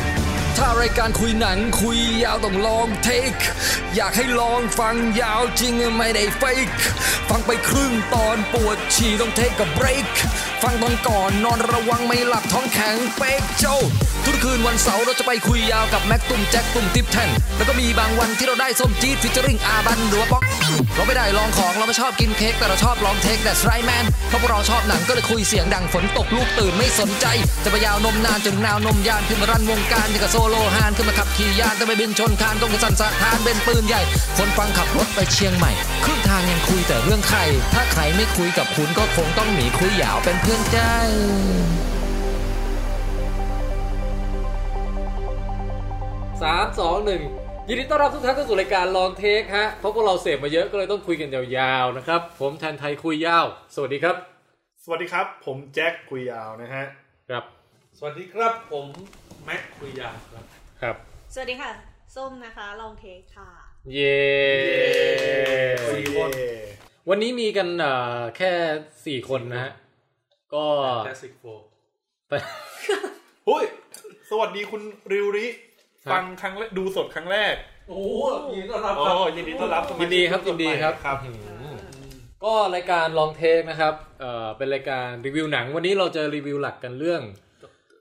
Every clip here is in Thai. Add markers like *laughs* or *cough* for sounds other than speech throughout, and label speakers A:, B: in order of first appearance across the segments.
A: ายการคุยหนังคุยยาวต้องลองเทค อยากให้ลองฟังยาวจริงไม่ได้เฟกฟังไปครึ่งตอนปวดฉี่ต้องเทคกับเบรก ฟังตอนก่อนนอนระวังไม่หลับท้องแข็งเป๊กเจ้า ทุกคืนวันเสาร์เราจะไปคุยยาวกับแม็กตุ้มแจ็คตุ้มทิปแทน แล้วก็มีบางวันที่เราได้ส้มจี๊ดฟิชเจอริงอาบันหรือว่าป๊อก เราไม่ได้ลองของเราไม่ชอบกินเค้กแต่เราชอบลองเทคแต่ไรแมนเพราะพวกเราชอบหนังก็เลยคุยเสียงดังฝนตกลูกตื่นไม่สนใจ จะไปยาวนมนานจนนาวนมยานขึ้นมารันวงการอย่างกับโซโลฮานขึ้นมาขับขี่ยานแต่ไม่บินชนคานต้องกระสันสะทานเป็นปืนใหญ่ คนฟังขับรถไปเชียงใหม่ครึ่งทางยังคุยแต่เรื่องใคร ถ้าใครไม่คุยกับคุณก็คงต้องหนีคุยยาวเป็นเพื่อนใจ
B: สามสองหนึ่งยินดีต้อนรับทุกท่านเข้าสู่รายการลองเทคฮะเพราะพวกเราเสพมาเยอะก็เลยต้องคุยกันยาวๆนะครับ ผมแทนไทยคุยยาว สวัสดีครับ
C: สวัสดีครับ ผมแจ็คคุยยาวนะฮะ
B: ครับ
D: สวัสดีครับผมแม็กคุยยาวครับ
B: ครับ
E: สวัสดีค่ะ ส้มนะคะ ลองเทคค่ะ
B: เย้
C: สี่คน
B: วันนี้มีกันเอ่อแค่สี่คนนะฮะก็
D: Classic Four
C: เฮ้ย สวัสดีคุณริวริ
B: ครับ
C: ฟังครั้งแรกดูสดครั้งแรก
D: โอ้โหยินดีต้อนรับ
C: อ๋
D: ครับ
C: อยินดีต้อนรับสมาชิก
B: ยินดีครับยินดีครับ
C: ครับ
B: ก็รายการลองเทคนะครับเอ่อเป็นรายการรีวิวหนัง วันนี้เราจะรีวิวหลักกันเรื่อง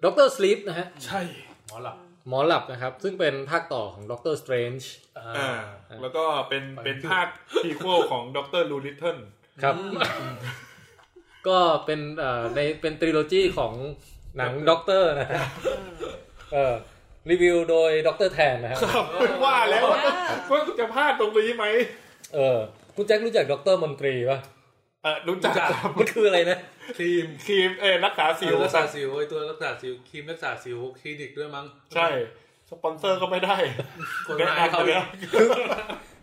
B: ด็อกเตอร์สลีปนะฮะ
C: ใช่
D: หมอหลับ
B: หมอหลับนะครับ ซึ่งเป็นภาคต่อของด็อกเตอร์สเตรนจ์
C: อ่าแล้วก็เป็นเป็นภาคพีควลของดรลูลิทเทิล
B: ครับ *laughs* ก็เป็นเอ่อในเป็นตริโลจีของหนังด็อกเตอร์นะฮะเออรีวิวโดยด็อกเตอร์แทนนะครับ
C: ว่าแล้วว่า
E: อ่า
C: ว่าจะพลาดตรงนี้ไหม
B: เออคุณแจ็ครู้จักด็อกเตอร์มนตรีป่ะ
C: เออรู้จักครับ
B: มันคืออะไรนะ
D: ครีม
C: ครีมเออรักษาสิ
D: สิ
C: ว
D: วรักษาสิวไอตัวรักษาสิวครีมรักษาสิวคลินิกด้วยมั้ง
C: ใช่ สปอนเซอร์ก็ไม่ได้
D: คนหน้ายเขา
C: แนะนำไป
D: อี
C: แล้
D: ก
C: ว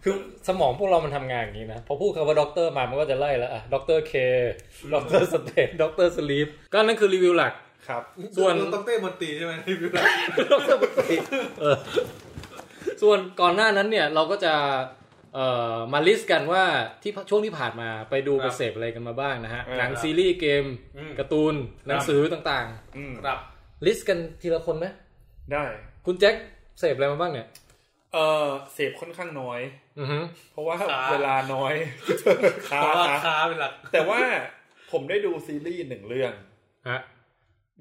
B: คือสมองพวกเรามันทำงานอย่างนี้นะ พอพูดคำว่าด็อกเตอร์มามันก็จะไล่แล้วอะด็อกเตอร์เคด็อกเตอร์สเตนด็อกเตอร์สลีปก็นั่นคือรีวิวหลัก *laughs*
C: ครับ
B: ส่วน
D: ต้องเต้มนตรีใช่ไหม *laughs* ที่พี่รัก
B: ด็อกเตอร์ปกติเออส่วนก่อนหน้านั้นเนี่ยเราก็จะเอ่อมาลิสต์กันว่าที่ช่วงที่ผ่านมาไปดูไปเสพอะไรกันมาบ้างนะฮะ
C: เออ
B: หนังซีรีส์เกม
C: อืม
B: การ์ตูน หนังสือต่าง
C: อืม
D: ครับ
B: ๆ ลิสต์กันทีละคนไหม
C: ได้
B: คุณแจ็คเสพอะไรมาบ้างเนี่ย
C: เออเสพค่อนข้างน้อย
B: อือฮึ
C: เพราะว่าเวลาน้อย
D: เพราะว่า
C: ค้า
D: ค้าเป็นหลัก
C: แต่ว่าผมได้ดูซีรีส์หนึ่งเรื่อง
B: ฮะ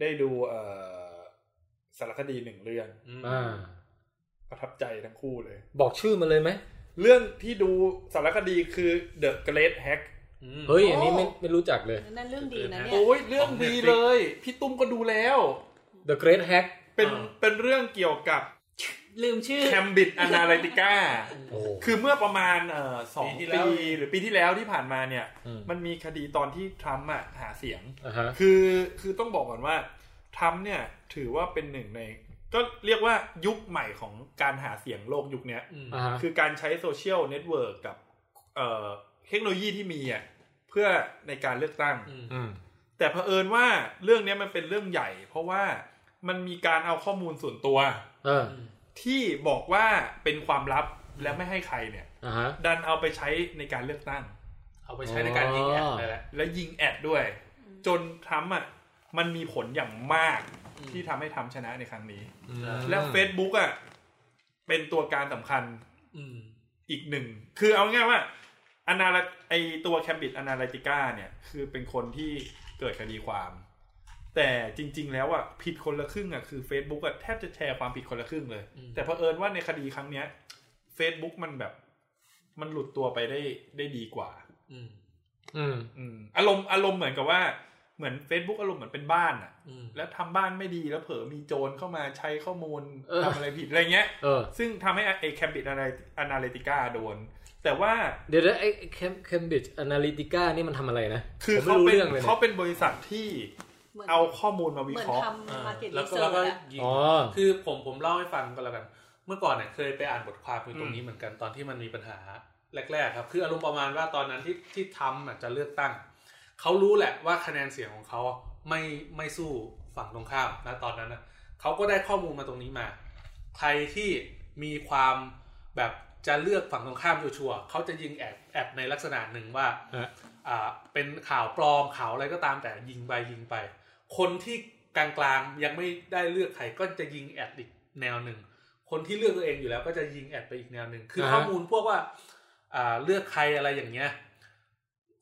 C: ได้ดูเอ่อสารคดีหนึ่งเรื่อง
D: อืม
B: อ่า
C: ประทับใจทั้งคู่เลย
B: บอกชื่อมาเลยไหม
C: เรื่องที่ดูสารคดีคือ The Great Hack
D: อืม
B: เฮ้ยอันนี้ไม่ไม่รู้จักเลย
E: นั่นเรื่องดีนะ
D: เออ
E: เนี่ย
C: โอ้ยเรื่องดีเลย พี่ตุ้มก็ดูแล้ว
B: The Great Hack
C: เป็น
D: อ่า
C: เป็นเรื่องเกี่ยวกับ
E: ลืมชื่อ
C: แคมบิดอนาลิติก้า
B: โอ้
C: คือเมื่อประมาณเอ่อสอง
D: ปีที่แล้
C: ปี
D: ว
C: หรือปีที่แล้วที่ผ่านมาเนี่ย
B: อืม
C: มันมีคดีตอนที่ทรัมป์อะหาเสียง
B: อ่าฮะ
C: คือคือต้องบอกก่อนว่าทรัมป์เนี่ยถือว่าเป็นหนึ่งใน ก็เรียกว่ายุคใหม่ของการหาเสียงโลกยุคเนี้ย
D: อืม
B: อ่าฮะ
C: คือการใช้โซเชียลเน็ตเวิร์กกับเอ่อเทคโนโลยีที่มีอ่ะเพื่อในการเลือกตั้ง
D: อืม
B: อืม
C: แต่เผอิญว่าเรื่องเนี้ยมันเป็นเรื่องใหญ่ เพราะว่ามันมีการเอาข้อมูลส่วนตัว
B: เออ
C: ที่บอกว่าเป็นความลับและไม่ให้ใครเนี่ย
B: อ่าฮะ
C: ดันเอาไปใช้ในการเลือกตั้ง
D: เอาไปใช้ในการยิงแอดนั่นแหละ
C: และยิงแอดด้วย จนทรัมป์อ่ะมันมีผลอย่างมาก
D: อืม
C: ที่ทำให้ทรัมป์ชนะในครั้งนี้
B: อืม
C: และ Facebook อ่ะเป็นตัวการสำคัญ
D: อืม
C: อีกหนึ่ง คือเอาง่ายๆว่าอนาลไอตัวแคมบิดอนาลิติก้าเนี่ย คือเป็นคนที่เกิดคดีความ แต่จริง ๆ แล้วอ่ะผิดคนละครึ่งอ่ะคือ Facebook อ่ะแทบจะแชร์ความผิดคนละครึ่งเลย
D: อืม
C: แต่เผอิญว่าในคดีครั้งเนี้ย Facebook มันแบบ มันหลุดตัวไปได้ได้ดีกว่า
D: อืม
B: อืม
C: อืมอารมณ์อารมณ์เหมือนกับว่าเหมือน Facebook อารมณ์เหมือนเป็นบ้านอ่ะ
D: อืม
C: แล้วทำบ้านไม่ดีแล้วเผลอมีโจรเข้ามาใช้ข้อมูล
B: เออ
C: ทำอะไรผิดอะไรเงี้ย
B: เออ
C: ซึ่งทำให้ไอแคมบิดอนาลิติก้าโดน แต่ว่า
B: เดี๋ยวนะไอ้เคมบริดจ์อนาลิติก้านี่มันทำอะไรนะ
C: คือ
B: ผมไม่รู้
C: เขาเป็น
B: เรื่องเลย
C: เขา
B: นะ
C: เป็นบริษัทที่
E: เหมือน
C: เอาข้อมูลมาวิ
E: เหมือ
C: เคน ราะห์
E: ทำมาเก็ต
D: แล้
E: รี
D: วก็
E: เซิ
D: แล้
E: ร์ช
D: วก็
E: อะ
D: ยิง
B: อ๋อ
D: คือผมผมเล่าให้ฟังก็แล้วกัน เมื่อก่อนเนี่ยเคยไปอ่านบทความอยู่ตรงนี้เหมือนกันตอนที่มันมีปัญหาแรก ๆ ครับ คืออารมณ์ประมาณว่าตอนนั้นที่ที่ทำอ่ะจะเลือกตั้ง เขารู้แหละว่าคะแนนเสียงของเขาไม่ไม่สู้ฝั่งตรงข้ามนะตอนนั้นนะเขาก็ได้ข้อมูลมาตรงนี้มา ใครที่มีความแบบจะเลือกฝั่งตรงข้ามชัวร์ๆเขาจะยิงแอดแอดในลักษณะหนึ่งว่า
B: ฮะ
D: อ่าเป็นข่าวปลอมข่าวอะไรก็ตามแต่ยิงไปยิงไป คนที่กลางๆยังไม่ได้เลือกใครก็จะยิงแอดอีกแนวหนึ่ง คนที่เลือกตัวเองอยู่แล้วก็จะยิงแอดไปอีกแนวหนึ่งคืออา
B: ฮะ
D: ข้อมูลพวกว่า อ่าเลือกใครอะไรอย่างเงี้ย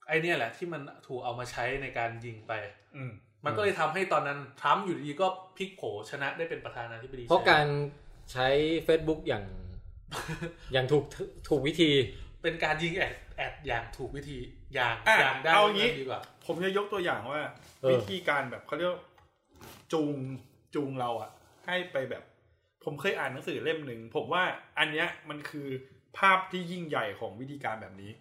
D: ไอเนี่ยแหละที่มันถูกเอามาใช้ในการยิงไป
C: อืม
D: มันก็เลยทำให้ตอนนั้นทรัมป์อยู่ดีๆก็พลิกโผชนะได้เป็นประธานาธิบดี
B: เพราะการใช้ Facebook
C: *laughs*
B: อย่าง อย่างถูกถูกวิธี
D: เป็นการยิงแอดแอดอย่างถูกวิธีอย่าง
C: อ่ะ
D: อย่างได้
C: เอางี้
D: ดีกว่า
C: ผมจะยกตัวอย่างว่า
B: เออ
C: วิธีการแบบเขาเรียกว่าจูงจูงเราอะให้ไปแบบ ผมเคยอ่านหนังสือเล่มหนึ่งผมว่าอันเนี้ยมันคือภาพที่ยิ่งใหญ่ของวิธีการแบบนี้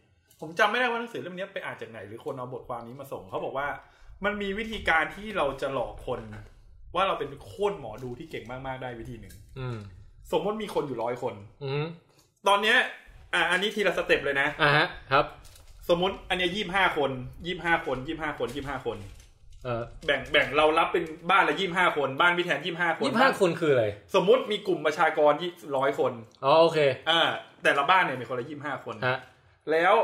C: ผมจำไม่ได้ว่าหนังสือเล่มเนี้ยไปอ่านจากไหน หรือคนเอาบทความนี้มาส่งเขาบอกว่า มันมีวิธีการที่เราจะหลอกคน ว่าเราเป็นโคตรหมอดูที่เก่งมากๆได้วิธีหนึ่ง
B: อืม
C: สมมติมีคนอยู่ร้อยคน
B: อืม
C: ตอนเนี้ยอ่ะอันนี้ทีละสเต็ปเลยนะ
B: อ่าฮะครับ
C: สมมติอันเนี้ยยี่ห้าคนยี่ห้าคนยี่ห้าคนยี่ห้าคน
B: เออ
C: แบ่งแบ่งเรารับเป็นบ้านละยี่ห้าคน บ้านพี่แทนยี่ห้าคน
B: ยี่ห้าคนคืออะไร
C: สมมติมีกลุ่มประชากรที่ร้อยคน
B: อ๋อโอเค
C: อ่าแต่ละบ้านเนี่ยมีคนละยี่ห้าคน
B: ฮะ
C: แล้ว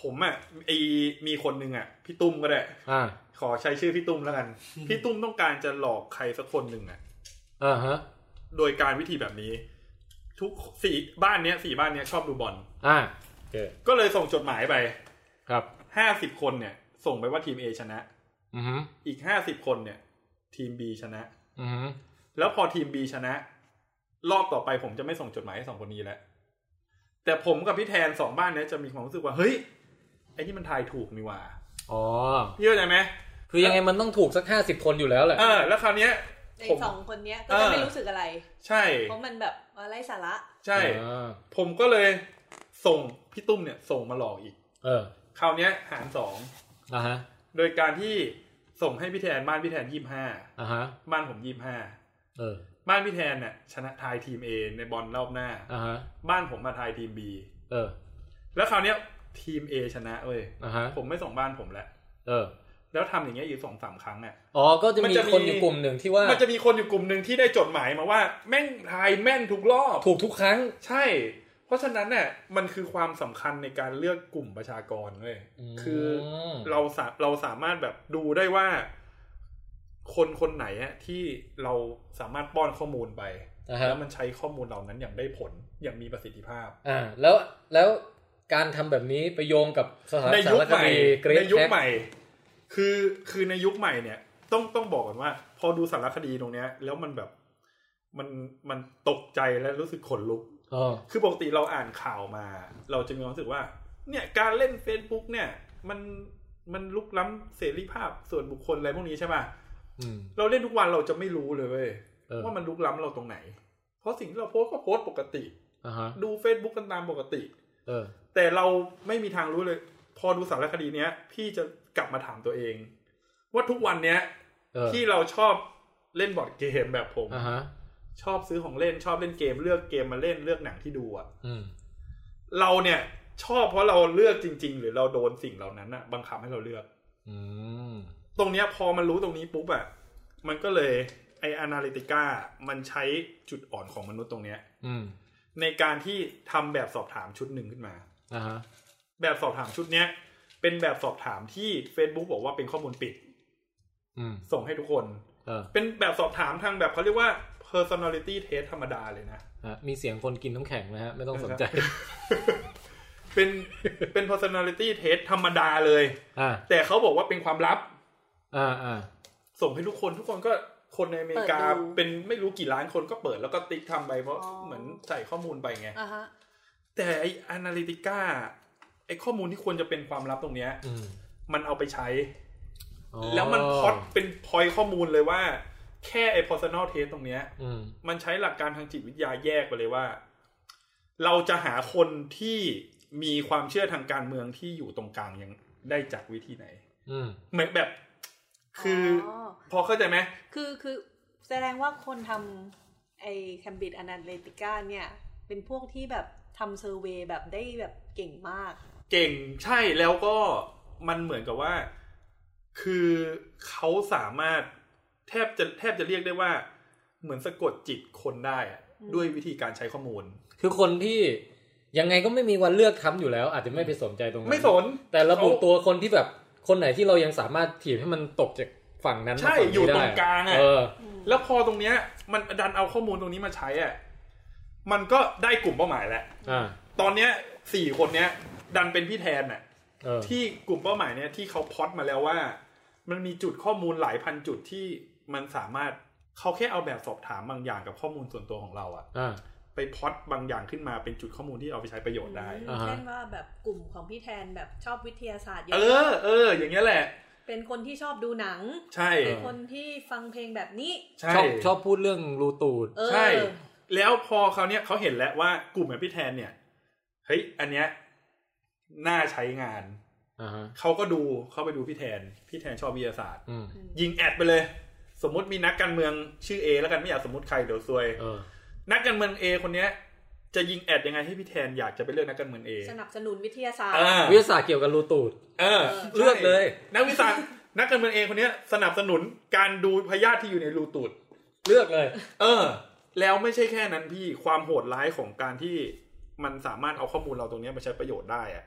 C: ผมอ่ะไอมีคนหนึ่งอ่ะพี่ตุ้มก็ได้
B: อ่า
C: ขอใช้ชื่อพี่ตุ้มแล้วกัน
B: *laughs*
C: พี่ตุ้มต้องการจะหลอกใครสักคนหนึ่งอ่ะ
B: อ่าฮะ
C: โดยการวิธีแบบนี้ ทุกสี่บ้านเนี้ยสี่บ้านเนี้ยชอบดูบอล
B: อ่าโอเค
C: ก็เลยส่งจดหมายไป
B: ครับ
C: ห้าสิบคนเนี่ย ส่งไปว่าทีม A ชนะ
B: อือฮึ
C: อีกห้าสิบคนเนี่ย ทีม B ชนะ
B: อือฮึ
C: แล้วพอทีม B ชนะ รอบต่อไปผมจะไม่ส่งจดหมายให้สองคนนี้แล้ว แต่ผมกับพี่แทนสองบ้านเนี้ยจะมีความรู้สึกว่า เฮ้ย ไอ้นี่มันทายถูกนี่หว่า
B: อ๋อ
C: พี่เข้าใจไหม
B: คือยังไงมันต้องถูกสักห้าสิบคนอยู่แล้วแหละ
C: เออ แล้วคราวเนี้ย
E: ใน
C: ผม
E: สองคนเนี้ยก็
C: เอ
E: จะ
C: อ
E: ไม่รู้สึกอะไร
C: ใช่
E: เพราะมันแบบอะไรสาระ
C: ใช่ ผมก็เลยส่งพี่ตุ้มเนี่ย ส่งมาหลอกอีก
B: เออ
C: คราวเนี้ยหารสอง
B: อ่าฮะ
C: โดยการที่ส่งให้พี่แทนบ้านพี่แทนยี่ห้า
B: อ่าฮะ
C: บ้านผมยี่ห้า
B: เออ
C: บ้านพี่แทนเนี่ยชนะทายทีม A ในบอลรอบหน้า
B: อ่าฮะ
C: บ้านผมมาทายทีม B
B: เออ
C: แล้วคราวเนี้ยทีม A ชนะเว้ย
B: อ่าฮะ
C: ผมไม่ส่งบ้านผมแล้ว
B: เออ
C: แล้วทำอย่างเงี้ยอยู่สองสามครั้งอ่ะ
B: อ๋อ ก็จะ
C: มัน
B: มี
C: จะมี
B: คนอยู่กลุ่มหนึ่งที่ว่า
C: มันจะมีคนอยู่กลุ่มหนึ่งที่ได้จดหมายมาว่า แม่งทายแม่นทุกรอบ
B: ถูกทุกครั้ง
C: ใช่ เพราะฉะนั้นเนี่ยมันคือความสำคัญในการเลือกกลุ่มประชากรเว้ย
B: อืม
C: คือเราสาเราสามารถแบบดูได้ว่า คนคนไหนอะที่เราสามารถป้อนข้อมูลไป
B: อ่าฮะ
C: แล้วมันใช้ข้อมูลเหล่านั้นอย่างได้ผลอย่างมีประสิทธิภาพ
B: อ่า แล้วแล้วการทำแบบนี้ไปโยงกับสถาน
C: ใน
B: สา
C: ยุค
B: รค
C: ใหม่
B: ดีเกรท
C: ในยุค
B: แท็ก
C: ใหม่ คือคือในยุคใหม่เนี่ย ต้องต้องบอกก่อนว่า พอดูสารคดีตรงเนี้ย แล้วมันแบบมันมันตกใจและรู้สึกขนลุก
B: อ๋อ
C: คือปกติเราอ่านข่าวมา เราจะมีความรู้สึกว่า เนี่ยการเล่น Facebook เนี่ย มันมันลุกล้ำเสรีภาพส่วนบุคคลอะไรพวกนี้ใช่ป่ะ
B: อืม
C: เราเล่นทุกวันเราจะไม่รู้เลยเว้ย
B: เออ
C: ว่ามันลุกล้ำเราตรงไหน เพราะสิ่งที่เราโพสต์ก็โพสต์ปกติ
B: อ่าฮะ
C: ดู Facebook กันตามปกติ
B: เออ
C: แต่เราไม่มีทางรู้เลย พอดูสารคดีเนี้ย พี่จะกลับมาถามตัวเอง ว่าทุกวันเนี้ย
B: เออ
C: ที่เราชอบเล่นบอร์ดเกมแบบผม
B: อ่าฮะ
C: ชอบซื้อของเล่นชอบเล่นเกม เลือกเกมมาเล่นเลือกหนังที่ดูอะ
B: อืม
C: เราเนี่ยชอบเพราะเราเลือกจริง ๆ หรือเราโดนสิ่งเหล่านั้นอะบังคับให้เราเลือก
B: อืม
C: ตรงเนี้ยพอมันรู้ตรงนี้ปุ๊บอะมันก็เลยไออนาลิติก้ามันใช้จุดอ่อนของมนุษย์ตรงเนี้ย
B: อืม
C: ในการที่ทำแบบสอบถามชุดหนึ่งขึ้นมา
B: อ่าฮะ
C: แบบสอบถามชุดเนี้ย เป็นแบบสอบถามที่ Facebook บอกว่าเป็นข้อมูลปิด
B: อืม
C: ส่งให้ทุกคน
B: เออ
C: เป็นแบบสอบถามทางแบบเขาเรียกว่า personality test ธรรมดาเลยนะ
B: ฮะมีเสียงคนกินน้ำแข็งนะฮะ ไม่ต้องสนใจ
C: เป็นเป็น personality test ธรรมดาเลย
B: อ่า
C: แต่เขาบอกว่าเป็นความลับ
B: อ่า อ่า
C: ส่งให้ทุกคนทุกคนก็คนในอเมริกา
E: เปิดดู
C: เป็นไม่รู้กี่ล้านคนก็เปิดแล้วก็ติ๊กทำไปเพราะ
E: อ๋อ
C: เหมือนใส่ข้อมูลไปไง
E: อ่ะฮะ
C: แต่ไอ analytica ไอข้อมูลที่ควรจะเป็นความลับตรงเนี้ย
B: อืม
C: มันเอาไปใช้
B: อ๋อ
C: แล้วมันพล็อดเป็นพอยต์ข้อมูลเลยว่า แค่ไอ้ personal taste ตรงเนี้ย
B: อืม
C: มันใช้หลักการทางจิตวิทยาแยกไปเลยว่า เราจะหาคนที่มีความเชื่อทางการเมืองที่อยู่ตรงกลางยังได้จากวิธีไหน
B: อืม
C: เหมือนแบบ คืออ
E: อ
C: พอเข้าใจไหม
E: คือคือแสดงว่าคนทำไอ้แคมบิดอนาลิติก้าเนี่ย เป็นพวกที่แบบทำเซอร์เวย์แบบได้แบบเก่งมาก
C: เก่งใช่แล้วก็มันเหมือนกับว่า คือเขาสามารถแทบจะแทบจะเรียกได้ว่า เหมือนสะกดจิตคนได้อะ
E: อืม
C: ด้วยวิธีการใช้ข้อมูล
B: คือคนที่ยังไงก็ไม่มีวันเลือกทำอยู่แล้ว อาจจะไม่ไปสนใจตรงนั้น
C: ไม่สน
B: แต่ระบุ
C: เขา
B: ตัวคนที่แบบคนไหนที่เรายังสามารถถีบให้มันตกจากฝั่งนั้น
C: ใช่
B: มาฝั่งนี้
C: อยู่ตรง
B: ได้
C: กลางอะ
B: เออ
E: อืม
C: แล้วพอตรงเนี้ย มันดันเอาข้อมูลตรงนี้มาใช้อ่ะ มันก็ได้กลุ่มเป้าหมายแล้ว
B: อ่า
C: ตอนเนี้ยสี่คนเนี้ย ดันเป็นพี่แทนน่ะ
B: เออ
C: ที่กลุ่มเป้าหมายเนี่ยที่เขาพล็อดมาแล้วว่า มันมีจุดข้อมูลหลายพันจุดที่มันสามารถเขาแค่เอาแบบสอบถามบางอย่างกับข้อมูลส่วนตัวของเราอะ
B: อ่า
C: ไปพล็อดบางอย่างขึ้นมาเป็นจุดข้อมูลที่เอาไปใช้ประโยชน์ได้
B: อ่าฮะ
E: เช่นว่าแบบกลุ่มของพี่แทนแบบชอบวิทยาศาสตร์เย
C: เอ
E: อะ
C: อเออ อย่างเงี้ยแหละ
E: เป็นคนที่ชอบดูหนัง
C: ใช่
E: เป็นคนที่ฟังเพลงแบบนี้
C: ใช่
B: ชอบชอบพูดเรื่องรูตูด
E: เออ
C: ใช่ แล้วพอเขาวเนี้ยเขาเห็นแล้วว่ากลุ่มแบบพี่แทนเนี่ยเฮ้ยอันเนี้ยน่าใช้งาน
B: อ่าฮะ
C: เขาก็ดูเข้าไปดูพี่แทน พี่แทนชอบวิทยาศาสตร์
B: อืม
C: ยิงแอดไปเลย สมมติมีนักการเมืองชื่อเอแล้วกันไม่อยากสมมติใครเดี๋ยวซวย
B: เออ
C: นักการเมืองเอคนเนี้ย จะยิงแอดยังไงให้พี่แทนอยากจะไปเลือกนักการเมือง A
E: สนับสนุนวิทยาศาสต
C: เอ
E: ร์
C: อ
B: วิทยาศาสตร์เกี่ยวกับรูตูด
C: เออ
B: เลือกเลย
C: นักวิ
E: *laughs*
C: สาสตร์นักการเมืองเอคนเนี้ยสนับสนุนการดูพยาธิที่อยู่ในรูตูด
B: เลือกเลย
C: เออ แล้วไม่ใช่แค่นั้นพี่ความโหดร้ายของการที่มันสามารถเอาข้อมูลเราตรงเนี้ยมาใช้ประโยชน์ได้อะ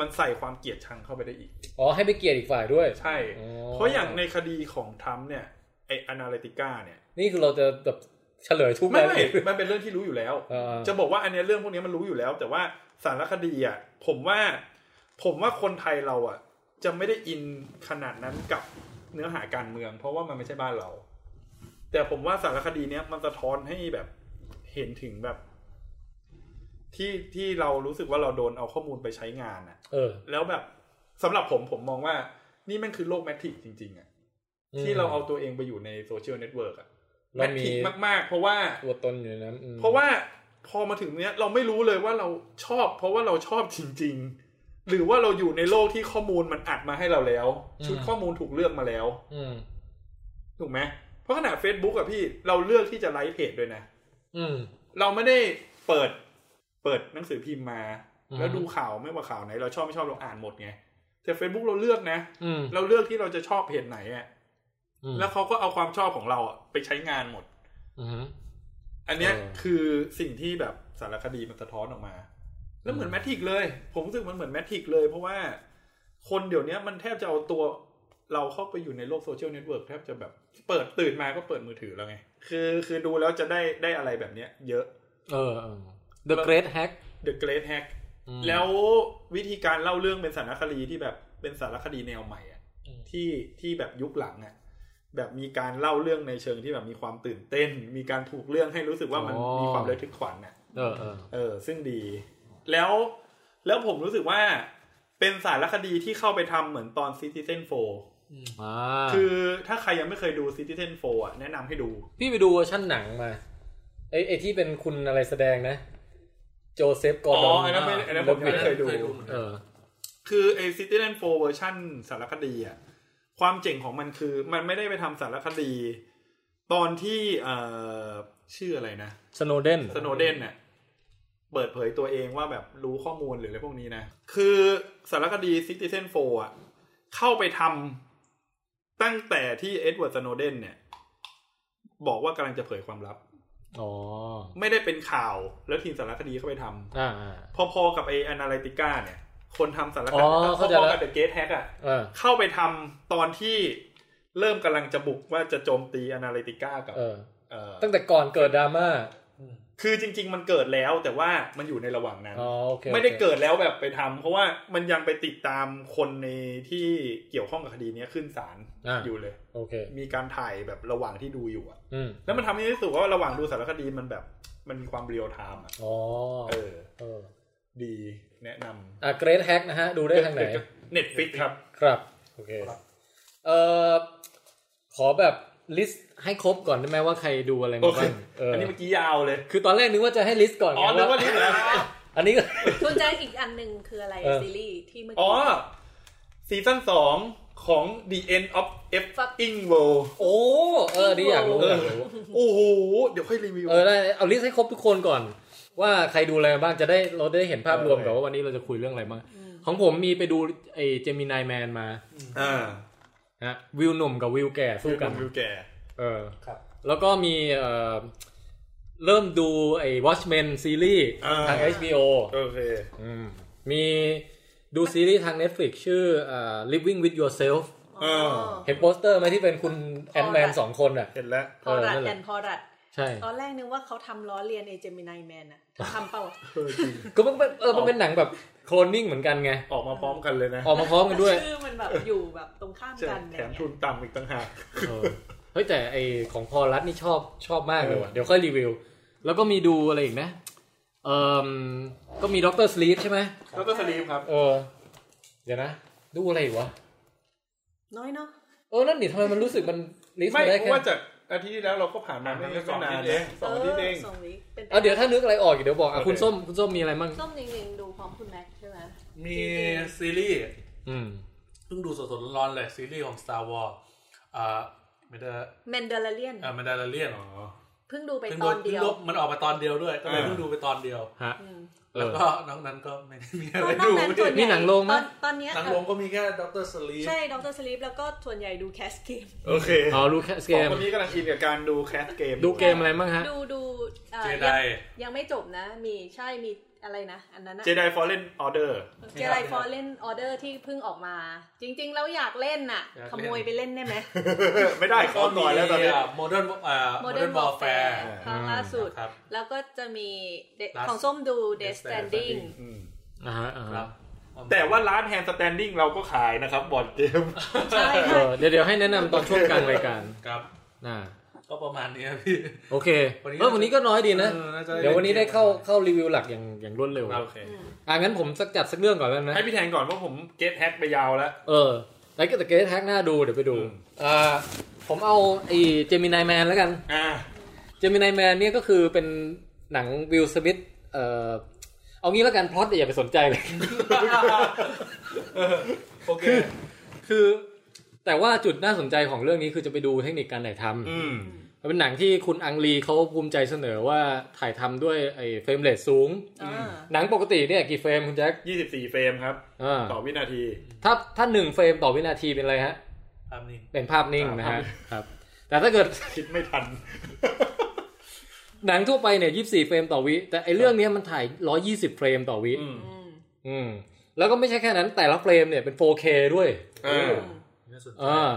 C: มันใส่ความเกลียดชังเข้าไปได้อีก
B: อ๋อ ให้ไปเกียรติอีกฝ่ายด้วย
C: ใช่
B: อ๋อ
C: เพราะอย่างในคดีของทรัมป์เนี่ยไออนาลิติก้าเนี่ย
B: นี่คือเราจะแบบเฉลยทุก
C: ไม่
B: รายละ
C: ไม่
B: เอียด
C: มันเป็นเรื่องที่รู้อยู่แล้ว
B: เออ
C: จะบอกว่าอันเนี้ยเรื่องพวกเนี้ยมันรู้อยู่แล้ว แต่ว่าสารคดีอ่ะผมว่า ผมว่าคนไทยเราอ่ะ จะไม่ได้อินขนาดนั้นกับเนื้อหาการเมือง เพราะว่ามันไม่ใช่บ้านเรา แต่ผมว่าสารคดีเนี้ยมันสะท้อนให้แบบเห็นถึงแบบ ที่ที่เรารู้สึกว่าเราโดนเอาข้อมูลไปใช้งานอ่ะ
B: เออ
C: แล้วแบบสำหรับผมผมมองว่า นี่แมันคือโลกแมทริกซ์จริง ๆอ่ะที่เราเอาตัวเองไปอยู่ในโซเชียลเน็ตเวิร์กอ่ะแม
B: เรา
C: ท
B: มี
C: ริกซ์มากๆ เพราะว่า
B: ตัวตนอยู่ในนั้นอืม
C: เพราะว่าพอมาถึงเนี้ยเราไม่รู้เลยว่าเราชอบ เพราะว่าเราชอบจริง ๆ หรือว่าเราอยู่ในโลกที่ข้อมูลมันอัดมาให้เราแล้ว ชุดข้อมูลถูกเลือกมาแล้ว
B: อืม
C: ถูกไหมเพราะขนาด Facebook อะพี่เราเลือกที่จะไลค์เพจด้วยนะ
B: อืม
C: เราไม่ได้เปิดเปิดหนังสือพิมพ์มา
B: อืม
C: แล้วดูข่าวไม่ว่าข่าวไหน เราชอบไม่ชอบเราอ่านหมดไงแต่ Facebook เราเลือกนะ
B: อืม
C: เราเลือกที่เราจะชอบเพจไหนอะ
B: อืม
C: แล้วเขาก็เอาความชอบของเราอะไปใช้งานหมด
B: อืม
C: อันเนี้ย
B: เออ
C: คือสิ่งที่แบบสารคดีมันสะท้อนออกมา แล้วเหมือนแมทริกซ์เลย ผมรู้สึกมันเหมือนแมทริกซ์เลย เพราะว่าคนเดี๋ยวเนี้ยมันแทบจะเอาตัวเราเข้าไปอยู่ในโลกโซเชียลเน็ตเวิร์กแทบจะแบบเปิดตื่นมาก็เปิดมือถือแล้วไง คือคือดูแล้วจะได้ได้อะไรแบบเนี้ย เยอะ
B: เออเออ The Great Hack
C: The Great Hack
B: อืม
C: แล้ววิธีการเล่าเรื่องเป็นสารคดีที่แบบเป็นสารคดีแนวใหม่อะ
B: อืม
C: ที่ที่แบบยุคหลังอะแบบมีการเล่าเรื่องในเชิงที่แบบมีความตื่นเต้น มีการถูกเรื่องให้รู้สึกว่ามันมีความระทึกขวัญอะ
B: เออเออ
C: เออซึ่งดี แล้วแล้วผมรู้สึกว่าเป็นสารคดีที่เข้าไปทำเหมือนตอน Citizen
B: อ่า
C: 4 คือถ้าใครยังไม่เคยดู Citizen 4อ่ะแนะนำให้ดู
B: พี่ไปดูเวอร์ชั่นหนังมาไอ้ไอ้ที่เป็นคุณอะไรแสดงนะ โจเซฟกอร์ด
C: อ๋
B: อ
C: อน อันนั้นไม่อันนั้นผมยังไม่เคยดู
B: เออ
C: คือไอ้ Citizen 4 เวอร์ชั่นสารคดีอ่ะความเจ๋งของมันคือ มันไม่ได้ไปทำสารคดี ตอนที่เอ่อชื่ออะไรนะ
B: สโนเดน
C: สโนเดนเนี่ยเปิดเผยตัวเองว่าแบบรู้ข้อมูลหรืออะไรพวกนี้นะ คือสารคดี Citizen 4 อ่ะ เข้าไปทำตั้งแต่ที่เอ็ดเวิร์ดสโนเดนเนี่ย บอกว่ากำลังจะเผยความลับ
B: อ๋อ
C: ไม่ได้เป็นข่าวแล้วทีมสารคดีเข้าไปท
B: อ่าอ่า
C: ำพอๆกับไอแอนาลิติก้าเนี่ย คนทำสารค
B: อ๋
C: ดี
B: อ
C: พ
B: เข้าใจ
C: อ
B: แล้ว
C: ๆกับเดอะเกตแฮกอ่ะ
B: เออ
C: เข้าไปทำตอนที่เริ่มกำลังจะบุกว่าจะโจมตีแอนาลิติก้ากับ
B: เออ
C: เอ่อ
B: ตั้งแต่ก่อนเกิดดราม่า
C: คือจริง ๆ มันเกิดแล้วแต่ว่ามันอยู่ในระหว่างนั้น
B: อ๋อโอเค
C: ไม่ได้เกิดแล้วแบบไปทำเพราะว่ามันยังไปติดตามคนในที่เกี่ยวข้องกับคดีเนี้ยขึ้นศาล
B: อ่ะ
C: อยู่เลย
B: โอเค
C: มีการถ่ายแบบระหว่างที่ดูอยู่อะ
B: อืม
C: แล้วมันทำให้รู้สึกว่าระหว่างดูสารคดีมันแบบ มันมีความเรียลไทม์อะ
B: อ๋อ
C: เออ
B: เออ
C: ดีแนะน
B: อ่ะเกรทแฮกนะฮะ ดู
C: ำ
B: ได้ทางไหน
C: เน็ตฟิกครับ
B: ครับ โอเค เอ่อ ขอแบบลิสต์ให้ครบก่อนได้ไหมว่าใครดูอะไร
C: โอ
B: มา
C: เค
B: บ้างเออ
C: อันนี้เมื่อกี้ยาวเลย
B: คือตอนแรกนึกว่าจะให้ลิสต์ก่อน
C: อ๋อนึกว่าลิสต์เหรอ
B: อันนี้ก็
E: ชวนใจอีกอันหนึ่งคืออะไร
B: เออ
E: ซีรีส์ที่เมื่อ
C: อ๋อ
E: กี้
C: ซีซั่นสองของ The End of F in World
B: โอ้ เออนี่อยากรู้อยากรู้
C: โอ้โห เดี๋ยวค่อยรีวิว
B: เออได้เอาลิสต์ให้ครบทุกคนก่อน ว่าใครดูอะไรบ้างจะได้เราได้เห็นภาพรวม
C: เออ
B: กับว่าวันนี้เราจะคุยเรื่องอะไรบ้างของผมมีไปดูไอ้เจมินายแมนมา
C: อ่า
B: ฮะวิวหนุ่มกับวิวแก่สู้
C: กั
B: กัน น
C: วิวแก่
B: เออ
D: ครับ
B: แล้วก็มีเอ่อเริ่มดูไอ้ Watchmen ซีรีส์
C: อ่า
B: ทาง HBO
C: โอเค
B: อืมมีดูซีรีส์ทาง Netflix ชื่อเอ่อ Living with Yourself
C: เออ
B: เห็นโปสเตอร์ไหมที่เป็นคุณแอนแมนสองคนอ่ะ
C: เห็นแล้ว
E: พอรัด
B: เนั่น
E: แอ
B: แหละ
E: นพอรัด
B: ใ ใช่
E: ตอนแรกนึกว่าเขาทำล้อเลียนเอเจมินายแมนอะทำเปล่า
C: เออจริง
B: ก็มันเป็นเออมันเป็นหนังแบบโคลนนิ่งเหมือนกันไง
C: ออกมาพร้อมกันเลยนะ
B: ออกมาพร้อมกันด้วย
E: ชื่อมันแบบอยู่แบบตรงข้าม
C: ใช่
E: กันอะ
C: แถม
E: ไรเงี้
C: ทุ
E: ย
C: นต่ำอีกต่างหาก
B: เออเฮ้ยแต่ไอของพอรัตนี่ชอบชอบมากเลยว่ะ
C: เออ
B: เดี๋ยวค่อยรีวิว แล้วก็มีดูอะไรอีกนะ เออก็มีด็อกเตอร์สลีปใช่ไหม
C: แล้วก็สลีมครับ
B: เออ เดี๋ยวนะ ดูอะไรอีกวะ
E: น้อยเนาะ
B: เออ นั่นดิทำไมมันรู้สึกมันลิสต์
C: ไม่
B: มาได้
C: เพ
B: แค่
C: ราะว่าจากอาทิตย์ที่แล้วเราก็ผ่านมาไม่
D: ผ่านมา
C: ไม่นาน
D: ไม่
C: นะ
D: นาน
C: สองอาที่เอง
E: สองวิเป็น
B: เอาเดี๋ยวถ้านึกอะไรออกอีกเดี๋ยวบอกอ่ะ
C: โอเค
B: คุณส้มคุณส้มมีอะไรมั่ง
E: ส้มจริงๆดูพร้อมคุณแม็กซ์ใช่ไหม
D: มีซีรีส์
B: อืม
D: เพิ่งดูสดๆร้อนๆเลย ซีรีส์ของ Star Wars อ่าไม่ได้
E: แมนดาลาเลียน
D: อ่ามันดาลเลียน
E: เพิ่งดูไป
D: เพิ่ง
E: ต
D: ดู
E: อนเดีย
D: เพิ่ง
E: ว
D: ดูมันออกมาตอนเดียวด้วยก็เลย
C: อ่า
D: เพิ่งดูไปตอนเดียว
B: ฮะ
E: อืม
B: เอ
D: แล้ว
B: อ
D: ก็นอกนั้นก็ไม่ได้มีอะ
E: ต
D: ไร
E: อนนั้
D: ดู
E: นนั้นส่วนใญ่
B: มีหนังโรงไหม
E: ตอตอนเนี้ย
D: หนังลงก็มีแค่ด็อกเตอร์สลี
E: ใช่ดรสลีปแล้วก็ส่วนใหญ่ดูแคสเกม
C: โอเค
B: อ๋อรู้แค่
C: ส
B: เก
C: อง
B: ม
C: คนนี้กำลังอินกับการดูแคสเกม
B: ดูเกมอะไรมั่งฮะ
E: ดูดูเอ่อ
D: เจ
E: ยัง
D: ได
E: ยังไม่จบนะ มีใช่มีอะไรนะ อันนั้นนะ
C: เจไดฟอร์เรนออเดอร์
E: เจไรฟอร์เล่นออเดอร์ที่เพิ่งออกมา จริงๆ แล้วอยากเล่นน่ะ
D: อยากเล่น
E: ขโมยไปเล่นได้ไหม
C: *laughs* ไม่ได้ขอก่อนแล้วตอนนี้
D: โมเดิร์นอ่าโมเดิ
E: *laughs* Modern
D: ร์นบอลแฟร์
E: Warfare ครั้งล่าสุด
D: ครับ
E: แล้วก็จะมีเด
D: Last
E: ของส้มดู Death
D: Death
E: Stranding
D: Stranding
C: อืม
B: อ่าฮะอ่า
D: ครั
B: ฮะ
D: บ
C: แต่ว่าร้านแฮนด์สแตนดิ้งเราก็ขายนะครับบอร์ดเกม
E: ใช่
B: เอ
E: ใช่
B: อเดี๋ยวเดี๋ยวให้แนะนำตอนช่วงกลางรายการ
D: ครับ
B: อ่า
D: ก็ประมาณนี้ครับพี่
B: โอเค
D: วันนี้
B: เออวันนี้ก็น้อยดีนะ
D: ออน่าจะ
B: เดี๋ยววันนี้ได้เข้าเข้ารีวิวหลักอย่างอย่างรวดเร็ว
C: โอเค
E: อืม
B: อ่ะงั้นผมสักจัดสักเรื่องก่อนแล้วนะ
C: ให้พี่แทนก่อนเพราะผมเก็ตแฮกไปยาวแล้ว
B: เออแล้วก็แต่เกสแท็กหน้าดูเดี๋ยวไปดู
C: อืม
B: อ่าผมเอาไอ้เจมินายแมนแล้วกัน
C: อ่า
B: เจมินายแมนเนี่ยก็คือเป็นหนังวิลสมิธเอ่อเอางี้แล้วกันพล็อตอย่าไปสนใจเลย
C: โอเค
B: คือ แต่ว่าจุดน่าสนใจของเรื่องนี้คือจะไปดูเทคนิคการถ่ายทำ
C: อืม
B: มันเป็นหนังที่คุณอังรีเขาภูมิใจเสนอว่าถ่ายทำด้วยไอ้เฟรมเรทสูง
E: อ่า
B: หนังปกติเนี่ยกี่เฟรมคุณแจ็ค
C: ยี่สิบสี่เฟรมครับ
B: อ่า
C: ต่อวินาที
B: ถ้าถ้าหนึ่งเฟรมต่อวินาทีเป็นอะไรฮะ
D: ภาพนิ่ง
B: เป็นภาพนิ่งนะ
C: ภาพ
B: ฮะ
C: นิ่ง
B: ครับ แต่ถ้าเกิด *laughs*
C: คิดไม่ทัน
B: หนังทั่วไปเนี่ยยี่สี่เฟรมต่อวิ แต่ไอเรื่องเนี้ยมันถ่ายร้อยี่สิบเฟรมต่อวิ
C: อืม
E: อืม
B: อืม แล้วก็ไม่ใช่แค่นั้นแต่ละเฟรมเนี่ยเป็น 4K ด้วย
C: เออ
D: น่าสนใจ
B: อ่า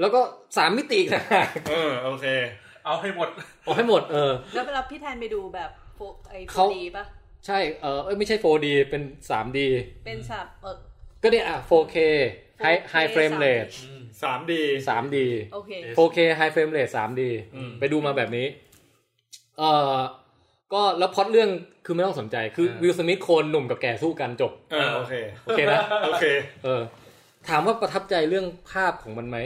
B: แล้วก็สามมิติ *laughs* อีกนะ
C: เออ โอเค
D: เอาให้หมด
B: เอาให้หมดเออ
E: แล้วเวลาพี่แทนไปดูแบบโฟไอ้โฟ
B: เขา
E: ดีป่ะ
B: ใช่เออเอ้ยไม่ใช่ 4D เป็น 3D
E: เป็นสับเออ
B: ก็เนี่ยอ่ะ 4K high high frame rate
C: สามดี
B: 3D
E: โอเค
D: เอ
B: 4K high frame rate 3D
C: อืม
B: ไปดูมาแบบนี้ เออก็แล้วพล็อตเรื่องคือไม่ต้องสนใจคือ
D: อ่า
B: วิลสมิธโคนหนุ่มกับแก่สู้กันจบ
C: เออ โอเค
B: โอเคนะ
C: โอเค
B: เออถามว่าประทับใจเรื่องภาพของมันไหม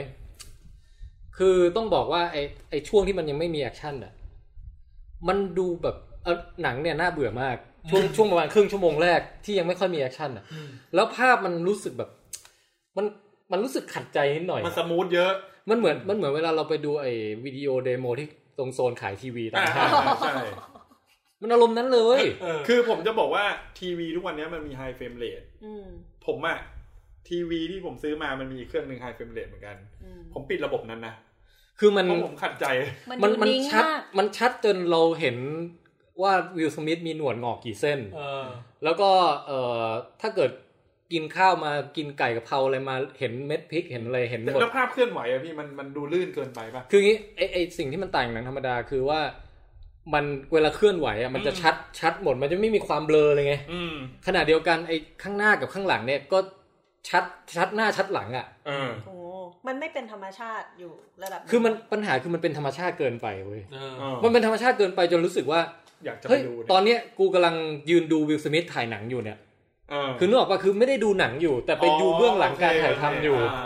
B: คือต้องบอกว่าไอ้ไอ้ช่วงที่มันยังไม่มีแอคชั่นอ่ะ มันดูแบบเออหนังเนี่ยน่าเบื่อมาก ช่วงช่วงประมาณครึ่งชั่วโมงแรกที่ยังไม่ค่อยมีแอคชั่นอ่ะ แล้วภาพมันรู้สึกแบบ มันมันรู้สึกขัดใจนิดหน่อย
C: มันสมูทเยอะ
B: มันเหมือนมันเหมือนเวลาเราไปดูไอ้วิดีโอเดโมที่ตรงโซนขายทีวีตา
C: อ่าม
B: ห้างอะ
C: ใช่
B: มันอารมณ์นั้นเลย
D: เออ
C: คือผมจะบอกว่าทีวีทุกวันนี้มันมีไฮเฟรมเรท
E: อืม
C: ผมอะทีวีที่ผมซื้อมามันมีเครื่องหนึ่งไฮเฟรมเรทเหมือนกัน
E: อืม
C: ผมปิดระบบนั้นนะ
B: คือมัน
C: เพราะผมขัดใจ
B: มัน
E: ดู
B: มัน
E: ดิ้ง
B: ชัด
E: มาก
B: มันชัดจนเราเห็นว่าวิลสมิธมีหนวดงอกกี่เส้น
D: เออ
B: แล้วก็เอ่อถ้าเกิดกินข้าวมากินไก่กะเพราอะไรมาเห็นเม็ดพริกเห็นอะไรเห็น
C: แต่
B: หมด
C: แล้วภาพเคลื่อนไหวอะพี่มันมันดูลื่นเกินไปปะ
B: คืองี้ไอไอสิ่งที่มันต่างจากหนังธรรมดาคือว่ามันเวลาเคลื่อนไหวอ่ะมันจะ
C: อืม
B: ชัดชัดหมดมันจะไม่มีความเบลอเลยไง
C: อืม
B: ขณะเดียวกันไอข้างหน้ากับข้างหลังเนี่ยก็ชัดชัดหน้าชัดหลังอ่ะ
C: เออ
E: โอ้มันไม่เป็นธรรมชาติอยู่ระดับหง
B: คือมันปัญหาคือมันเป็นธรรมชาติเกินไปเว้ย
D: เออ
B: มันเป็นธรรมชาติเกินไปจนรู้สึกว่า
C: อยากจะไป
B: เฮ้ย
C: ดู
B: ตอ
C: เนี่ย
B: นเนี้ยกูกำลังยืนดูวิลสมิธถ่ายหนังอยู่เนี่ย
C: เออ
B: คือนึกออกปะคือไม่ได้ดูหนังอยู่ แต่ไปดูเบื้องหลังการถ่ายทำอยู่
C: โเค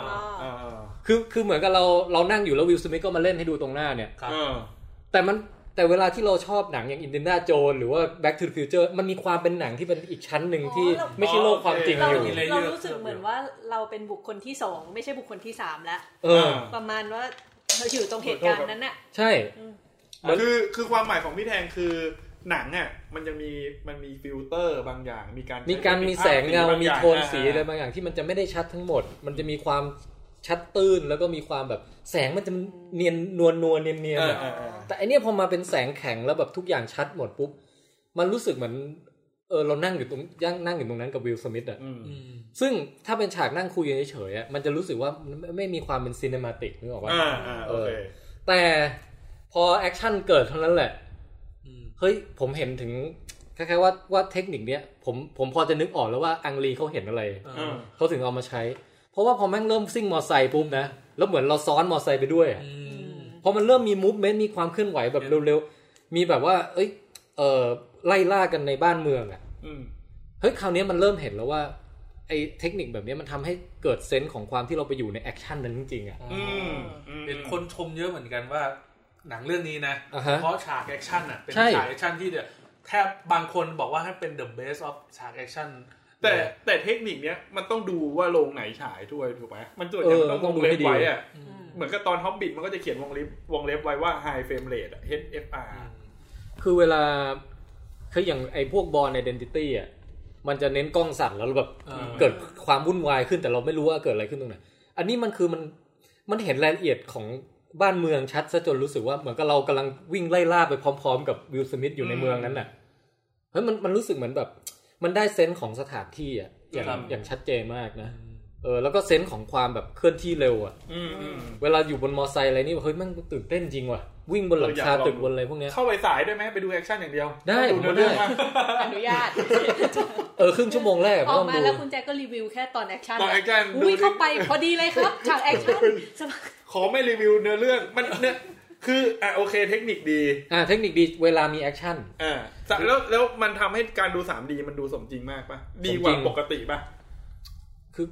C: อ่าอ่า
B: คือคือเหมือนกับเราเรานั่งอยู่แล้ววิลสมิธก็มาเล่นให้ดูตรงหน้าเนี่ย
D: ครับ
C: เออ
B: แต่มันแต่เวลาที่เราชอบหนังอย่างอินเดียนาโจนหรือว่า Back to the Future มันมีความเป็นหนังที่เป็นอีกชั้นหนึ่งที่ไม่ใช่โลกความจริง
E: เรา
B: อยู่
E: เรารู้สึกเหมือนว่าเราเป็นบุคคลที่สองไม่ใช่บุคคลที่สามแล้ว
B: เออ
E: ประมาณว่าเราอยู่ตรงเหตุการณ์นั้นน่ะ
B: ใช่
C: อ่าคือคือความหมายของพี่แทงคือหนังอ่ะมันยังมีมันมีฟิลเตอร์บางอย่าง มีการ
B: มีการมีแสงเงา
C: บ
B: มี
C: อย่
B: โทนสีอะไรบางอย่างที่มันจะไม่ได้ชัดทั้งหมด มันจะมีความชัดตื้นแล้วก็มีความแบบแสงมันจะเนียนนวลนวลเนียนเนียนๆ
C: เออ
B: อะ
C: เออเออ
B: แต่อันเนี้ยพอมาเป็นแสงแข็งแล้วแบบทุกอย่างชัดหมดปุ๊บ มันรู้สึกเหมือนเออเรานั่งอยู่ตรงย่างนั่งอยู่ตรงนั้นกับวิลสมิธอ่ะ
C: อืม
D: อืม
B: ซึ่งถ้าเป็นฉากนั่งคุยกันเฉยๆอะมันจะรู้สึกว่ามันไม่ไม่มีความเป็นซีเนมาติกนึกออกว่า
C: อ่าอ่าโอเค
B: แต่ พอแอคชั่นเกิดเท่านั้นแหละ เฮ้ย ผมเห็นถึงคล้ายๆว่าว่าเทคนิคเนี้ยผมผมพอจะนึกออกแล้วว่าอังรีเขาเห็นอะไร
C: เออ
B: เขาถึงเอามาใช้ เพราะว่าพอแม่งเริ่มซิ่งมอไซค์ปุ๊บนะ แล้วเหมือนเราซ้อนมอไซค์ไปด้วยอะพอมันเริ่มมีมูฟเมนต์มีความเคลื่อนไหวแบบเร็วๆ มีแบบว่า เอ้ย เออไล่ล่ากันในบ้านเมืองอะ
C: อืม
B: เฮ้ยคราวเนี้ยมันเริ่มเห็นแล้วว่าไอ้เทคนิคแบบเนี้ยมันทำให้เกิดเซนส์ของความที่เราไปอยู่ในแอคชั่นนั้นจริงๆอะ
C: อืม
D: เห็นคนชมเยอะเหมือนกันว่าหนังเรื่องนี้นะ
B: อ่ะฮะ
D: เพราะฉากแอคชั่นอ่ะ เป็น
B: ใช่
D: ฉากแอคชั่นที่เดี๋ยวแทบบางคนบอกว่าให้เป็น the best of ฉากแอคชั่น
C: แต่แต่เทคนิคเนี้ยมันต้องดูว่าโรงไหนฉายด้วยถูกไหมมันส่วนใหญ่
B: เออ
C: มันต้อง
B: ต้
C: ว
B: อง
C: ง
B: ดู
C: เล็
B: ให้
C: บ
B: ดี
C: ไว้อะ
E: อืม
C: เหมือนกับตอนฮอบบิ t มันก็จะเขียนวงเล็บวงเล็บไว้ว่า high frame rate อะ HFR
B: คือเวลาคืออย่างไอ้พวกบอลไอดีนิตี้อ่ะมันจะเน้นกล้องสั่นแล้วแบบ
D: เออ
B: เกิดความวุ่นวายขึ้นแต่เราไม่รู้ว่าเกิดอะไรขึ้นตรงไหนอันนี้มันคือมันมันเห็นรายละเอียดของบ้านเมืองชัดซะจนรู้สึกว่าเหมือนกับเรากำลังวิ่งไล่ล่าไปพร้อม ๆ กับวิลสมิธอยู่ในเมืองนั้นน่ะเฮ้ยมันมันรู้สึกเหมือนแบบ มันได้เซนส์ของสถานที่อ่ะอย่าง
C: ครับ
B: อย่างชัดเจนมากนะเออแล้วก็เซนส์ของความแบบเคลื่อนที่เร็วอ่ะ
C: อืมอืม
B: เวลาอยู่บนมอไซค์อะไรนี่เฮ้ยแมันตื่นเต้นจริงว่ะวิ่งบนหลัง
C: เราอยาก
B: คา
C: ลอง
B: ตึกบนอะไรพวกเนี้ย
C: เข้าไปสายด้วยไหมไปดูแอคชั่นอย่างเดียว
B: ได้
C: ดู
B: ผมว่า
C: เนื้อเรื่อง
B: ได้
C: มา
E: อนุญาต
B: เออครึ่งชั่วโมงแรกอะ
E: อ
B: ไม่
E: อก
B: ต้อง
E: มา
B: ดู
E: แล้วคุณแจ็คก็รีวิวแค่ตอนแอคชั่น
C: ตอนแอคชั่นดู
E: อุ้ยเข้าไปพอดีเลยครับฉากแอคชั่นสบาย
C: ขอไม่รีวิวเนื้อเรื่องมันเนี่ยคืออ่ะโอเคเทคนิคดี
B: อ่าเทคนิคดีเวลามีแอคชั่น
C: อ่าแต่แล้วแล้วมันทำให้การดู 3D มันดูสมจริงมากปะดีก
B: สมจ
C: ว่า
B: ริง
C: ปกติปะ
B: คือ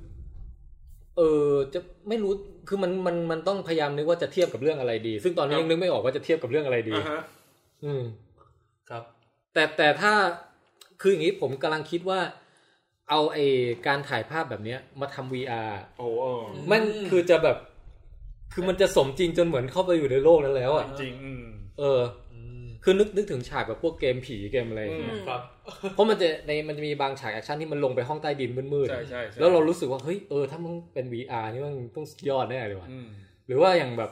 B: เออจะไม่รู้คือมันมันมันต้องพยายามนึกว่าจะเทียบกับเรื่องอะไรดี ซึ่งตอนนี้
C: ครับ
B: ยังนึกไม่ออกว่าจะเทียบกับเรื่องอะไรดี
C: อ่าฮะ
B: อืม
D: ครับ
B: แต่แต่ถ้าคืออย่างนี้ผมกำลังคิดว่า เอาไอการถ่ายภาพแบบเนี้ย มาทำ VR
C: โอ้โห
B: มันคือจะแบบ คือมันจะสมจริงจนเหมือนเข้าไปอยู่ในโลกนั้นแล้วอ่ะ
C: จริงอืม
B: เออ คือนึกนึกถึงฉากแบบพวกเกมผีเกมอะไรอย่างเงี้ย
C: อืม
D: ครับ
B: เพราะมันจะในมันจะมีบางฉากแอคชั่นที่มันลงไปห้องใต้ดินมืด
C: ใช่ใช่ใช่
B: ๆ แล้วเรารู้สึกว่าเฮ้ยเออถ้ามันเป็น VR นี่มันต้องสุดยอดแน่เลยว่ะ
C: อืม
B: หรือว่าอย่างแบบ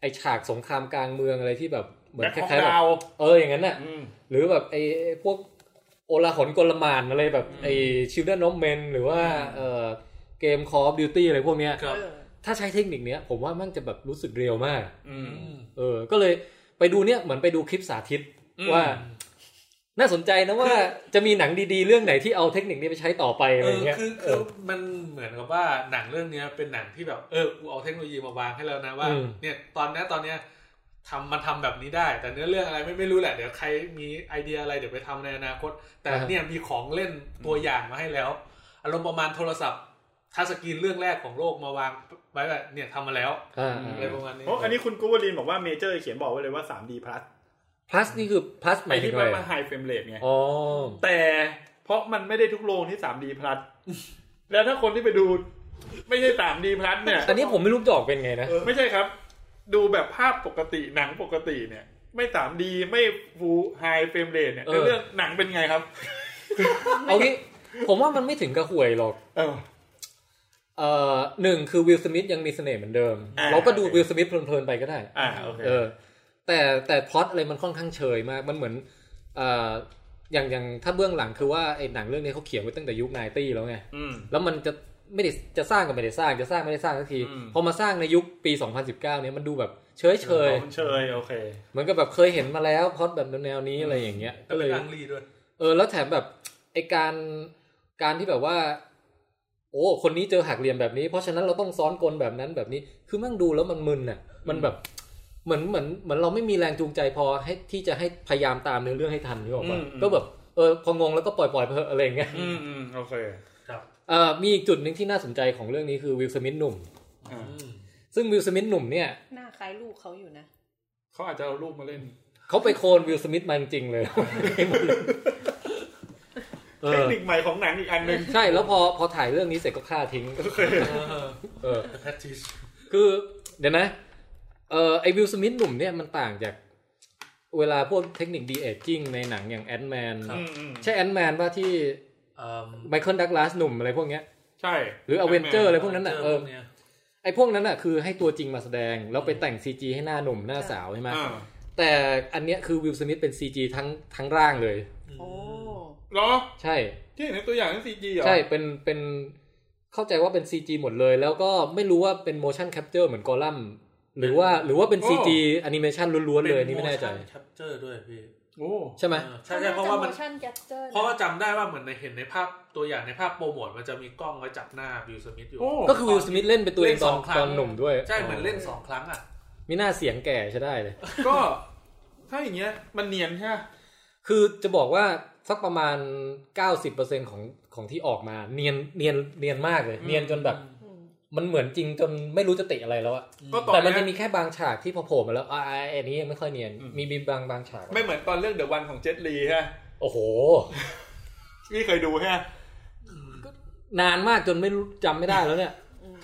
B: ไอฉากสงครามกลางเมืองอะไรที่แบบเหมือ
C: แบ็
B: นค
C: คฮอก
B: ล้ายๆแบบ
C: ดาว
B: เอออย่างนั้นน่ะ
C: อืม
B: หรือแบบไอไอ้พวกโอลาหนกลมานอะไรแบบไอชิลเดนน้องเมนหรือว่าเออเกมคอร์ดิวตี้อะไรพวกเนี้ย
D: ครับ
E: เออ
B: ถ้าใช้เทคนิคเนี้ยผมว่ามันจะแบบรู้สึกเรียวมาก
C: อืม
B: เออ ก็เลยไปดูเนี่ยเหมือนไปดูคลิปสาธิต
C: อืม
B: ว่า น่าสนใจนะว่าจะมีหนังดีๆ เรื่องไหนที่เอาเทคนิคนี้ไปใช้ต่อไปอะไร
D: เออ
B: เงี้ย
D: คือ
B: เอ
D: คือ
B: อ
D: มันเหมือนกับว่าหนังเรื่องเนี้ยเป็นหนังที่แบบเออกูเอาเทคโนโลยีมาวางให้แล้วนะว่า
B: อืม
D: เนี่ยตอนเนี้ยตอนเนี้ยทำมันทำแบบนี้ได้ แต่เนื้อเรื่องอะไรไม่ไม่รู้แหละเดี๋ยวใครมีไอเดียอะไรเดี๋ยวไปทำในอนาคต แต่เนี่ยมีของเล่นตัวอย่างมาให้แล้วอารมณ์ประมาณโทรศัพท์ทัชสกรีนเรื่องแรกของโลกมาวางไว้แบบเนี่ยทำมาแล้ว
B: อ่า
D: อะไรประมาณนี้
C: เพราะอันนี้คุณกูวลินบอกว่าเมเจอร์เขียนบอกไว้เลยว่า 3D plus
B: plus นี่คือ plus ห
C: ไอ
B: มายถึ
C: ที่
B: งอะ
C: มัน
B: ไร
C: มาไฮเฟรมเรทไง
B: อ๋อ
C: แต่เพราะมันไม่ได้ทุกโรงที่ 3D
B: *laughs*
C: plus แล้วถ้าคนที่ไปดูไม่ใช่ 3D plus เนี่ย
B: อันนี้ผมไม่รู้จะออกเป็นไงนะ
C: ไม่ใช่ครับ ดูแบบภาพปกติหนังปกติเนี่ย ไม่ 3D ไม่ full high frame rate เนี่ย
B: เออ
C: เรื่องหนังเป็นไงครับ
B: เอางี้ ผมว่ามันไม่ถึงกับห่วยหรอก
C: เออ
B: เอ่อหนึ่งคือวิลสมิธยังมีเสน่ห์เหมือนเดิม
C: อ่า
B: เราก็ดูวิลสมิธเพลินๆไปก็ได้
C: อ่าโอเค
B: เออ แต่แต่พล็อตอะไรมันค่อนข้างเฉยมาก มันเหมือนเอ่ออย่างอย่างถ้าเบื้องหลังคือว่าไอ้หนังเรื่องนี้เขาเขียนไว้ตั้งแต่ยุคไนตี้แล้วไง
C: อืม
B: แล้วมันจะไม่ได้จะสร้างก็ไม่ได้สร้างจะสร้างไม่ได้สร้างสักที
C: อืม
B: พอมาสร้างในยุคปี 2019 เนี่ยมันดูแบบเฉยเฉย
C: ผมเชยโอเค
B: ๆเหมือนกับแบบเคยเห็นมาแล้วพล็อดแบบแนวๆนี้อะไรอย่างเงี้ย
D: แต่
B: ก็เล
D: เป็น
B: ย
D: อังรีด้วย
B: เออแล้วแถมแบบไอการการที่แบบว่า โอ้คนนี้เจอหักเหลี่ยมแบบนี้ เพราะฉะนั้นเราต้องซ้อนกลแบบนั้นแบบนี้ คือแมั่งดูแล้วมันมึนน่ะ มันแบบเหมือนเหมือนเหมือนเราไม่มีแรงจูงใจพอให้ที่จะให้พยายามตามเนื้อเรื่องให้ทันนึกออกปะ
C: อืมอืม
B: ก็แบบเออพองงแล้วก็ปล่อยปล่อยๆไปเถอะอะไรอย่างเงี้ย
C: อืมอืมโอเค
B: เอ่อมีอีกจุดหนึ่งที่น่าสนใจของเรื่องนี้คือวิลสมิธหนุ่ม
C: อ่า
B: ซึ่งวิลสมิธหนุ่มเนี่ย
E: หน้าคล้ายลูกเขาอยู่นะ
C: เขาอาจจะเอารูปมาเล่น
B: เขาไปโคลนวิลสมิธมาจริง
C: *laughs*
B: ๆเลยเอ
C: เทค
B: อ
C: นิคใหม่ของหนังอีกอันหนึ่ง
B: ใช่แล้วพอพอถ่ายเรื่องนี้เสร็จก็ฆ่าทิ้งเออ
D: practice
B: คือเดี๋ยวนะ เออไอวิลสมิธหนุ่มเนี่ยมันต่างจาก เวลาพวกเทคนิคดีเอจจิ้งในหนังอย่างแอนด์แมน
D: ครับ
C: อืมอืม
B: ใช่แอนด์แมนว่าที่
D: อืม
B: ไมเคิลดักลาสหนุ่มอะไรพวกเนี้ย
C: ใช่
B: หรืออเวนเจอร์อะไรพวกนั้นอ่ะ
D: เจ
B: เออ
D: พวกเนี้ย
B: ไอพวกนั้นอ่ะคือให้ตัวจริงมาแสดง แล้วไปแต่งซีจีให้หน้าหนุ่มหน้าสาวใช่ไหม
C: อ่า
B: แต่อันเนี้ยคือวิลสมิธเป็น CG ทั้งทั้งร่างเลย
E: โอ้
C: เหรอ
B: ใช่
C: ที่เห็นในตัวอย่างนั้นซีจีเหรอ
B: ใช่เป็นเป็นเข้าใจว่าเป็น CG หมดเลย แล้วก็ไม่รู้ว่าเป็น motion capture เหมือนกอลัม หรือว่าหรือว่าเป็น
D: โอ้
B: ซีจีแอนิเมชันล้วนๆเลยนี่ไม่แน่ใจ
D: แคปเจอร์ด้วยพี่
C: โอ้
B: ใช่ไหม
D: เออใช่ใช่เพราะว่ามัน
F: ชั่นแคปเจอร์
D: เพราะว่าจำได้ว่าเหมือนในเห็นในภาพตัวอย่างในภาพโปรโมทมันจะมีกล้องไว้จับหน้าบิลสมิธอยู่
C: โอ้
B: ก็คือวิลสมิธเล่นเป็นตัวเอง
D: เล่น
B: ต
D: ส
B: อ
D: อน งครั้ง
B: ตอนหนุ่มด้วย
D: ใช่เหมือนเล่นสองครั้งอ่ะ
B: มีหน้าเสียงแก่ใช่ได้เลย
C: ก็ถ้าอย่างเงี้ย มันเนียนใช่ไหม
B: คือจะบอกว่าสักประมาณ 90%ของของที่ออกมา เนียนเนียนเนียนมากเลย เนียนจนแบบ มันเหมือนจริงจนไม่รู้จะติอะไรแล้วอะ
C: ก็ตอน
B: แต่มันจะ
C: เนี้ย
B: มีแค่บางฉากที่พอโผล่มาแล้วอ่าอ่าอันนี้ยังไม่ค่อยเนียน
C: อืม
B: มีมีบางบางฉาก
C: ไม่เหมือนตอนเรื่องเดอะวันของเจ t ลีฮะ
B: โอ้โห
C: พี่เคยดูฮะ
B: นานมากจนไม่รู้จำไม่ได้แล้วเนี่ย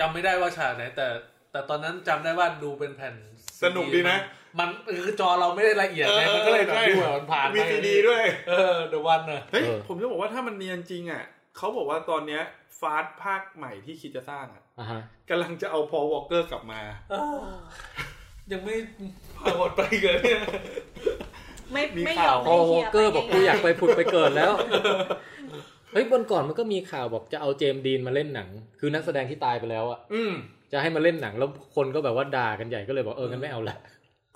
D: จำไม่ได้ว่าฉากไหนแต่แต่ตอนนั้นจำได้ว่าดูเป็นแผ่น
C: สนุกดีนะ
D: CD มันมันคือจอเราไม่ได้ละเอียดไง
C: เออ
D: มันก็เลยแบบ
C: ใช่
D: ดูแบบมันผ่าน
C: มี
D: ไป
C: ซีดีด้วย
D: เออเดอะวันเนอะ
C: เฮ้ย
B: เออ
C: ผมจะบอกว่าถ้ามันเนียนจริงอ่ะเขาบอกว่าตอนเนี้ยฟาสต์ภาคใหม่ที่คิดจะสร้างอ่ะ
B: อ่าฮะ
C: กำลังจะเอาพอวอลเกอร์กลับมา
D: ยังไม่ *laughs* ผ่านหมดไปเกินเนี่ย
E: ไม่
C: มี
E: ไม่ย
C: ข่าว
E: อม
B: พอ
E: ให้
B: ว
E: ฮี
B: อยเกอร์
E: ไป
B: บอกกูอยากไปผุดไปเกิดแล้ว
D: *laughs*
B: เฮ้ยวันก่อนมันก็มีข่าวบอกจะเอาเจมส์ดีนมาเล่นหนัง คือนักแสดงที่ตายไปแล้วอะ
C: อืม
B: จะให้มาเล่นหนังแล้วคนก็แบบว่าด่ากันใหญ่ก็เลยบอกเอองั้นไม่เอาละ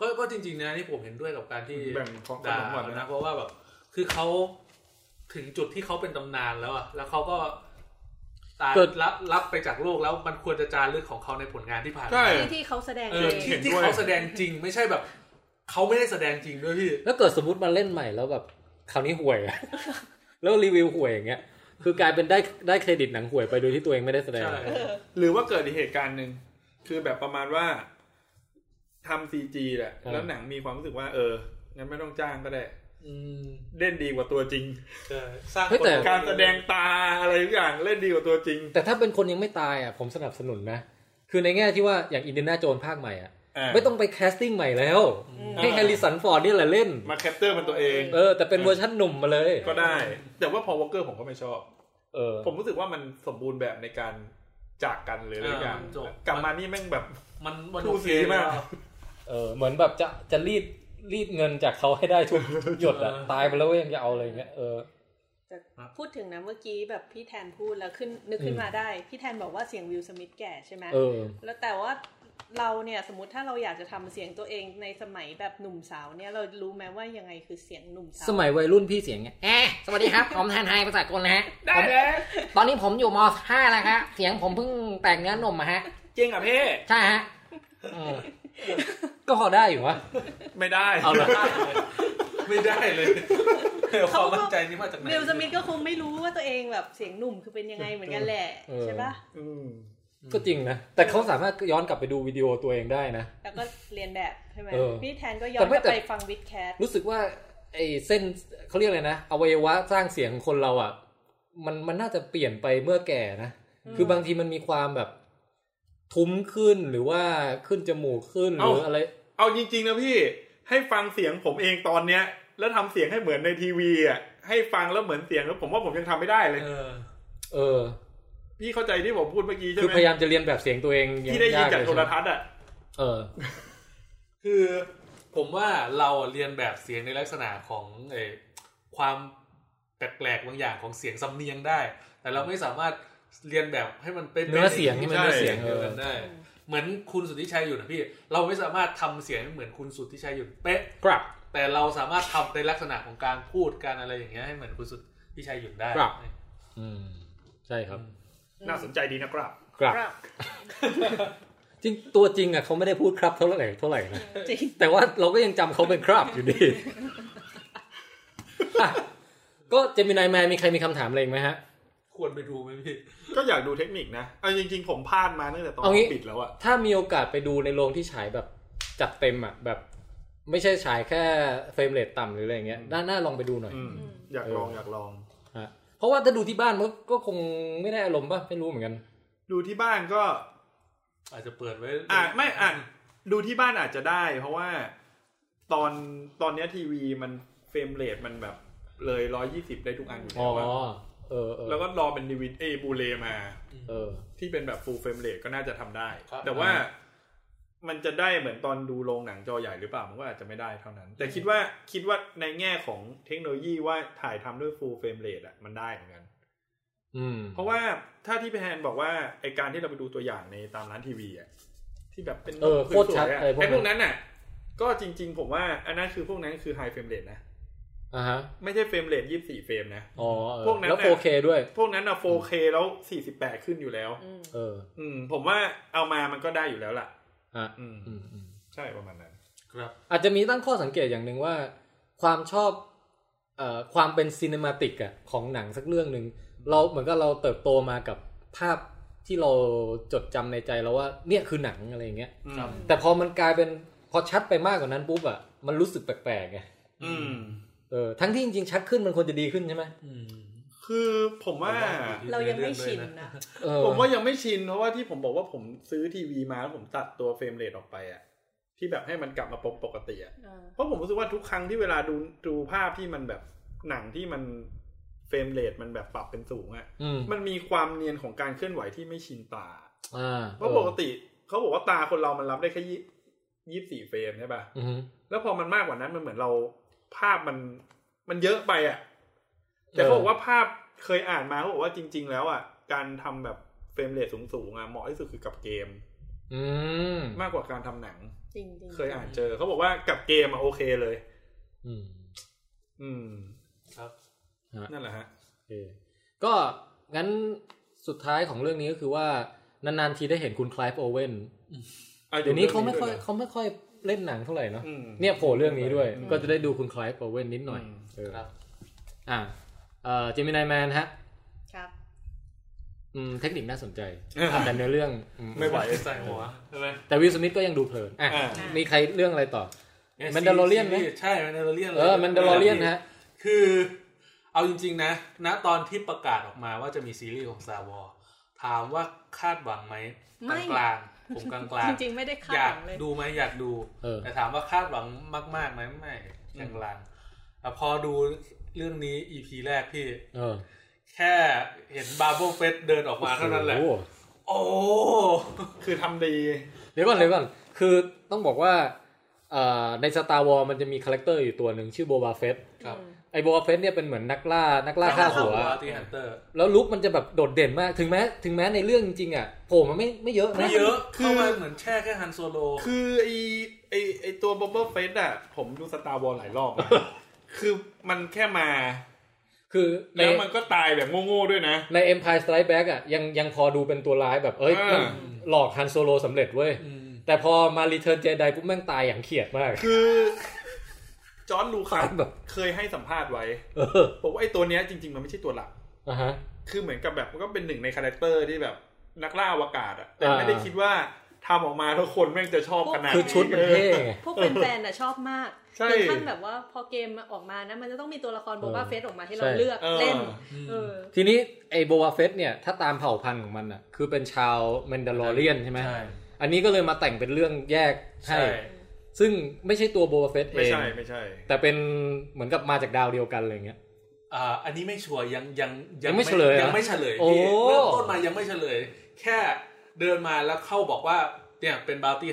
D: ก็ก็จริงๆนะที่ผมเห็นด้วยกับการที่
C: แบ่งของ
D: ด่า
C: ขนมก่อน
D: เขา
C: นะ
D: นะเพราะว่าแบบ คือเขาถึงจุดที่เขาเป็นตำนานแล้วอะแล้วเขาก็ตาย
B: เกิด
D: รับรับไปจากโลกแล้วมันควรจะจารึกของเขาในผลงานที่ผ่านมา
C: ใช่
E: ที่ที่เขาแสดง
D: เอ
E: เอ
D: อง ที่
C: เห็นด้วย
D: ที่เขาแสดงจริงไม่ใช่แบบเขาไม่ได้แสดงจริงด้วยพี่
B: แล้วเกิดสมมติมาเล่นใหม่แล้วแบบคราวนี้ห่วยอะ *laughs* แล้วรีวิวห่วยอย่างเงี้ย คือกลายเป็นได้ได้เครดิตหนังห่วยไปโดยที่ตัวเองไม่ได้แสดง
D: ใช่
C: หรือว่าเกิดอีกเหตุการณ์หนึ่งคือแบบประมาณว่าทำซีจีแหละ
B: อ่า
C: แล้วหนังมีความรู้สึกว่า เอองั้นไม่ต้องจ้างก็ได้
D: อืม
C: เล่นดีกว่าตัวจริง
D: ใช่สร้าง
B: เฮ้ยแต่
C: การแสดงตาอะไรทุกอย่างเล่นดีกว่าตัวจริง
B: แต่ถ้าเป็นคนยังไม่ตายอ่ะผมสนับสนุนนะ คือในแง่ที่ว่าอย่างอินเดียนาโจนภาคใหม่อ่ะ
C: า
B: ไม่ต้องไปแคสติ้งใหม่แล้ว ให้
C: อ่า
B: แฮร์ริสันฟอร์ดนี่แหละเล่น
C: มาแคปเตอร์มันตัวเอง
B: เออ แต่เป็นเวอร์ชั่นหนุ่มมาเลย
C: ก็ได้ แต่ว่าพอวอลเกอร์ผมก็ไม่ชอบ
B: เออ
C: ผมรู้สึกว่ามันสมบูรณ์แบบในการจากกันหรืออะไรอย่าง
D: จบ
C: กลับมานี่แม่งแบบ
D: มันมัน
C: ทู
D: โอเค
C: สีมาก
B: เออ เหมือนแบบจะจะรีดรีดเงินจากเขาให้ได้ทุกทุกหยดอ่ะ ตายไปแล้วก็ยังจะเอาอะไรอย่างเงี้ย เออ
E: แต่พูดถึงนะเมื่อกี้แบบพี่แทนพูดแล้วขึ้นนึกขึ้นมาได้ พี่แทนบอกว่าเสียงวิลสมิธแก่ใช่ไหม
B: เออ
E: แล้วแต่ว่าเราเนี่ยสมมติถ้าเราอยากจะทำเสียงตัวเองในสมัยแบบหนุ่มสาวเนี่ยเรารู้ไหมว่ายังไงคือเสียงหนุ่มสาว
A: สมัยวัยรุ่นพี่เสียงไงเอ๊ะสวัสดีครับ ผมแทนไทยภาษากลนะฮะผมตอนนี้ผมอยู่ม .5 แล้วฮะเสียงผมเพิ่งแตกเนื้อหนมมาฮะ
C: จริงอ่ะเพ่
A: ใช่ฮะอืม
B: ก็พอได้อยู่วะ
C: ไม่ได้
B: เอาละ
D: ไม่ได้เลยความมั่นใจนี่มาจากไหน
E: เบลสมิธก็คงไม่รู้ว่าตัวเองแบบเสียงหนุ่มคือเป็นยังไงเหมือนกันแหละ
B: เออ
E: ใช่ปะ
C: อืม
B: ก็จริงนะ แต่เขาสามารถย้อนกลับไปดูวิดีโอตัวเองได้นะ
E: แล้วก็เรียนแบบใช่ไหม
B: เออ
E: พี่แทนก็ย้อ
B: แต่
E: น
B: ไม่
E: กลับ
B: แต่
E: ไปฟังวิดแคท
B: รู้สึกว่าไอ้เส้นเขาเรียกอะไรนะอวัยวะสร้างเสียงของคนเราอ่ะ มันมันน่าจะเปลี่ยนไปเมื่อแก่นะ คือบางทีมันมีความแบบ ทุ้มขึ้นหรือว่าขึ้นจมูกขึ้นหรืออะไร
C: เอาจริงๆนะพี่ให้ฟังเสียงผมเองตอนเนี้ย แล้วทำเสียงให้เหมือนในทีวีอ่ะให้ฟังแล้วเหมือนเสียงแล้วผมว่าผมยังทำไม่ได้เลย
D: เออ
B: เออ
C: พี่เข้าใจที่ผมพูดเมื่อกี้ใช่
B: คือ
C: ไหม
B: พยายามจะเรียนแบบเสียงตัวเองง
C: ที่ได้ยิน
B: ก
C: จาก
B: เล
C: โทร
B: ใช่ไหม
C: ทัศน์อ่ะ
B: เออ
D: คือผมว่าเราเรียนแบบเสียงในลักษณะของเออความแปลกๆบางอย่างของเสียงสำเนียงได้ แต่เราไม่สามารถเรียนแบบให้มันเป็น
B: เนื้อเสียงให้มัน
C: ใช่
B: เนื้อเสียงเอ
D: เดียว
B: อ
D: กันได้ เหมือนคุณสุทธิชัยอยู่นะพี่ เราไม่สามารถทำเสียงให้เหมือนคุณสุทธิชัยอยู่เป๊ะ
B: ครับ
D: แต่เราสามารถทำในลักษณะของการพูดการอะไรอย่างเงี้ยให้เหมือนคุณสุทธิชัยหยุ่นได้
B: ครับ อืม ใช่ครับ
C: น่าสนใจดีนะครับ
B: ครับ จริงตัวจริงอ่ะเขาไม่ได้พูดครับเท่าไหร่เท่าไหร่นะ
E: จริง
B: แต่ว่าเราก็ยังจำเขาเป็นครับอยู่ดีอ่ะก็เจมินายแมนมีใครมีคำถามอะไรอีกไหมฮะ
D: ควรไปดูไหมพี่
C: ก็อยากดูเทคนิคนะเอาจริง ๆ ผมพลาดมาตั้งแต่ตอน
B: เอางี้
C: ปิดแล้วอ่ะ
B: ถ้ามีโอกาสไปดูในโรงที่ฉายแบบจัดเต็มอ่ะแบบ ไม่ใช่ฉายแค่เฟรมเรทต่ำหรืออะไรอย่างเงี้ยด้านหน้าลองไปดูหน่อย
C: อืมอยากลองอยากลอง
B: ฮะ เพราะว่าถ้าดูที่บ้านมันก็คงไม่ได้อารมณ์ป่ะ ไม่รู้เหมือนกัน
C: ดูที่บ้านก็
D: อาจจะเปิดไว้
C: อ่ะไม่อ่ะดูที่บ้านอาจจะได้ เพราะว่าตอนตอนเนี้ยทีวีมันเฟรมเรทมันแบบเลยร้อยี่สิบได้ทุกอันอยู่
B: อ๋
C: แล้
B: อ
C: วอะ
B: เออเออ
C: แล้วก็รอเป็นดีวิดเอยบูเลมา
B: เออ
C: ที่เป็นแบบฟูลเฟรมเรทก็น่าจะทำได้
B: ครับ
C: แต่ว่า
B: อ่า
C: มันจะได้เหมือนตอนดูโรงหนังจอใหญ่หรือเปล่า มันก็อาจจะไม่ได้เท่านั้น แต่คิดว่าคิดว่าในแง่ของเทคโนโลยีว่าถ่ายทำด้วยฟูลเฟรมเรทอะมันได้เหมือนกัน
B: อืม
C: เพราะว่าถ้าที่พี่แพนบอกว่าไอการที่เราไปดูตัวอย่างในตามร้านทีวีอะ ที่แบบเป็น
B: เออ
C: สวยๆะ
B: โคตรชัดอะไรพวกนั้น
C: ไอ้พวกนั้นน่ะ ก็จริง ๆ ผมว่า อันนั้นคือพวกนั้นคือไฮเฟรมเรทนะ
B: อ่าฮะ
C: ไม่ใช่เฟรมเรทยี่สิบสี่เฟรมนะ
B: อ๋อเออ
C: พวกนั้น
B: แล้ว
C: น่ะ
B: 4K ด้วย
C: พวกนั้นอะ 4K แล้ว 48 ขึ้นอยู่แล้ว
E: อืม
B: เออ
C: อืม ผมว่าเอามามันก็ได้อยู่แล้วล่ะ
B: อ่ะ
C: อืม
B: อืมอืม
C: ใช่ประมาณนั้น
D: ครับ
B: อาจจะมีตั้งข้อสังเกตอย่างหนึ่งว่า ความชอบเอ่อความเป็นซีเนมาติกอะของหนังสักเรื่องหนึ่งเราเหมือนกับเราเติบโตมากับภาพที่เราจดจำในใจเราว่าเนี่ยคือหนังอะไรอย่างเงี้ย
C: ครับ
B: แต่พอมันกลายเป็นพอชัดไปมากกว่านั้นปุ๊บอะมันรู้สึกแปลกๆไง
C: อืม
B: เออทั้งที่จริงๆชัดขึ้นมันควรจะดีขึ้นใช่ไหม
D: อืม
C: คือผมว่า
E: เรายังไม่ชินนะ
B: เออ
C: ผมว่ายังไม่ชิน เพราะว่าที่ผมบอกว่าผมซื้อทีวีมาแล้วผมตัดตัวเฟรมเรทออกไปอะที่แบบให้มันกลับมาปกติอะเพราะผมรู้สึกว่าทุกครั้งที่เวลาดูดูภาพที่มันแบบหนังที่มันเฟรมเรทมันแบบปรับเป็นสูงอะ
B: อืม
C: มันมีความเนียนของการเคลื่อนไหวที่ไม่ชินตา
B: อ่า
C: เพราะปกติเขาบอกว่าตาคนเรามันรับได้แค่ยี่ยี่สี่เฟรมใช่ปะ
B: อือฮึ
C: แล้วพอมันมากกว่านั้นมันเหมือนเราภาพมันมันเยอะไปอ่ะ แต่
B: เออ
C: เขาบอกว่าภาพเคยอ่านมาเขาบอกว่าจริง ๆ แล้วอ่ะการทำแบบเฟรมเรทสูงๆอ่ะเหมาะที่สุดคือกับเกม
B: อืม
C: มากกว่าการทำหนัง
E: จริงจริง
C: เคยอ่านเจอเขาบอกว่ากับเกมอ่ะโอเคเลย
B: อืม
C: อืม
D: ครับ
C: นั่นแหละฮะ
B: โอเคก็งั้นสุดท้ายของเรื่องนี้ก็คือว่า นานๆทีได้เห็นคุณคลายโอเว่นเดี๋ยวนี้เขาไม่ค่อยเขาไม่ค่อยเล่นหนังเท่าไหร่เนาะ
C: อืม
B: เนี่ยโผล่เรื่องนี้ด้วย
C: อืม
B: ก็จะได้ดูคุณคลายโอเว่นนิดหน่อย
C: อืม
B: เออ
D: ครับ
B: อ่าเอ่อจิมินายแมนฮะ
E: ครับ
B: อืมเทคนิคน่าสนใจแต่เนื้อเรื่องอืม
C: ไม่ไหว
D: ใส่หัวใช่ไหม
B: แต่วิลสมิธก็ยังดูเพลินอ่ะ
C: อ่า
B: มีใครเรื่องอะไรต่อ Mandalorian ไหม
D: ใช่แมนดาโลเรียน
B: เออมันเดลอเรียนฮะ
D: คือเอาจริง ๆ นะ ณตอนที่ประกาศออกมาว่าจะมีซีรีส์ของ Star Wars ถามว่าคาดหวังไหมกลางๆผมกลาง
E: จ
D: ๆ
E: ริง ๆ ไม่ได้คาด
D: อ
E: ห
D: ยาก
E: วังเลย
D: ดูไหมอยากดู
B: เออ
D: แต่ถามว่าคาดหวังมากๆไหมไม่กลางๆแต่พอดูเรื่องนี้ EP แรกพี่
B: เออ
D: แค่เห็นบาร์โบเฟสเดินออกมาเท่านั้นแหละ
B: โอ้โ
D: โอ้
C: คือทำดี
B: เดี๋ยวก่อนเดี๋ยวก่อนคือต้องบอกว่าเอ่อในสตาร์วอลมันจะมีคาแรคเตอร์อยู่ตัวหนึ่งชื่อโบบาเฟต
D: ครับ
B: ไอโบวาเฟสเนี่ยเป็นเหมือนนักล่านักล่าฆ่าหัว
D: ที่ฮันเตอร์
B: แล้วลุคมันจะแบบโดดเด่นมาก ถึงแม้ถึงแม้ในเรื่องจริงๆอ่ะโผล่มาไม่ไม่เยอะ
D: ไม่
B: นะ
D: เยอะ
C: คือ
D: เข้ามาเหมือนแช่แค่ฮันโซโล
C: คือไอไอไอตัวบ๊อบเบิลเฟสอ่ะ ผมดูสตาร์วอลหลายรอบ
B: *laughs*
C: นะคือมันแค่มา
B: คือใน
C: แล้วมันก็ตายแบบโง่ๆด้วยนะ
B: ใน Empire Strike Back อ่ะยังยังพอดูเป็นตัวร้ายแบบเอ้ย
C: อ่ามั
B: นหลอกฮันโซโลสำเร็จเว้ย
D: อืม
B: แต่พอมา Return Jedi ปุ๊บแม่งตายอย่างเขียดมาก *laughs*
C: คือจอร์นลูคัส
B: แบบ
C: เคยให้สัมภาษณ์ไว้
B: เออ
C: บอกว่าไอ้ตัวเนี้ยจริง ๆ มันไม่ใช่ตัวหลัก
B: อ่ะฮะ
C: คือเหมือนกับแบบมันก็เป็นหนึ่งในคาแรคเตอร์ที่แบบนักล่าอวกาศอะแต่
B: อ่า
C: ไม่ได้คิดว่าทำออกมาทุกคนแม่งจะชอบขนาด
B: คือชุดมันเท่ไง
E: พวกเป็นแฟนๆน่ะชอบมาก
C: ใช่
E: ถึงขั้นแบบว่าพอเกมออกมานะ มันจะต้องมีตัวละครโบบ้า
B: เออ
E: เฟสออกมาให้เรา
B: ใช่
E: เลือก
C: เออ
E: เล่น
D: ม
E: เออ
B: ทีนี้ไอโบวาเฟสเนี่ยถ้าตามเผ่าพันธุ์ของมันอ่ะคือเป็นชาวแมนดาลอเรียนใช่ไหม
D: ใช่
B: อันนี้ก็เลยมาแต่งเป็นเรื่องแยก
D: ใช่
B: ให้ซึ่งไม่ใช่ตัวโบวาเฟสเอ
C: ไม่
B: ง
C: ใช่ไม่ใช่
B: แต่เป็นเหมือนกับมาจากดาวเดียวกันอะไรเงี้ย
D: อ่าอันนี้ไม่ชัวร์ยังยัง
B: ยังไม่เฉลยเหรอ
D: ยังไม่เฉลย
B: โอ้
D: พี่เริ่มต้นมายังไม่เฉลย แค่เดินมาแล้วเข้าบอกว่าเนี่ยเป็นบาวตี้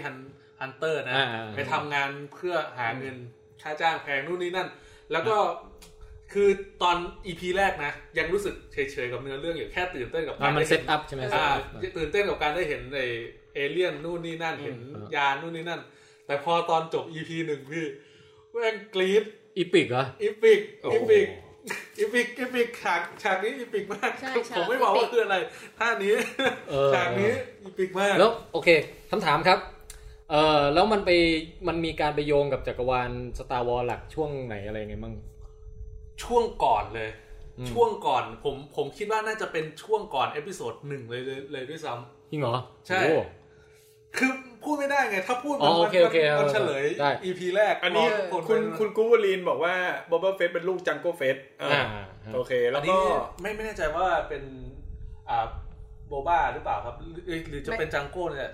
D: ฮันเตอร์นะ ไปทำงานเพื่อหาเงินค่าจ้างแพงนู่นนี่นั่น แล้วก็คือตอนอีพีแรกนะ ยังรู้สึกเฉยๆกับเนื้อเรื่องอยู่แค่ตื่นเต้นกับ
B: อ่ามันเซ
D: ได้ห็
B: ตอัพใช่ไหม
D: อ่าตื่นเต้นกับการได้เห็นไอเอเลี่ยนนู่นนี่นั่นเห็น
B: อืม
D: ยานนู่นนี่นั่น แต่พอตอนจบอีพีหนึ่งพี่แม่งกรี๊ด
B: อีปิกเหรอ
D: อีพิกอีพิกอีพิกอีพิกฉากฉากนี้อีพิกมาก *laughs*
E: ใช่ฉาก
D: ผมไม่บอกว่า
E: epic
D: คืออะไรท่านี้
B: เออ
D: ฉากนี้อีพิกมาก
B: แล้วโอเคคำถามครับ เออแล้วมันไปมันมีการไปโยงกับจักรวาลสตาร์วอลหลักช่วงไหนอะไรไงบ้าง
D: ช่วงก่อนเลย
B: อืม
D: ช่วงก่อนผมผมคิดว่าน่าจะเป็นช่วงก่อนเอพิโซดหนึ่งเลยเลยเลยด้วยซ้ำ
B: จริงเหรอ
D: ใช่
B: โอ้
D: คือพูดไม่ได้ไง ถ้าพูด
B: อ๋
D: มั
B: อน โอ
D: มั
B: เคโอเค
D: มันมันเฉลย
B: ได้
D: อีพีแรก
C: อันนี้
D: เพราะน
C: คุณ
D: น
C: คุณกูวอลีนบอกว่าบ๊อบเบิลเฟสเป็นลูกจังโก้เฟส
B: อ่า
C: โอเค
D: อั
C: แล้
D: น
C: ว
D: นี้
C: ก็
D: ไม่ไม่แน่ใจว่าเป็นอ่าโบบ้าหรือเปล่าครับหรือเอ้ยหรือจะเป็นจังโก้เนี่ย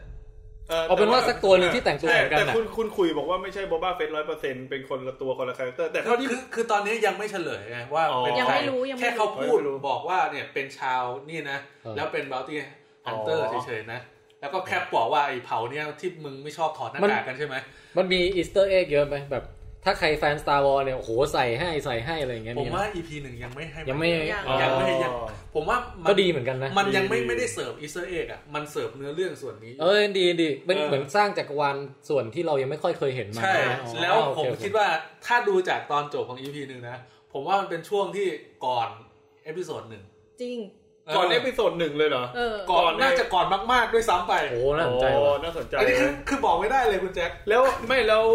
B: เอาเป็นว่าสักตัวหนึ่งที่แต่งตัว
C: ใช่
B: เหมือนกัน
C: แต่
B: อ่ะ
C: คุณคุณคุยบอกว่าไม่ใช่บ๊อบเบิลเฟสร้อยเปอร์เซ็นต์เป็นคนละตัวคนละคาแรคเตอร์แต่
D: เท่า
C: เท่าที่
D: ที่คือคือตอนนี้ยังไม่เฉลยไงว่า
C: อ๋อ
D: เป็น
E: ยัง
D: ใคร
E: ไม่รู้ยังไม่รู้
D: แค่เขาพูด
C: ไม่รู้
D: บอกว่าเนี่ยเป็นชาวนี่นะ แล้วเป็นบ o ลตี้ฮันเตอร์
C: อ๋อ
D: เฉยๆนะ แล้วก็แค่บอกว่าไอ้เผ่าเนี่ยที่มึงไม่ชอบถอดหน้ากากกันใช่ไหม
B: มันมีอีสเตอร์เอ็กเยอะไหมแบบ ถ้าใครแฟน Star Wars เนี่ยโอ้โหใส่ให้ใส่ให้อะไรอย่างเงี้ย
D: ผม
B: นะ
D: ว่า EP หนึ่งยังไม่ให้น
B: ยังไม่
C: อ๋อ
D: ยังไม่ยังผมว่ามัน
B: ก็ดีเหมือนกันนะ
D: มันยังไม่
C: ดี
D: ไม่ได้เสิร์ฟอีสเตอร์เอ็กอ่ะมันเสิร์ฟเนื้อเรื่องส่วนนี้
B: เออดีดีเป็น
D: เออ
B: เหมือนสร้างจักรวาลส่วนที่เรายังไม่ค่อยเคยเห็นมา
D: ใช่
B: อ๋อ
D: แล้ว
B: โอ
D: ผม
B: เโอเ
D: คิดว่าถ้าดูจากตอนจบของ EP หนึ่งนะ ผมว่ามันเป็นช่วงที่ก่อนเอพิโซดหนึ่ง
E: จริง
C: ก่อนเอพิโซดหนึ่งเลยเหรอ
E: เออ
D: ก่
C: ก่
D: อน
C: อน
D: น่าจะก่อนมาก ๆ ด้วยซ้ำไป
B: โอ้โหน่าสนใจ
C: โอ้
B: ว่ะ
C: น่าสนใจ
D: อันนี้คือ
C: นะ
D: คือบอกไม่ได้เลยคุณแจ็ค
C: แล้วไม่แล้ว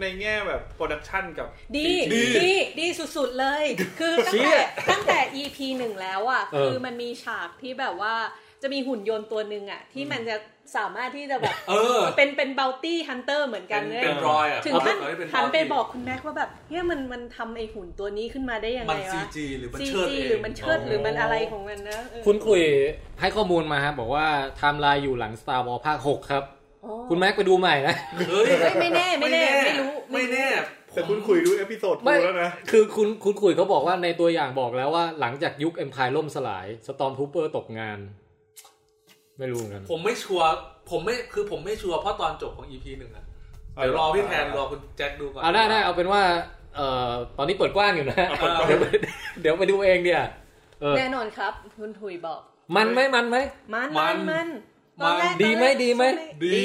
C: ในแง่แบบโปรดักชันกับ
E: ดี
D: ดี
E: ดี ดีสุดๆเลย
D: *laughs*
E: คือตั้งแต่ตั้งแต่ EP หนึ่งแล้วอ่ะ คือมันมีฉากที่แบบว่าจะมีหุ่นยนต์ตัวหนึ่งอ่ะ ที่มันจะสามารถที่จะแบบ
D: เออ
E: เป็นเป็นบัลตี้ฮันเตอร์เหมือนกันเนี่ย
D: เป็นรอยอ่ะ
E: ถึงขั้น
D: เอาเป็
E: หันไป
D: รย
E: บอกคุณแม็กว่าแบบเนี่ยมันมันทำไอหุ่นตัวนี้ขึ้นมาได้ยัง
D: มั
E: ไง
D: นซี
E: วะ
D: จีหรือมัน
E: ซี
D: เชิด
E: จี
D: เอง
E: หรือมันเชิดหรือมันอะไรของมันนะเออ
B: คุณคุยให้ข้อมูลมาครับบอกว่าไทม์ไลน์อยู่หลัง Star Wars ภาค 6 ครับ
E: อ๋อ
B: คุณแม็กไปดูใหม่นะ
D: เฮ้ย
E: ไม่ไม่แน่ไม่แน่ไม่รู้
D: ไม่แน่
C: แต่คุณคุยดูเอพิโซด
B: ไม่
C: ดูแล้วนะ
B: คือคุณคุณคุยเขาบอกว่าในตัวอย่างบอกแล้วว่าหลังจากยุค e อ p มพายล่มสลายสตอมทูเปอร์ตกงาน ไม่รู้เหมือนกัน
D: ผมไม่ชัวร์ผมไม่คือผมไม่ชัวร์เพราะตอนจบของ EP หนึ่งอ่ะเดี๋ยวรอพี่แทนรอคุณแจ็คดูก่อน
B: เอาได้ได้เอาเป็นว่าเอ่อตอนนี้เปิดกว้างอยู่นะ
D: เอาเปิดกว้าง
B: เดี๋ยวไปเดี๋ยวไปดูเองเนี่ยเออ
E: แน่นอนครับ คุณถุยบอก
B: มันไหมมันไหม
E: มัน
D: มั
E: มัน นมันต
D: มัน
E: อนแรก
B: ดีไหม
E: ตอนแรก
B: ดีไหม
D: ดี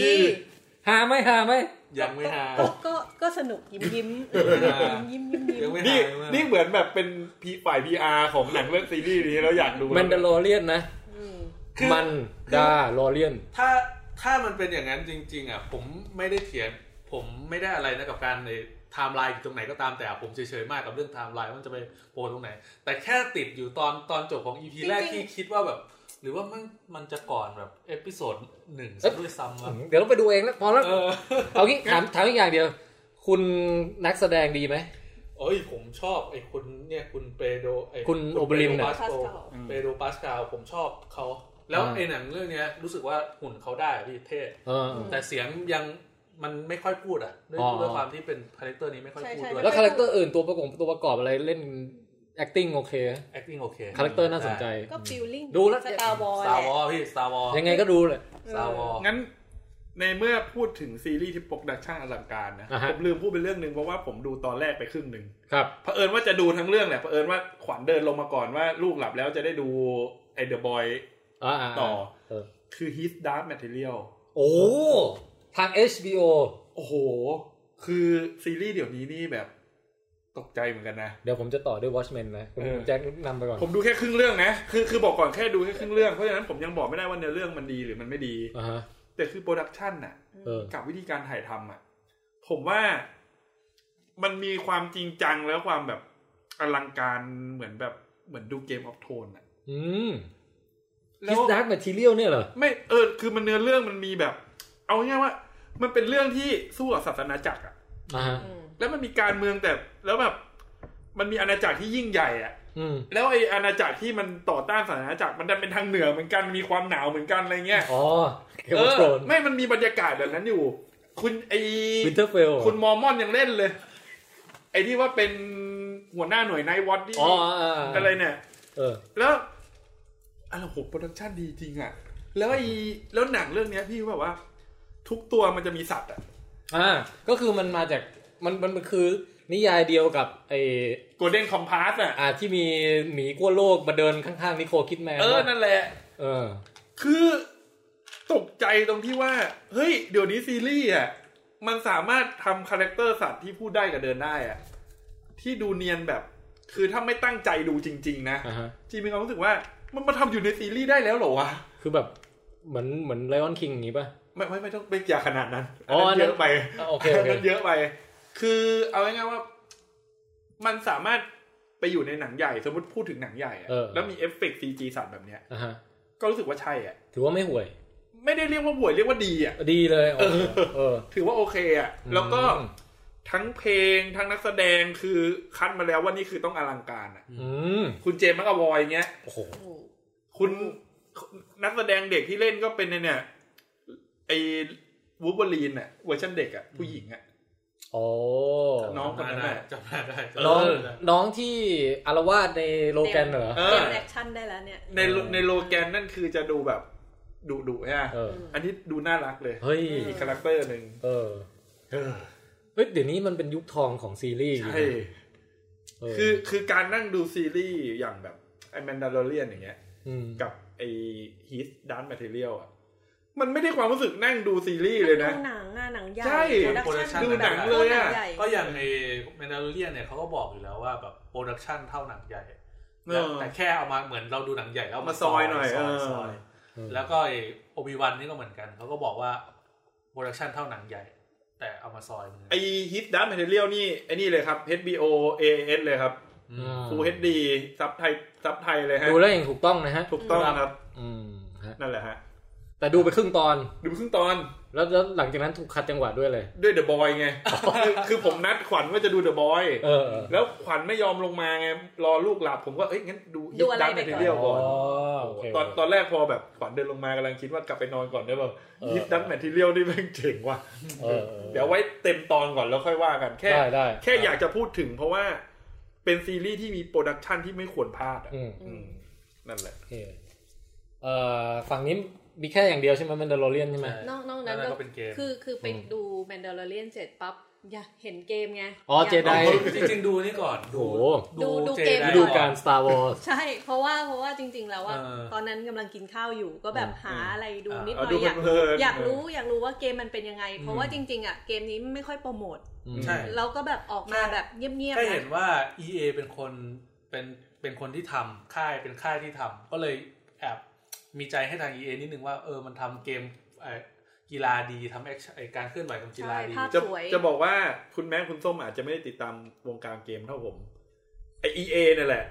B: หาไหมหาไหม
D: ยังไม่หา
E: ก็ก็ก็สนุกยิ้มยิ้มเออ
D: ไม่หา
E: ยิ้มยิ้มยิ้ม
D: ยั
E: ยิ้ม
D: งไม่หา
C: นี่
D: ยังไม่หา
C: นี่เหมือนแบบเป็นพีฝ่ายพีอาร์ของหนังเรื่องซีรีส์นี้เราอยากดู
B: แมนดาโลเรียนนะ
E: อืม
D: คือ
B: มัน
D: คือ
B: ดาโลเรียน
D: ถ้าถ้ามันเป็นอย่างนั้นจริง ๆอ่ะผมไม่ได้เถียงผมไม่ได้อะไรนะกับการในไทม์ไลน์อยู่ตรงไหนก็ตามแต่ผมเฉยๆมากกับเรื่องไทม์ไลน์ว่ามันจะไปโผล่ตรงไหน แต่แค่ติดอยู่ตอนตอนจบของ EP แรกที่คิดว่าแบบ หรือว่ามันมันจะก่อนแบบเอพิโซดหนึ่งซะด้วยซ้ำวะ
B: เดี๋ยวเราไปดูเองแล้วพอแล้ว
D: เออ
B: เอางี้ถามถามอีกอย่างเดียว คุณนักแสดงดีไหม
D: โอ้ยผมชอบไอ้คุณเนี่ยคุณเปโดไอ้
B: คุณโอเบอริน
D: เป
B: น่ะ
D: โดปาสโกเปโดปาสกาลผมชอบเขาแล้ว
B: อ่า
D: ไอ้หนังเรื่องเนี้ยรู้สึกว่าหุ่นเขาได้อะพี่เท่
B: เออ
D: แต่เสียงยังมันไม่ค่อยพูดอ่ะด้วย
B: อ๋อ
D: ด้วยความที่เป็นคาแรคเตอร์นี้ไม่ค่อยพูดด้วย
B: แล้
D: แล้ว ว
B: คาแรคเตอร์อื่นตัวประกอบตัวประกอบอะไรเล่น acting โอเค
D: acting โอเค
B: คาแรคเตอร์น่าสนใจ
E: ก็ฟิลลิ่ง
B: ดูแล้ว
E: สตาร์วอล
D: Star Wars พี่ Star Wars
B: ยังไงก็ดูเลย
D: Star Wars
C: งั้นในเมื่อพูดถึงซีรีส์ที่โปรดักชั่นอลังการนะ
B: อ่าฮะ
C: ผมลืมพูดเป็นเรื่องหนึ่งเพราะว่าผมดูตอนแรกไปครึ่งหนึ่ง
B: ครับ
C: เผอิญว่าจะดูทั้งเรื่องแหละเผอิญว่าขวัญเดินลงมาก่อนว่าลูกหลับแล้วจะได้ดูไอเดอะบอย
B: อ่าๆ
C: ต่อ
B: เออ
C: คือ His Dark Material
B: โอ้ทาง HBO
C: โอ้โห คือซีรีส์เดี๋ยวนี้นี่แบบตกใจเหมือนกันนะ
B: เดี๋ยวผมจะต่อด้วย Watchmen นะคุณ
C: เออ
B: แจ็คนำไปก่อน
C: ผมดูแค่ครึ่งเรื่องนะ คือคือบอกก่อนแค่ดูแค่ครึ่งเรื่อง เพราะฉะนั้นผมยังบอกไม่ได้ว่าเนื้อเรื่องมันดีหรือมันไม่ดี
B: อ่าฮะ
C: แต่คือโปรดักชันน่ะ
B: เออ
C: กับวิธีการถ่ายทำอ่ะ ผมว่ามันมีความจริงจังแล้วความแบบอลังการเหมือนแบบเหมือนดูเกมออฟโทนอ่ะ
B: อืม
C: แล้
B: คิ
C: ว
B: สดักแมทเทียลเนี่ยเหรอ
C: ไม่เออ คือมันเนื้อเรื่องมันมีแบบ เอาง่ายๆว่า มันเป็นเรื่องที่สู้กับศาสนาจักรอ่ะ
B: อ่าฮะ
E: อืม
C: แล้วมันมีการเมืองแต่แล้วแบบ มันมีอาณาจักรที่ยิ่งใหญ่อ่ะ
B: อืม
C: แล้วไออาณาจักรที่มันต่อต้านศาสนาจักรมันดันเป็นทางเหนือเหมือนกันมีความหนาวเหมือนกันอะไรเงี้ย
B: อ๋อเกม
C: เอ
B: ออฟ
C: อ
B: โธรน
C: ไม่มันมีบรรยากาศแบบนั้นอยู่ คุณไอ
B: วินเทอร์เฟล
C: คุณมอร์มอนยังเล่นเลย ไอ้ที่ว่าเป็นหัวหน้าหน่วยไนท์วอตที่
B: อ๋ออ่าอ่า
C: อะไรเนี่ย
B: เออ
C: แล้วอะไรโหโปรดักชันดีจริงอะแล้วไอ้แล้วหนังเรื่องเนี้ยพี่แบบว่า ทุกตัวมันจะมีสัตว์อะ
B: อ่า ก็คือมันมาจาก มันมันมันคือนิยายเดียวกับไอ
C: โกลเด้นคอมพาสอะ
B: อ่าที่มีหมีกั้วโลกมาเดินข้างๆนิโคลคิดแมน
C: เออ นั่นแหละ
B: เออ
C: คือตกใจตรงที่ว่า เฮ้ย เดี๋ยวนี้ซีรีส์อะมันสามารถทำคาแรคเตอร์สัตว์ที่พูดได้กับเดินได้อะที่ดูเนียนแบบ คือถ้าไม่ตั้งใจดูจริง ๆ นะ
B: อ่าฮะ
C: จีมีความรู้สึกว่า มันมาทำอยู่ในซีรีส์ได้แล้วเหรอวะ
B: คือแบบเหมือนเหมือนไลออนคิงอย่างนี้ป่ะ
C: ไม่ไม่ไม่ต้องไม่อยาขนาดนั้น
B: อ๋ออั
C: นนั้นเยอะไป
B: อ่ะโอเคโอเค
C: นนั้น *laughs* เยอะไป คือเอาง่ายๆว่า มันสามารถไปอยู่ในหนังใหญ่ สมมติพูดถึงหนังใหญ่อะ
B: เออ
C: แล้วมีเอฟเฟกต์ซีจีสัตว์แบบเนี้ย
B: อ่าฮะ
C: ก็รู้สึกว่าใช่อ่ะ
B: ถือว่าไม่ห่วย
C: ไม่ได้เรียกว่าห่วยเรียกว่าดีอ่ะ
B: ดีเลยโอเคเออ
C: ถือว่าโอเคอ่ะ
B: อืม
C: แล้วก็ทั้งเพลงทั้งนักแสดงคือคัดมาแล้วว่านี่คือต้องอลังการอ่ะ
B: อืม
C: คุณเจมส์มักกะวอยเงี้ย
B: โอ้โห
E: โอ้โห
C: คุณนักแสดงเด็กที่เล่นก็เป็นในเนี่ยไอ้วูบอลีนอ่ะเวอร์ชันเด็กอ่ะผู้หญิงอ่ะ
B: อ๋อ
C: น้อง
D: จำหน้าได้จำหน้าได้จำห
B: น้
D: น้า
B: อง
D: ได้
B: น้องที่อารวาสในโลแกนเหรอ
C: เอ
E: เตรี
C: อ
E: ยมแอคชั่นได้แล้วเนี่ย
C: ในโลในโลแกนนั่นคือจะดูแบบดุดุฮะ
B: เออ
C: อันนี้ดูน่ารักเลย
B: เฮ้ย
C: อีกคาแรคเตอร์หนึ่ง
B: เออ เฮ้ยเดี๋ยวนี้มันเป็นยุคทองของซีรีส์อยู่
C: ใช่
B: เออ
C: คือคือการนั่งดูซีรีส์อย่างแบบไอแมนดาร์เรียนอย่างเงี้ย
B: ม
C: กับไอฮีทดันแมทเทียลอ่ะ มันไม่ได้ความรู้สึกนั่งดูซีรีส์เลยนะ
E: ดูหนังอะหนังใหญ่
C: ใช่
E: โปรดักชั่น
D: ดูหนัง
C: เลยอะ
E: หนังใหญ่
D: ก็อย่างในแมนดาร์เรียนเนี่ยเขาก็บอกอยู่แล้วว่าแบบโปรดักชันเท่าหนังใหญ่
C: เอ
D: แต่
C: อ
D: แต่แค่เอามาเหมือนเราดูหนังใหญ่แล้วเ
C: มาซอยหน่อย
D: ซ
C: เออ
D: ซอยแล้วก็ไอโอบิวันนี่ก็เหมือนกันเขาก็บอกว่าโปรดักชันเท่าหนังใหญ่ แต่เอามาซอยเหมือนกัน
C: ไอฮีทดันแมทเทียลนี่ไอนี่เลยครับ HBO AS เลยครับ
D: อื
B: อ่าม
C: Full HD ซับไทยซับไทยเลยฮะ
B: ดูแล้วอย่างถูกต้องนะฮะ
C: ถูกต้องครับ
B: อืมฮะ
C: นั่นแหละฮะ
B: แต่ดูไปครึ่งตอน
C: ดูครึ่งตอน
B: แล้วแล้วหลังจากนั้นถูกขัดจังหวะด้วยเลย
C: ด้วยเดอะบอยไง *laughs* คือคือผมนัดขวัญว่าจะดูเดอะบอย
B: เออเออ
C: แล้วขวัญไม่ยอมลงมาไง รอลูกหลับผมก็เอ้ยงั้นดู
E: ดูอะไรไป
C: เท
E: ก่อน
C: เรียลก่อน
B: โเค
C: ตอนตอนแรกพอแบบขวัญเดินลงมากำลังคิดว่ากลับไปนอนก่อนได้ป่ะ
B: เออ
C: ยิปดักแมทเทียลนี่แม่งเจ๋งว่ะ
B: เออออ
C: เดี๋ยวไว้เต็มตอนก่อนแล้วค่อยว่ากัน แค่
B: ได้ได้
C: แค่อยากจะพูดถึงเพราะว่าเป็นซีรีส์ที่มีโปรดักชันที่ไม่ควรพลาดอ่ะ
B: อืม
C: อืมนั่นแหละ
B: โอเคเอ่อฝั่งนี้มีแค่อย่างเดียวใช่ไหมมันดาร์เรียนใช่ไหม
D: ใช่
E: นอกนอกนั้น
D: นั่นก็
E: ก็
D: เป็นเกม
E: คือคือไป
B: อืม
E: ดูแมนดาร์เรียนเสร็จปั๊บอยากเห็นเกมไง
B: อ๋อเจได
E: ยาก
D: จริงๆดูนี่ก่อน
B: โอ้โห
E: ดูดูเกม
D: จไ
B: ฤดูกาล
D: อน
B: Star Wars
E: ใช่ เพราะว่าเพราะว่าจริง ๆ แล้วว่า
D: เออ
E: ตอนนั้นกำลังกินข้าวอยู่ก็แบบหาอะไรดู
D: อ่านิ
E: นิดห
C: เอา
E: น่อ
C: ดู
E: ยอยาก
C: เพลินๆ
E: อยากรู้อยากรู้ว่าเกมมันเป็นยังไง เพราะว่าจริง ๆอ่ะเกมนี้ไม่ค่อยโปรโมท
B: อืม
D: ใช่
E: แล้วก็แบบออกมาแบบเงียบ
D: ก็
E: ๆ
D: เห็น
E: นะ
D: ว่า EA เป็นคนเป็นเป็นคนที่ทำค่ายเป็นค่ายที่ทำก็เลยแอบมีใจให้ทาง EA นิดนึงว่าเออมันทำเกมเอ่อกีฬาดีทำแอคชั่นไอ้การเคลื่อนไหวของกีฬา
E: ใช่
D: ดี
E: ภาพ
C: จะ
E: สวย
C: จะบอกว่าคุณแม่คุณส้มอาจจะไม่ได้ติดตามวงการเกมเท่าผมไอเอเอนี่ยแหละ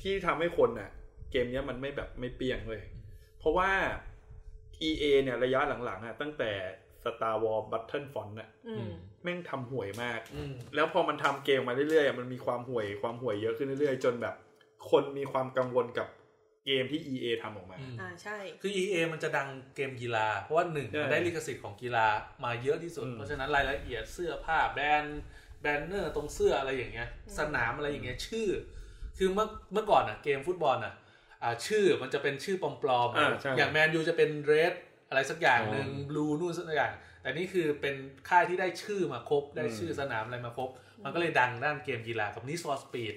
C: ที่ทำให้คนน่ะ เกมเนี้ยมันไม่แบบไม่เปรียงเลย เพราะว่า EA เนี่ยระยะหลังๆอ่ะตั้งแต่ Star Wars Battlefront น่ะ
E: อืม
C: แม่งทำห่วยมาก
D: อืม
C: แล้วพอมันทำเกมมาเรื่อยๆอ่ะมันมีความห่วยความห่วยเยอะขึ้นเรื่อยๆ จนแบบ คนมีความกังวลกับเกมที่ EA ทำออกมา
D: อืม
E: อ่าใช่
D: คือ EA มันจะดังเกมกีฬา เพราะว่าหนึ่ง
C: ใช่
D: มันได้ลิขสิทธิ์ของกีฬามาเยอะที่สุด
C: อืม
D: เพราะฉะนั้นรายละเอียดเสื้อผ้าแบรนด์แบนเนอร์ตรงเสื้ออะไรอย่างเงี้ย สนามอะไรอย่างเงี้ยชื่อ คือเมื่อเมื่อก่อนอ่ะเกมฟุตบอลอ่ะอ่าชื่อมันจะเป็นชื่อปลอม
C: อ่าใช่
D: ๆอย่างแมนยูจะเป็นเรดอะไรสักอย่างหนึ่งบลูนู่นสักอย่าง แต่นี่คือเป็นค่ายที่ได้ชื่อมาครบ ได้ชื่อสนามอะไรมาครบ มันก็เลยดังด้านเกมกีฬากับนิสฟอร์สปีด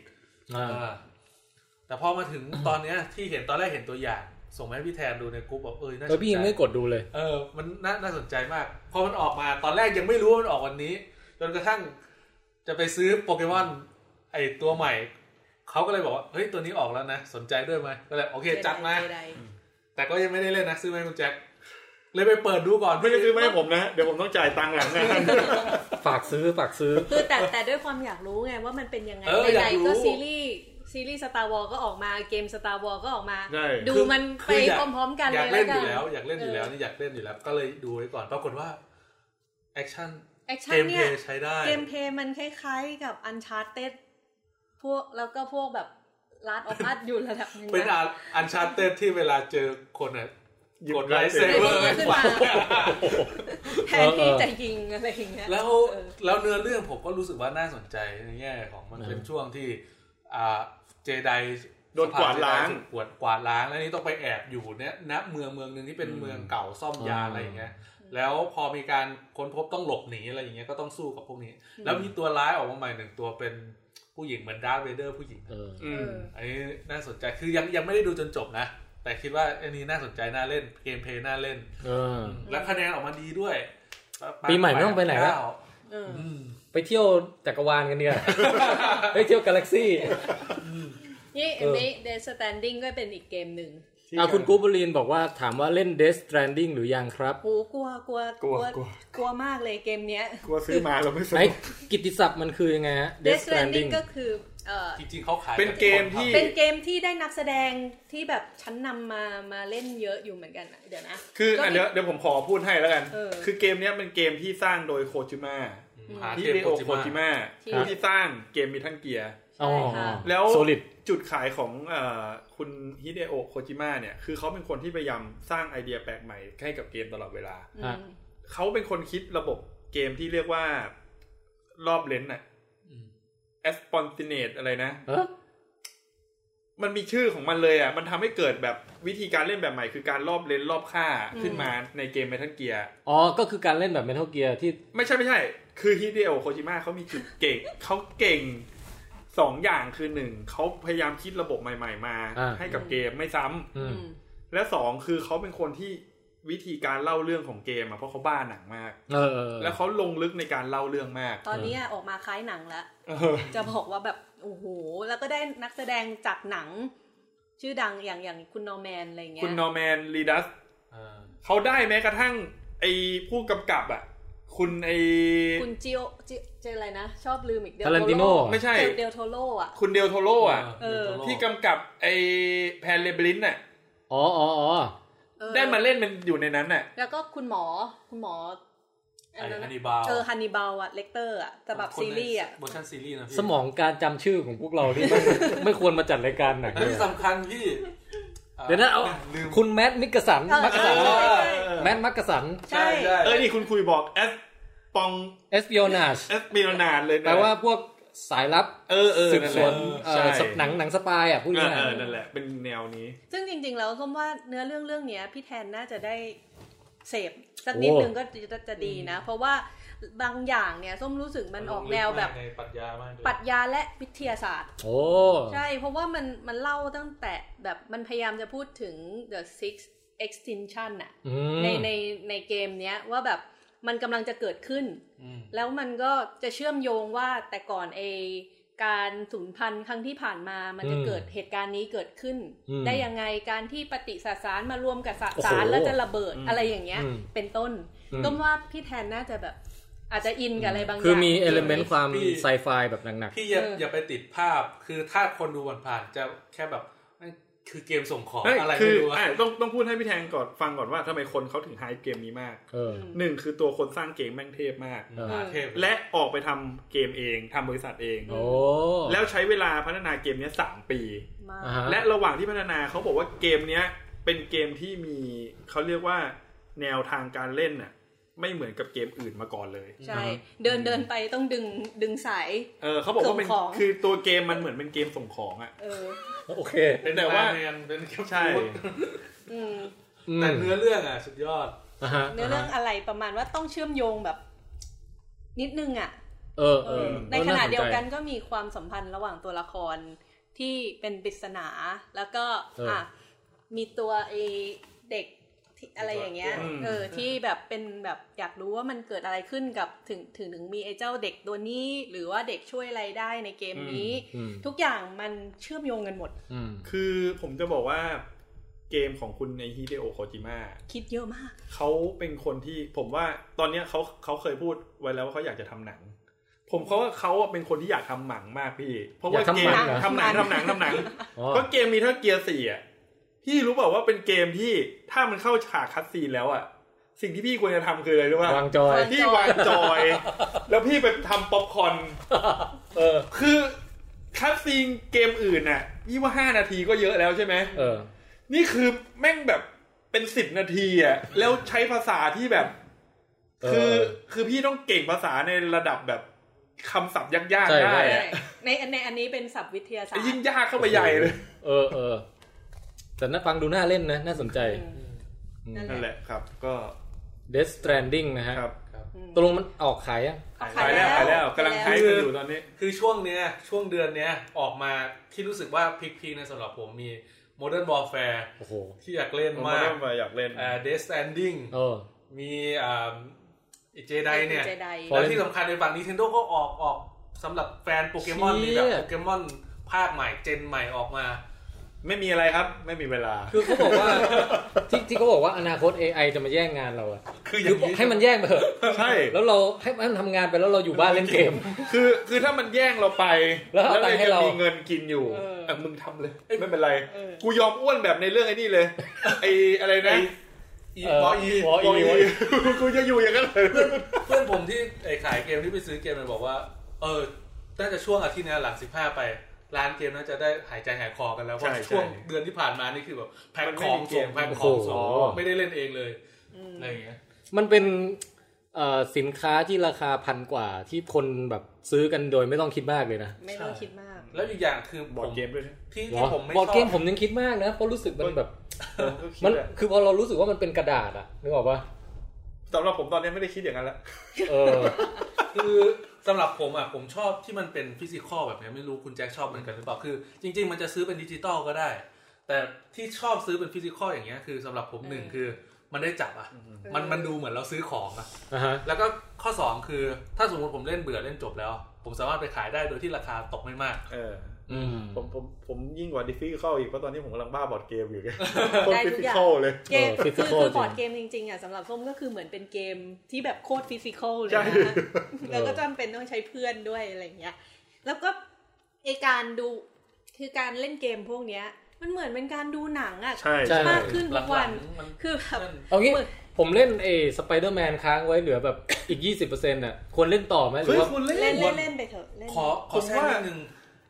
B: อ่า
D: อ่าแต่พอมาถึงตอนเนี้ยที่เห็นตอนแรกเห็นตัวอย่าง ส่งมาให้พี่แทนดูในกรุ๊ปบอกเออน่าส
B: เออน พี่ยัง
D: ใจ
B: ไม่กดดูเลย
D: เออมันน่าน่าสนใจมากพอมันออกมาตอนแรกยังไม่รู้ว่ามันออกวันนี้ จนกระทั่งจะไปซื้อโปเกมอนไอตัวใหม่ เขาก็เลยบอกว่า เฮ้ย ตัวนี้ออกแล้วนะ สนใจด้วยไหมก็เลยโอเค จัดมา
E: ใๆ
D: แต่ก็ยังไม่ได้เล่นนะ ซื้อไหมาให้คุณแจ็คเลยไปเปิดดูก่อน
C: ไม่ได้ซื้อมาให้ผมนะ เดี๋ยวผมต้องจ่ายตังค์หลังงาน
B: ฝากซื้อฝากซื้อ
E: คือแต่แต่ด้วยความอยากรู้ไงว่ามันเป็นยังไง
D: เอออยา
E: ไหน
D: ก
E: ๆ
D: รู้
E: ก็ซีรีส์ซีรีส์สตาร์วอลก็ออกมาเกมสตาร์วอลก็ออกมา
C: ใช่
E: ดูมันไป
D: คืออยา
E: พร้อมๆกันเลย
D: อาย ก
E: แล้
D: เล่
E: วน กั
D: อน ยู่แล้วอยากเล่นอยู่แล้ว
E: เออ
D: นี่อยากเล่นอยู่แล้ว ก็เลยดูไว้ก่อนปรากฏว่าแอคชั่น
E: แอคชั่
D: เก
E: น
D: ม
E: เนี่
D: เพล
E: ย
D: ย์ใช้ได้
E: เกมเพลย์มันคล้ายๆกับอันชาร์เต็ดพวกแล้วก็พวกแบบลาดออฟอัดอยู่ระดับหนึง
D: เป็น
E: นะ
D: อันชาร์เต็ดที่เวลาเจอคนอ่ะ
C: หยิบ
D: กดไลท์เซ
E: ไม่
D: เวอ
E: ได้
D: ร์
E: ขึ้น
D: ขวา
E: มาแทนที่จะยิงอะไรอย่างเงี้ย
D: แล้ว
E: เออ
D: แล้วเนื้อเรื่องผมก็รู้สึกว่าน่าสนใจในแง่ของมัน
B: อืม
D: เป็นช่วงที่อ่าเจได
C: โดนกวาดล้าง
D: กวาดกวาดล้างแล้วนี่ต้องไปแอบอยู่เนี่ยณเมืองเมืองหนึ่งที่เป็นเมืองเก่าซ่อมยาอะไรอย่างเงี้ยแล้วพอมีการค้นพบต้องหลบหนีอะไรอย่างเงี้ยก็ต้องสู้กับพวกนี้ แล้วมีตัวร้ายออกมาใหม่หนึ่งตัวเป็นผู้หญิงเหมือนดาร์เวเดอร์ผู้หญิง
B: เออ
E: เอ
C: อืม
E: อ
D: อันนี้น่าสนใจ คือยังยังไม่ได้ดูจนจบนะ แต่คิดว่าอันนี้น่าสนใจ น่าเล่น เกมเพลย์น่าเล่น
B: เออ
D: แล้วคะแนนออกมาดีด้วย
B: ปีใหม่ไม่ต้องไปไหนแล้ว
E: เออ
D: อืม
B: ไปเที่ยวจักรวาลกันเนี่ย *laughs* ไปเที่ยวกาแล็กซี่
E: นี่อันนี้เดสแตนดิ้งก็เป็นอีกเกมหนึ่ง
B: อ่ะคุณกูบลีนบอกว่าถามว่าเล่น Death Stranding หรือยังครับ
E: โหกลัวกลัว
C: กลัวกลัว
E: กลัวมากเลยเกมเนี้ย
C: กลัวซื้อมาเราไม่ส
B: ไหน
C: นุก
B: กิตติศัพท์มันคือยังไงฮะ
E: เดส
B: Death
E: แตนดิ้ง
B: Stranding
E: ก็คือเออ
D: จริงๆเขาขาย
C: เป็นเกมที่
E: เป็นเกมที่ได้นักแสดงที่แบบชั้นนำมามาเล่นเยอะอยู่เหมือนกันอะเดี๋ยวนะ
C: คืออ่ะเดี๋ยวเดี๋ยวผมขอพูดให้แล้วกัน
E: เออ
C: คือเกมเนี้ยเป็นเกมที่สร้างโดยโคจิมะ
D: หา
C: ที่
D: เกม
C: เดโอ
D: โอจิ
C: โคจิ
D: มะ
C: มะ
E: ที่
C: ผู้ที่สร้างเกมมีทั้งเกียร์
B: อ๋อ
E: ใช่ค่ะ
C: แล้ว
B: Solid
C: จุดขายของเอ่อคุณฮิเดโอโคจิมะเนี่ย คือเขาเป็นคนที่พยายามสร้างไอเดียแปลกใหม่ให้กับเกมตลอดเวลา
E: อืม
C: เขาเป็นคนคิดระบบเกมที่เรียกว่ารอบเลนส์น่ะ Aspontinate อะไรนะ
B: เอ้อ
C: มันมีชื่อของมันเลยอ่ะ มันทำให้เกิดแบบวิธีการเล่นแบบใหม่ คือการรอบเลนส์รอบค่าขึ้นมาในเกมเมทัลเกียร์
B: อ๋อ ก็คือการเล่นแบบ Metal Gear ที่
C: ไม่ใช่ไม่ใช่ คือฮิเดโอโคจิมะเขามีจุดเก่ง เขาเก่งสองอย่างคือหนึ่งเขาพยายามคิดระบบใหม่ ๆ มา
B: อ่า
C: ให้กับเกมไม่ซ้ำ
B: อืม
C: และสองคือเขาเป็นคนที่วิธีการเล่าเรื่องของเกมอะเพราะเขาบ้าหนังมาก
B: เออเออ
C: แล้วเขาลงลึกในการเล่าเรื่องมาก
E: ตอนนี้ออกมาคล้ายหนังแล้ว
C: เออ
E: จะบอกว่าแบบโอ้โหแล้วก็ได้นักแสดงจากหนัง ชื่อดังอย่างอย่างคุณนอร์แมนอะไรเงี้ย
C: คุณนอร์แมนลีดัส
D: เออ
C: เขาได้แม้กระทั่ง ไอ้ผู้กำกับอ่ะ คุณไอ้
E: คุณจิโอจิเจอะไรนะ ชอบลืมอีกเดล
B: ทารันติโน
C: ไม่ใช่
E: เดลโทโลอ่ะ
C: คุณเดลโทโรอ่ะ
E: เออ
C: ที่กำกับไอ้แพนเลบลินน่ะ
B: อ๋ออ๋ออ๋อ
E: เออ
C: ได้มาเล่นมันอยู่ในนั้นน่ะ
E: แล้วก็คุณหมอคุณหมอ
D: ไอ้
E: นนั้น
D: ฮัน
E: อะ
D: นิบาล
E: เออฮันนิบาลอะเลกเตอร์อะแต่แบบซีรีส์อะ
D: เวอร์ชันซีรีส์นะพี่
B: สมองการจำชื่อของพวกเราที่ไม่ ไม่ควรมาจัดรายการหนัก
D: แล้ว
B: เลย
D: ที่สำคัญพี่
B: เดี๋ยวนะเอา
D: ลืม
B: คุณแมทมิกกสัน
E: เออ
B: มักก
E: ใช่
B: สัน
E: ใช่ใช่
B: แมทมักกสัน
E: ใช่
D: ใช่ใช่
C: เออ นี่คุณคุยบอกเอสปอง
B: เอสเปียนาช
C: เอสมิโนนานเลยนะ
B: แปลว่าพวกสายลับ
C: เออเออ
B: สืบสวน
C: เออใช่
B: เอ่อหนังหนังสปายอ่ะพูด
C: เออ
B: ง่าย
C: เออนั่นแหละ เป็นแนวนี้
E: ซึ่งจริงๆแล้วส้มว่าเนื้อเรื่องเรื่องเนี้ยพี่แทนน่าจะได้เสพสักนิดนึงก็จะจะดีนะ เพราะว่าบางอย่างเนี่ยส้มรู้สึกมันออกแนวแบบ
D: ในปรัชญามากเลย
E: ปรัชญาและวิทยาศาสตร์
B: โอ้
E: ใช่ เพราะว่ามันมันเล่าตั้งแต่แบบมันพยายามจะพูดถึง the six extinction อะ
B: อืม
E: ในในในเกมเนี้ยว่าแบบมันกำลังจะเกิดขึ้น
D: อืม
E: แล้วมันก็จะเชื่อมโยงว่าแต่ก่อนเอการสูญพันธุ์ครั้งที่ผ่านมา มันจะเกิดเหตุการณ์นี้เกิดขึ้น ได้ยังไงการที่ปฏิสสารมารวมกับสสารแล้วจะระเบิดอะไรอย่างเงี้ย เป็นต้นก็ว่าพี่แทนน่าจะแบบ อาจจะอินกับอะไรบางอย่าง
B: คือมีเอลเมนต์ความไซไฟแบบหนัก
D: พี่อย่า
E: เอออ
D: อย่าไปติดภาพ คือถ้าคนดูผ่านๆจะแค่แบบนั่นคือเกมส่งของ
C: เฮ้ย
D: อะไร
C: คื
D: ไม่
C: อ
D: รู้อะ
C: อ่ะต้องต้องพูดให้พี่แทงก่อนฟังก่อนว่าทำไมคนเขาถึงไฮเกมนี้มาก
B: ๆเออ
C: หนึ่งคือตัวคนสร้างเกมแม่งเทพมาก
B: เออ
D: หาเทพ
C: และออกไปทำเกมเองทำบริษัทเอง
B: โอ้
C: แล้วใช้เวลาพัฒนาเกมเนี้ยสามปี
E: มา
B: อ่าฮะ
C: และระหว่างที่พัฒนาเขาบอกว่าเกมเนี้ย เป็นเกมที่มีเขาเรียกว่าแนวทางการเล่นน่ะ ไม่เหมือนกับเกมอื่นมาก่อนเลย
E: ใช่ เดินเดินไปต้องดึงดึงสาย
C: เออเขาบอกว่าเป็น
E: ส่งของ
C: คือตัวเกมมันเหมือนเป็นเกมส่งของอ่ะ
E: เออ
B: โอเค
D: เป็น
C: แต่
D: แต่
C: ว่า
D: ว่าเป็นแค่
C: ใช่
D: พูด
E: อืม
B: อืม
D: แต่เนื้อเรื่องอ่ะสุดยอด
B: าฮะ
E: เนื้อเรื่องอะไรประมาณว่าต้องเชื่อมโยงแบบ นิดนึงอ่ะ
B: เออเออ
E: ในขณะ
B: สใจ
E: เดียวกันก็มีความสัมพันธ์ระหว่างตัวละครที่เป็นปริศนา แล้วก็
B: เอออ่
E: อ่ะมีตัวไอเด็กที่อะไรอย่างเงี้ย
C: อืม
E: เออที่แบบเป็นแบบอยากรู้ว่ามันเกิดอะไรขึ้นกับถึงถึงถึงมีไอ้เจ้าเด็กตัวนี้ หรือว่าเด็กช่วยอะไรได้ในเกมนี้
B: อืม
E: ทุกอย่างมันเชื่อมโยงกันหมด
B: อืม
C: คือผมจะบอกว่าเกมของคุณในฮิเดโอโคจิมะ
E: คิดเยอะมาก
C: เขาเป็นคนที่ผมว่าตอนเนี้ยเขาเขาเคยพูดไว้แล้วว่าเขาอยากจะทำหนัง ผมเขาว่าเขาอะเป็นคนที่อยากทำหนังมากพี่ เพราะว่า
B: อยากทำ
C: เก
B: หนั
C: ม
B: งเหรอ
C: ทำหนังทำหนังทำหนั
B: *laughs*
C: ง
B: อ๋อ
C: เพราะเกมมีเท่าเกียร์สี่อ่ะ พี่รู้เปล่าว่าเป็นเกมที่ถ้ามันเข้าฉากคัดซีนแล้วอ่ะ สิ่งที่พี่ควรจะทำคืออะไรรู้ป่ะ
B: วางจอย
C: พี่วางจอย
B: *laughs*
C: แล้วพี่ไปทำป๊อปคอร์น
B: เออ
C: คือคัดซีนเกมอื่นน่ะยี่ว่าห้านาทีก็เยอะแล้วใช่ไหม
B: เออ
C: นี่คือแม่งแบบเป็นสิบนาทีอ่ะ แล้วใช้ภาษาที่แบบ
B: เออ
C: คือคือพี่ต้องเก่งภาษาในระดับแบบคำศัพท์ยาก
B: ใช่
C: ๆได้อะ
E: ในในอันนี้เป็นศัพท์วิทยาศาสตร์
C: ยิ่งยากเข้าไปใหญ่เลย
B: เออเออแต่น่าฟังดูน่าเล่นนะ น่าสนใจ
E: อืม นั่น
C: นั่นแหละครับ ก็
B: Death Stranding นะฮะ
C: ครับ
B: ตกลงมันออกขายยัง
C: ขายแล้วขายแล้วกำลังขายกันอยู่ตอนนี้
D: คือช่วงเนี้ยช่วงเดือนเนี้ยออกมาที่รู้สึกว่าพีคพีในยสำหรับผมมี Modern Warfare
B: โอ้โห
D: ที่อยากเล่น
C: ผม
D: มา
C: เริ่
D: ก
C: มมาอยากเล่น
D: อ่า Death Stranding
B: เออ
D: มีอ่าเจไดเนี่ย
E: เจได
B: Fallen
D: แล้วที่สำคัญในฝั่ง Nintendo ก็ออกออกสำหรับแฟนโปเกมอน
B: เชี่ย
D: มีแบบโปเกมอนภาคใหม่เจนใหม่ออกมา
C: ไม่มีอะไรครับ ไม่มีเวลา
B: คือเขาบอกว่า *laughs* ที่ที่เขาบอกว่าอนาคต AI จะมาแย่งงานเราอะ
D: คืออ
B: คื
D: ย่า
B: องบอก
D: นี้
B: ให้มันแย่งไปเถอะ
C: ใช่
B: แล้วเราให้มันทำงานไปแล้วเราอยู่บ้านเล่นเกม
C: คือคือถ้ามันแย่งเราไป
B: แล้วเอาตังค์ให้เรา
C: จะมีเงินกินอยู่
E: เออ
C: เออมึงทำเลยเอ้ยไม่เป็นไร
E: เออ
C: กูยอมอ้วนแบบในเรื่องไอ้นี่เลย ไอ้อะไรนะ
D: อี
B: เออ
D: วออี
B: วออี
C: วอ *laughs* กูจะอยู่อย่างนั้นเลย
D: เพื่อนผมที่ไอ้ขายเกมที่ไปซื้อเกมมันบอกว่า เออน่าจะช่วงอาทิตย์เนี้ยหลัง 15 ไป ร้านเกมน่าจะได้หายใจหายคอกันแล้วเพราะ
C: ใช่
D: ช่วง
C: ใช่
D: เดือนที่ผ่านมานี่คือแบบแพ็ค
C: มันไม่
D: ของ
C: มีเก
D: ส่
C: ม
D: งแพ็คของส่ง
B: โอ้โห
D: ไม่ได้เล่นเองเลยอะไรอย่างเงี้ย
B: มันเป็นเอ่อสินค้าที่ราคาพันกว่าที่คนแบบซื้อกันโดยไม่ต้องคิดมากเลยนะ
E: ไม่ต้องคิดมาก
D: แล้วอีกอย่างคือผ
C: บอร์ด
D: ม
C: เกมด้วยนะ
D: ที่
B: เหร
D: ที่
B: อ
D: ผมไม่
B: บอร์ดเกม
D: ช
B: ผมยังคิดมากนะเพราะรู้สึกมันแบบ
C: เออก็คิด
B: มัน
C: อะ
B: คือพอเรารู้สึกว่ามันเป็นกระดาษอะนึกออกปะ
C: สำหรับผมตอนนี้ไม่ได้คิดอย่างนั้นละ
B: เออ
D: คือสำหรับผมอ่ะผมชอบที่มันเป็นฟิสิกอลแบบเนี้ยไม่รู้คุณแจ็คชอบเหมือนกันหรือเปล่าคือ จริง ๆ มันจะซื้อเป็นดิจิตอลก็ได้ แต่ที่ชอบซื้อเป็นฟิสิกอลอย่างเงี้ยคือสำหรับผมหนึ่งคือมันได้จับอ่ะ มันมันดูเหมือนเราซื้อของอ่ะ
B: อ่ะฮะ
D: แล้วก็ข้อ 2 คือถ้าสมมติผมเล่นเบื่อเล่นจบแล้ว ผมสามารถไปขายได้โดยที่ราคาตกไม่มาก
C: เออ
B: อืม
C: ผมผมผมยิ่งกว่าดิฟิเข้าอีกเพราะตอนนี้ผมกำลังบ้าบอร์ดเกม
B: *laughs*
C: อยู่ โคตร
E: ได้
C: ดิ
E: ทุก
C: ฟิ
E: อย่าง
C: เข้าเลย
E: เกม
B: เออ
E: คือ
B: physical
E: คือบอร์ด
B: จริง
E: เกมจริงๆอ่ะสำหรับส้มก็คือเหมือนเป็นเกมที่แบบโคตรฟิสิกอลเลย
C: ใช่
E: นะ แล้วก็จำเป็นต้องใช้เพื่อนด้วยอะไรอย่างเงี้ย แล้วก็ไอการดูคือการเล่นเกมพวกเนี้ย มันเหมือนเป็นการดูหนังอ่ะ
C: ใช่
B: ใช่
C: ใช่
E: มากขึ้นทุก
D: ห
E: วั
D: ลั
E: น
D: งๆมัน
E: คือแบบ
D: เล่น
B: เอางี้ผมเล่นเอสไปเดอร์แมนค้างไว้เหลือแบบอีกยี่สิบเปอร์เซ็นต์่ะควรเล่นต่อไหมหรื
C: เฮ้ย
B: อว่า
C: คุณเล่น
E: เล่นเล่นเล่นไปเถอะเล่น
D: ขอขอ
C: ผม
D: แทรก
C: ว่า
D: นิดนึง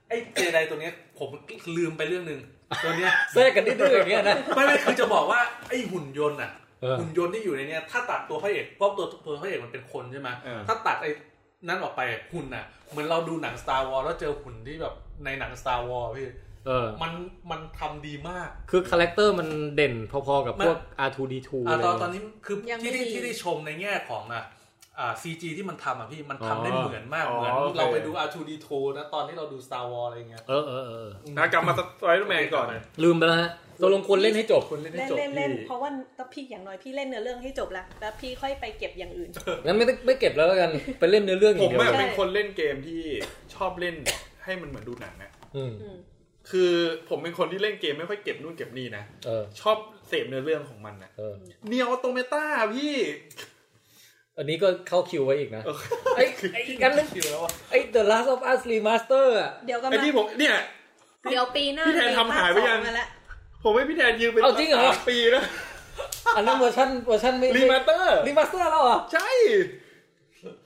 D: ไอ้เจไดตัวเนี้ยผมลืมไปเรื่องหนึ่งตัวเนี้ย
B: แทรกกันดื้อๆอย่างเงี้ยนะ
D: ไม่ไม่คือจะบอกว่าไอ้หุ่นยนต์อ่ะ
B: เออ
D: หุ่นยนต์ที่อยู่ในเนี้ยถ้าตัดตัวพระเอกเพราะตัวตัวพระเอกมันเป็นคนใช่ไหม
C: เออ
D: ถ้าตัดไอ้นั่นออกไปอะหุ่นอ่ะเหมือนเราดูหนัง Star Wars แล้วเจอหุ่นที่แบบในหนัง Star Wars พี่
B: เออ
D: มันมันทำดีมาก
B: คือคาแรคเตอร์มันเด่นพอๆกับพวก R2D2
D: อ่ะ
B: เลย
D: ตอนตอนนี้คือ
E: ยังไม่
D: ที่
E: มี
D: ที่ที่ได้ชมในแง่ของอ่ะอ่าซีจีที่มันทำอ่ะพี่มันทำได้
B: อ๋อ
D: เหมือนมาก
C: อ๋อ
D: เหมือน
C: โอเค
D: เราไปดู R2D2 นะตอนที่เราดู Star Wars อะไรเงี้ย
B: เออเออเออ
C: นะกลับมาสไปเดอร์แมนก่อน
B: ลืมไปแล้วฮะตกลงควรเล่นให้จบ
D: คนเล่นให้
E: เล่น
D: จบ
E: เล่นเล่น
C: พี่
E: เพราะว่าต้องพี่อย่างน้อยพี่เล่นเนื้อเรื่องให้จบละแล้วพี่ค่อยไปเก็บอย่างอื่น
B: งั้นไม่ต้องไม่เก็บแล้วแล้วกัน ไปเล่นเนื้อเรื่องอ
C: ผ
B: ย่าง
C: ม
B: เดียวเล
C: อะ
B: ย
C: เป็นคนเล่นเกมที่ชอบเล่นให้มันเหมือนดูหนังนะ
B: อืม
E: อืม
C: คือผมเป็นคนที่เล่นเกมไม่ค่อยเก็บนู่นเก็บนี่นะ
B: เออ
C: ชอบเสพเนื้อเรื่องของมันนะ
B: เออ
C: เนียออโตเมตาพี่
B: อันนี้ก็เข้าคิวไว้อีกนะ
C: เออ
B: ไอ้ไอ้อีกอันนึง
D: คิวแล้วว่า
B: ไอ้ The Last of Us Remaster อ่ะ
E: เดี๋ยวกำ
C: ไอ้
E: ลัง
C: ที่ผมเนี่ย
E: เดี๋ยวปีหน้า
C: พี่แทนทำหายไปยัง
E: มาละ
C: ผมให้พี่แทนยืมไป
B: เอาจริงเหรอ
C: สามปีแล้ว
B: อันนั้นเวอร์ชันเวอร์ชันไม่
C: รีมาเตอร์
B: รีมาสเตอร์แล้วเหรอ่ะ
C: ใช่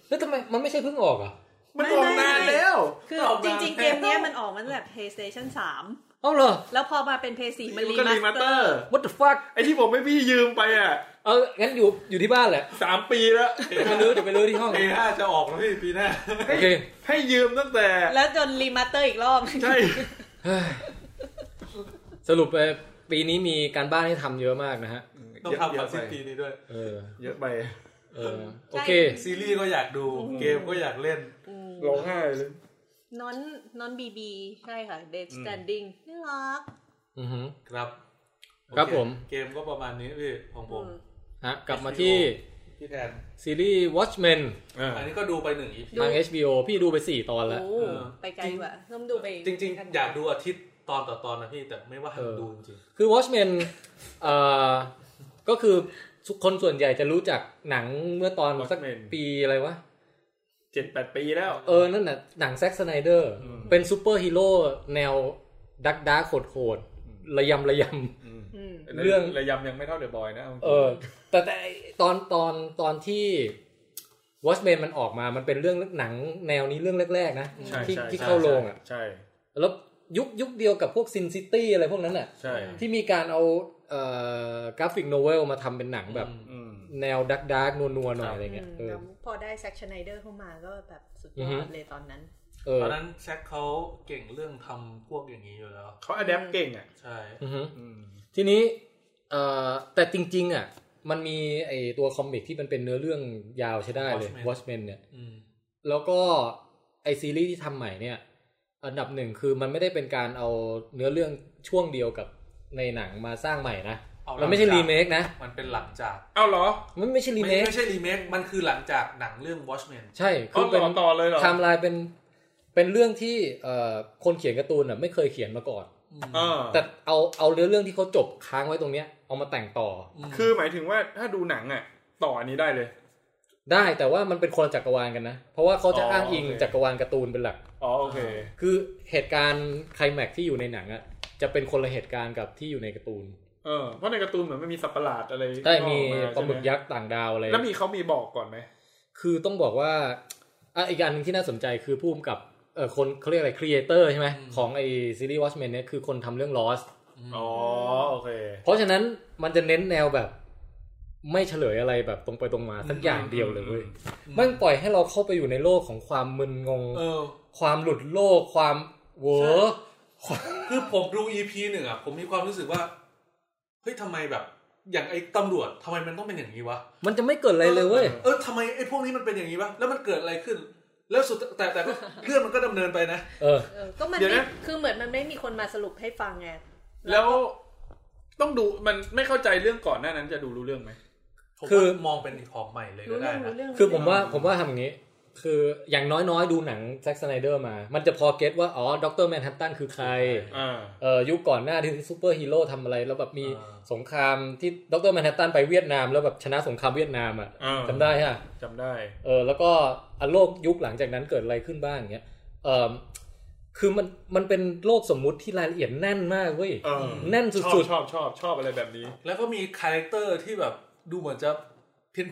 B: แล้วทำไมมันไม่ใช่เพิ่งออกอ่ะ
C: มันออกนานแล้ว
E: คือจริง ๆ เกมเนี้ยมันออกมาตั้งแต่ PlayStation
B: เอ้าเหรอ
E: 3 แล้วพอมาเป็น PS4 มัน
C: มัน
E: รี
C: ก็รี
E: มา
C: มา
E: สเต
C: เต
E: อ
C: อ
E: ร์
C: ร์
B: What the fuck
C: ไอ้ที่ผมให้พี่ยืมไปอ่ะ
B: เอองั้นอยู่อยู่ที่บ้านแหละ
C: สามปีแล้ว
B: เดี๋ยวไปรื้อเดี๋ยวไปรื้อที่ห้อง
D: ปีหน้าจะออกแล้วพี่ปีหน้า
B: โอเค
C: ให้ยืมตั้งแต่
E: แล้วจนรีมาสเตอร์อีกรอบ
C: ใช่
B: สรุปไปปีนี้มีการบ้านให้ทำเยอะมากนะฮะ
D: ต้องทำ
C: เย
D: ก่อน
C: อะ
D: สิ้น
C: ไป
D: ปีนี้ด้วย
B: เออ
C: เยอะไป
B: เออ
E: ใช่
B: โอเค
D: ซีรีส์ก็อยากดูเกมก็อยากเล่น
C: ร้องไห้เลย
E: นอนนอนบีบีใช่ค่ะ Dead Standing น่ารัก
B: อือฮึ
D: ครับ
B: ครับ
D: โอเ
B: ผม
D: เกมก็ประมาณนี้พี่ของผม
E: อืม
B: ฮะ กลับมาที่
D: พี่แทน
B: ซีรีส์ Watchmen
D: อันนี้ก็ดูไปหนึ่งอีพี
E: ดู
B: ทาง HBO พี่ดูไป 4 ตอนแล้ว
E: โอ้ไปไกลกว่าเริ่มดูไป
D: จริง ๆ อยากดูอาทิตย์ตอนต่อตอนนะพี่แต่ไม่ว่าให้มันดูจริง
B: คือ Watchmen เอ่อ ก็คือคนส่วนใหญ่จะรู้จักหนังเมื่อตอนสัก
C: Watchmen
B: ปีอะไรวะ
C: เจ็ดแปดปีแล้ว
B: เออ นั่นน่ะ หนังแซ็กสไนเดอร์
C: อืม
B: เป็นซูเปอร์ฮีโร่แนวดักดาร์โหดๆระยำระยำ
E: ม
B: เรื่อง
C: ระยำยังไม่เท่าเดอะบอยนะาจริง
B: เออแต่แต่ไอ้ตอนตอนตอนที่ Watchmen มันออกมามันเป็นเรื่องหนังแนวนี้เรื่องแรกๆนะ
C: ใช่
B: ที่
C: ใช่
B: ที่
C: ใช่
B: เข้าโรงอ่ะ
C: ใช่
B: แล้วยุคยุคเดียวกับพวกซินซิตี้อะไรพวกนั้นอ่ะ
C: ใช่
B: ที่มีการเอาเอ่อกราฟิกโนเวลมาทำเป็นหนัง
D: ๆ
B: แบบ
D: อืม
C: อืม
B: แนวดักดาร์กนัวๆหน่อยอะไรเงี้ยเออ
E: แล้วพอได้แซ็กชไนเดอร์เข้ามาก็แบบสุดย
B: อือฮึ
E: อดเลยตอนนั้น
B: เออ
D: ตอนนั้นแซคเขาเก่งเรื่องทำพวกอย่างนี้อยู่แล้ว
C: เขาอัดแอปเก่งอ่ะ
D: ใช่
B: อือฮึ
C: อืม
B: ทีนี้เอ่อแต่จริง ๆ อ่ะ มันมีไอตัวคอมิกที่มันเป็นเนื้อเรื่องยาวใช้ได้เลย Watchmen เนี่ย
D: อืม
B: แล้วก็ไอซีรีส์ที่ทำใหม่เนี่ย อันดับหนึ่งคือมันไม่ได้เป็นการเอาเนื้อเรื่องช่วงเดียวกับในหนังมาสร้างใหม่นะ
D: เอาหลัง
B: มันไม่ใช่
D: จาก
B: รีเมคนะ
D: มันเป็นหลังจาก
C: เอ้าเหรอ
B: มันไม่ใช่รี
D: ไม่
B: เมค
D: ไม่ใช่รีเมค มันคือหลังจากหนังเรื่อง Watchmen
B: ใช่คื
C: เขา
B: อ
C: ต่
B: เป็น
C: อต่อเลยเหรอ
B: ไทม์ไลน์เป็นเป็นเรื่องที่เอ่อคนเขียนการ์ตูนอ่ะไม่เคยเขียนมาก่อน
D: อืม
C: เออ
B: แต่เอาเอาเนื้อเรื่องที่เขาจบค้างไว้ตรงเนี้ยเอามาแต่งต่อ
D: ม
C: คือหมายถึงว่าถ้าดูหนังอ่ะ ต่ออันนี้ได้เลย
B: ได้แต่ว่ามันเป็นคนละจักรวาลกันนะ เพราะว่าเขาจะ
C: อ๋ออ้
B: อ้างอิง
C: โอเค
B: จักรวาลการ์ตูนเป็นหลัก
C: อ๋อโอเค
B: คือเหตุการณ์ไคลแม็กซ์ที่อยู่ในหนังอ่ะจะเป็นคนละเหตุการณ์กับที่อยู่ในการ์ตูน
C: เออเพราะในการ์ตูนเหมือนไม่มีสัตว์ประหลาดอะไร
B: ได้มี
C: ออ
B: ปลาหมึก
C: ใช่ไ
B: ยักษ์ต่างดาวอะไร
C: แล้วมีเขามีบอกก่อนไหม
B: คือต้องบอกว่าอ่ะอีกอันหนึงที่น่าสนใจคือผู้กำกับเออคนเขาเรียกอะไรครีเอเตอร์ใช่ไหมของไอซีรีส์ Watchmen เนี่ยคือคนทำเรื่อง Lost
C: อ๋อโอเค
B: เพราะฉะนั้นมันจะเน้นแนวแบบ ไม่เฉลยอะไรแบบตรงไปตรงมาสักอย่างเดียวเลยเว้ยมันปล่อยให้เราเข้าไปอยู่ในโลกของความมึนงง
D: เออ
B: ความหลุดโลก ความเวอความ
D: คือผมดู EP หนึ่งอ่ะ ผมมีความรู้สึกว่า เฮ้ยทำไมแบบ อย่างไอ้ตำรวจทำไมมันต้องเป็นอย่างนี้วะ
B: มันจะไม่เกิดอะไรเลยเว้ย
D: เออทำไมไอ้พวกนี้มันเป็นอย่างนี้วะ แล้วมันเกิดอะไรขึ้น แล้วสุดแต่แต่ก็ เรื่องมันก็ดำเนินไปนะ
B: เออ
E: เออก็มัน
D: เดี๋ยว
E: ไม่
D: นะ
E: คือเหมือนมันไม่มีคนมาสรุปให้ฟังไง
C: แล้วต้องดูมันไม่เข้าใจเรื่องก่อนหน้านั้นจะดูรู้เรื่องไหม
D: ผม
B: คือ
D: ว่ามองเป็นของใหม่เลยก็
E: รู้
D: ได้
E: เรื่อง
D: นะ
E: รู้เรื่อง
B: คือผมว่าผมว่าทำอย่างนี้ คืออย่างน้อยๆ ดูหนังแซ็กสไนเดอร์มา มันจะพอเก็ตว่า อ๋อด็อกเตอร์แมนฮัตตันคือใคร
C: อ่า
B: เออยุคก่อนหน้าที่ซูเปอร์ฮีโร่ทำอะไร แล้วแบบมี
D: อ่า
B: สงครามที่ด็อกเตอร์แมนฮัตตันไปเวียดนาม แล้วแบบชนะสงครามเวียดนามอ่ะ
C: อ่า
B: จำได้ฮะ
C: จำได้
B: เออแล้วก็อะโลกยุคหลังจากนั้นเกิดอะไรขึ้นบ้างเงี้ยเออคือมันมันเป็นโลกสมมุติที่รายละเอียดแน่นมากเว้ย
C: เออ
B: แน่นสุดๆ
C: ชอบชอบชอบชอบอะไรแบบนี้
D: แล้วก็มีคาแรคเตอร์ที่แบบดูเหมือนจะ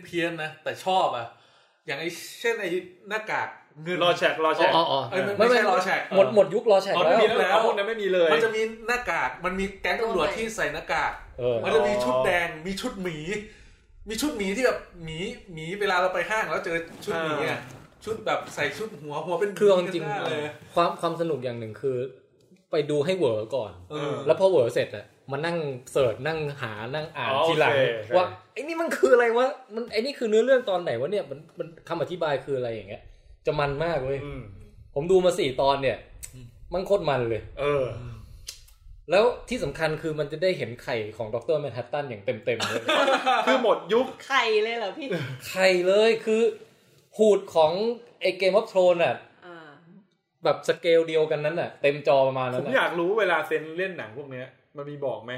D: เพี้ยนๆนะ แต่ชอบอ่ะ อย่างไอ้เช่นไอ้หน้ากากเงิน
C: รอแชกรอแชก
B: อ๋ออ๋อ
D: เอ้ยไม่ไม่ใช่รอแฉก
B: หมดหมดยุครอแฉก
C: อ๋อ
B: แล้
C: ไม่
B: ว
C: มีแล้วเอาพวกนั้นไม่มีเลย
D: มันจะมีหน้ากาก มันมีแก๊งตำรวจที่ใส่หน้ากาก
B: เออ
D: มันจะมีชุดแดง มีชุดหมี มีชุดหมีที่แบบหมีหมีเวลาเราไปห้างแล้วเจอชุดหมีอ่ะ ชุดแบบใส่ชุดหัวหัวเป็น
B: คือเอาจริง
D: ห
B: ๆ
D: มีกันหน้าเลย
B: ความความสนุกอย่างหนึ่งคือ ไปดูให้เหวอก่อน
D: เออ
B: แล้วพอเหวอเสร็จอะมานั่งเสิร์ชนั่งหานั่งอ่าน
C: อ๋อ
B: ทีหลัง
C: โอเคโอเค
B: ว่าไอ้นี่มันคืออะไรวะมันไอ้นี่คือเนื้อเรื่องตอนไหนวะเนี่ยมันมันคำอธิบายคืออะไรอย่างเงี้ย จะมันมากเว้ย
C: อืม
B: ผมดูมาสี่ตอนเนี่ย มันโคตรมันเลย
C: เอ *laughs* อ
B: แล้วที่สำคัญคือมันจะได้เห็นไข่ของดรแมนฮัตตันอย่างเต็มๆเลย
C: *laughs* คือหมดยุค
E: ไข่เลยเหรอพี่
B: ไข่เลยคือหูดของไอเกมออฟโทรนอ่ะ
E: อ่า
B: แบบสเกลเดียวกันนั้นอ่ะ เต็มจอประมาณ
C: ผ
B: นั้น
C: ม
B: น่ะ
C: อยากรู้เวลาเซนเล่นหนังพวกเนี้ย มันมีบอกไหม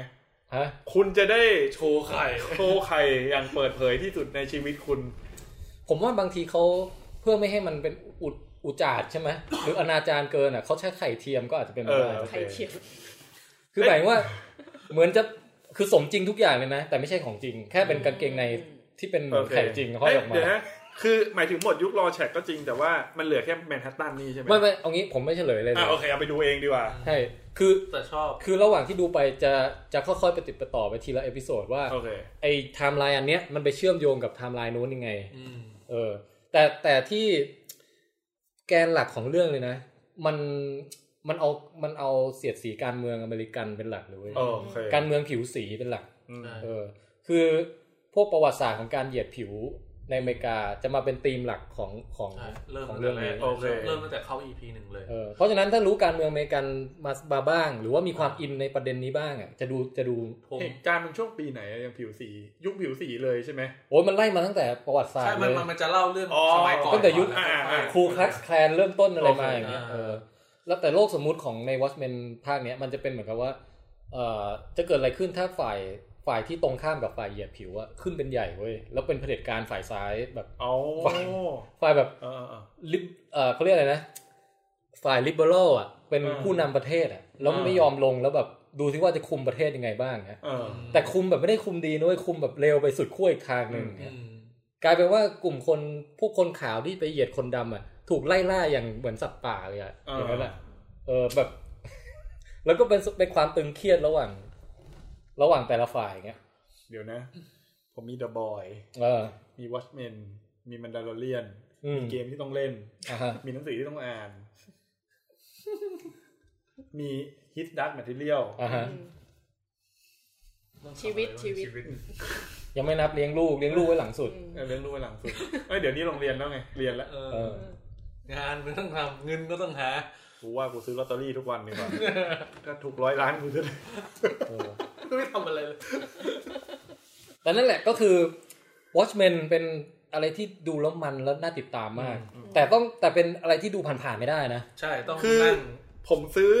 B: ฮะ
C: คุณจะได้
D: โชว์ไข่
C: โชว์ไข่อย่างเปิดเผยที่สุดในชีวิตคุณ
B: ผมว่าบางทีเขาเพื่อไม่ให้มันเป็นอุดอุจาดใช่ไหมหรืออนาจารเกินอ่ะเขาใช้ไข่เทียมก็อาจจะเป็นไปได้
C: เออ
E: ไข่เชียว
B: คือหมายว่า เหมือนจะคือสมจริงทุกอย่างเลยนะ แต่ไม่ใช่ของจริง แค่เป็นกางเกงในที่เป็นเหมือนไข่จริงห้อยออกมา
C: เดี๋ยวนะคือหมายถึงหมดยุครอแชกก็จริงแต่ว่ามันเหลือแค่แมนฮัตตันนี่ใช่ไหม
B: ไม่ไม่เอางี้ผมไม่เฉลยเลยเล
C: อ่ะ
B: ย
C: โอเคเอาไปดูเองดีกว่า
B: ใช่คือ
D: แต่ชอบ
B: คือระหว่างที่ดูไปจะจะค่อยๆไปติดไปต่อไปทีละเอพิโซดว่า
C: โอเค
B: ไอ้ไทม์ไลน์อันเนี้ยมันไปเชื่อมโยงกับไทม์ไลน์นู้นยังไง
D: อืม
B: เออ แต่แต่ที่แกนหลักของเรื่องเลยนะ มันมันเอามันเอาเสียดสีการเมืองอเมริกันเป็นหลักเลยเว้ย
C: โอเค
B: การเมืองผิวสีเป็นหลัก
C: อืม
B: เออ คือพวกประวัติศาสตร์ของการเหยียดผิวในอเมริกาจะมาเป็นธีมหลักของของ
D: ใช่เริ่ม
B: ขอ
D: ตั้
B: ง
D: ง
B: เรื่
D: แต่
B: อง
D: แร
B: นี้
D: ก
C: โอเค
D: เริ่มตั้งแต่เข้า EP หนึ่งเลย
B: เออเพราะฉะนั้นถ้ารู้การเมืองอเมริกันมามาบ้าง หรือว่ามีความอินในประเด็นนี้บ้างอ่ะจะดูจะดู
D: ผม
C: เหตุการณ์มันช่วงปีไหนอะยังผิวสี ยุคผิวสีเลยใช่ไหม
B: โอ้ยมันไล่มาตั้งแต่ประวัติศาสต
D: ใช่
B: ร์
D: มั
B: เล
D: น
B: ย
D: มันมันจะเล่าเรื่อง
C: อ๋อ
D: สมัยก่อน
B: ตั้งแต่ยุค
D: ก่นแล้ว
C: อ่า
B: ครูคลัก
D: ใช่
B: แคลนเริ่มต้นอะไรมา
C: โอเค
B: อย่างเงี้ย
D: อ่า
B: เออแล้วแต่โลกสมมุติของในวอช m มนภาคเนี้ยมันจะเป็นเหมือนกับว่าเอ่อจะเกิดอะไรขึ้นถ้าฝ่ายฝ่ายที่ตรงข้ามกับฝ่ายเหยียดผิวอะขึ้นเป็นใหญ่เว้ยแล้วเป็นเผด็จการฝ่ายซ้ายแบบ
C: อ๋อ
B: ฝ่ายแบบ
C: เออเออ
B: ลิบเอ่อเขาเรียกอะไรนะฝ่ายลิเบอรัลอะเป็น
C: อ่า
B: ผู้นำประเทศอะแล้ว
C: อ่า
B: ไม่ยอมลงแล้วแบบดูที่ว่าจะคุมประเทศยังไงบ้างนะ
C: เออ
B: แต่คุมแบบไม่ได้คุมดีนะเว้ยคุมแบบเร็วไปสุดขั้วอีกทางหนึ่ง
C: อื
D: อืม
B: กลายเป็นว่ากลุ่มคนพวกคนขาวที่ไปเหยียดคนดำอ่ะ ถูกไล่ล่าอย่างเหมือนสัตว์ป่าเลยอ่ะ
C: เออ
B: อ
C: อ
B: ย่างนั้นแหละเออแบบ แล้วก็เป็นเป็นความตึงเครียดระหว่าง ระหว่างแต่ละฝ่ายเงี้ย
C: เดี๋ยวนะ ผมมีเดอะบอย
B: เออ
C: มีวอชแมนมีมันดาร์เลียน
B: อืม
C: มีเกมที่ต้องเล่น
B: อ่าฮะ
C: มีหนังสือที่ต้องอ่าน *laughs* มีฮิตดักแมทเทียล
B: อ่าฮะ
E: อืม ชีวิตชีวิต
B: ยังไม่นับเลี้ยงลูกเลี้ยงลูกไว้หลังสุด
E: อืม
C: เรื่องรู้ไว้หลังสุดเอ้ยเดี๋ยวนี้โรงเรียนแล้วไง เรียนแล้ว
D: เอ
B: เอ
D: อ
B: อ
D: งานมันต้องทำเงินก็ต้องหา
C: กูว่ากูซื้อลอตเตอรี่ทุกวันดี
B: *laughs*
C: กว่าถ้าถูกร้อยล้านกูจะได้
B: เออ
D: ไม่ทำอะไรเลย
B: แต่นั่นแหละก็คือ Watchmen เป็นอะไรที่ดูแล้วมันแล้วน่าติดตามมาก แต่ต้องแต่เป็นอะไรที่ดูผ่านๆไม่ได้นะ
D: ใช่ต้อง
C: คือ
D: นั่ง
C: ผมซื้อ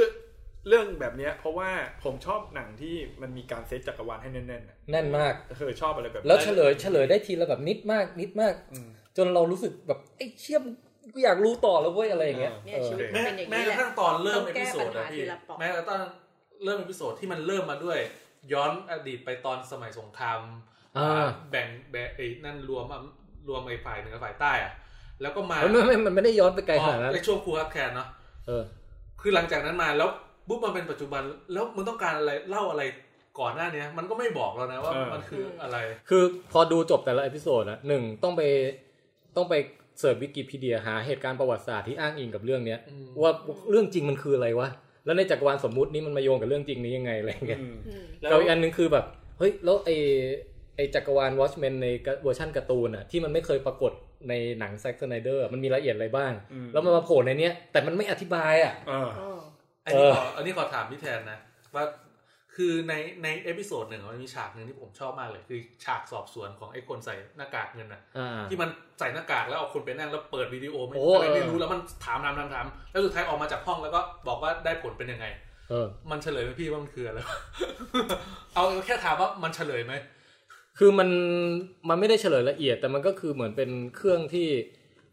C: เรื่องแบบเนี้ย เพราะว่าผมชอบหนังที่มันมีการเซตจักรวาลให้แน่นๆอะ
B: แน่นมาก
C: เออชอบอะไรแบบนี้
B: แล้วเฉลยเฉลยได้ทีละแบบนิดมากนิดมาก
C: อืม
B: จนเรารู้สึกแบบไอ้เชี่ยมกูอยากรู้ต่อแล้วเว้ยอะไรอย่างเงี้ย
E: เนี่
B: เอย อ
E: ชีวิต
C: เออ
E: มั
D: แม้
E: นเป็นอย่างนี้แห
D: แม้กระ
E: ละ
D: ทั่งตอนเริ่ม
E: ต้อง
D: เอ
E: แก้
D: พิโซด
E: ปัญ
D: นะ
E: หา
D: พี่
E: ทีละเปราะ
D: แม้กระทั่งเริ่มเอพิโซดที่มันเริ่มมาด้วย ย้อนอดีตไปตอนสมัยสงคราม
B: อ่า
D: แบ่งแบ่งไอ้นั่นรวมอ่ะรวมไอ้ฝ่ายเหนือฝ่ายใต้อ่ะ แล้วก็มา
B: มันไม่ไม่มันไม่ได้ย้อนไปไกลขนาดนั้น
D: ไอ้ช่วงครูฮักแคนเนาะ
B: เออ
D: คือหลังจากนั้นมาแล้วบุ๊บมาเป็นปัจจุบัน แล้วมันต้องการอะไรเล่าอะไรก่อนหน้าเนี้ย มันก็ไม่บอกแล้วนะว่า
C: เออ
D: มันคืออะไร
B: คือพอดูจบแต่ละเอพิโซดนะหนึ่งต้องไปต้องไปเสิร์ชวิกิพีเดียหาเหตุการณ์ประวัติศาสตร์ที่อ้างอิงกับเรื่องเนี้ย
D: อืม
B: ว่าเรื่องจริงมันคืออะไรวะแล้วในจักรวาลสมมุตินี้มันมาโยงกับเรื่องจริงนี้ยังไงอะไรอย่างเงี้ย
C: อืม
E: อืม
B: แล้วอีกอันหนึงคือแบบ เฮ้ยแล้วไอไอจักรวาลวอชแมนในเวอร์ชันการ์ตูนอ่ะที่มันไม่เคยปรากฏในหนังแซ็กไนเดอร์มันมีรายละเอียดอะไรบ้าง
C: อืม
B: แล้วมันมาโผล่ในเนี้ยแต่มันไม่อธิบายอ่ะ
C: เออ
E: อ๋อ
D: อันนี้
B: เออ
D: ขออันนี้ขอถามพี่แทนนะว่าคือในในเอพิโซดหนึ่งอะมันมีฉากหนึ่งที่ผมชอบมากเลย คือฉากสอบสวนของไอ้คนใส่หน้ากากเงินน่ะ
B: อ่า
D: ที่มันใส่หน้ากากแล้วเอาคนไปนั่งแล้วเปิดวิดีโอไม่
B: โอ้
D: อะไรไม่รู้แล้วมันถามถามถามถามแล้วสุดท้ายออกมาจากห้องแล้วก็บอกว่าได้ผลเป็นยังไง
B: เออ
D: มันเฉลยไหมพี่ว่ามันคืออะไร *laughs* เอาแค่ถามว่ามันเฉลยไหม
B: คือมันมันไม่ได้เฉลยละเอียด แต่มันก็คือเหมือนเป็นเครื่องที่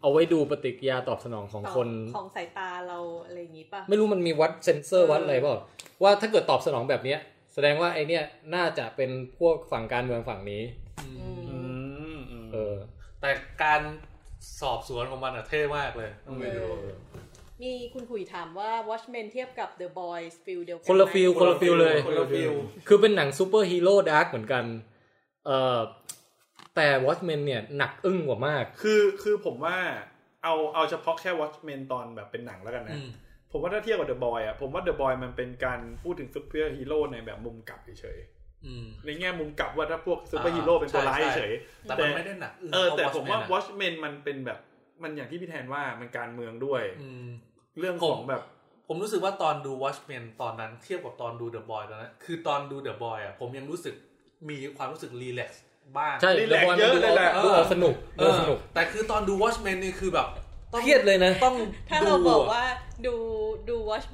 B: เอาไว้ดูปฏิกิริยาตอบสนองของคน
E: ของสายตาเราอะไรอย่างนี้ป่ะ
B: ไม่รู้มันมีวัดเซนเซอร์
E: เออ
B: วัดอะไรเปล่าว่าถ้าเกิดตอบสนองแบบเนี้ย แสดงว่าไอเนี้ยน่าจะเป็นพวกฝั่งการเมืองฝั่งนี้
D: อืม
E: อื
C: อื
E: ม
C: มอืม
B: เออ
D: แต่การสอบสวนของมันอะเท่มากเลยต้องไปดู
E: มีคุณขุยถามว่า Watchmen เทียบกับ The Boys ฟิลเดียวกั
B: คนละ
E: ไหม
B: ฟิลคนละฟิลเลย
D: คนละฟิล
B: คือเป็นหนังซูเปอร์ฮีโร่ดาร์กเหมือนกัน เออแต่วอชแมนเนี่ยหนักอึ้งกว่ามาก
C: คือคือผมว่าเอาเอาเฉพาะแค่ Watchmen ตอนแบบเป็นหนังแล้วกันนะ
D: อืม
C: ผมว่าถ้าเทียบกับ The Boy อ่ะผมว่า The Boy มันเป็นการพูดถึงซูเปอร์ฮีโร่ในแบบมุมกลับเฉย
D: อืม
C: ๆในแง่มุมกลับว่าถ้าพวกซูเปอร์ฮีโร่เป็นตัวร้าย
D: ใช่ใช่
C: เฉย
D: แต่มันไม่ได้หนักง
C: เออแต่ผมว่า
D: เท่ Watchmen อะ
C: Watchmen มันเป็นแบบมันอย่างที่พี่แทนว่ามันการเมืองด้วย
D: อืม
C: เรื่องของแบบ
D: ผมรู้สึกว่าตอนดู Watchmen ตอนนั้นเทียบกับตอนดู The Boy ตอนนั้นคือตอนดู The Boy อ่ะผมยังรู้สึกมีความรู้สึกรีแลกซ์บ้าง
B: ใช่
C: รี
B: The
C: แลกซ์
B: Boy
C: เยอะ
B: มันดู
C: เลยแหละ
B: ดูเอาสนุก
D: เอ
B: ดู
D: อ
B: สนุก
D: แต่คือตอนดู Watchmen นี่คือแบบต้อง
B: เครียดเลยนะ
D: ต้อง
E: ถ้า
D: ดู
E: เราบอกว่าดูดู Watch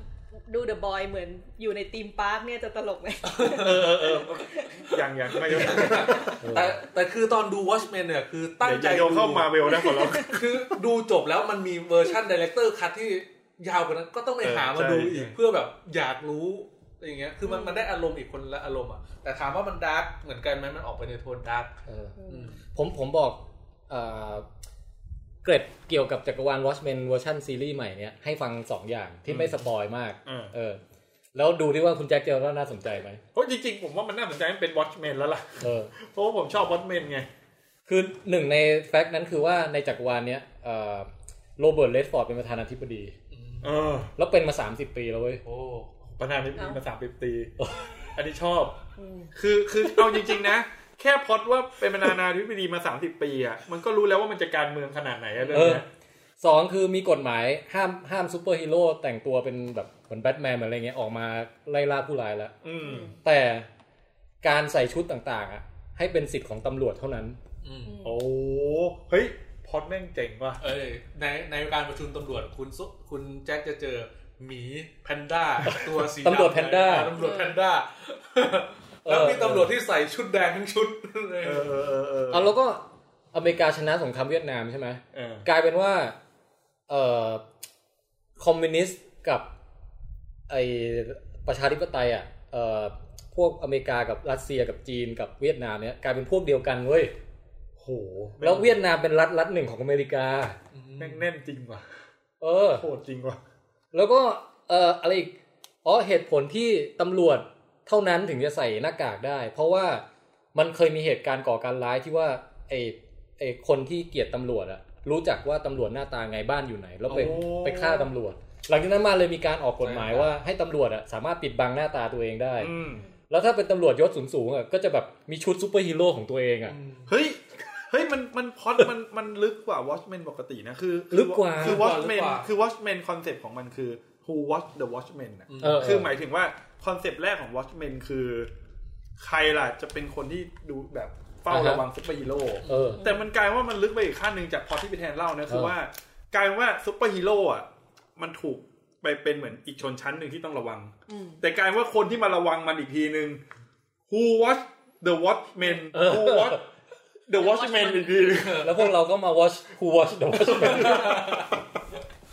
E: ดู The Boy เหมือนอยู่ในทีมพาร์คเนี่ยจะตลกไหม
C: เออเออเอออย่างอย่างไม่ต้อง
D: แต่แต่คือตอนดู Watchmen เนี่ยคือตั้งใจ
C: เดี๋ยวโย
D: ดู
C: งเข้ามาเวลนะขอร้อง
D: คือดูจบแล้วมันมีเวอร์ชัน Director Cut ที่ยาวกว่านั้นก็ต้องไป
C: เออ
D: หามา
C: ใช่
D: ดูอีก
C: ใช่
D: เพื่อแบบอยากรู้อย่างเงี้ยคือมัน
E: อืม
D: มันได้อารมณ์อีกคนละอารมณ์อ่ะแต่ถามว่ามันดาร์กเหมือนกันไหมมันออกไปในโทนดาร์ก
B: เออ
E: อืม
D: อืม
B: ผมผมบอกเอ่อเกร็ดเกี่ยวกับจักรวาล Watchmen เวอร์ชันซีรีส์ใหม่เนี่ยให้ฟังสองอย่างที่ไม่สปอยมาก
C: เออ
B: เออ แล้วดูที่ว่าคุณแจ็คเจอว่าน่าสนใจไหม
C: เพราะจริงๆ ผมว่ามันน่าสนใจมันเป็น Watchmen แล้วล่ะ
B: เออ
C: เพราะว่าผมชอบ Watchmen ไง
B: คือหนึ่งในแฟกต์นั้นคือว่าในจักรวาลเนี้ยเอ่อโรเบิร์ตเลดฟอร์ดเป็นประธานาธิบดี
C: เออ
B: แล้วเป็นมา 30 ปีแล้วเว้ย
D: โอ้
C: ประธานเป็น
E: เอ้า
C: มาสามปี อันนี้ชอบ
E: อืม
C: คือคือเอาจริง ๆ นะ แค่พล็อดว่าเป็นประธานาธิบดีมาสามสิบปีอ่ะมันก็รู้แล้วว่ามันจะการเมืองขนาดไหนอะเรื่อง
B: เออ
C: เนี้ย
B: สองคือมีกฎหมายห้ามห้ามซูเปอร์ฮีโร่แต่งตัวเป็นแบบเหมือนแบทแมนเหมือนอะไรเงี้ยออกมาไล่ล่าผู้ร้ายแล้ว
C: อืม
B: แต่การใส่ชุดต่างๆอะให้เป็นสิทธิ์ของตำรวจเท่านั้น
D: อืม
C: โอ้โหเฮ้ยพล็อดแม่งเจ๋งว่ะ
D: เอ้ยในในการประชุมตำรวจคุณซุคุณแจ็คจะเจอหมีแพนด้า ตัวสีดำ
B: ตำรวจแพนด้า
D: อ่ตำรวจแพนด้า
B: เออ
D: แล้วมีตำรวจที่ใส่ชุดแดงทั้งชุด
C: เออเออเออเออ
B: เอาแล้วก็อเมริกาชนะสงครามเวียดนามใช่ไหม
C: เออก
B: ลายเป็นว่าเอ่อคอมมิวนิสต์กับไอประชาธิปไตยอ่ะเอ่อพวกอเมริกากับรัสเซียกับจีนกับเวียดนามเนี่ยกลายเป็นพวกเดียวกันเว้ย
C: โห
B: แล้วเวียดนามเป็นรัฐรัฐหนึ่งของอเมริกา
C: แม่งแน่นจริงว่ะ
B: เออ
C: โหดจริงว่ะ
B: แล้วก็เอ่ออะไรอีกอ๋อเหตุผลที่ตำรวจเท่านั้นถึงจะใส่หน้ากากได้ เพราะว่ามันเคยมีเหตุการณ์ก่อการร้ายที่ว่าไอไอคนที่เกลียดตำรวจอะรู้จักว่าตำรวจหน้าตาไงบ้านอยู่ไหน แล้วไป
C: โอ้
B: ไปฆ่าตำรวจ หลังจากนั้นมาเลยมีการออกกฎหมายว่าให้ตำรวจอะสามารถปิดบังหน้าตาตัวเองได้
C: อืม
B: แล้วถ้าเป็นตำรวจยศสูงๆอะก็จะแบบมีชุดซูเปอร์ฮีโร่ของตัวเองอะ
C: เฮ้ยเฮ้ยมันมันพล็อดมันมันลึกกว่าวอชแมนปกตินะคือ
B: ลึกกว่า
C: คือวอชแมนคือวอชแมนคอนเซปต์ของมันคือ who watch the watchmen อะ
B: เ
C: คือหมายถึงว่าคอนเซปต์แรกของ Watchmen คือ ใครล่ะจะเป็นคนที่ดูแบบเฝ้า
B: อ่าฮะ
C: ระวังซุปเปอร์ฮีโร่
B: เออ
C: แต่มันกลายว่ามันลึกไปอีกขั้นหนึ่งจากพอที่พี่แทนเล่านะ คือ
B: เออ
C: ว่ากลายว่าซุปเปอร์ฮีโร่อะมันถูกไปเป็นเหมือนอีกชนชั้นหนึ่งที่ต้องระวัง
E: อืม
C: แต่กลายว่าคนที่มาระวังมันอีกทีหนึ่ง who watch the watchmen who watch the watchmen อีกทีหนึง
B: แล้วพวกเราก็มา watch who watch the watch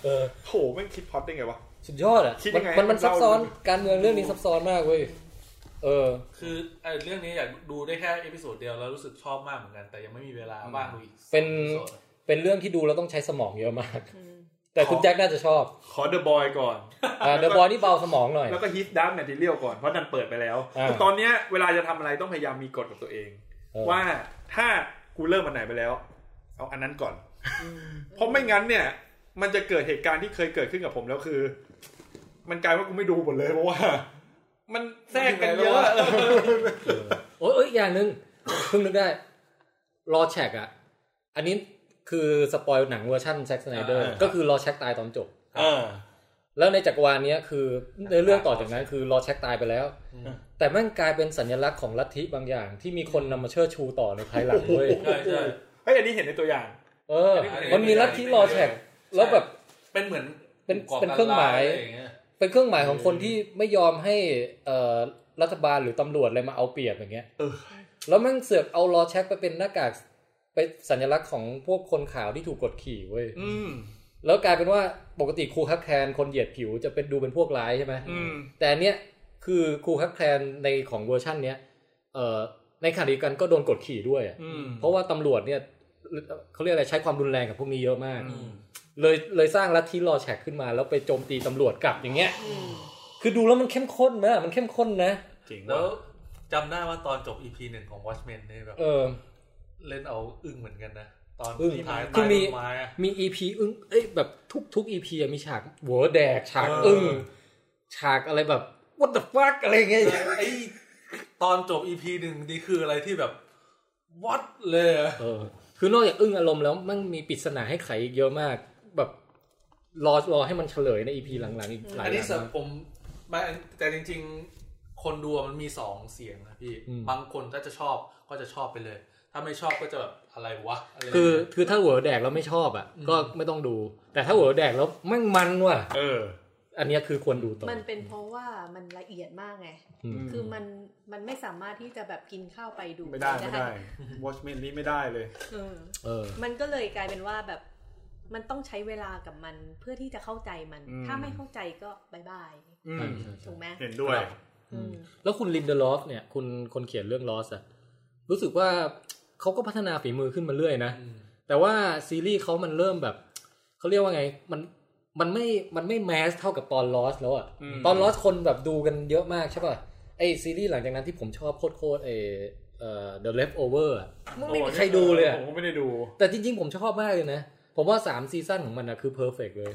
B: เออ
C: โหไม่งคิดพล็อดได้ไงวะ
B: สุดยอดอ่ะ
C: คิด
B: มั
C: ยั
B: น
C: งไง
B: มันมัน
C: เล่า
B: ซับซ้อน
C: ดิ
B: การเมืองเรื่องนี้ซับซ้อนมากเว้ย เออ
D: คือไอ้เรื่องนี้อยากดูได้แค่เอพิโซดเดียวแล้วรู้สึกชอบมากเหมือนกัน แต่ยังไม่มีเวลาว่างดูอีก
B: เป็น
D: สองอพิโซด
B: เป็นเรื่องที่ดูแล้วต้องใช้สมองเยอะมาก
E: อืม
B: แต่คุณแจ็คน่าจะชอบ
C: ขอ The Boy ก่อน
B: อ่าเดอะบอยนี่เบาสมองหน่อย
C: แล้วก็ฮิตดักแมทเทียลก่อน เพราะนันเปิดไปแล้ว
B: อ่า
C: ตอนเนี้ยเวลาจะทำอะไรต้องพยายามมีกฎกับตัวเอง
B: เออ
C: ว่าถ้ากูเริ่มอันไหนไปแล้ว เอาอันนั้นก่อน เพราะไม่งั้นเนี่ย มันจะเกิดเหตุการณ์ที่เคยเกิดขึ้นกับผมแล้วคือ มันกลายว่ากูไม่ดูหมดเลยเพราะว่า มันแทรกกันเยอะ
B: โอ้ยเอ้ย อย่างหนึ่ง เพิ่งนึกได้รอแช็กอะอันนี้คือสปอยหนังเวอร์ชันแซ็กสไนเดอร์
C: อ่า
B: ก็คือรอแช็กตายตอนจบ
C: เออ
B: แล้วในจักรวาลเนี้ยคือในเรื่องต่อจากนั้นคือรอแช็กตายไปแล้ว
C: อืม
B: แต่แมันกลายเป็นสัญลักษณ์ของลัทธิบางอย่าง ที่มีคนนำมาเชิดชูต่อในภายหลังเว้ย
D: ใช่ใช่
C: เฮ้ยอันนี้เห็นในตัวอย่าง
B: เออ
D: อันนี้
B: มันมีลัทธิรอแช็กแล้วแบบ
D: เป็นเหมือน
B: เป็น
D: ก่
B: เป็นเครื่องหมาย
D: กรร้ะไรองเงี้ย
B: เป็นเครื่องหมายของคนที่ไม่ยอมให้เอ่อรัฐบาลหรือตำรวจอะไรมาเอาเปรียบอย่างเงี้ย
C: เออ
B: แล้วแมันเสือกเอารอแช็กไปเป็นหน้ากากไปสัญลักษณ์ของพวกคนขาวที่ถูกกดขี่เว้ย
C: อืม
B: แล้วกลายเป็นว่าปกติครูคับแคลนคนเหยียดผิวจะเป็นดูเป็นพวกร้ายใช่ไหม
C: อืม
B: แต่อันเนี้ยคือครูคับแคลนในของเวอร์ชั่นเนี้ยเอ่อในขณะเดียวกันก็โดนกดขี่ด้วยอะ
C: อืม
B: เพราะว่าตำรวจเนี่ยเขาเรียกอะไรใช้ความรุนแรงกับพวกนี้เยอะมาก
C: อืม
B: เลยเลยสร้างลัทธิรอแฉกขึ้นมา แล้วไปโจมตีตำรวจกลับอย่างเงี้ย คือดูแล้วมันเข้มข้นไหมอะมันเข้มข้นนะ
C: จริง
D: แล้
C: แล้ว ว
D: จำได้ว่าตอนจบ EP หนึ่งของ Watchmen เนี่ยแบบ
B: เออ
D: เล่นเอาอึ้งเหมือนกันนะ ตอน
B: อึ้ง
D: ที่ถ่าย
B: คือ
D: ใต้
B: มี
D: ต้นไม้อะ
B: มีอีพีอึ้งเอ้ยแบบทุกทุกอีพีมีฉากหัวแดกฉาก
D: เอออึ้
B: อึ้ง
D: ง
B: ฉากอะไรแบบ what the fuck อะไรเงี้ย
D: ไอตอนจบ EP หนึ่งนี่คืออะไรที่แบบวัดเลยอะ
B: เออคือนอกจากอึ้งอารมณ์แล้วมันมีปริศนาให้ไขอีกเยอะมาก แบบรอรอให้มันเฉลยในอีพีหลังๆอีกหลาย
D: อั
B: ห
D: น
B: ลั
D: นี้
B: ง
D: สำหรั
B: มา
D: บ
B: ก
D: ผมไม่แต่จริงๆ คนดูอะมันมีสองเสียงนะพี่
B: อืม
D: บางคนถ้าจะชอบก็จะชอบไปเลย ถ้าไม่ชอบก็จะแบบอะไรวะอะไรย่าง
B: คือ
D: เงี้ย
B: คือถ้าหัวแดกแล้วไม่ชอบอ่ะ ก็ไม่ต้องดู แต่ถ้าหัวแดกแล้วแม่งมันว่ะ
C: เออ
B: อันเนี้ยคือควรดูต่อ
E: มันเป็นเพราะว่ามันละเอียดมากไง
B: อืม
E: คือมันมันไม่สามารถที่จะแบบกินข้าวไปดู
C: ไม่ได้ไม่ได้ Watchmen นี่ไม่ได้เลย
E: เออ
B: เออ
E: มันก็เลยกลายเป็นว่าแบบมันต้องใช้เวลากับมันเพื่อที่จะเข้าใจมัน
C: อืม
E: ถ้าไม่เข้าใจก็บายบาย
C: อืม
E: ถูกไหม
C: เห็นด้วย
B: ครับ
E: อืม
B: แล้วคุณลินเดลอฟเนี่ยคุณคนเขียนเรื่องลอสอ่ะ รู้สึกว่าเขาก็พัฒนาฝีมือขึ้นมาเรื่อยนะ
D: อืม
B: แต่ว่าซีรีส์เขามันเริ่มแบบ เขาเรียกว่าไง มันมันไม่มันไม่แมสเท่ากับตอนลอสแล้วอะ
C: อืม
B: ตอนลอสคนแบบดูกันเยอะมากใช่ป่ะไอซีรีส์หลังจากนั้นที่ผมชอบโคตรโคตรๆไอเอ่อ The Leftover อะมันไม่มีใครดูเลยอะ
C: ผมก็ไม่ได้ดู
B: แต่จริงๆ ผมชอบมากเลยนะ ผมว่า 3 ซีซั่นของมันนะคือเพอร์เฟกเลย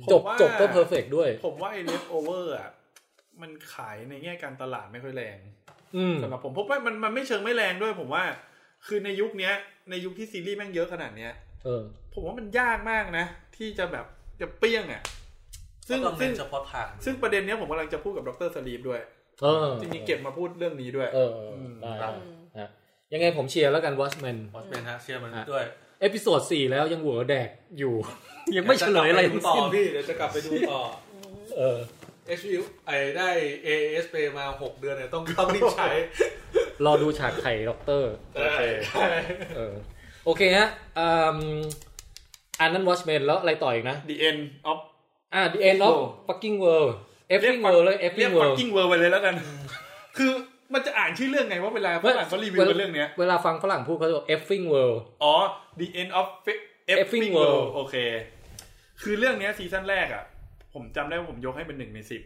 C: ผม
B: จบ
C: ว่า
B: จบก็เพอร์เฟกด้วย
C: ผมว่าไอ้ leftover อ่ะมันขายในแง่การตลาดไม่ค่อยแรง
B: อืม
C: สำหรับผมเพราะว่ามันมันไม่เชิงไม่แรงด้วยผมว่า คือในยุคเนี้ย ในยุคที่ซีรีส์แม่งเยอะขนาดเนี้ย
B: เออ
C: ผมว่ามันยากมากนะ ที่จะแบบจะเปี้ยงอ่ะ ซึ่ง
D: ก็ต้อง
C: ซึ่ง
D: เน้นเฉพาะทาง
C: ซึ่งประเด็นเนี้ยผมกำลังจะพูดกับดรสลีปด้วย
B: เออ
C: จริงๆเก็บมาพูดเรื่องนี้ด้วย
B: เออเออได้ได้
E: อืม
B: ฮะยังไงผมเชียร์แล้วกัน Watchmen
D: วอชแมนฮะเชียร์มันด้วย
B: เอพิโซด4แล้วยังหัวแดกอยู่ *laughs* ยังไม่เฉลยอะไรทั้ง
D: ต่อ
B: สิ้น
D: พี่เดี๋ยวจะกลับไปดูต่อ
B: เออ
D: *laughs* HBO ไอ้ได้ AS Play มา 6 เดือนเนี่ยต้องต้องรีบใช้
B: รอดูฉากไข่ด็อกเตอร์
C: โอเค
D: ใช่
B: เออ โอเคฮะอืมอันนั้น Watchmen แล้วอะไรต่ออีกนะ
C: the end of
B: อ่า The End of Fucking World Every World เลย
C: เรีย
B: Every
C: ก
B: World
C: fucking world ไปเลยแล้วกัน คือมันจะอ่านชื่อเรื่องไงว่าเวลาฝรั่งเขารีวิวกันเรื่องเนี้ย
B: เวลาฟังฝรั่งพูดเขาจะบอก Every World
C: อ๋อ The End of Fe- Effing
B: Effing World
C: World โอเค คือเรื่องเนี้ยซีซั่นแรกอ่ะ ผมจำได้ว่าผมยกให้เป็นหนึ่งในสิบ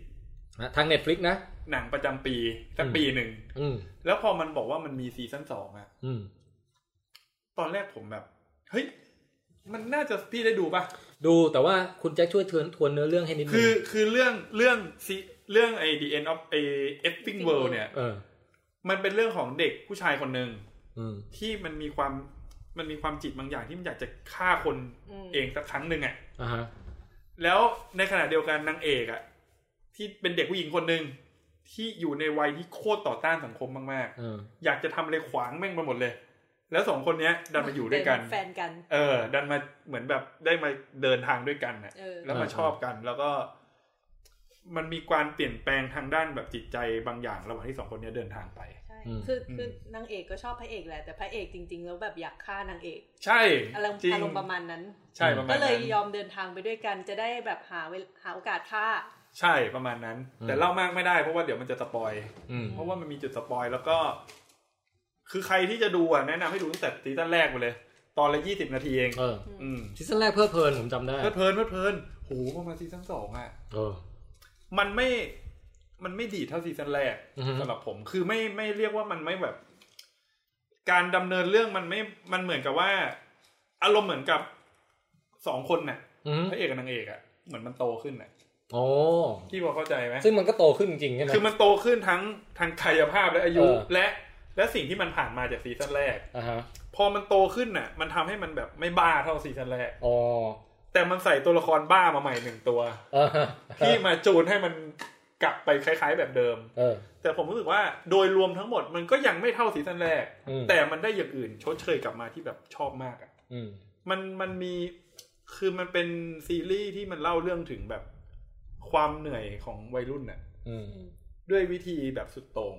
B: นะทาง Netflix นะ
C: หนังประจำปีสัก
B: อืม
C: ปีหนึ่ง
B: อืม
C: แล้วพอมันบอกว่ามันมีซีซั่นสองอ่ะ
B: อืม
C: ตอนแรกผมแบบ เฮ้ย มันน่าจะพี่ได้ดูปะ
B: ดูแต่ว่าคุณแจ็คช่วยทวนทวนเนื้อเรื่องให้นิดนึ
C: คื
B: ง
C: อคือเรื่องเรื่องซีเรื่องไอ้ The End of ไอ้ Effing World เนี่ย
B: เออ
C: มันเป็นเรื่องของเด็กผู้ชายคนหนึ่ง
B: อืม
C: ที่มันมีความมันมีความจิตบางอย่างที่มันอยากจะฆ่าคนเองสักครั้งหนึ่งอ่ะ
B: อ่าฮะ
C: แล้วในขณะเดียวกันนางเอกอะที่เป็นเด็กผู้หญิงคนหนึ่งที่อยู่ในวัยที่โคตรต่อต้านสังคมมาก
B: เออ
C: ๆ อยากจะทำอะไรขวางแม่งไปหมดเลย แล้วสองคนเนี้ย ดันมาอยู่ด้วยกัน
E: เป็นแฟนกัน
C: เออ ดันมาเหมือนแบบได้มาเดินทางด้วยกันน่ะ
E: เออ
C: แล้วมาชอบกัน แล้วก็ มันมีการเปลี่ยนแปลงทางด้านแบบจิตใจบางอย่างระหว่างที่สองคนเนี้ยเดินทางไป
E: ใช่
B: อืม
E: คืออ
C: ม
E: คือนางเอกก็ชอบพระเอกแหละ แต่พระเอกจริง ๆ แล้วแบบอยากฆ่านางเอก
C: ใช่
E: อารมณ์
C: จริง
E: อารมณ์ประมาณนั้น
C: ใช่ประมาณ
E: ก็
C: นั้น
E: เลยยอมเดินทางไปด้วยกัน จะได้แบบหาเวลหาโอกาสฆ่า
C: ใช่ประมาณนั้น แต่เล่ามากไม่ได้เพราะว่าเดี๋ยวมันจะสปอย
B: อืม
C: เพราะว่ามันมีจุดสปอยแล้วก็ คือใครที่จะดูอ่ะแนะนำให้ดูตั้งแต่ซีซั่นแรกไปเลย ตอนละยี่สิบนาทีเอง
B: เออ
C: อืม
B: ซีซั่นแรกเพลิดเพลินผมจำได้
C: เพลิดเพลินเพลิดเพลินโหพอมาซีซั่นสองอ่ะ
B: เออ
C: มันไม่ มันไม่ดีดเท่าซีซั่นแรก
B: อือฮึ
C: สำหรับผม คือไม่ไม่เรียกว่ามันไม่แบบ การดำเนินเรื่องมันไม่มันเหมือนกับว่า อารมณ์เหมือนกับสองคนน่ะ
B: อืม
C: พระเอกกับนางเอกอ่ะเหมือนมันโตขึ้นน่ะ
B: อ๋อ
C: พี่พอเข้าใจไหม
B: ซึ่งมันก็โตขึ้นจริงใช่ไหม
C: คือมันโตขึ้นทั้งทางกายภาพและอายุ
B: เออ
C: และ และสิ่งที่มันผ่านมาจากซีซั่นแรก
B: อ่าฮะ
C: พอมันโตขึ้นน่ะ มันทำให้มันแบบไม่บ้าเท่าซีซั่นแรก
B: อ๋ *laughs* อ
C: แต่มันใส่ตัวละครบ้ามาใหม่หนึ่งตัว
B: เออ
C: ที่มาจูนให้มันกลับไปคล้าย ๆ แบบเดิม
B: เออ
C: แต่ผมรู้สึกว่าโดยรวมทั้งหมดมันก็ยังไม่เท่าซีซั่นแรก
B: อืม
C: แต่มันได้อย่างอื่นชดเชยกลับมาที่แบบชอบมากอะ
B: อืม
C: มันมันมีคือมันเป็นซีรีส์ที่มันเล่าเรื่องถึงแบบความเหนื่อยของวัยรุ่นน่ะ
B: อืม
C: ด้วยวิธีแบบสุดโต่ง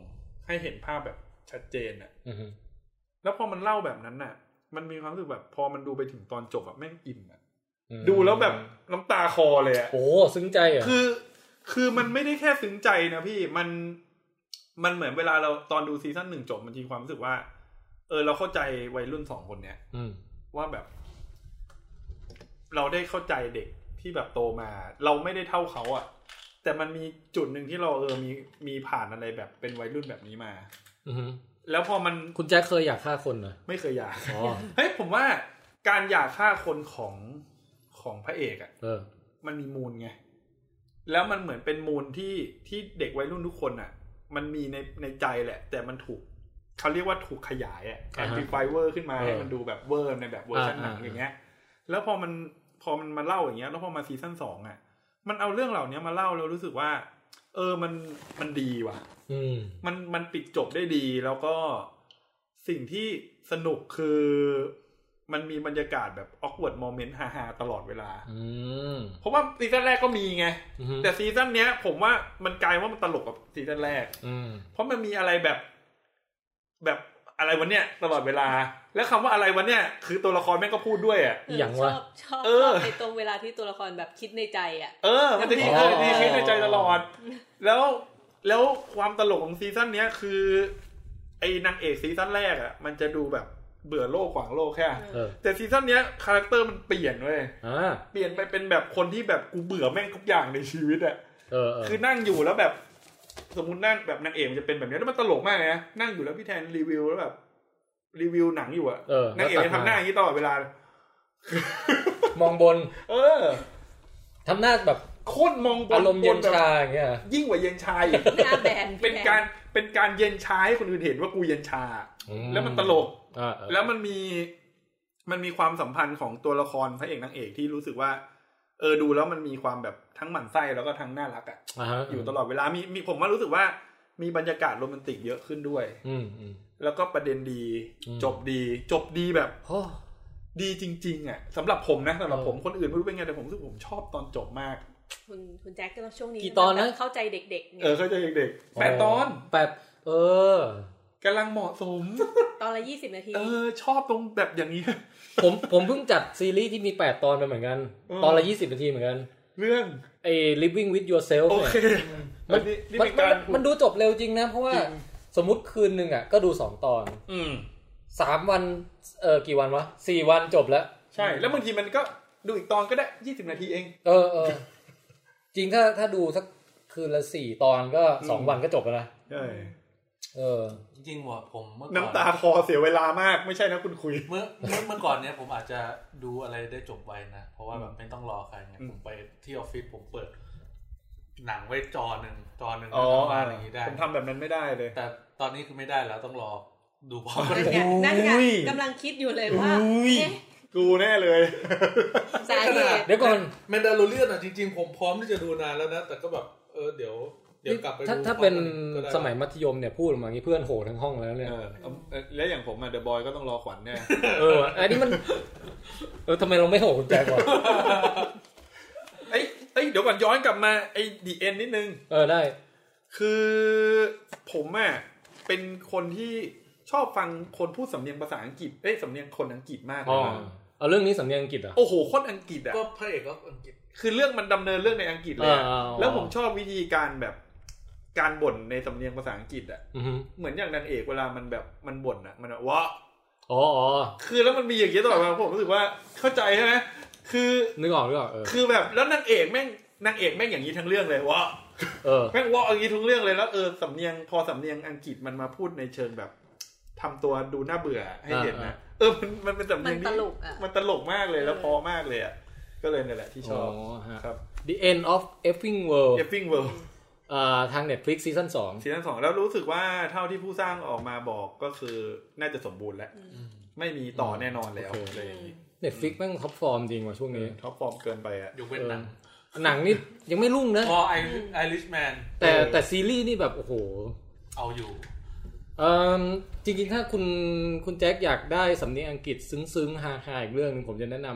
C: ให้เห็นภาพแบบชัดเจนน่ะ
B: อืม
C: แล้วพอมันเล่าแบบนั้นน่ะ มันมีความรู้สึกแบบพอมันดูไปถึงตอนจบแบบแม่งอิ่มอ่ะ
B: อืม
C: ดูแล้วแบบน้ำตาคอเลยอ่ะ
B: โอ้โหซึ้งใจเหรอ่ะ
C: คือ คือมันไม่ได้แค่ซึ้งใจนะพี่มันมันเหมือนเวลาเราตอนดูซีซั่นหนึ่งจบมันมีความรู้สึกว่า เออเราเข้าใจวัยรุ่นสองคนเนี้ย
B: อืม
C: ว่าแบบ เราได้เข้าใจเด็กที่แบบโตมา เราไม่ได้เท่าเขาอะแต่มันมีจุดหนึ่งที่เราเออมีมีผ่านอะไรแบบเป็นวัยรุ่นแบบนี้มา
B: อืม
C: แล้วพอมัน
B: คุณแจ็คเคยอยากฆ่าคนเหรอ
C: ไม่เคยอยาก *laughs*
B: อ๋อ
C: เฮ้ยผมว่าการอยากฆ่าคนของของพระเอกอะ
B: เออ
C: มันมีมูลไง แล้วมันเหมือนเป็นมูลที่ที่เด็กวัยรุ่นทุกคนอะมันมีในในใจแหละ แต่มันถูกเขาเรียกว่าถูกขยายอะแอ
B: อ่านฮะ
C: ติไฟเวอร์ขึ้นมา
B: เออ
C: ให้มันดูแบบเวอร์ในแบบเวอร์ชันหนัง
B: อ่า
C: อย่างเงี้ย แล้วพอมันพอมันมาเล่าอย่างเงี้ย แล้วพอมาซีซั่นสองอะมันเอาเรื่องเหล่านี้มาเล่าแล้วรู้สึกว่า เออมันมันดีว่ะ
B: อืม
C: มันมันปิดจบได้ดีแล้วก็สิ่งที่สนุกคือมันมีบรรยากาศแบบออกว a r d ดโมเมนต์ฮาๆตลอดเวลา
B: อืม
C: เพราะว่าซีซั่นแรกก็มีไง
B: อืม
C: แต่ซีซั่นเนี้ย ผมว่ามันกลายว่ามันตลกกับซีซั่นแรก
B: อืม
C: เพราะมันมีอะไรแบบ แบบอะไรวันเนี้ยตลอดเวลา แล้วคำว่าอะไรวันเนี้ยคือตัวละครแม่งก็พูดด้วยอ่ะ
E: เออ
B: อย่าง
E: ช
B: วะ
E: อบชอบ
C: เอ
E: ชอ
C: อ
E: บในตรงเวลาที่ตัวละครแบบคิดในใจอ่ะ
C: เออ มันจะคิดเออดีคิดในใจตลอด แล้วแล้วความตลกของซีซั่นเนี้ยคือ ไอ้นางเอกซีซั่นแรกอ่ะ มันจะดูแบบเบื่อโลกขวางโลกแค่
B: เออ
C: แต่ซีซั่นเนี้ยคาแรคเตอร์มันเปลี่ยนเว้ย
B: อ่า
C: เปลี่ยนไปเป็นแบบคนที่แบบกูเบื่อแม่งทุกอย่างในชีวิตอ่ะ
B: เออเออ
C: คือนั่งอยู่แล้วแบบ สมมตินั่งแบบนางเอกมันจะเป็นแบบเนี้ยแล้วมันตลกมากเลยนะ นั่งอยู่แล้วพี่แทนรีวิวแล้วแบบ รีวิวหนังอยู่อ่ะ
B: เออน
C: างเอก
B: แล้ว
C: จะ
B: ตัด
C: ทำหน้าอย่างนี้ตลอดเวลา
B: มองบน
C: เออ
B: ทำหน้าแบบ
C: โคตรมองบน
B: อารมณ์เย็น
C: แบบ
B: ชาอย่างเงี้ย
C: ยิ่งกว่าเย็นชายอีก
E: หน้าแบน
C: เป็นการเป็นการเย็นชาให้คนอื่นเห็นว่ากูเย็นชา
B: อืม
C: แล้วมันตลก
B: อ่าเออ
C: แล้วมันมีมันมีความสัมพันธ์ของตัวละครพระเอกนางเอกที่รู้สึกว่า เออดูแล้วมันมีความแบบทั้งหมั่นไส้แล้วก็ทั้งน่ารักอะ
B: อ่าฮะ
C: อยู่ตลอดเวลามีมีผมว่ารู้สึกว่ามีบรรยากาศโรแมนติกเยอะขึ้นด้วย
B: อืมอืม
C: แล้วก็ประเด็นดี
B: อืม
C: จบดี จบดีแบบ
B: โอ้
C: ดีจริง ๆอะสำหรับผมนะสำหรับผมคนอื่นไม่รู้เป็นไงแต่ผมรู้สึกผมชอบตอนจบมาก
E: คุณคุณแจ็คก็ต้องช่วงนี้
B: กี่ตอนนะ
E: แบบเข้าใจเด็กๆไง
C: เออเข้าใจเด็กๆแปดตอน
B: แปดเออ
C: กำลังเหมาะสม
E: ตอนละยี่สิบนาที
C: เออชอบตรงแบบอย่างนี้ *laughs*
B: ผมผมเพิ่งจัดซีรีส์ที่มีแปดตอนไปเหมือนกัน
C: อืม
B: ตอนละยี่สิบนาทีเหมือนกัน
C: เรื่อง
B: ไอ้ living with yourself
C: โอ
B: เนี่ย
C: เค
B: มั
C: อั
B: น
C: นนี้นี่
B: มัน
C: เป็นการ
B: มันดูจบเร็วจริงนะ เพราะว่าสมมติคืนหนึ่งอ่ะ ก็ดูสองตอน
C: อืม
B: สามวัน เออกี่วันวะสี่วันจบแล้ว
C: ใช่ แล้วบางทีมันก็ดูอีกตอนก็ได้ยี่สิบนาทีเอง
B: เออเออ จริงถ้าถ้าดูสักคืนละสี่ตอนก็
C: อืม
B: สองวันก็จบแล้วนะ
C: ใช่
B: เออ
D: จริงๆว่าผมเมื่อก่อน
C: น้ำตาคอเสียเวลามากไม่ใช่นะคุณคุย
D: เมื่อเมื่อเมื่อก่อนเนี้ยผมอาจจะดูอะไรได้จบไวนะ เพราะว่าแบบไม่ต้องรอใครไง
C: อืม
D: ผมไปที่ออฟฟิศผมเปิด หนังไว้จอหนึ่งจอหนึ่ง
C: อ๋อ
D: แล้วทำงานอย่างนี้ได้
C: ผมทำแบบนั้นไม่ได้เลย
D: แต่ตอนนี้คือไม่ได้แล้วต้องรอดูพร้อมกัน *laughs*
E: นั่นไงนั่นไง
C: อุ้ย
E: กำลังคิดอยู่เลยว่าเอ๊ะ
C: กูแน่เลย
E: สาเหตุ
B: เดี๋ยวก่อน
D: แมนดาโลเรียนอ่ะจริง ๆ ผมพร้อมที่จะดูนานแล้วนะ แต่ก็แบบเออเดี๋ยว เดี๋ยวกลับไปดู
B: ถ้าถ้า
D: พร้อม
B: เป็น
D: ก็ได้
B: สมัยมัธยมเนี่ยพูดออกมาอย่างงี้เพื่อนโหทั้งห้องแล้วเนี่ย
C: เออเออแล้วอย่างผมอะเดอะบอยก็ต้องรอขวัญแน่
B: เอออันนี้มัน เออทำไมเราไม่โหคุณแจ็คก่อน
C: เอ้ยเอ้ยเดี๋ยวก่อนย้อนกลับมาไอ้ดีเอ็นนิดนึง
B: เออได้
C: คือผมอะเป็นคนที่ชอบฟังคนพูดสำเนียงภาษาอังกฤษเอ้ยสำเนียงคนอังกฤษมากเล
B: อ๋อย
C: นะ
B: เอาเรื่องนี้สำเนียงอังกฤษเหรอ่ะ
C: โอ้โหโคนอังกฤษอะ
D: ก็พระเอกก็อังกฤษ
C: คือเรื่องมันดำเนินเรื่องในอังกฤษเลยอะ
B: อ่าอ่าอ่า
C: แล้วผมชอบวิธีการแบบการบ่นในสำเนียงภาษาอังกฤษอ่ะ
B: อือฮึ
C: เหมือนอย่างนางเอกเวลามันแบบมันบ่นอ่ะ มันแบบว่า
B: อ๋ออ๋อ
C: คือแล้วมันมีอย่างเงี้ยตลอดเวลาผมรู้สึกว่าเข้าใจใช่ไหมคือ
B: นึกออกนึกออกเออ
C: คือแบบแล้วนางเอกแม่งนางเอกแม่งอย่างนี้ทั้งเรื่องเลยวะ
B: เออ
C: แม่งวะอย่างนี้ทั้งเรื่องเลยแล้วเออสำเนียงพอสำเนียงอังกฤษมันมาพูดในเชิงแบบทำตัวดูน่าเบื่อให้เห็นนะเออมันมันเป็นสำ
E: มั
C: เนีย
E: น
C: ง
E: ต
C: ที่
E: ลกอ่ะ
C: มันตลกมากเลยแล้วเพอมากเลยอ่ะก็เลยนี่นแหละที่ชอบ
B: อ๋อฮะ
C: ครับ
B: The End of Effing World
C: e f f i n g World
B: เอ่อทาง Netflix ซีซั่นสอง
C: ซีซั่นสองแล้วรู้สึกว่าเท่าที่ผู้สร้างออกมาบอกก็คือน่าจะสมบูรณ์แล้ว ไม่มีต่อแน่นอนแล้วอะไรอย่างงี้
B: เน็ตฟลิกแม่งท็อปฟอร์มจริงว่ะช่วงนี้
C: ท็อปฟอร์มเกินไปอ่ะ
D: ยกเว้นหนัง
B: เออหนังนี่ยังไม่รุ่งนะ
D: พอไอไอริชแมน
B: แต่
C: เออ
B: แต่ซีรีส์นี่แบบโอ้โห
D: เอาอยู่
B: เอิ่มจริงๆ ถ้าคุณคุณแจ็คอยากได้สำเนียงอังกฤษซึ้งๆฮาๆอีกเรื่องหนึงผมจะแนะน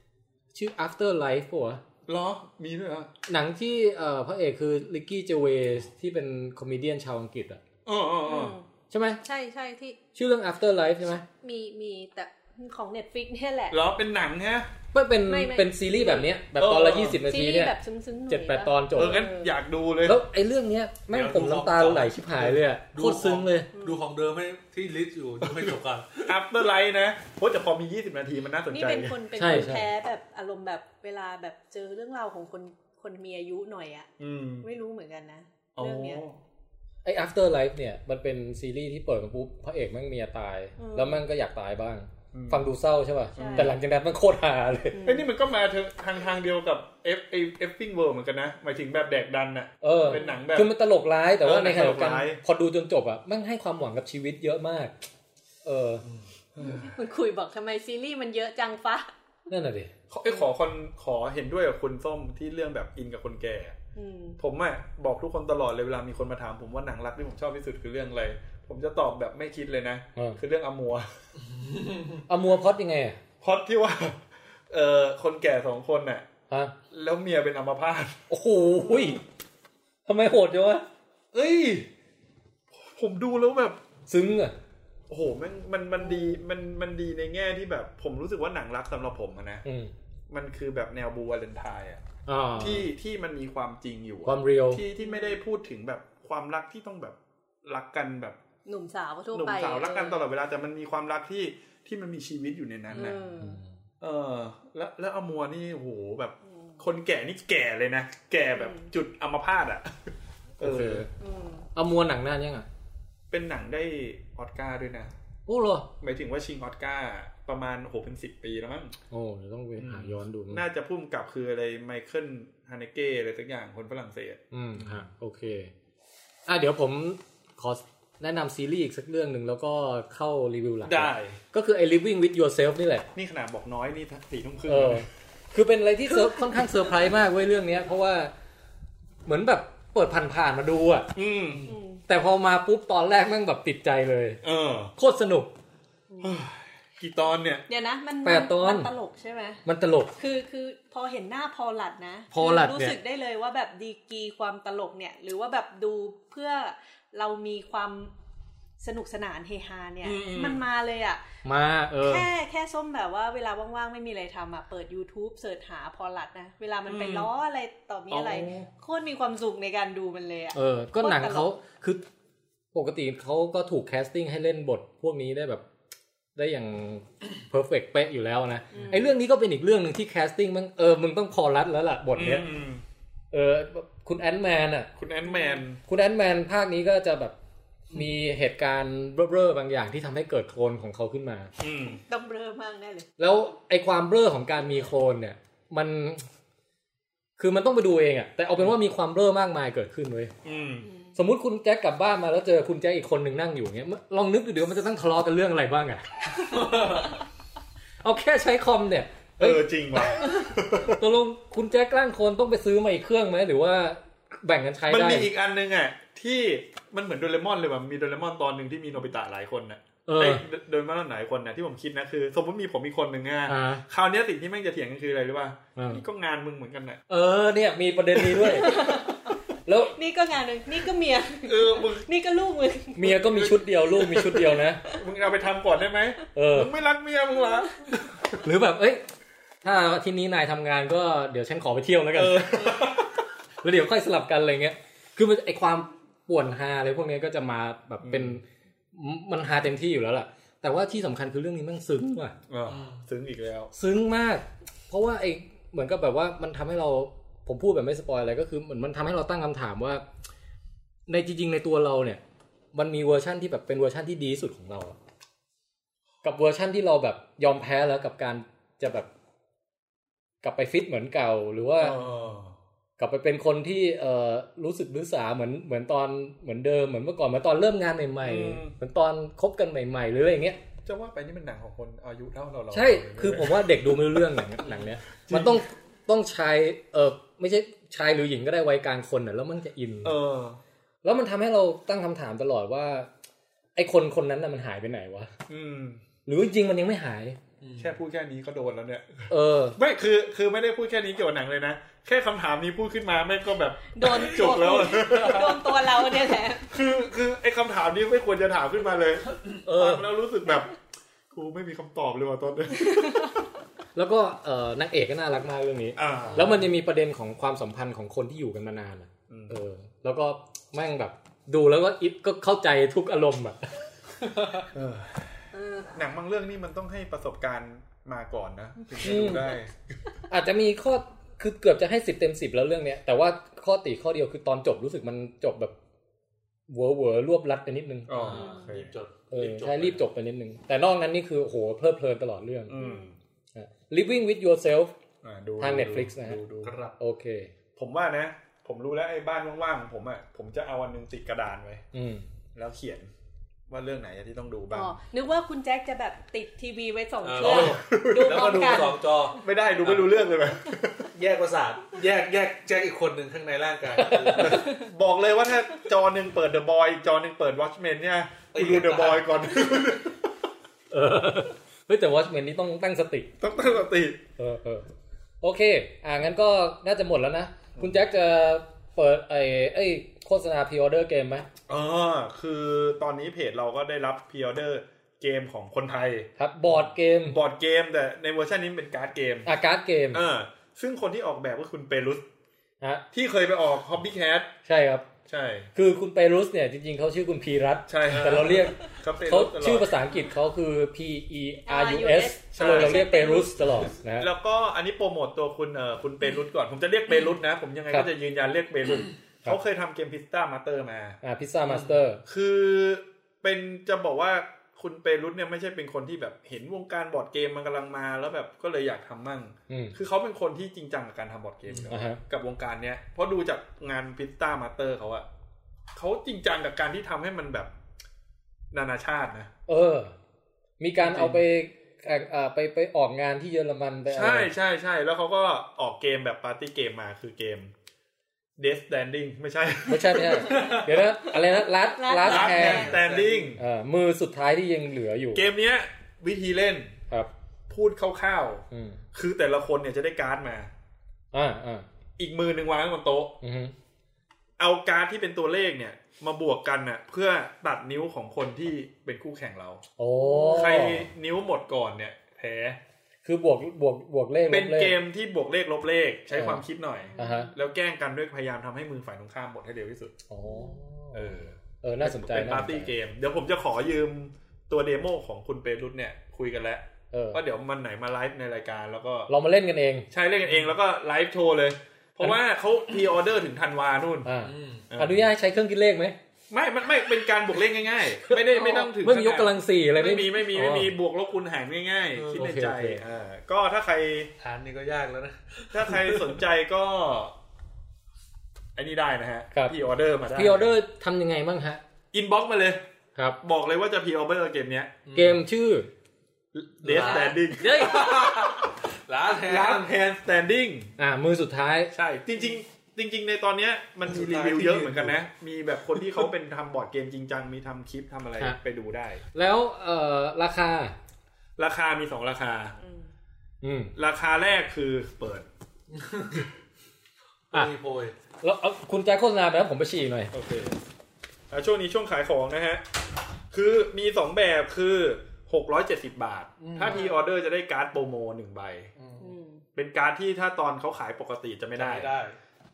B: ำชื่อ After Life ปะวะ
C: เหรอ มีด้วยเหรอ
B: หนังที่เอ่อพระเอกคือลิกกี้เจเวสที่เป็นคอมเมเดี้ชาวอังกฤษอะ
C: อ๋ออ๋ออ๋อ
B: ใช่ไหม
E: ใช่ใช่ที่
B: ชื่อเรื่อง After Life ใช่ไหม
E: มีมีแต่ของเน็ตฟิกเนี่ยแหละ
C: เหรอเป็นหนังฮะ
B: ไม่เป็น
E: ไม่ไม่
B: เป็นซีรีส์แบบเนี้ยแบบตอนละ
C: เออ
B: 20 นา
E: ซี
B: ที
E: รี
B: เนี่ย
E: ส์แบบซึ้งๆหน่อย
B: เจ็ดแปด
E: ะ
B: ตอนจบ
C: เอองั้น
E: เออ
C: อ
E: อ
C: ยากดูเลย
B: แล้วไอ้เรื่องเนี้ยแม่ง
D: เดี๋ยว
B: ผมน้ำตา
D: ดูรอบสอง
B: ไหลชิบหายเลยอะโคตรซึ้งเลย
D: ดูของเดิมไม่ที่ลิสต์อยู่ดูไม่จบก่อน
C: อัปเตอร์ไลท์นะโอ้แต่พอมี 20 นาทีมันน่าสน
E: นี่
C: ใจ
E: เป็นคนเป็น
B: ใช่
E: คน
B: ใช่
E: แพ้แบบอารมณ์แบบเวลาแบบเจอเรื่องราวของคนคนมีอายุหน่อยอะ
C: อืม
E: ไม่รู้เหมือนกันนะ เรื่องเนี้ย
B: ไอ้ after life เนี่ย มันเป็นซีรีส์ที่เปิดมาปุ๊บพระเอกแม่งเมียตาย
E: อืม
B: แล้วแม่งก็อยากตายบ้าง
C: อืม
B: ฟังดูเศร้าใช่ป่ะ
E: ใช่
B: แต่หลังจากนั้นมันโคตรฮาเลย
C: เอ้ยนี่มันก็มาเถอะทางทางเดียวกับ F ไอ F ฟิงเวิร์เหมือนกันนะ หมายถึงแบบแดกดันน่ะ
B: เออ
C: เป็นหนังแบบ
B: คือมันตลกร้ายแต่ว่า
C: เออ
B: ในขณะเดียวกัน
C: ตลกร้าย
B: พอดูจนจบอ่ะแม่งให้ความหวังกับชีวิตเยอะมาก เออ
E: คุณคุยบอกทำไมซีรีส์มันเยอะจังฟะ
B: นั่นน่ะดิ
C: ขอเอ้ยขอคอนขอเห็นด้วยกับคุณส้มที่เรื่องแบบอินกับคนแก่
E: อืม
C: ผมอะบอกทุกคนตลอดเลยเวลามีคนมาถามผมว่าหนังรักที่ผมชอบที่สุดคือเรื่องอะไร ผมจะตอบแบบไม่คิดเลยนะ
B: เออ
C: คือเรื่องอมัว
B: เอามัวพล็อดยังไงอะ
C: พล็อตที่ว่าเออคนแก่สองคนน่ะ
B: ฮะ
C: แล้วเมียเป็นอัมพาต
B: โอ้โหยทำไมโหดจังวะ
C: เอ้ย ผมดูแล้วแบบ
B: ซึ้งอ่ะ
C: โอ้โหแมันมันมันดีมันมันดีในแง่ที่แบบ ผมรู้สึกว่าหนังรักสำหรับผมอะนะ
B: อืม
C: มันคือแบบแนวบูวาเลนไทน์อะ
B: อ่า
C: ที่ที่มันมีความจริงอยู่อะ
B: ความเรียว
C: ที่ที่ไม่ได้พูดถึงแบบความรักที่ต้องแบบรักกันแบบ
E: หนุ่มสาวทั่ว
C: หนุ่
E: ไป
C: มสาวรักกันตลอดเวลาแต่มันมีความรักที่ที่มันมีชีวิตอยู่ในนั้น
E: เอ
C: นะ
E: อ
C: เออ แล้วแล้วอมัวนี่โอ้โหแบบ คนแก่นี่แก่เลยนะแก่แบบจุดอัมพาตอะเอ
B: โอเค
C: อ
E: อืม
B: เอามัวหนังหน้านยังอ่ะ
C: เป็นหนังได้ออสการ์ด้วยนะ
B: โอ้โหรอ
C: หมายถึงว่าชิงออสการ์ประมาณโหเป็นสิบปีแล้วมั้ง
B: โอ้เดี๋ยวต้องไปหาย้อนดูมั้ง
C: น่าจะพุ่มกับคืออะไรไมเคิลฮาเนเก้อะไรสักอย่างคนฝรั่งเศส
B: อืมฮะโอเค อ่ะเดี๋ยวผมขอแนะนำซีรีส์อีกสักเรื่องหนึ่งแล้วก็เข้ารีวิวหลัก
C: ได้
B: ก็คือไอ้ living with yourself นี่แหละ
C: นี่ขนาดบอกน้อยนี่สี่ทุ่มครึ่ง
B: เออ คือเป็นอะไรที่ *laughs* เซอร์ค่อนข้างเซอร์ไพรส์มากเว้ยเรื่องเนี้ย เพราะว่าเหมือนแบบเปิดผ่านๆมาดูอะ
C: อืม
E: อืม
B: แต่พอมาปุ๊บตอนแรกแม่งแบบติดใจเลย
C: เออ
B: โคตรสนุก
C: กี่ตอนเนี่ย
E: เดี๋ยวนะมัน
B: แปดตอน
E: มัตลกใช่ไหม
B: มันตลก
E: คือคือพอเห็นหน้าพอหลัดนะ
B: พอหลัด
E: รู้
B: เนี่ย
E: สึกได้เลยว่าแบบดีกรีความตลกเนี่ย หรือว่าแบบดูเพื่อเรามีความสนุกสนานเฮฮาเนี่ย
C: อืม
E: มันมาเลยอ่ะ
B: มาเออ
E: แค่แค่ส้มแบบว่าเวลาว่างๆ ไม่มีอะไรทำอ่ะ เปิด YouTube เสิร์ชหาพอลัดนะ เวลามันไปล้ออะไรต่อมีอะไร
B: อ๋อ
E: โคตรมีความสุขในการดูมันเลยอ่ะ
B: เออ ก็หนังเขา
E: โคตรตลก
B: คือปกติเขาก็ถูกแคสติ้งให้เล่นบทพวกนี้ได้แบบ ได้อย่าง เพอร์เฟกเป๊ะอยู่แล้วนะ ไอ้เรื่องนี้ก็เป็นอีกเรื่องหนึ่งที่แคสติ้งมันเออ มึงต้องพอรัดแล้วล่ะ บทเนี้ย
C: อืม
B: เออ คุณแอนด์แมนอ่ะ
C: คุณแอนด์แมน
B: คุณแอนด์แมนภาคนี้ก็จะแบบมีเหตุการณ์เบ้อๆบางอย่างที่ทำให้เกิดโคลนของเขาขึ้นมา
C: อืม
E: ต้องเบลอมากแน่เลย
B: แล้วไอ้ความเบ้อของการมีโคลนเนี่ย มัน คือมันต้องไปดูเองอะแต่เอาเป็นว่ามีความเบ้อมากมายเกิดขึ้นเว้ย
C: อืม
B: สมมติคุณแจ็คกลับบ้านมาแล้วเจอคุณแจ็คอีกคนหนึ่งนั่งอยู่เงี้ยลองนึกดูเดี๋ยวามันจะต้องทะเลาะกันเรื่องอะไรบ้างอะ *laughs* เอาแค่ใช้คอมเนี่ย
C: เอ
B: เฮ้ย
C: อ จริงว่ะ
B: ตกลงคุณแจ็คร่างโคลนต้องไปซื้อมาอีกเครื่องไหมหรือว่าแบ่งกันใช้
C: มัน
B: ได้
C: มีอีกอันนึงอ่ะ ที่มันเหมือนโดเรมอนเลยว่ะ มีโดเรมอนตอนหนึ่งที่มีโนบิตะหลายคนน่ะ
B: เอ
C: ไอ้
B: อ
C: โดโดเรมอนหลายคนน่ะที่ผมคิดนะคือ สมมติมีผมมีคนหนึ่งอ่ะ
B: อ่า
C: คราวเนี้ยสิ่งที่แม่งจะเถียงกันคืออะไรรู้ป่ะ
B: อ่านี่
C: นี่ก็งานมึงเหมือนกันน่ะ
B: เออ เนี่ย มีประเด็นนี้ด้วย *laughs* แล้ว
E: นี่ก็งานหนึ่งนี่ก็เมีย
C: เออ มึง
E: นี่ก็ลูกมึง
B: เมียก็มีชุดเดียวลูกมีชุดเดียวนะ
C: มึงเอาไปทำก่อนได้ไหม
B: เออ
C: มึงไม่รักเมียมึงเหรอ
B: หรือแบบเอ้ยถ้าที่นี้นายทำงานก็เดี๋ยวฉันขอไปเที่ยวแล้วกัน
C: เออ
B: แล้วเดี๋ยวค่อยสลับกันอะไรเงี้ย คือมันไอความป่วนฮาอะไรพวกเนี้ยก็จะมาแบบเป็นมมันฮาเต็มที่อยู่แล้วล่ะ แต่ว่าที่สำคัญคือเรื่องนี้แมันซึ้งว่ะ
C: เออซึ้งอีกแล้ว
B: ซึ้งมาก เพราะว่าไอเหมือนกับแบบว่ามันทำให้เราผมพูดแบบไม่สปอยอะไรก็คือเหมือนมันทำให้เราตั้งคำถามว่า ในจริง ๆ ในตัวเราเนี่ย มันมีเวอร์ชั่นที่แบบเป็นเวอร์ชั่นที่ดีที่สุดของเราอะกับเวอร์ชั่นที่เราแบบยอมแพ้แล้วกับการจะแบบ กลับไปฟิตเหมือนเก่า หรือว่า
C: เออ
B: ก กลับไปเป็นคนที่เอ่อรู้สึกรึษาเหมือนเหมือนตอนเหมือนเดิมเหมือนเมื่อก่อนเหมือนตอนเริ่มงานใหม่
C: อืม
B: ๆเหมือนตอนคบกันใหม่ ๆ หรืออะไรอย่างเงี้ย
C: จะว่าไปนี่มันหนังของคนอายุเท่าเราเรา
B: ใช่คือผมว่าเด็กดูไม่รู้เรื่องหนังหนังเนี้ยมันต้องต้องชายเออไม่ใช่ชายหรือหญิงก็ได้วัยกลางคนน่ะแล้วมันจะอิน
C: เออ
B: แล้วมันทำให้เราตั้งคำถามตลอดว่า ไอ้คนคนนั้นน่ะมันหายไปไหนวะ
C: อืม
B: หรือจริงๆมันยังไม่หาย
C: แค่พูดแค่นี้ก็โดนแล้วเนี่ย
B: เออ
C: ไม่คือคือไม่ได้พูดแค่นี้เกี่ยวกับหนังเลยนะ แค่คำถามนี้พูดขึ้นมาแม่งก็แบบ
E: โดน
C: จุกแล้วอะ
E: โดนตัวเราเนี่ยแหละ
C: คือคือไอ้คำถามนี้ไม่ควรจะถามขึ้นมาเลย
B: เออ
C: ฟังแล้วรู้สึกแบบกูไม่มีคำตอบเลยว่ะตอนนี้
B: แล้วก็เออนางเอกก็น่ารักมากเรื่องนี้
C: อ่า
B: แล้วมันจะมีประเด็นของความสัมพันธ์ของคนที่อยู่กันมานานอะ
C: อืม
B: เออ แล้วก็แม่งแบบดูแล้วก็อิฟก็เข้าใจทุกอารมณ์อะ
C: เออหนังบางเรื่องนี่มันต้องให้ประสบการณ์มาก่อนนะถึงจะดูได้
B: อาจจะมีข้อคือเกือบจะให้สิบเต็มสิบแล้วเรื่องเนี้ยแต่ว่าข้อติข้อเดียวคือตอนจบรู้สึกมันจบแบบเวอร์เวอรวบรัดไปนิดนึง
C: อ๋อ
D: อ่า
C: โอเค
D: รีบจด
B: เออใช่รีบจบไปนิดนึง แต่นอกนั้นนี่คือโอ้โหเพลิดเพลินตลอดเรื่อง
C: อืม
B: Living with yourself
C: อ่าดู
B: ทาง
C: ดู
B: Netflix นะฮะ
C: ดูดู
D: ครับ
B: โอเค
C: ผมว่านะ ผมรู้แล้วไอ้บ้านว่างๆของผมอ่ะผมจะเอาวันหนึ่งติดกระดานไว้
B: อืม
C: แล้วเขียนว่าเรื่องไหนที่ต้องดูบ้าง
E: อ๋อ นึกว่าคุณแจ็คจะแบบติดทีวีไว้สอง
D: เออ
E: เครื่องดู
D: แล้ว
E: พร้อ
D: ก็
E: ม
D: ดู
E: กัน
D: สองจอ
C: ไม่ได้ดูไม่รู้เรื่องเลยไหม
D: แยกประสาทแยกแยกแจ็คอีกคนหนึ่งข้างในร่างกาย
C: บอกเลยว่าถ้าจอหนึ่งเปิดเดอะบอยจอหนึ่งเปิดวอชแมนเนี่ย
D: ไอ้
C: กู
D: เหี้
C: ดู
D: ย
C: เดอะบอยก่อน *laughs*
B: เออเฮ้ยแต่วอชแมนนี่ต้องตั้งสติ
C: ต้องตั้งสติ
B: เออเออโอเค อ่างั้นก็น่าจะหมดแล้วนะ คุณแจ็คจะเปิดไอ้ไอ้โฆษณาพรีออเดอร์เกมไหม
C: เออคือตอนนี้เพจเราก็ได้รับพ r e ออเดอร์เกมของคนไทย
B: ครับบอร์ดเกม
C: บอร์ดเกมแต่ในเวอร์ชันนี้เป็นการ์ดเกม
B: อาการ์ดเกม
C: เออซึ่งคนที่ออกแบบก็คุณเปรุส
B: ฮะ
C: ที่เคยไปออก Hobby Cat
B: ใช่ครับ
C: ใช่
B: คือคุณเปรุสเนี่ย จริงๆเขาชื่อคุณพีรัตน์
C: ใช่
B: แต่เราเรียก
C: เขาเป
B: เขา
C: รุสตล
B: ชื่อ
C: อด
B: ภาษาอังกฤษเขาคือ P E R U S เลยเราเรียกเปรุสตลอดนะฮะ
C: แล้วก็อันนี้โปรโมตตัวคุณเออคุณเปรุสก่อน ผมจะเรียกเปรุสนะ ผมยังไง
B: ครั
C: ก็
B: บ
C: จะยืนยันเรียกเปรุส
B: ครับ
C: เขาเคยทำเกมพิสต้ามาเตอร์มา
B: อ่าพิซซ่ามาสเตอร์
C: คือเป็นจะบอกว่าคุณเปรุตเนี่ยไม่ใช่เป็นคนที่แบบเห็นวงการบอร์ดเกมมันกำลังมาแล้วแบบก็เลยอยากทำมั่ง
B: อืม
C: คือเขาเป็นคนที่จริงจังกับการทำบอร์ดเกมอยู่แล้ว
B: อ่าฮะ
C: กับวงการเนี้ยเพราะดูจากงานพิสต้ามาเตอร์เขาอะเขาจริงจังกับการที่ทำให้มันแบบนานาชาตินะ
B: เออ มีการ
C: จริง
B: เอาไปแข่งอ่าไปไปออกงานที่เยอรมันไปอะไร
C: ใช่ใช่ใช่แล้วเขาก็ออกเกมแบบปาร์ตี้เกมมาคือเกม Death Standing ไม่ใช่
B: ไม่ใช่ไม่ใช่เดี๋ยวนะอะไรนะลัดลัด
E: Last
C: *laughs*
B: แฮ
E: Man
C: Last Standing
B: เอ่อมือสุดท้ายที่ยังเหลืออยู่
C: เกมเนี้ยวิธีเล่น
B: ครับ
C: พูดคร่าว
B: อืม
C: ๆคือแต่ละคนเนี่ยจะได้การ์ดมา
B: อ่าอ่า
C: อีกมือหนึ่งวางไว้บนโต๊ะ
B: อือฮึ
C: เอาการ์ดที่เป็นตัวเลขเนี่ย มาบวกกันน่ะเพื่อตัดนิ้วของคนที่เป็นคู่แข่งเรา
B: โอ้
C: ใครนิ้วหมดก่อนเนี่ยแพ้
B: คือบวกบวกบวกเลข
C: เป็น
B: ลบลข
C: เกมที่บวกเลขลบเลขใช้
B: เออ
C: ความคิดหน่อย
B: อ่าฮะ
C: แล้วแกล้งกันด้วยพยายามทำให้มือฝ่ายตรงข้ามหมดให้เร็วที่สุด
B: โอ้
C: เออ
B: เออน่าสนใจ
C: เป็น
B: ส
C: ปาร์ตี้
B: ใจ
C: เกม เดี๋ยวผมจะขอยืมตัวเดโมของคุณเปรุตเนี่ยคุยกันแล้ว
B: เออ
C: ว่าเดี๋ยวมันไหนมาไลฟ์ในรายการแล้วก็
B: เรามาเล่นกันเอง
C: ใช้เล่นกันเองแล้วก็ไลฟ์โชว์เลย เพราะว่าเขาพรีออเดอร์ถึงธันวานู่น
B: อ่า
D: อืม
C: เออ
B: อนุญาตให้ใช้เครื่องคิดเลขไหม
C: ไม่มันไม่เป็นการบวกเลขง่ายๆ
B: *laughs*
C: ไม่ได้ไม่ต้องถึง
B: ไม่มียก
C: ขนาด
B: กำลังสี่อะไร
C: ไม่มีไม่มีไม่มี
B: อ๋อ
C: บวกลบคูณหารง่ายๆคิดในใจ
B: โอเคโอเค
C: เออก็ถ้าใคร
D: ฐานนี่ก็ยากแล้วนะ
C: ถ้าใครสนใจก็อันนี้ได้นะฮะ
B: ครับ
C: พีออเดอร์มาได้
B: พรีออเดอร์ทำยังไงบ้างฮะ
C: อินบ็อกมาเลย
B: ครับ
C: บอกเลยว่าจะพีออเดอร์เกมเนี้ย
B: เกมชื่อ
C: เดสแตนดิ้ง
B: เฮ้ย
D: ร้านแท
C: ล้าน งแฮนด์สแตนดิ้ง
B: อ่า มือสุดท้าย
C: ใช่ จริง ๆ จริง ๆ ในตอนเนี้ยมันมีรีวิวเยอะเหมือนกันนะ มีแบบคนที่เขาเป็นทำบอร์ดเกมจริงจังมีทำคลิปทำอะไร
B: ครับ
C: ไปดูได้
B: แล้วเอ่อราคา
C: ราคามีสองราคา
B: อืม
C: ราคาแรกคือเปิด
B: อ่ะ
D: มีโพย
B: แล้วเอาคุณแจ็คโฆษณาไปแล้วผมไปฉี่หน่อย
C: โอเคอ่ะช่วงนี้ช่วงขายของนะฮะ คือมีสองแบบคือ 670 บาท ถ้าพีออเดอร์จะได้การ์ดโปรโมหนึ่งใบ
E: อืม
C: เป็นการ์ดที่ถ้าตอนเขาขายปกติจะไม่ได้
D: ไม่ได้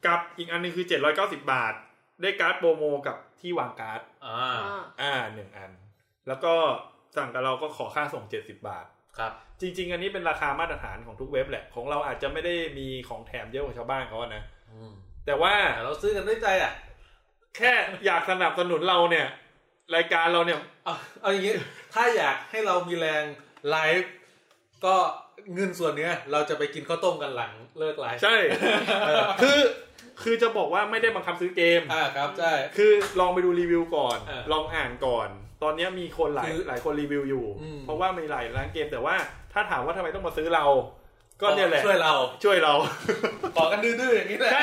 C: กับอีกอันหนึงคือ 790 บาท ได้การ์ดโปรโมกับที่วางการ์ด
D: อ่า
E: อ่า
C: อ่าหนึ่งอัน แล้วก็สั่งกับเราก็ขอค่าส่ง 70 บาท
D: ครับ
C: จริง ๆ อันนี้เป็นราคามาตรฐานของทุกเว็บแหละ ของเราอาจจะไม่ได้มีของแถมเยอะกว่าชาวบ้านเขาอะนะ
D: อืม
C: แต่ว่า
D: แต่เราซื้อกันด้วยใจอ่ะ
C: แค่อยากสนับสนุนเราเนี่ย รายการเราเนี่ย
D: เอาเอาอย่างงี้ ถ้าอยากให้เรามีแรงไลฟ์ก็ *laughs* เงินส่วนเนี้ย เราจะไปกินข้าวต้มกันหลังเลิกไลฟ์
C: ใช่ คือ คือจะบอกว่าไม่ได้บังคับซื้อเกม
D: อ่าครับใช่
C: คือลองไปดูรีวิวก่อน
D: เออ
C: ลองอ่านก่อน ตอนเนี้ยมีคนหลาย
D: คือ
C: หลายคนรีวิวอยู่
D: อืม
C: เพราะว่ามีหลายร้านเกมแต่ว่าถ้าถามว่าทำไมต้องมาซื้อเรา ก็เนี่ยแหละ
D: ช่วยเรา
C: ช่วยเรา
D: ต่อกันดื้อๆอย่างนี้แหละ
C: ใช่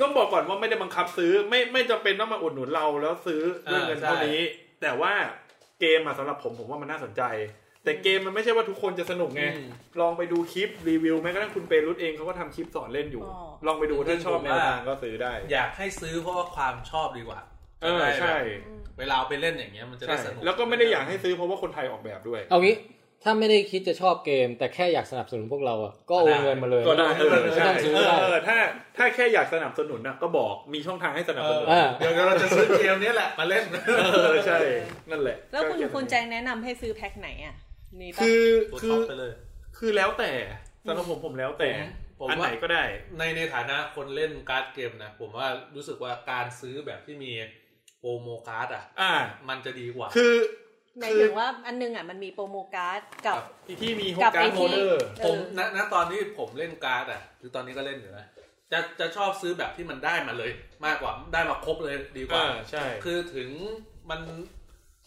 C: ก็บอกก่อนว่าไม่ได้บังคับซื้อ ไม่ไม่จำเป็นต้องมาอุดหนุนเราแล้วซื้อด้วยเงิน
D: อ่าใช่
C: เท่านี้ แต่ว่าเกมอะสำหรับผมผมว่ามันน่าสนใจ แต่เกมมันไม่ใช่ว่าทุกคนจะสนุกไง ลองไปดูคลิปรีวิวแม้กระทั่งคุณเปรุตเองเขาก็ทำคลิปสอนเล่นอยู่
E: อ๋อ
C: ลองไปดูถ้าชอบแนวทางก็ซื้อได้
D: อยากให้ซื้อเพราะว่าความชอบดีกว่า
C: เออใช่
D: เวลาเอาไปเล่นอย่างเงี้ยมันจะได้
C: ใช่
D: สนุก
C: แล้วก็ไม่ได้อยากให้ซื้อเพราะว่าคนไทยออกแบบด้วย
B: เอางี้ถ้าไม่ได้คิดจะชอบเกม แต่แค่อยากสนับสนุนพวกเราอ่ะก็โอนเงินมาเลย
C: ก็ได้เออใช่
B: ไม่ต้องซื้อ
C: เอ
B: ก็ได้
C: อเออถ้าถ้าแค่อยากสนับสนุนนะก็บอกมีช่องทางให้สนับ
D: เอ
C: ส
D: อ
C: นุน
B: เอ
D: เดี๋ยวเดี๋ยวเราจะซื้อเกมเนี้ยแหละมาเล่น
C: เออใช่นั่นแหละ
E: แล้วคุณ
C: ก็
E: คุณแจงแนะนำให้ซื้อแพ็คไหนอ่ะมีปะ
C: คือ
D: ตั
C: คื
D: วท็อ
C: อ
D: ปไปเลย
C: คือแล้วแต่สำหรับผมผมแล้วแต่
D: ผมผม
C: อันไหน
D: ว่า
C: ก็ได้
D: ในในฐานะคนเล่นการ์ดเกมนะผมว่ารู้สึกว่าการซื้อแบบที่มีโปรโมการ์ดอ่ะ
C: อ่า
D: มันจะดีกว่า
C: คือ
E: หมายถึงว่าอันนึงอ่ะมันมีโปรโมการ์ดกับ
C: ที่ที่มีโฮ
E: กับ
C: กา
E: ไอ้
C: โฮ
E: ที่
C: เดอร์
D: ผม
E: เออ
D: ณณตอนนี้ผมเล่นการ์ดอ่ะคือตอนนี้ก็เล่นอยู่นะจะจะชอบซื้อแบบที่มันได้มาเลย มากกว่าได้มาครบเลยดีกว่า
C: อ่าใช่
D: คือถึงมัน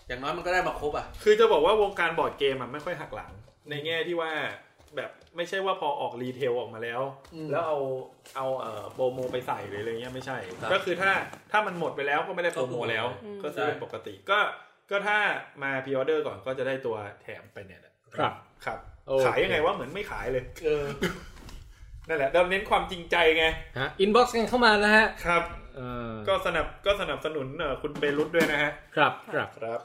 D: อย่างน้อยมันก็ได้มาครบอ่ะ
C: คือจะบอกว่าวงการบอร์ดเกมอ่ะไม่ค่อยหักหลัง ในแง่ที่ว่าแบบไม่ใช่ว่าพอออกรีเทลออกมาแล้ว
D: อืม
C: แล้วเอาเอาเอ่อโปรโมไปใส่หรืออะไรเงี้ยไม่ใช่
D: ครับ
C: ก็คือถ้าถ้ามันหมดไปแล้วก็ไม่ได้โปรโมแล้ว
E: อืม
C: ก็ซื้อเป็นปกติ ก็ก็ถ้ามาพ r ีออเดอร์ก่อนก็จะได้ตัวแถมไปเนี่ยแหละ
B: ครับ
C: ครับ
B: โอเค
C: ขายยังไงว่าเหมือนไม่ขายเลยนั่นแหละเราเน้นความจริงใจไง
B: ฮะอินบ็อกซ์กันเข้ามานะฮะ
C: ครับ
B: เออ
C: ก็สนับก็สนับสนุนเอ่อคุณเปรุตด้วยนะฮะ
B: ครับครับ
C: ครับ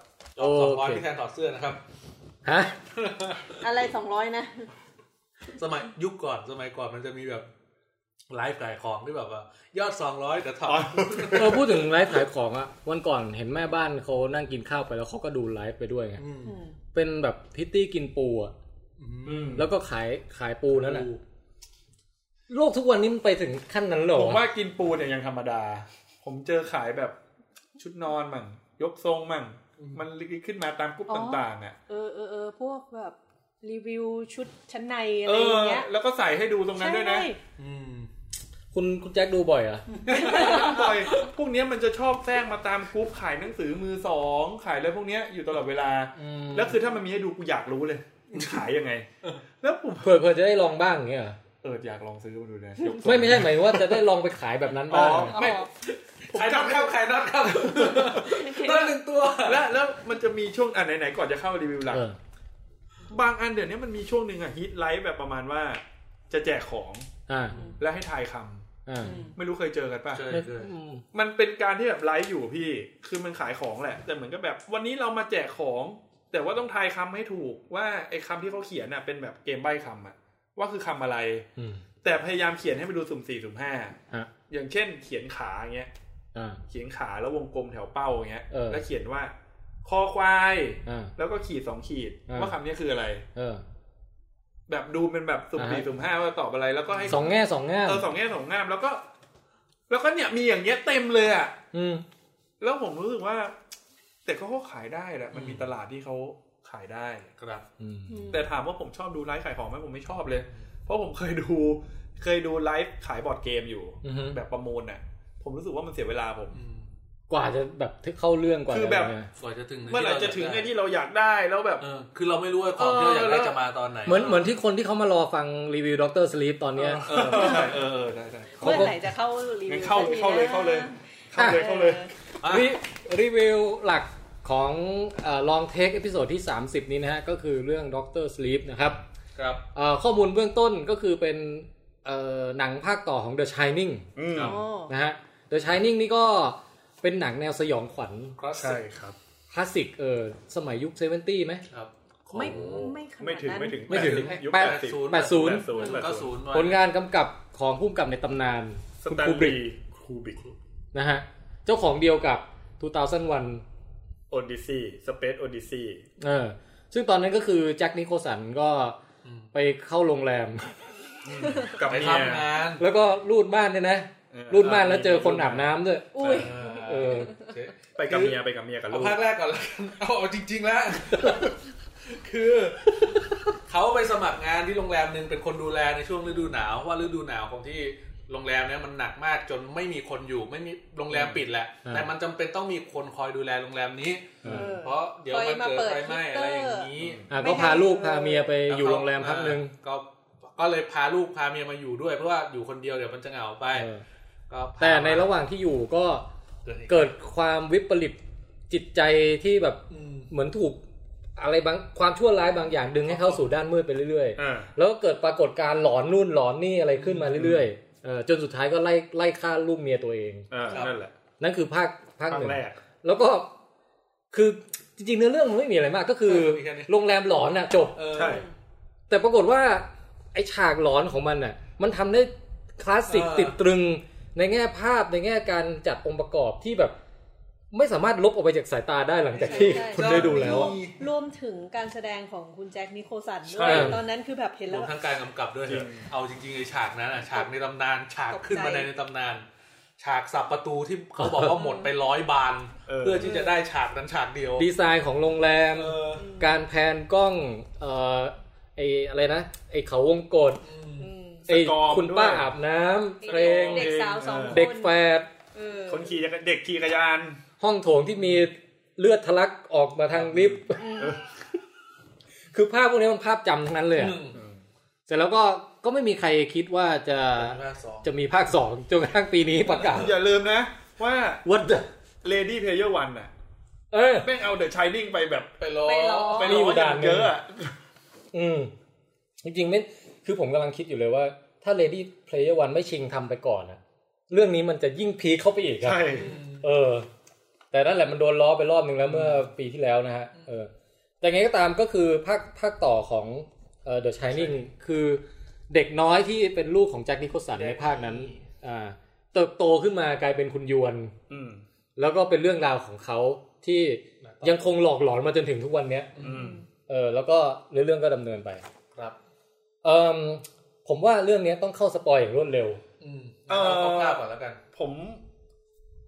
D: สองร้อย
B: โอเค
D: พี่แทนถอดเสื้อนะครับ
B: ฮะ
E: อะไรสองร้อยนะ
D: สมัยยุคก่อนสมัยก่อนมันจะมีแบบไลฟ์ขายของที่แบบว่า ยอดสองร้อยแต่ถอ
C: อ๋อ
D: ด
B: เออพูดถึงไลฟ์ขายของอะวันก่อนเห็นแม่บ้านเขานั่งกินข้าวไปแล้วเขาก็ดูไลฟ์ไปด้วยไง
D: อืม
B: เป็นแบบพิตตี้กินปูอะแล้วก็ขายขายปูนั่นแหละโลกทุกวันนี้มันไปถึงขั้นนั้นเหรอ
C: ผมว่ากินปูเนี่ยยังธรรมดา ผมเจอขายแบบชุดนอนมั่ง ยกทรงมั่ง มันลิกขึ้นมาตามกรุ๊ป
E: อ๋อ
C: ต่างๆอ่ะ
E: เออเออเออพวกแบบรีวิวชุดชั้นในอะ
C: เอ
E: ไรอ
C: อ
E: ย่างเงี้ย
C: แล้วก็ใส่ให้ดูตรงนั้นด้วยนะ
E: ใช่
D: อืม
B: คุณคุณแจ็คดูบ่อยเหรอะ
C: บ่อยพวกเนี้ยมันจะชอบแทรกมาตามกรุ๊ปขายหนังสือมือสองขายอะไรพวกเนี้ยอยู่ตลอดเวลา แล้วคือถ้ามันมีให้ดูกูอยากรู้เลยขายยังไง แล้วผม
B: เผื่อเผื่อจะได้ลองบ้างอย่างเงี้ยเหรอ
C: เอออยากลองซื้อมาดูนะยกทรง
B: ไม่ไม่ใช่หมายถึงว่าจะได้ลองไปขายแบบนั้น
C: อ๋อ
B: บ้าง
C: ไม่
D: ขายน็อตครับขายน็อต
C: *laughs*
D: ครับน็อตหนึ่งตัว
C: แล้วแล้วมันจะมีช่วงอ่ะไหนๆก่อนจะเข้ารีวิวหลัก บางอันเดี๋ยวนี้มันมีช่วงหนึ่งอะฮิตไลฟ์แบบประมาณว่า จะแจกของ
B: อ่า
C: แล้วให้ทายคำ
B: อ่า
C: ไม่รู้เคยเจอกันป่ะ
D: เจอ
B: ไม่
C: มันเป็นการที่แบบไลฟ์อยู่พี่ คือมันขายของแหละ แต่เหมือนกับแบบ วันนี้เรามาแจกของ แต่ว่าต้องทายคำให้ถูกว่าไอ้คำที่เขาเขียนน่ะเป็นแบบเกมใบ้คำอะว่าคือคำอะไร
B: อืม
C: แต่พยายามเขียนให้ไปดูสุ่มสี่สุ่มห้า
B: ฮะ
C: อย่างเช่น เขียนขาอย่างเงี้ย
B: อ่า
C: เขียนขาแล้ววงกลมแถวเป้าอย่างเงี้ย
B: เออ
C: แล้วเขียนว่า คอควาย
B: อ่า
C: แล้วก็ขีดสองขีด
B: อ่า
C: ว่าคำนี้คืออะไร
B: เออ
C: แบบดูเป็นแบบสุ่ม
B: อ่าฮะ
C: สี่สุ่มห้าว่าตอบอะไรแล้วก็ให้
B: สองแง่สองแง่
C: เออสองแง่สองงามแล้วก็ แล้วก็เนี่ยมีอย่างเงี้ยเต็มเลยอ่ะ
B: อืม
C: แล้วผมรู้สึกว่า แต่ก็เขาขายได้แหละมันมี
D: อืม
C: ตลาดที่เขาขายได้
D: ครับ
B: อืม
C: แต่ถามว่าผมชอบดูไลฟ์ขายของไหมผมไม่ชอบเลย เพราะผมเคยดู เคยดูไลฟ์ขายบอร์ดเกมอยู่
B: อือฮึ
C: แบบประมูลน่ะ ผมรู้สึกว่ามันเสียเวลาผม
D: อืม
B: กว่าจะแบบเข้าเรื่องกว่า
C: คือแบบ
B: ะไรเงี้ย
D: กว่าจะถึง
C: เมื่อไหร่จะถึงไอ้ที่เราอยากได้ แล้วแบบ
D: เออคือเราไม่รู้ว่าของที่เราอยากได้จะมาตอนไหน
B: เหมือนเหมือนที่คนที่เขามารอฟังรีวิวด็อกเตอร์สลีปตอนเนี้ย
C: เออใช่เออเออได้ได้
E: เมื่อไหร่จะเข้ารีวิ
C: งั้น
E: ว
C: เข้า
E: สักที
C: เข้าเลยเข้าเลยเข้าเลยเข้าเลย
D: อ่ะ
B: รีรีวิวหลักของลองเทคเอพิโซดที่ 30 นี้นะฮะ ก็คือเรื่องด็อกเตอร์สลีปนะครับ
D: ครับ
B: เอ่อข้อมูลเบื้องต้นก็คือเป็นเอ่อหนังภาคต่อของ The Shining
C: อืม
E: เอออ๋อ
B: นะฮะ The Shining นี่ก็เป็นหนังแนวสยองขวัญ
D: ครับ
C: ใช่ครับ
B: คลาสสิกเออสมัยยุคเซเวนตี้ไหม
D: ครับ
E: ไม่ไม่ขนาดนั้น
C: ไม่ถึงไม่ถึง
B: ไม่ถึง
C: 80ยุค
B: แป
C: แป
B: ด
C: ดสิบ
B: 80
D: ถึงเก้าศูนย์
B: ผลงานกำกับของผู้กำกับในตำนาน
C: ส
B: คุณ
C: แตน
B: คูบริ
C: ลี
B: ก
C: ย์คูบิก
B: นะฮะ เจ้าของเดียวกับ 2001
C: โอดิซีสเปซโอดิซี
B: เออซึ่งตอนนั้นก็คือแจ็คนิโคลสันก็ไปเข้าโรงแรม *laughs*
C: กับ
D: ไป
C: เมีย
D: ทำงาน
B: แล้วก็รูดม่านเนี่ยนะ
C: เออ
B: รูดม่านแล้วเจอคนอาบน้ำด้วย
E: อุ้ย
B: เออ
D: เจ๊
C: ไปกับเมียไปกับเมียกับ
D: เอา
C: ลูก
D: ภาคแรกก่อนละกัน *laughs* เอาเอาจริง ๆ แล้ว คือ เขาไปสมัครงานที่โรงแรมหนึ่งเป็นคนดูแลในช่วงฤดูหนาวเพราะว่าฤดูหนาวของที่ โรงแรมเนี่ยมันหนักมากจนไม่มีคนอยู่ไม่มีโรงแรมปิดแหละ
B: อ่า
D: แต่มันจำเป็นต้องมีคนคอยดูแลโรงแรมนี้
B: เออ
D: เพราะเดี๋ยวมันเกิดไฟไหม้อะไรอย่างนี้
B: อ่ะก็พาลูกพาเมียไปอยู่โรงแรมพักหนึ่ง
D: อ่าก็ก็เลยพาลูกพาเมียมาอยู่ด้วยเพราะว่าอยู่คนเดียวเดี๋ยวมันจะเหงาไป
B: เออ
D: ก็พา
B: แต่ในระหว่างที่อยู่ก็
D: เกิดเหตุ
B: เกิดความวิปริตจิตใจที่แบบ
D: อืม
B: เหมือนถูกอะไรบางความชั่วร้ายบางอย่างดึงให้เข้าสู่ด้านมืดไปเรื่อย
C: อ่า
B: ๆ แล้วก็เกิดปรากฏการณ์หลอนนู่นหลอนนี่อะไรขึ้นมาเรื่อยๆเออจนสุดท้ายก็ไล่ไล่ฆ่าลูกเมียตัวเอง
C: อ่านั่นแหละ
B: นั่นคือภาคภาค
C: ภา
B: ห
C: ค
B: นึ่ง
C: แรก
B: แล้วก็คือจริงๆเนื้อเรื่องมันไม่มีอะไรมาก ก็คือโรงแรมหลอนน่ะจบ
D: เออ
C: ใช่
B: แต่ปรากฏว่าไอ้ฉากหลอนของมันน่ะ มันทำได้คลาสสิกติดตรึงในแง่ภาพในแง่การจัดองค์ประกอบที่แบบ ไม่สามารถลบออกไปจากสายตาได้หลังจากที่
E: ใช่
B: คุณได้ดูแล้วอะ
E: รวมถึงการแสดงของคุณแจ็คนิโคลสันด้
B: ใช่
E: วย ตอนนั้นคือแบบเห็น
D: ร
E: แล้วว
D: มทั้งการกำกับด้วย
C: จริง
D: เอาจริงๆไอ้ฉากนั้นอ่ะฉากในตำนาน ฉาก
E: ตกใจ
D: ขึ้นมาในในตำนาน ฉากสับประตูที่เขาบอกว่าหมดไปร้อยบาน
C: เออ
D: เพื่อที่จะได้ฉากนั้นฉากเดียว
B: ดีไซน์ของโรงแรม
D: เออ
B: การแพนกล้องเอ่อไอ้อะไรนะไอ้เขาวงกด
D: อืม
E: อืม
B: ไอ้
C: สกอร์ม
B: คุณป้า
C: ด้วย
B: อาบน้ำเพลง
E: เด็กสาวสองคน
B: เด็กแฝด
E: เออ
C: คนขี่จักรเด็กขี่จักรยาน
B: ห้องโถงที่มีเลือดทะลักออกมาทางลิฟต์ คือภาพพวกนี้มันภาพจำทั้งนั้นเลยอะ
D: อืม
B: เสร็จแล้วก็ก็ไม่มีใครคิดว่าจะ
D: ภาคสอง
B: จะมีภาคสองจนกระทั่งปีนี้ประกาศ
C: อย่าลืมนะ ว่า
B: What the
C: Lady Player One น่ะ
B: เออ
C: แม่งเอา The Shining ไปแบบ
D: ไปร้อ
E: ไปล้อ
C: ไป
B: มีอ
C: ล้
B: ยู่
C: ออ
B: ด่า
C: ย่าน ง
B: หนึ่ง
C: เยอะอะ
B: อืม จริงๆไม่คือผมกำลังคิดอยู่เลยว่า ถ้า Lady Player One ไม่ชิงทำไปก่อนอะเรื่องนี้มันจะยิ่งพีคเข้าไปอีกครับ
C: ใช่
B: เออ แต่นั่นแหละมันโดนล้อไปรอบหนึ่งแล้วเมื่อปีที่แล้วนะฮะ เออ แต่ไงก็ตามก็คือภาคภาคต่อของเอ่อ The Shining คือเด็กน้อยที่เป็นลูกของแจ็คนิโคลสันในภาคนั้น อ่า เติบโตขึ้นมากลายเป็นคุณยวน
C: อืม
B: แล้วก็เป็นเรื่องราวของเขาที่ยังคงหลอกหลอนมาจนถึงทุกวันเนี้ย
C: อืม
B: เออ แล้วก็เรื่องก็ดำเนินไป
D: ครับ
B: เอ่มผมว่าเรื่องเนี้ยต้องเข้าสปอยอย่างรวดเร็ว
D: อืมเอาคร่าวๆก่อนแล้วกัน
C: ผม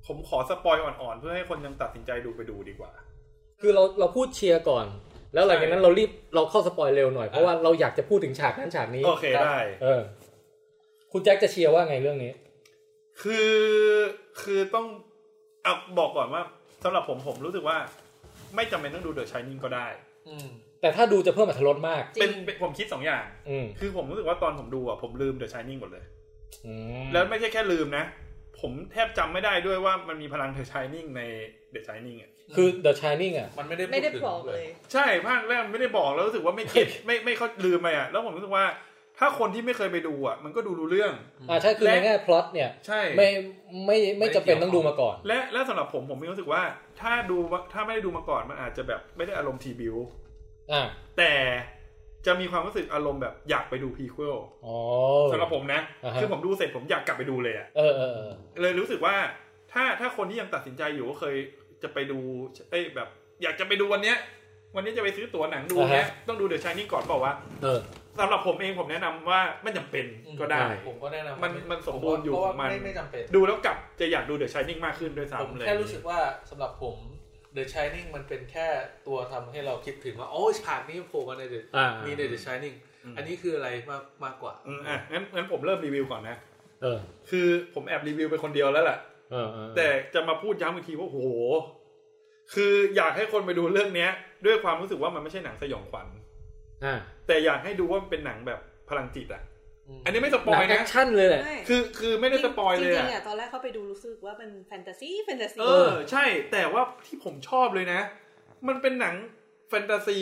C: ผมขอสปอยอ่อนๆ เพื่อให้คนยังตัดสินใจดูไปดูดีกว่า
B: คือเราเราพูดเชียร์ก่อน แล้วหลังจากนั้นเรารีบเราเข้าสปอยเร็วหน่อยเพราะว่าเราอยากจะพูดถึงฉากนั้นฉากนี้
C: โอเคได้
B: เออ คุณแจ็คจะเชียร์ว่าไงเรื่องนี้
C: คือคือต้องเอาบอกก่อนว่าสำหรับผมผมรู้สึกว่า ไม่จำเป็นต้องดู The Shining ก็ได้
D: อืม
B: แต่ถ้าดูจะเพิ่มอรรถรสมาก
E: จริง
C: เป็นเป็นผมคิดสองอย่าง
B: อืม
C: คือผมรู้สึกว่าตอนผมดูอ่ะผมลืม The Shining หมดเลย
B: อืม
C: แล้วไม่ใช่แค่ลืมนะ ผมแทบจำไม่ได้ด้วยว่ามันมีพลัง The Shining ใน The Shining อ่ะ
B: คือ The Shining อ่ะ
D: มันไม่ได้
E: ไม่ได้
D: พูถึง
E: บอกเลย
C: ใช่ภาคแรกไม่ได้บอกแล้วรู้สึกว่าไม่เก็ตไม่ไม่เขาลืมไปอ่ะ แล้วผมรู้สึกว่า ถ้าคนที่ไม่เคยไปดูอ่ะ มันก็ดูรู้เรื่อง
B: อ่าใช่คือใน
C: และ
B: แง่พล็อตเนี่ย
C: ใช่
B: ไม่ไม่ไม่จำเป็นต้องดูมาก่อน
C: และและสำหรับผมผมมีความรู้สึกว่า ถ้าดูถ้าไม่ได้ดูมาก่อนมันอาจจะแบบไม่ได้อารมณ์ทีบิว
B: อ่า
C: แต่จะมีความรู้สึกอารมณ์แบบอยากไปดูพีควล
B: อ๋อ
C: สำหรับผมนะ
B: อ่าฮะ
C: คือผมดูเสร็จผมอยากกลับไปดูเลยอ่ะ
B: เออเออเออ
C: เลยรู้สึกว่าถ้าถ้าคนที่ยังตัดสินใจอยู่ก็เคยจะไปดูเอ้ยแบบ อยากจะไปดูวันเนี้ย วันนี้จะไปซื้อตั๋วหนังดูเนี้ยต้องดูเดอะชายนิ่งก่อนเปล่าวะ
B: เออ
C: สำหรับผมเองผมแนะนำว่าไม่จำเป็นก็ได้
D: ผมก็แนะนำ
C: มันมันสมบูรณ์อยู่
D: เพาะ
C: ข
D: ว่า
C: องมัน
D: ไม่ไม่จำเป็น
C: ดูแล้วกลับจะอยากดูเดอะชายนิ่งมากขึ้นด้วย
D: ผม
C: ซ้ำเลย
D: แค่รู้สึกว่าสำหรับผม The Shining มันเป็นแค่ตัวทำให้เราคิดถึงว่า โอ้ยฉากนี้โผล่มาในเด
B: อ่ามี
D: มีใน The Shining อันนี้คืออะไรมากมากกว่า
C: อืมอ่ะงั้นงั้นผมเริ่มรีวิวก่อนนะ
B: เออ
C: คือผมแอบรีวิวไปคนเดียวแล้วแหละ
B: เออเออ
C: แต่จะมาพูดย้ำอีกทีว่าโอ้โห คืออยากให้คนไปดูเรื่องเนี้ย ด้วยความรู้สึกว่ามันไม่ใช่หนังสยองขวัญ
B: อ่า
C: แต่อยากให้ดูว่ามันเป็นหนังแบบพลังจิตอ่ะ
D: อืม
C: อันนี้ไม่สป
B: ห
C: อ
B: นั
C: ย
B: งแอ
C: นะ
B: คชั่นเลยแหละ
E: ไม่
C: คือคือไม่ได้สปอยเลย
E: จริ
C: อะ
E: งๆอ่ะตอนแรกเข้าไปดูรู้สึกว่ามันแฟนตาซีแฟนตาซี
C: เออ ใช่ แต่ว่าที่ผมชอบเลยนะ มันเป็นหนังแฟนตาซี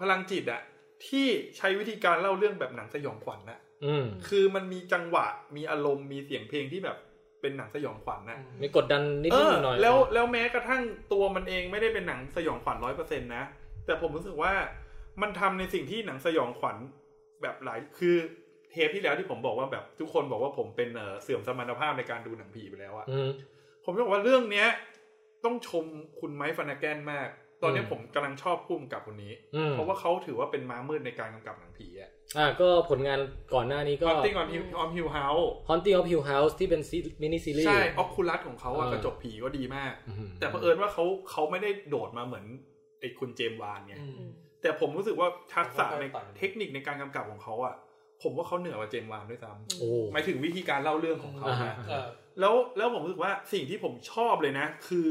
C: พลังจิตอะที่ใช้วิธีการเล่าเรื่องแบบหนังสยองขวัญนะ
B: อืม
C: คือมันมีจังหวะมีอารมณ์มีเสียงเพลงที่แบบเป็นหนังสยองขวัญนะ
B: มีกดดันนิด
C: เอ
B: นิด
C: อ
B: หน่อยๆ
C: แล้วแล้วแม้กระทั่งตัวมันเองไม่ได้เป็นหนังสยองขวัญร้อยเปอร์เซ็นต์นะ แต่ผมรู้สึกว่ามันทำในสิ่งที่หนังสยองขวัญแบบหลายคือเทปที่แล้วที่ผมบอกว่าแบบทุกคนบอกว่าผมเป็นเอ่อเสื่อมสมรรถภาพในการดูหนังผีไปแล้วอะ
B: อืม
C: ผมจะบอกว่าเรื่องเนี้ย ต้องชมคุณไมค์ฟานาแกนมาก ตอนเนี้ย
B: อืม
C: ผมกำลังชอบพุ่มกับคนนี้
B: อืม
C: เพราะว่าเขาถือว่าเป็นม้ามืดในการกำกับหนังผีอะ
B: อ่าก็ผลงานก่อนหน้านี้
C: ต
B: ก็
C: อนติ้งออนฮิวออนฮิวเฮา
B: Haunting of Hill House ที่เป็นมินิซีรีส์
C: ใช่ออคูลัสของเขาอะ
B: เออ
C: กระจกผีก็ดีมาก
B: อืม
C: แต่เผอิญว่าเขาเขาไม่ได้โดดมาเหมือนไอ้คุณเจมส์วานไง
D: อืม
C: แต่ผมรู้สึกว่าทักษะใน
D: เขาค่อยๆไต่
C: เทคนิคในการกำกับของเขาอะ ผมว่าเขาเหนือกว่าเจมส์วานด้วยซ้
B: โอ้
C: ำหมายถึงวิธีการเล่าเรื่องของเขา
B: อ่าฮะ
C: นะ
D: เออ
C: แล้วแล้วผมรู้สึกว่าสิ่งที่ผมชอบเลยนะ คือ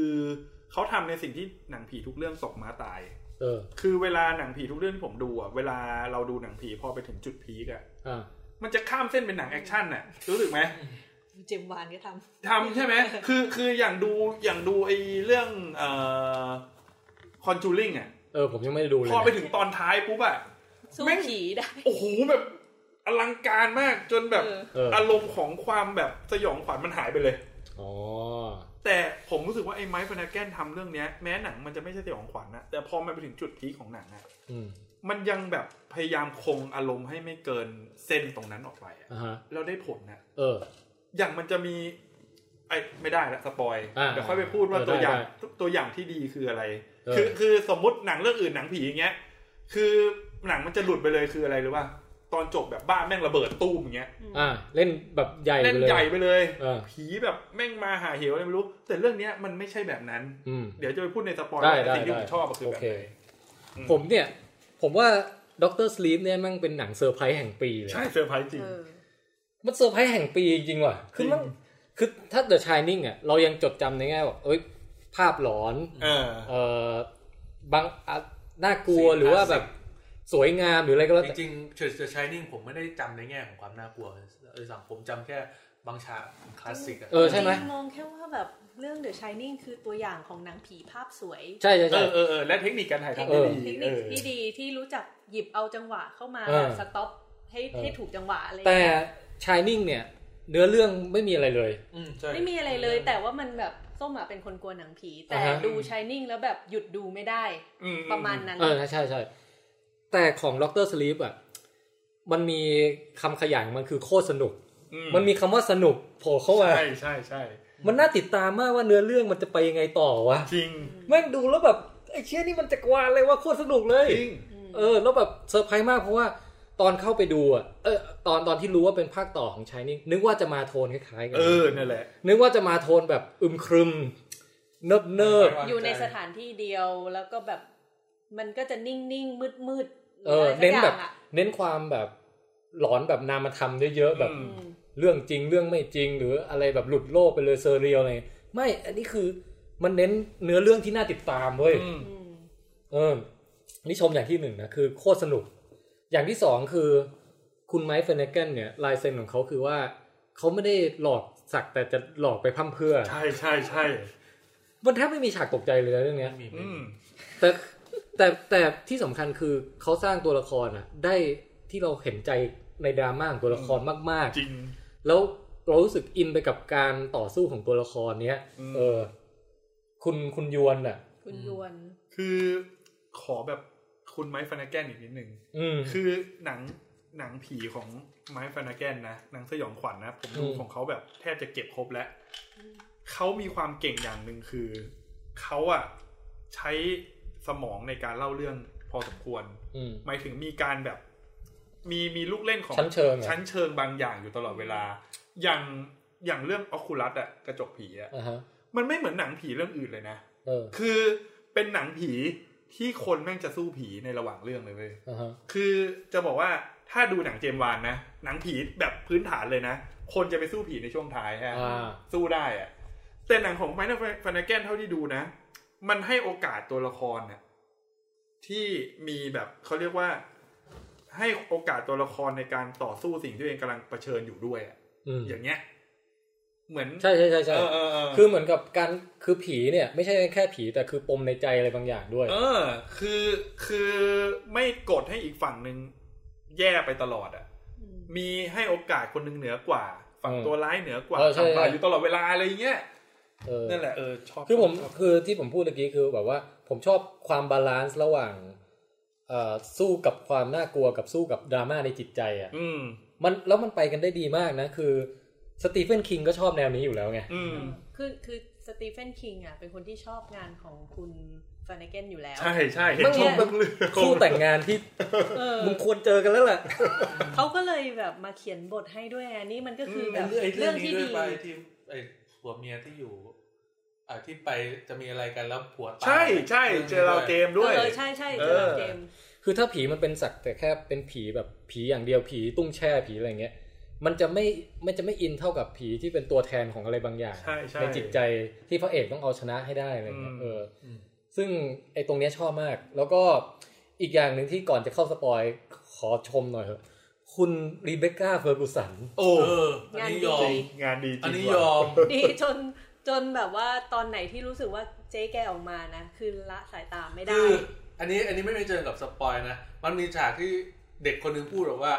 C: เขาทำในสิ่งที่หนังผีทุกเรื่องตกมาตาย
B: เออ
C: คือเวลาหนังผีทุกเรื่องที่ผมดูอ่ะเวลาเราดูหนังผีพอไปถึงจุดพีกอ่ะ
B: อ่า
C: มันจะข้ามเส้นเป็นหนังแอคชั่นน่ะรู้สึกไหม
E: เจมส์วานก็ทำ
C: ทำใช่ไหมคือคืออย่างดูอย่างดูไอ้เรื่องเอ่อคอนจูริงอ่ะ
B: เออ ผมยังไม่ได้ดูเลย
C: พอไป
B: นะ
C: ถึงตอนท้ายปุ๊บอ่ะ
E: สู้
C: แม่ง
E: ผีได้
C: โอ้โหแบบอลังการมากจนแบบ
E: เออ
B: เออ
C: อารมณ์ของความแบบสยองขวัญมันหายไปเลย
B: อ๋อ
C: แต่ผมรู้สึกว่าไอ้ไมค์ฟานาแกนทำเรื่องเนี้ยแม้หนังมันจะไม่ใช่สยองขวัญนะแต่พอมันไปถึงจุดพีคของหนังอะ
B: อืม
C: มันยังแบบพยายามคงอารมณ์ให้ไม่เกินเส้นตรงนั้นออกไปอะ
B: อ่าฮะ
C: แล้วได้ผลนะ
B: เออ
C: อย่างมันจะมีไอ้ไม่ได้ละสปอย
B: อ่า
C: เดี๋ยวค่อยไปพูดว่า
B: เออได้
C: ตัวอย่าง
B: ได้
C: ตัวอย่างที่ดีคืออะไร
B: เออ
C: คือคือสมมติหนังเรื่องอื่นหนังผีอย่างเงี้ย คือหนังมันจะหลุดไปเลยคืออะไรหรือว่าตอนจบแบบบ้านแม่งระเบิดตูมอย่างเงี้ย
B: อ่า เล่นแบบใหญ่
C: เล่น
B: ไปเลย
C: ใหญ่ไปเลย
B: เออ
C: ผีแบบแม่งมาหาเหวอะไรไม่รู้ แต่เรื่องเนี้ยมันไม่ใช่แบบนั้น
B: อืม
C: เดี๋ยวจะไปพูดในสปอย
B: ได้
C: ว่า
B: ได้
C: สิ่งที่ผม
B: ได้
C: ชอบอะคือ
B: โอ
C: แบบ
B: เค
C: ไหน อืม
B: ผมเนี่ย ผมว่าด็อกเตอร์สลีปเนี่ยแมันเป็นหนังเซอร์ไพรส์แห่งปีเลย
C: ใช่เซอร์ไพรส์จริง
E: เออ
B: มันเซอร์ไพรส์แห่งปีจริงว่ะ คือมัน
C: จริง
B: คือถ้าเดอะชายนิ่งอ่ะ เรายังจดจำในแง่แบบเอ้ย ภาพหลอน
C: เออ
B: เอ่อบางอ่ะน่ากลัวหรือว่าแบบสวยงามหรืออะไรก็แล้ว
D: จ
B: แต่
D: ริงๆเฉยๆชายนิ่งผมไม่ได้จำในแง่ของความน่ากลัวเลยสังผมจำแค่บางฉากคลาสสิกอะ
B: เออใช่ไหม
E: จริงๆมองแค่ว่าแบบเรื่อง The Shining คือตัวอย่างของหนังผีภาพสวย
B: ใช่ใช่
C: เอ
B: ใช่
C: อเออเออและเทคนิคการถ่าย
E: เทค
C: ทำ
E: นิ
C: ที่ดี
E: คเทค
C: เออ
E: นิคที่ดีที่รู้จักหยิบเอาจังหวะเข้ามา
B: เออ
E: สต็อปให้
B: เออ
E: ให้ถูกจังหวะอะไร
B: แต่
E: เงี้ย
B: ชายนิ่งเนี่ย เนื้อเรื่องไม่มีอะไรเลย
D: อืมใช่
E: ไม่มีอะไรเลย แต่ว่ามันแบบส้มอะเป็นคนกลัวหนังผี แต่
B: อ่าฮะ
E: ดู Shining แล้วแบบหยุดดูไม่ได้
C: อื
E: ประมาณนั้น
B: เออใช่ใช่ใช่แต่ของล็อกเตอร์สลีปอ่ะ มันมีคำขยายของมันคือโคตรสนุก
C: อื
B: มันมีคำว่าสนุกโผล่เข้ามา
C: ใช่ใช่ใช่
B: มันน่าติดตามมากว่าเนื้อเรื่องมันจะไปยังไงต่อวะ
C: จริง
B: แม่งดูแล้วแบบไอ้เชี่ยนี่มันจักรวาลเลยว่าโคตรสนุกเลย
C: จริง
B: เออแล้วแบบเซอร์ไพรส์มากเพราะว่าตอนเข้าไปดูอ่ะเออตอนตอนที่รู้ว่าเป็นภาคต่อของชายนิ่งนึกว่าจะมาโทนคล้ายๆกั
C: เออนั่นแหละ
B: นึกว่าจะมาโทนแบบอึมครึม เนิบเนิบ
E: อยู่ในสถานที่เดียวแล้วก็แบบมันก็จะนิ่งๆ มืดๆห
B: เอ
E: รือ
B: อ
E: อะไรสั
B: เน้น
E: กอย่า
B: แบ
E: ง
B: บ
E: อ่ะ
B: เน้นความแบบหลอนแบบนามธรรมเยอะๆแบบ
C: อื
E: อืม
B: เรื่องจริงเรื่องไม่จริง หรืออะไรแบบหลุดโลกไปเลยเซอร์เรียลอะไรไม่อันนี้คือมันเน้นเนื้อเรื่องที่น่าติดตามเว้ย
C: อืม
E: อืม
B: เออนี่ชมอย่างที่หนึ่งนะคือโคตรสนุก อย่างที่สองคือคุณไมค์เฟนเนกเกนเนี่ยลายเซ็นของเขาคือว่าเขาไม่ได้หลอกสักแต่จะหลอกไปพร่ำเพรื่อ
C: ใช่ใช่ใช่
B: มันแทบไม่มีฉากตกใจเลยนะเรื่องเนี้ย
C: อืม
B: แต่แต่แต่ที่สำคัญคือเขาสร้างตัวละครอะได้ที่เราเห็นใจในดราม่าของตัวละครมาก
C: จริง
B: ๆ แล้วเรารู้สึกอินไปกับการต่อสู้ของตัวละครเนี้ย
C: อืม
B: เออ คุณคุณยวนอ่ะ
E: คุณยวน
C: คือขอแบบคุณไมค์ฟานาแกนอีกนิดนึง
B: อืม
C: คือหนังหนังผีของไมค์ฟานาแกนนะหนังสยองขวัญนะ ผมดู
B: อืม
C: ของเขาแบบแทบจะเก็บครบแล้ว เขามีความเก่งอย่างหนึ่งคือ เขาอะใช้สมองในการเล่าเรื่องพอสมควร
B: อืม
C: หมายถึงมีการแบบ มีมีลูกเล่นของ
B: ชั้นเชิงอะ
C: ชั้นเชิงบางอย่างอยู่ตลอดเวลา อย่างอย่างเรื่องออคูลัสอะกระจกผีอะ
B: อ่าฮะ
C: มันไม่เหมือนหนังผีเรื่องอื่นเลยนะ
B: เออ
C: คือเป็นหนังผีที่คนแม่งจะสู้ผีในระหว่างเรื่องเลยเว้ย
B: อ่าฮะ
C: คือจะบอกว่าถ้าดูหนังเจมส์วานนะ หนังผีแบบพื้นฐานเลยนะ คนจะไปสู้ผีในช่วงท้ายฮะ
B: อ่า
C: สู้ได้อะแต่หนังของไมค์ฟานาแกนเท่าที่ดูนะ มันให้โอกาสตัวละครน่ะที่มีแบบเขาเรียกว่า ให้โอกาสตัวละครในการต่อสู้สิ่งที่ตัวเองกำลังเผชิญอยู่ด้วยอะ
B: อืม
C: อย่างเงี้ย เหมือน
B: ใช่ใช่ใช่ใช่
C: เออเออเออ
B: คือเหมือนกับการคือผีเนี่ย ไม่ใช่แค่ผีแต่คือปมในใจอะไรบางอย่างด้วย
C: เออ คือคือไม่กดให้อีกฝั่งหนึ่งแย่ไปตลอดอะ มีให้โอกาสคนหนึ่งเหนือกว่า ฝั่ง
B: อืม
C: ตัวร้ายเหนือกว่า
B: เออใช่
C: ฝั่งฝ่าย
B: ใช่
C: อยู่ตลอดเวลาอะไรเงี้ย
B: เออ
C: นั่นแหละเออชอบ
B: คือผม
C: ชบ
B: คือที่ผมพูดเมื่อกี้คือแบบว่าผมชอบความบาลานซ์ระหว่างเอ่อสู้กับความน่ากลัวกับสู้กับดราม่าในจิตใจอะ่ะ
C: อืม
B: มันแล้วมันไปกันได้ดีมากนะ คือสตีเฟนคิงก็ชอบแนวนี้อยู่แล้วไง
C: อืม
E: คือคือสตีเฟนคิงอ่ะเป็นคนที่ชอบงานของคุณฟานเกนอยู่แล้ว
C: ใช่ใช่เห็น
B: มัน
C: ชมบังเรือ
B: คู่แต่งงานที่
E: เออ
B: มึงควรเจอกันแล้วแหละ
E: เขาก็เลยแบบมาเขียนบทให้ด้วยอันนี้มันก็คือแบบ
D: ไอ้
E: เรื่องที่
D: นี้
E: ดี
D: วยไปที่ไอ้ผัวเมียที่อยู่อ่าที่ไปจะมีอะไรกันแล้วผัวตาย
C: ใช่ใช่เจอเราเกมด้วย
E: เออใช่ใช่เจอ
C: เออ
E: เกม
B: คือถ้าผีมันเป็นสักแต่แค่เป็นผีแบบผีอย่างเดียวผีตุ้งแช่ผีอะไรเงี้ยมันจะไม่มันจะไม่อินเท่ากับผีที่เป็นตัวแทนของอะไรบางอย่าง
C: ใช่ใช่
B: จิตใจที่พระเอกต้องเอาชนะให้ได้อะไรเงี้ย
C: อืม
B: เอออ
D: ม
B: ซึ่งไอ้ตรงเนี้ยชอบมาก แล้วก็อีกอย่างหนึ่งที่ก่อนจะเข้าสปอยขอชมหน่อยเถอะคุณรีเบคก้าเฟอร์กูสัน
D: โอ้เอออันนี้ยอม
E: งานดี
C: งานดีจริง
D: อันนี้
C: ว่ะ
D: ยอม
E: ดีจนจนแบบว่าตอนไหนที่รู้สึกว่าเจ๊แกออกมานะ คือละสายตาไม่ได้
D: คืออันนี้อันนี้ไม่ได้เจอกับสปอยนะ มันมีฉากที่เด็กคนหนึงพูดบอกว่า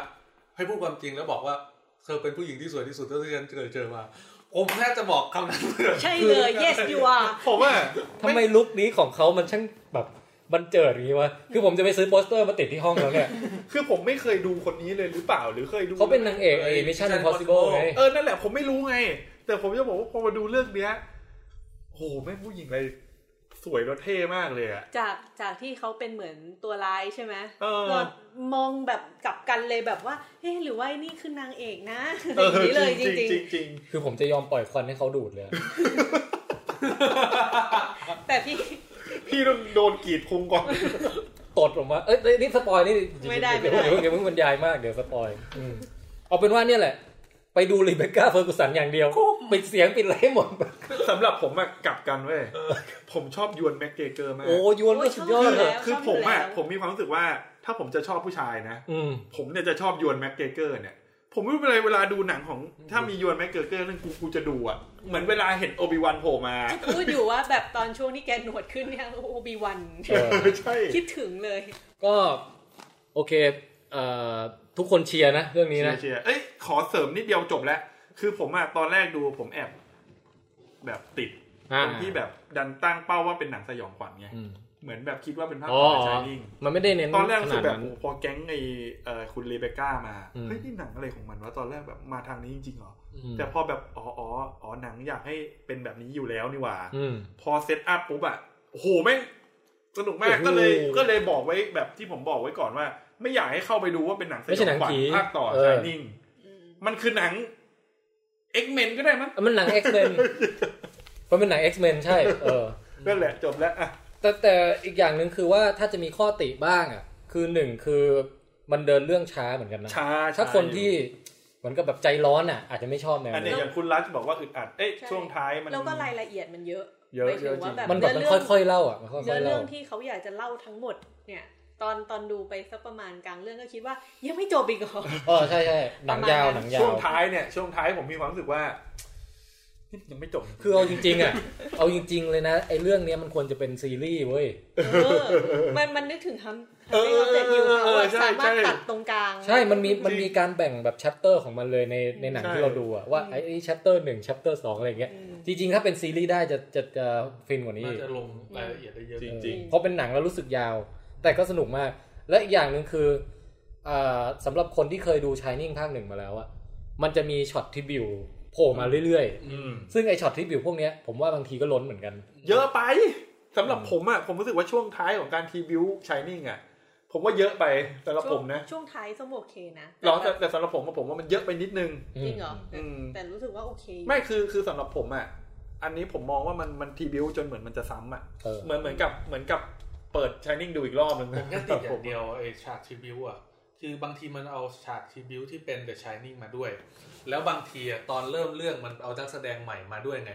D: ให้พูดความจริงแล้วบอกว่าเธอเป็นผู้หญิงที่สวยที่สุดเท่าที่ฉันเคยเจอมา ผมน่าจะบอกคำนั้นเลย
E: ใช่เลย yes you are
C: ผมว่า
B: ทำไมลุคนี้ของเขามันช่างแบบบันเจิดอย่างนี้วะ คือผมจะไปซื้อโปสเตอร์มาติดที่ห้องแล้วเนี่ย
C: คือผมไม่เคยดูคนนี้เลยหรือเปล่าหรือเคยดู
B: เขาเป็นนางเอกไอ้
D: เอ้ย
B: Mission
D: Mission
B: Impossible ไง
C: เออนั่นแหละผมไม่รู้ไง แต่ผมจะบอกว่าพอมาดูเรื่องเนี้ยโอ้โหแม่งผู้หญิงอะไรสวยและเท่มากเลยอะ
E: จากจากที่เขาเป็นเหมือนตัวร้ายใช่ไหม
C: เออ
E: เรามองแบบกลับกันเลยแบบว่าเฮ้หรือว่าไอ้นี่คือนางเอกนะ
C: เอ
E: อ
C: อย่าง
E: นี้เลยจริง
C: จริงๆจริง
B: คือผมจะยอมปล่อยควันให้เขาดูดเลยอะ
E: ๆ แต่พี่
C: ๆพี่ต้องโดนกรีดพุงก่อน *laughs*
B: ตดออกมา เอ้ยเอ้ยนี่สปอยนี่
E: ไม่ได้
B: เดี๋ยว
E: ไม่ได้
B: เดี๋ยวเดี๋ยวเดี๋ยวเพิ่งบรรยายมากเดี๋ยวสปอยอืมเอาเป็นว่าเนี่ยแหละ ไปดูรีเบคก้าเฟอร์กูสันอย่างเดียวปิดเสียงปิดอะไรให้หมด
C: สำหรับผมอะกลับกันเว้ยผมชอบยวนแม็กเกเกอร์มาก
B: โอ้ยวนก็สุดยอด
E: โอ้ยชบยู่
B: เล
E: แล้
B: ยว
C: คือผมอะ
E: ชอบอยู่แล้ว
C: ผมมีความรู้สึกว่า ถ้าผมจะชอบผู้ชายนะ
B: อืม
C: ผมเนี่ยจะชอบยวนแม็กเกเกอร์เนี่ย ผมไม่รู้เป็นไรเวลาดูหนังของ ถ้ามียวนแม็กเกเกอร์นั่นกูกูจะดูอะเหมือนเวลาเห็นโอบิวันโผล่มา
E: พูดอยู่ว่าแบบตอนช่วงที่แกหนวดขึ้นเนี่ย *laughs* โอบีวัน
B: เออ
C: ใช่
E: คิดถึงเลย
B: ก็โอเคเอ่อทุกคนเชียร์นะเรื่องนี้
C: เชีย
B: นะ
C: ร์เชียร์เอ้ยขอเสริมนิดเดียวจบแล้ว คือผมอะตอนแรกดูผมแอบ แบบติด
B: อ่า
C: ตรงที่แบบดันตั้งเป้าว่าเป็นหนังสยองขวัญไง
B: อืม
C: เหมือนแบบคิดว่าเป็นภาพ
B: อ๋อ
C: ของชายนิ่ง
B: มันไม่ได้เน้น
C: ตอนแรกรู้สึ
B: ขาก ด
C: แบบ
B: นั้น
C: โอ้โหพอแก๊งไอเอ่อคุณเรเบคก้ามา
B: อืม
C: เฮ้ยนี่หนังอะไรของมันวะตอนแรกแบบมาทางนี้จริงๆเหรอ
B: อืม
C: แต่พอแบบอ๋ออ๋ออ๋อหนังอยากให้เป็นแบบนี้อยู่แล้วนี่หว่า
B: อืม
C: พอเซตอัพปุ๊บอะโอ้โหแม่งสนุกมา
B: โอ้
C: ก
B: โห
C: ก็เลยก็เลยบอกไว้แบบที่ผมบอกไว้ก่อนว่า ไม่อยากให้เข้าไปดูว่าเป็นหนังส
B: ไม่
C: ย
B: ใช่
C: อ
B: หนั
C: ง
B: ง
C: ขวัญ
B: ผี
C: ภาคต่อ
B: เออ
C: ชายนิ่งมันคือหนังเอ็กเมนก็ได้มั้ง
B: มันหนัง X-Men มันเป็นหนัง X-Men ใช่ เออ
C: นั่นแหละจบแล้วอะ
B: แต่แต่อีกอย่างหนึ่งคือว่าถ้าจะมีข้อติบ้างอ่ะ คือหนึ่งคือมันเดินเรื่องช้าเหมือนกันนะ
C: ช้า
B: ถ้าคนที่เหมือนกับแบบใจร้อนอ่ะ อาจจะไม่ชอบแนว
C: อันเนี้
B: นี้
C: ยอย่างคุณรัชบอกว่าอึดอัดเอ้ย
E: ใช่
C: ช่วงท้ายมัน
E: แล้วก็รายละเอียดมันเยอะ
C: เยอะ
E: หมายถึง
C: เยอะจริง
E: ว่าแบบ
B: มันแบบมัน
E: เนื้อเรื่อง
B: ค่อยๆเล่าอ่ะมันค่
E: เนื้
B: อ
E: อย
B: ๆ
E: เรื่
B: เล่า
E: องที่เขาอยากจะเล่าทั้งหมดเนี่ย ตอนตอนดูไปสักประมาณกลางเรื่องก็คิดว่ายังไม่จบอีกเหรอ
B: เออใช่ใช่หนังยาวหนังยา
C: ช่ว
B: ว
C: งท้ายเนี่ยช่วงท้ายผมมีความรู้สึกว่านี่ยังไม่จบ
B: คือเอาจริงๆอ่ะ เอาจริง ๆ เลยนะไอ้เรื่องเนี้ยมันควรจะเป็นซีรีส์เว้ย
E: เออมันมันนึกถึงทำ
C: เออ
E: ไม่เอาแต่อยู่ค่ะ
C: เออ
E: ว่า
C: ใช่
E: สามารถ
C: ใช่
E: ตัดตรงกลาง
B: ใช่มันมีมันมีการแบ่งแบบชัปเตอร์ของมันเลยในในหนัง
C: ใช่
B: ที่เราดูอ่ะว่าไอ้ชัปเตอร์หนึ่งชัปเตอร์สองอะไรอย่างเงี้ย
E: อืม
B: จริงๆ ถ้าเป็นซีรีส์ได้จะจะจะฟินกว่านี้
D: น่า
B: อีก
D: จะลงรายละเอียดได้เยอะ
C: จริง
B: เออเพราะเป็นหนังแล้วรู้สึกยาว แต่ก็สนุกมาก และอีกอย่างหนึ่งคือเอ่อสำหรับคนที่เคยดูชายนิ่งภาคหนึ่งมาแล้วอะมันจะมีช็อตทริบิวโผล่มาเรื่อย
C: อืม
B: ๆ ซึ่งไอช็อตทริบิวพวกเนี้ยผมว่าบางทีก็ล้นเหมือนกัน
C: เยอะไปสำหรับผมอะผมรู้สึกว่าช่วงท้ายของการทีบิวชายนิ่งอะผมว่าเยอะไปสำหรับผมนะ
E: ช่วงช่วงท้ายส้มโอเคนะ
C: หรอ
E: แต่
C: แต่แต่สำหรับผมอะผมว่ามันเยอะไปนิดนึง
E: จริงเหรอ
C: อืม
E: แต่รู้สึกว่าโอเค
C: ไม่คือคือสำหรับผมอะอันนี้ผมมองว่ามันมันทีบิวจนเหมือนมันจะซ้ำอะ
B: เออ
C: เหมือนเหมือนกับเหมือนกับเปิดชายนิ่งดูอีกรอบนึง
D: ผมแค่ติดอย่างเดียวไอ้ฉากทีบิวอ่ะ คือบางทีมันเอาฉากทีบิวที่เป็นเดอะชายนิ่งมาด้วย แล้วบางทีอะตอนเริ่มเรื่องมันเอานักแสดงใหม่มาด้วยไง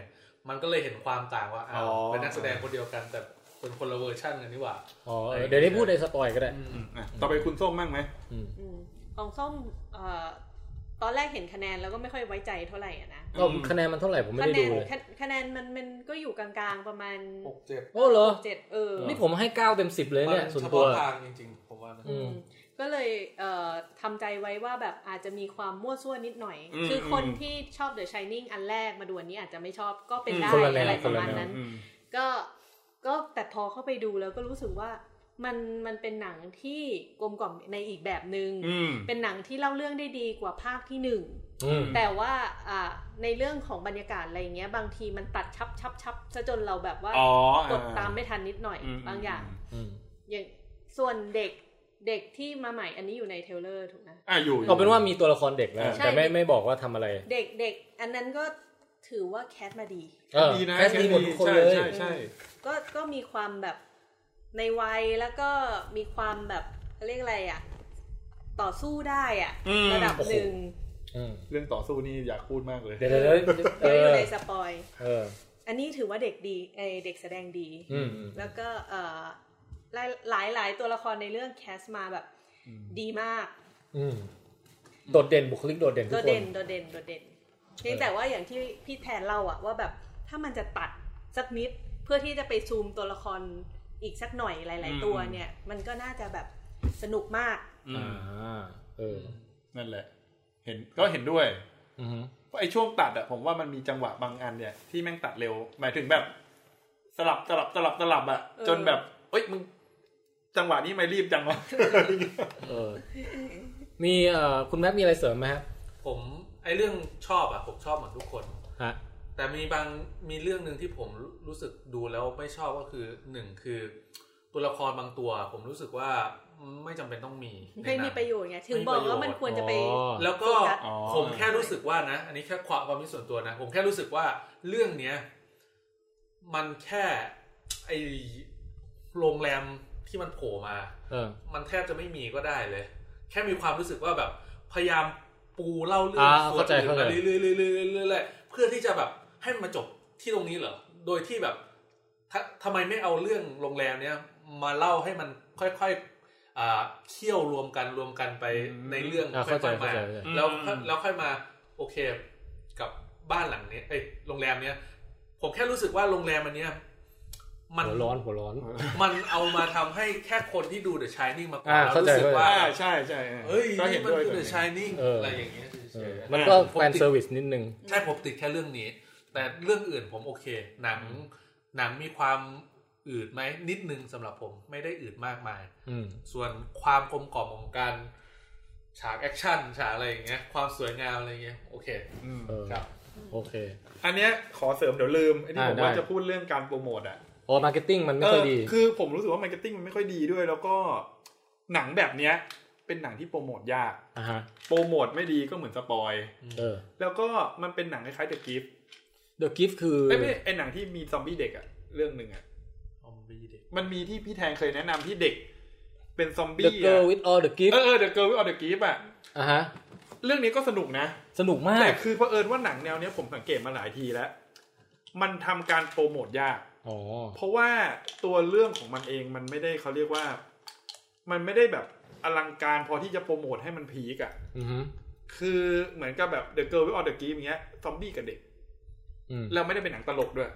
D: มันก็เลยเห็นความต่างว่าอ้าวเป็นนักแสดงคนเดียวกันแต่เป็นคนละเวอร์ชันกันนี่หว่า
B: อ๋อเออเดี๋ยวนี้พูดในสปอยก็ได้
D: อืม
C: อืมอ่ะต่อไปคุณส้มบ้างไหม
B: อืม
E: อืมของส้มเอ่อตอนแรกเห็นคะแนนแล้วก็ไม่ค่อยไว้ใจเท่าไหร่อะนะ
B: ก็คะแนนมันเท่าไหร่ผมไม่
E: คะ
B: ได้
E: แน
B: ดู
E: น
B: เลย
E: คะคะแนนมันมันก็อยู่กลางๆประมาณ
D: หกเจ็ด
B: โอ้เหรอ
E: เจ็ดเออ
B: นี่ผมให้เก้าเต็มสิบเลยเนี่ยส่วน
D: เฉ
B: ตัว
D: พาะทางจริงๆ ผมว่านะ
B: อืม
E: ก็เลยเอ่อทำใจไว้ว่าแบบอาจจะมีความมั่วซั่วนิดหน่อย
C: อืม
E: คือคนที่ชอบ The Shining อันแรกมาดูอันนี้อาจจะไม่ชอบก็เป็น
C: อืม
E: ได้
B: คนละแนว
E: อะไร
B: ค
E: ป
B: น
E: ระ
B: ละ
E: มาณ
B: แนว
E: นั้น
C: อืม
E: ก็ก็แต่พอเข้าไปดูแล้วก็รู้สึกว่ามันมันเป็นหนังที่กลมกล่อมในอีกแบบหนึง่ง
C: อืม
E: เป็นหนังที่เล่าเรื่องได้ดีกว่าภาคที่หนึ่ง
B: อืม
E: แต่ว่าอ่าในเรื่องของบรรยากาศอะไรเงี้ย บางทีมันตัดชับชับชับซะจนเราแบบว่า
C: อ๋อก
E: ดตามไม่ทันนิดหน่อย
C: อืม
E: บางอย่าง
B: อืม
E: อย่างส่วนเด็กเด็กที่มาใหม่อันนี้อยู่ในเทรลเลอร์ถูกไหม
C: อ่ะอยู่ยู่
B: เอาเป็นว่ามีตัวละครเด็กนะ
E: ใช่
B: แต่ไม่ไม่บอกว่าทำอะไร
E: เด็กเด็กอันนั้นก็ถือว่าแคทมาดี
B: เออ
C: ดีนะ
B: แคสดีหมดทุกคน
C: ใช่
B: เลย
C: ใช่ใช่
E: ก็ก็มีความแบบในวัยแล้วก็มีความแบบ เขาเรียกอะไรอ่ะ ต่อสู้ได้อ่ะ
C: อืม
E: ระดับหนึ่ง
B: อืม
C: เรื่องต่อสู้นี่อยากพูดมากเลย
B: เดี๋ยวเดี๋ยวเดี๋ยวเออ
E: ไม่อ
B: ยู่
E: ในสปอย
B: เออ
E: อันนี้ถือว่าเด็กดีเอยเด็กแสดงดี
B: อืม
E: แล้วก็เอ่อหลายหลายหลายตัวละครในเรื่องแคสมาแบบดีมาก
B: อืมโดดเด่นบุคลิกโดดเด่น
E: โด
B: ทุก
E: ด
B: ค
E: เด่
B: น
E: น โดดเด่น โดดเด่นเพียงแต่ว่าอย่างที่พี่แทนเล่าอะว่าแบบถ้ามันจะตัดสักนิดเพื่อที่จะไปซูมตัวละครอีกสักหน่อยหลาย ๆ ตัวเนี่ย มันก็น่าจะแบบสนุกมาก
C: อื
B: อ่าม เออ
C: นั่นแหละ เห็นก็เห็นด้วย
B: อืม
C: เพราะไอ้ช่วงตัดอะผมว่ามันมีจังหวะบางอันเนี่ยที่แม่งตัดเร็ว หมายถึงแบบ สลับสลับสลับสลับอะ
E: เออ
C: จนแบบเอ้ยมึงจังหวะนี้ไม่รีบจัง *laughs* วะ
B: เออ มีเอ่อคุณแม็กมีอะไรเสริมไหมฮะ
D: ผมไอเรื่องชอบอะผมชอบเหมือนทุกคน
B: ฮะ
D: แต่มีบางมีเรื่องหนึ่งที่ผมรู้รู้สึกดูแล้วไม่ชอบก็คือหนึ่งคือ ตัวละครบางตัว ผมรู้สึกว่าไม่จำเป็นต้องมีในห
E: ไม่
D: นัง
E: มีประโยชน์ไงถึงบอกว่ามันควรจะไป
B: อ๋อ
D: แล้วก็
E: โฟกัส
C: อ๋อ
D: ผมแค่รู้สึกว่านะ อันนี้แค่ความความคิดส่วนตัวนะ ผมแค่รู้สึกว่าเรื่องเนี้ย มันแค่ไอโรงแรมที่มันโผล่มา
B: เออ
D: มันแทบจะไม่มีก็ได้เลย แค่มีความรู้สึกว่าแบบพยายามปูเล่าเรื่อง
B: อ่า
D: ส่ว
B: เข้านใจ
D: อื่น
B: เข้าใจ
D: มาเรื่อยๆเรื่อยๆเรื่อยๆเรื่อยๆเรื่อยๆเพื่อที่จะแบบให้มันมาจบที่ตรงนี้เหรอ โดยที่แบบถ้าทำไมไม่เอาเรื่องโรงแรมเนี้ยมาเล่าให้มันค่อยๆอ่าเคี่ยวรวมกันรวมกันไป
C: อืม
D: ในเรื่อง
B: อ่า
D: ค่
B: เข้าใจ
D: อยๆ
B: เข้า
D: มา
B: ใจเข้าใจ
D: แล้วค่อยแล้วค่อยมาโอเคกับบ้านหลังเนี้ยเอ้ยโรงแรมเนี้ยผมแค่รู้สึกว่าโรงแรมอันเนี้ยมัน
B: หัวร้อนหัวร้อน
D: มันเอามาทำให้แค่คนที่ดู The Shining มาก่อ
B: อ่าน
D: แล้ว
B: เข้าใจ
D: รู้สึกว่า
C: อ่าใช่ใช่ออ
D: เฮ้ย
C: ก็
D: นี่
C: เห็น
D: มัน
C: ด้วย
D: คือ
C: ส่วนห
D: The
C: นึ่ง
D: Shining
B: เอออ
D: อะไรอย่างเงี้ย
B: เอ
D: เฉ
B: อย
D: ๆ
B: มันก็
D: อ่ะผม
B: แฟน
D: ติด
B: เซอร์วิสนิดนึง
D: ใช่ผมติดแค่เรื่องนี้ แต่เรื่องอื่นผมโอเค หนังหนังมีความอืดไหมนิดนึงสำหรับผมไม่ได้อืดมากมาย
B: อืม
D: ส่วนความกลมกล่อมของการฉากแอคชั่นฉากอะไรอย่างเงี้ยความสวยงามอะไรอย่างเงี้ยโอเค
C: อืม
B: เออ
D: ครับ
B: โอเค
C: อันเนี้ยขอเสริมเดี๋ยวลืมไอ้นี่
B: อ่า
C: ผมว่า
B: ได้
C: จะพูดเรื่องการโปรโมทอะ
B: โอ้มาร์เก็ตติ้งมันไม่ค่อยดี
C: เออคือผมรู้สึกว่ามาร์เก็ตติ้งมันไม่ค่อยดีด้วย แล้วก็หนังแบบเนี้ย เป็นหนังที่โปรโมทยาก
B: อ่าฮะ
C: โปรโมทไม่ดีก็เหมือนสปอย
B: เออ
C: แล้วก็มันเป็นหนังคล้ายๆเดอะกิฟต์
B: The Gift คือ
C: ไอ้ยไม่ไอ้หนังที่มีซอมบี้เด็กอะเรื่องหนึ่งอะ
D: ซอมบี้เด็ก
C: มันมีที่พี่แทนเคยแนะนำที่เด็ก เป็นซอม
B: The
C: บี้อะ
B: Girl with All the
C: เอ
B: Gift
C: อเดอะเกิร์ลวิออเดอะกิฟต์อะ
B: อ่าฮะ
C: เรื่องนี้ก็สนุกนะ
B: สนุกมา
C: แต่
B: ก
C: คือเผอิญว่าหนังแนวเนี้ยผมสังเกตมาหลายทีแล้ว มันทำการโปรโมทยาก
B: อ๋อ
C: เพราะว่าตัวเรื่องของมันเองมันไม่ได้เขาเรียกว่า มันไม่ได้แบบอลังการพอที่จะโปรโมทให้มันพีกอะ่ะ
B: อือฮึ
C: คือเหมือนกับแบบ The Girl with All the Game อย่างเงี้ยซอมบี้กับเด็ก
B: อืม
C: แล้วไม่ได้เป็นหนังตลกด้วย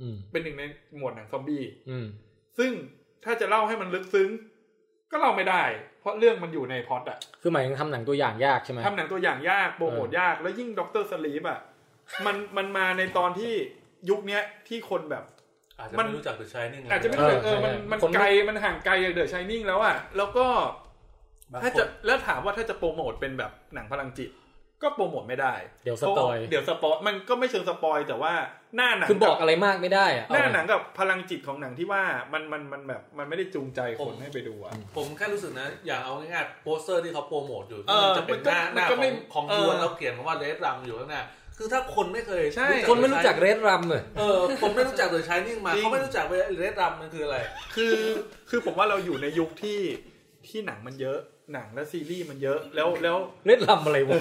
B: อืม
C: เป็นหนึ่งในหมวดหนังซอมบี้
B: อืม
C: ซึ่งถ้าจะเล่าให้มันลึกซึ้ง ก็เล่าไม่ได้ เพราะเรื่องมันอยู่ในพล็อตอะ
B: คือหมายถึงทำหนังตัวอย่างยากใช่ไหม
C: ทำหนังตัวอย่างยากโปรโมทยากแล้วยิ่งด็อกเตอร์สลีปอะมันมันมาในตอนที่ยุคเนี้ยที่คนแบบ
D: อาจจะ
C: มัน
D: ไม่รู้จัก The Shining
C: อาจจะไม่รู้เออมันมันไกลมันห่างไกลจากเดอะชายนิ่งแล้วอะแล้วก็
D: บางคน
C: ถ้าจะแล้วถามว่าถ้าจะโปรโมทเป็นแบบหนังพลังจิต ก็โปรโมทไม่ได้
B: เดี๋ยวสปอย
C: เพราะเดี๋ยวสปอยมันก็ไม่เชิงสปอยแต่ว่าหน้าหนัง
B: คือบอกอะไรมากไม่ได้อะ
C: ห
B: เอา
C: น้าหนั
B: ไง
C: งกับพลังจิตของหนังที่ว่ามันมันมันแบบมันไม่ได้จูงใจค
D: ผ
C: น
D: ม
C: ให้ไปดูอะ
D: ผมแค่รู้สึกนะ อย่างเอาง่ายๆโปสเตอร์ที่เขาโปรโมทอยู่
C: เอ
D: ที่
C: อ
D: มันจะเป็นหน้า
C: มันก็ก็
D: หน้าขอ
C: ไม่
D: งของ
C: เออ
D: ยูนแล้วเขียนคำว่าเลดรัมอยู่ข้างหน้า คือถ้าคนไม่เคย
C: ใช่
B: คนไม่รู้จักเรดรัมเลย
D: เออคนไม่รู้จักเดอะชายนิ่งมา
C: จริง
D: เขาไม่รู้จักเลดรัมมันคืออะไร
C: คือคือผมว่าเราอยู่ในยุคที่ที่หนังมันเยอะหนังและซีรีส์มันเยอะแล้วแล้ว
B: เรดรัมอะไรวะ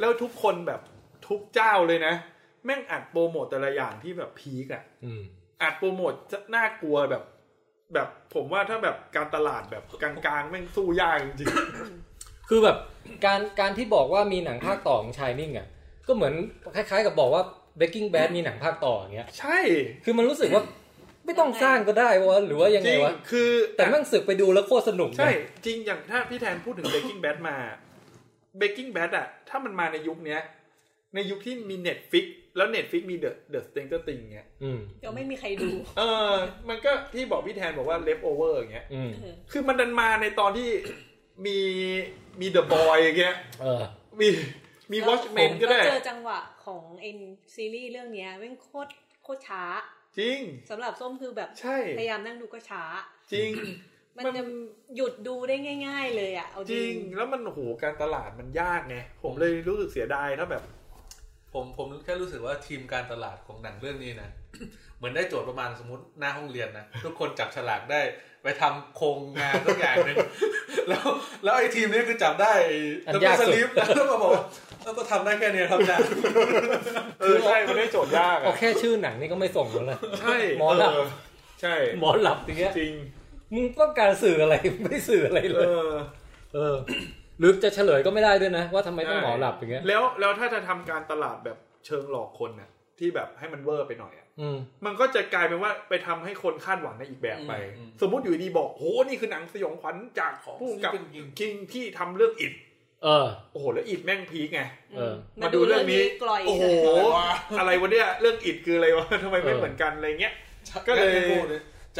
C: แล้วทุกคนแบบทุกเจ้าเลยนะ แม่งอัดโปรโมทแต่ละอย่างที่แบบพีกอะ
B: อืม
C: อัดโปรโมทจะน่ากลัวแบบ แบบผมว่าถ้าแบบการตลาดแบบกลางๆแม่งสู้ยากจริง
B: คือแบบการการที่บอกว่ามีหนังภาคต่อของชายนิ่งอ่ะ ก็เหมือนคล้ายๆกับบอกว่า Breaking Bad มีหนังภาคต่ออย่างเงี้ย
C: ๆ *laughs* ใช่
B: คือมันรู้สึกว่าไม่ต้องสร้างก็ได้วะหรือว่ายัง
C: จ
B: ไง
C: ริง
B: วะ
C: คือ
B: แต่แมันสึกไปดูแล้วโคตรสนุกนะ
C: ใช่ จริงอย่างถ้าพี่แทนพูดถึง Breaking Bad มา Breaking Bad อะถ้ามันมาในยุคเนี้ย ในยุคที่มี Netflix แล้ว Netflix มี The The Stranger Things เนี้ย
B: อืม
E: ก็ไม่มีใครดู
C: เออ มันก็ที่บอกพี่แทนบอกว่า leftover อย่างเงี้ย
B: อืม
C: คือมันดันมาในตอนที่ *coughs* มีมี The Boy อย่างเงี้ย
B: เออ
C: มีมีวอชแมนก็ได้
E: แล้วเจอจังหวะของเอ็นซีรีส์เรื่องเนี้ยแม่งโคตรโคตรช้า
C: จริง
E: สำหรับส้มคือแบบ
C: ใช่
E: พยายามนั่งดูก็ช้า
C: จริง
E: มัน
C: มัน
E: จะหยุดดูได้ง่าย ๆ เลยอ่ะเอา
C: จริง แล้วมันโหการตลาดมันยากไง ผมเลยรู้สึกเสียดายถ้าแบบ
D: ผมผมแค่รู้สึกว่าทีมการตลาดของหนังเรื่องนี้นะ *coughs* เหมือนได้โจทย์ประมาณสมมติหน้าห้องเรียนนะ *laughs* ทุกคนจับฉลากได้ไปทำโครงงานทุกอย่างหนึ่ง แล้วแล้วไอ้ทีมนี้คือจับได้
B: อัน
D: แล้ว
B: ยา
D: ก็
B: ก
D: ส
B: สุด
D: ลิปแล้วมาบอกว่าแล้วก็ทำได้แค่เนี้ยครับอาจารย์
C: เออใช่มันได้โจทย์ยาก
B: เอา
C: อ่ะ
B: แค่ชื่อหนังนี่ก็ไม่ส่งแล้วนะ
C: ใช่
B: หมอหลับ
C: เใช่
B: หมอหลับอย่างเงี้ย
C: จริง
B: มึงต้องการสื่ออะไร ไม่สื่ออะไรเล
C: เอย อ
B: เออ หรือจะเฉลยก็ไม่ได้ด้วยนะ ว่าทำไมต้องหมอหลับอย่างเงี้ย
C: แล้วแล้วถ้าจะทำการตลาดแบบเชิงหลอกคนน่ะที่แบบให้มันเวอร์ไปหน่อยอ่ะ
B: อืม
C: มันก็จะกลายเป็นว่าไปทำให้คนคาดหวังในอีกแบบไป สมมติอยู่ดีบอกโหนี่คือหนังสยองขวัญจากของผู้กำกับคิงที่ทำเรื่องอิด
B: เออ
C: โอ้โหแล้วอิดแม่งพีคไง
B: เออ
E: มาดูเรื่องนี้กล่อย
C: โอ้โห อะไรวะเนี่ยเรื่องอิดคืออะไร *laughs* วะทำไมไม่เหมือนกันอะไรเงี้ย ก็เลย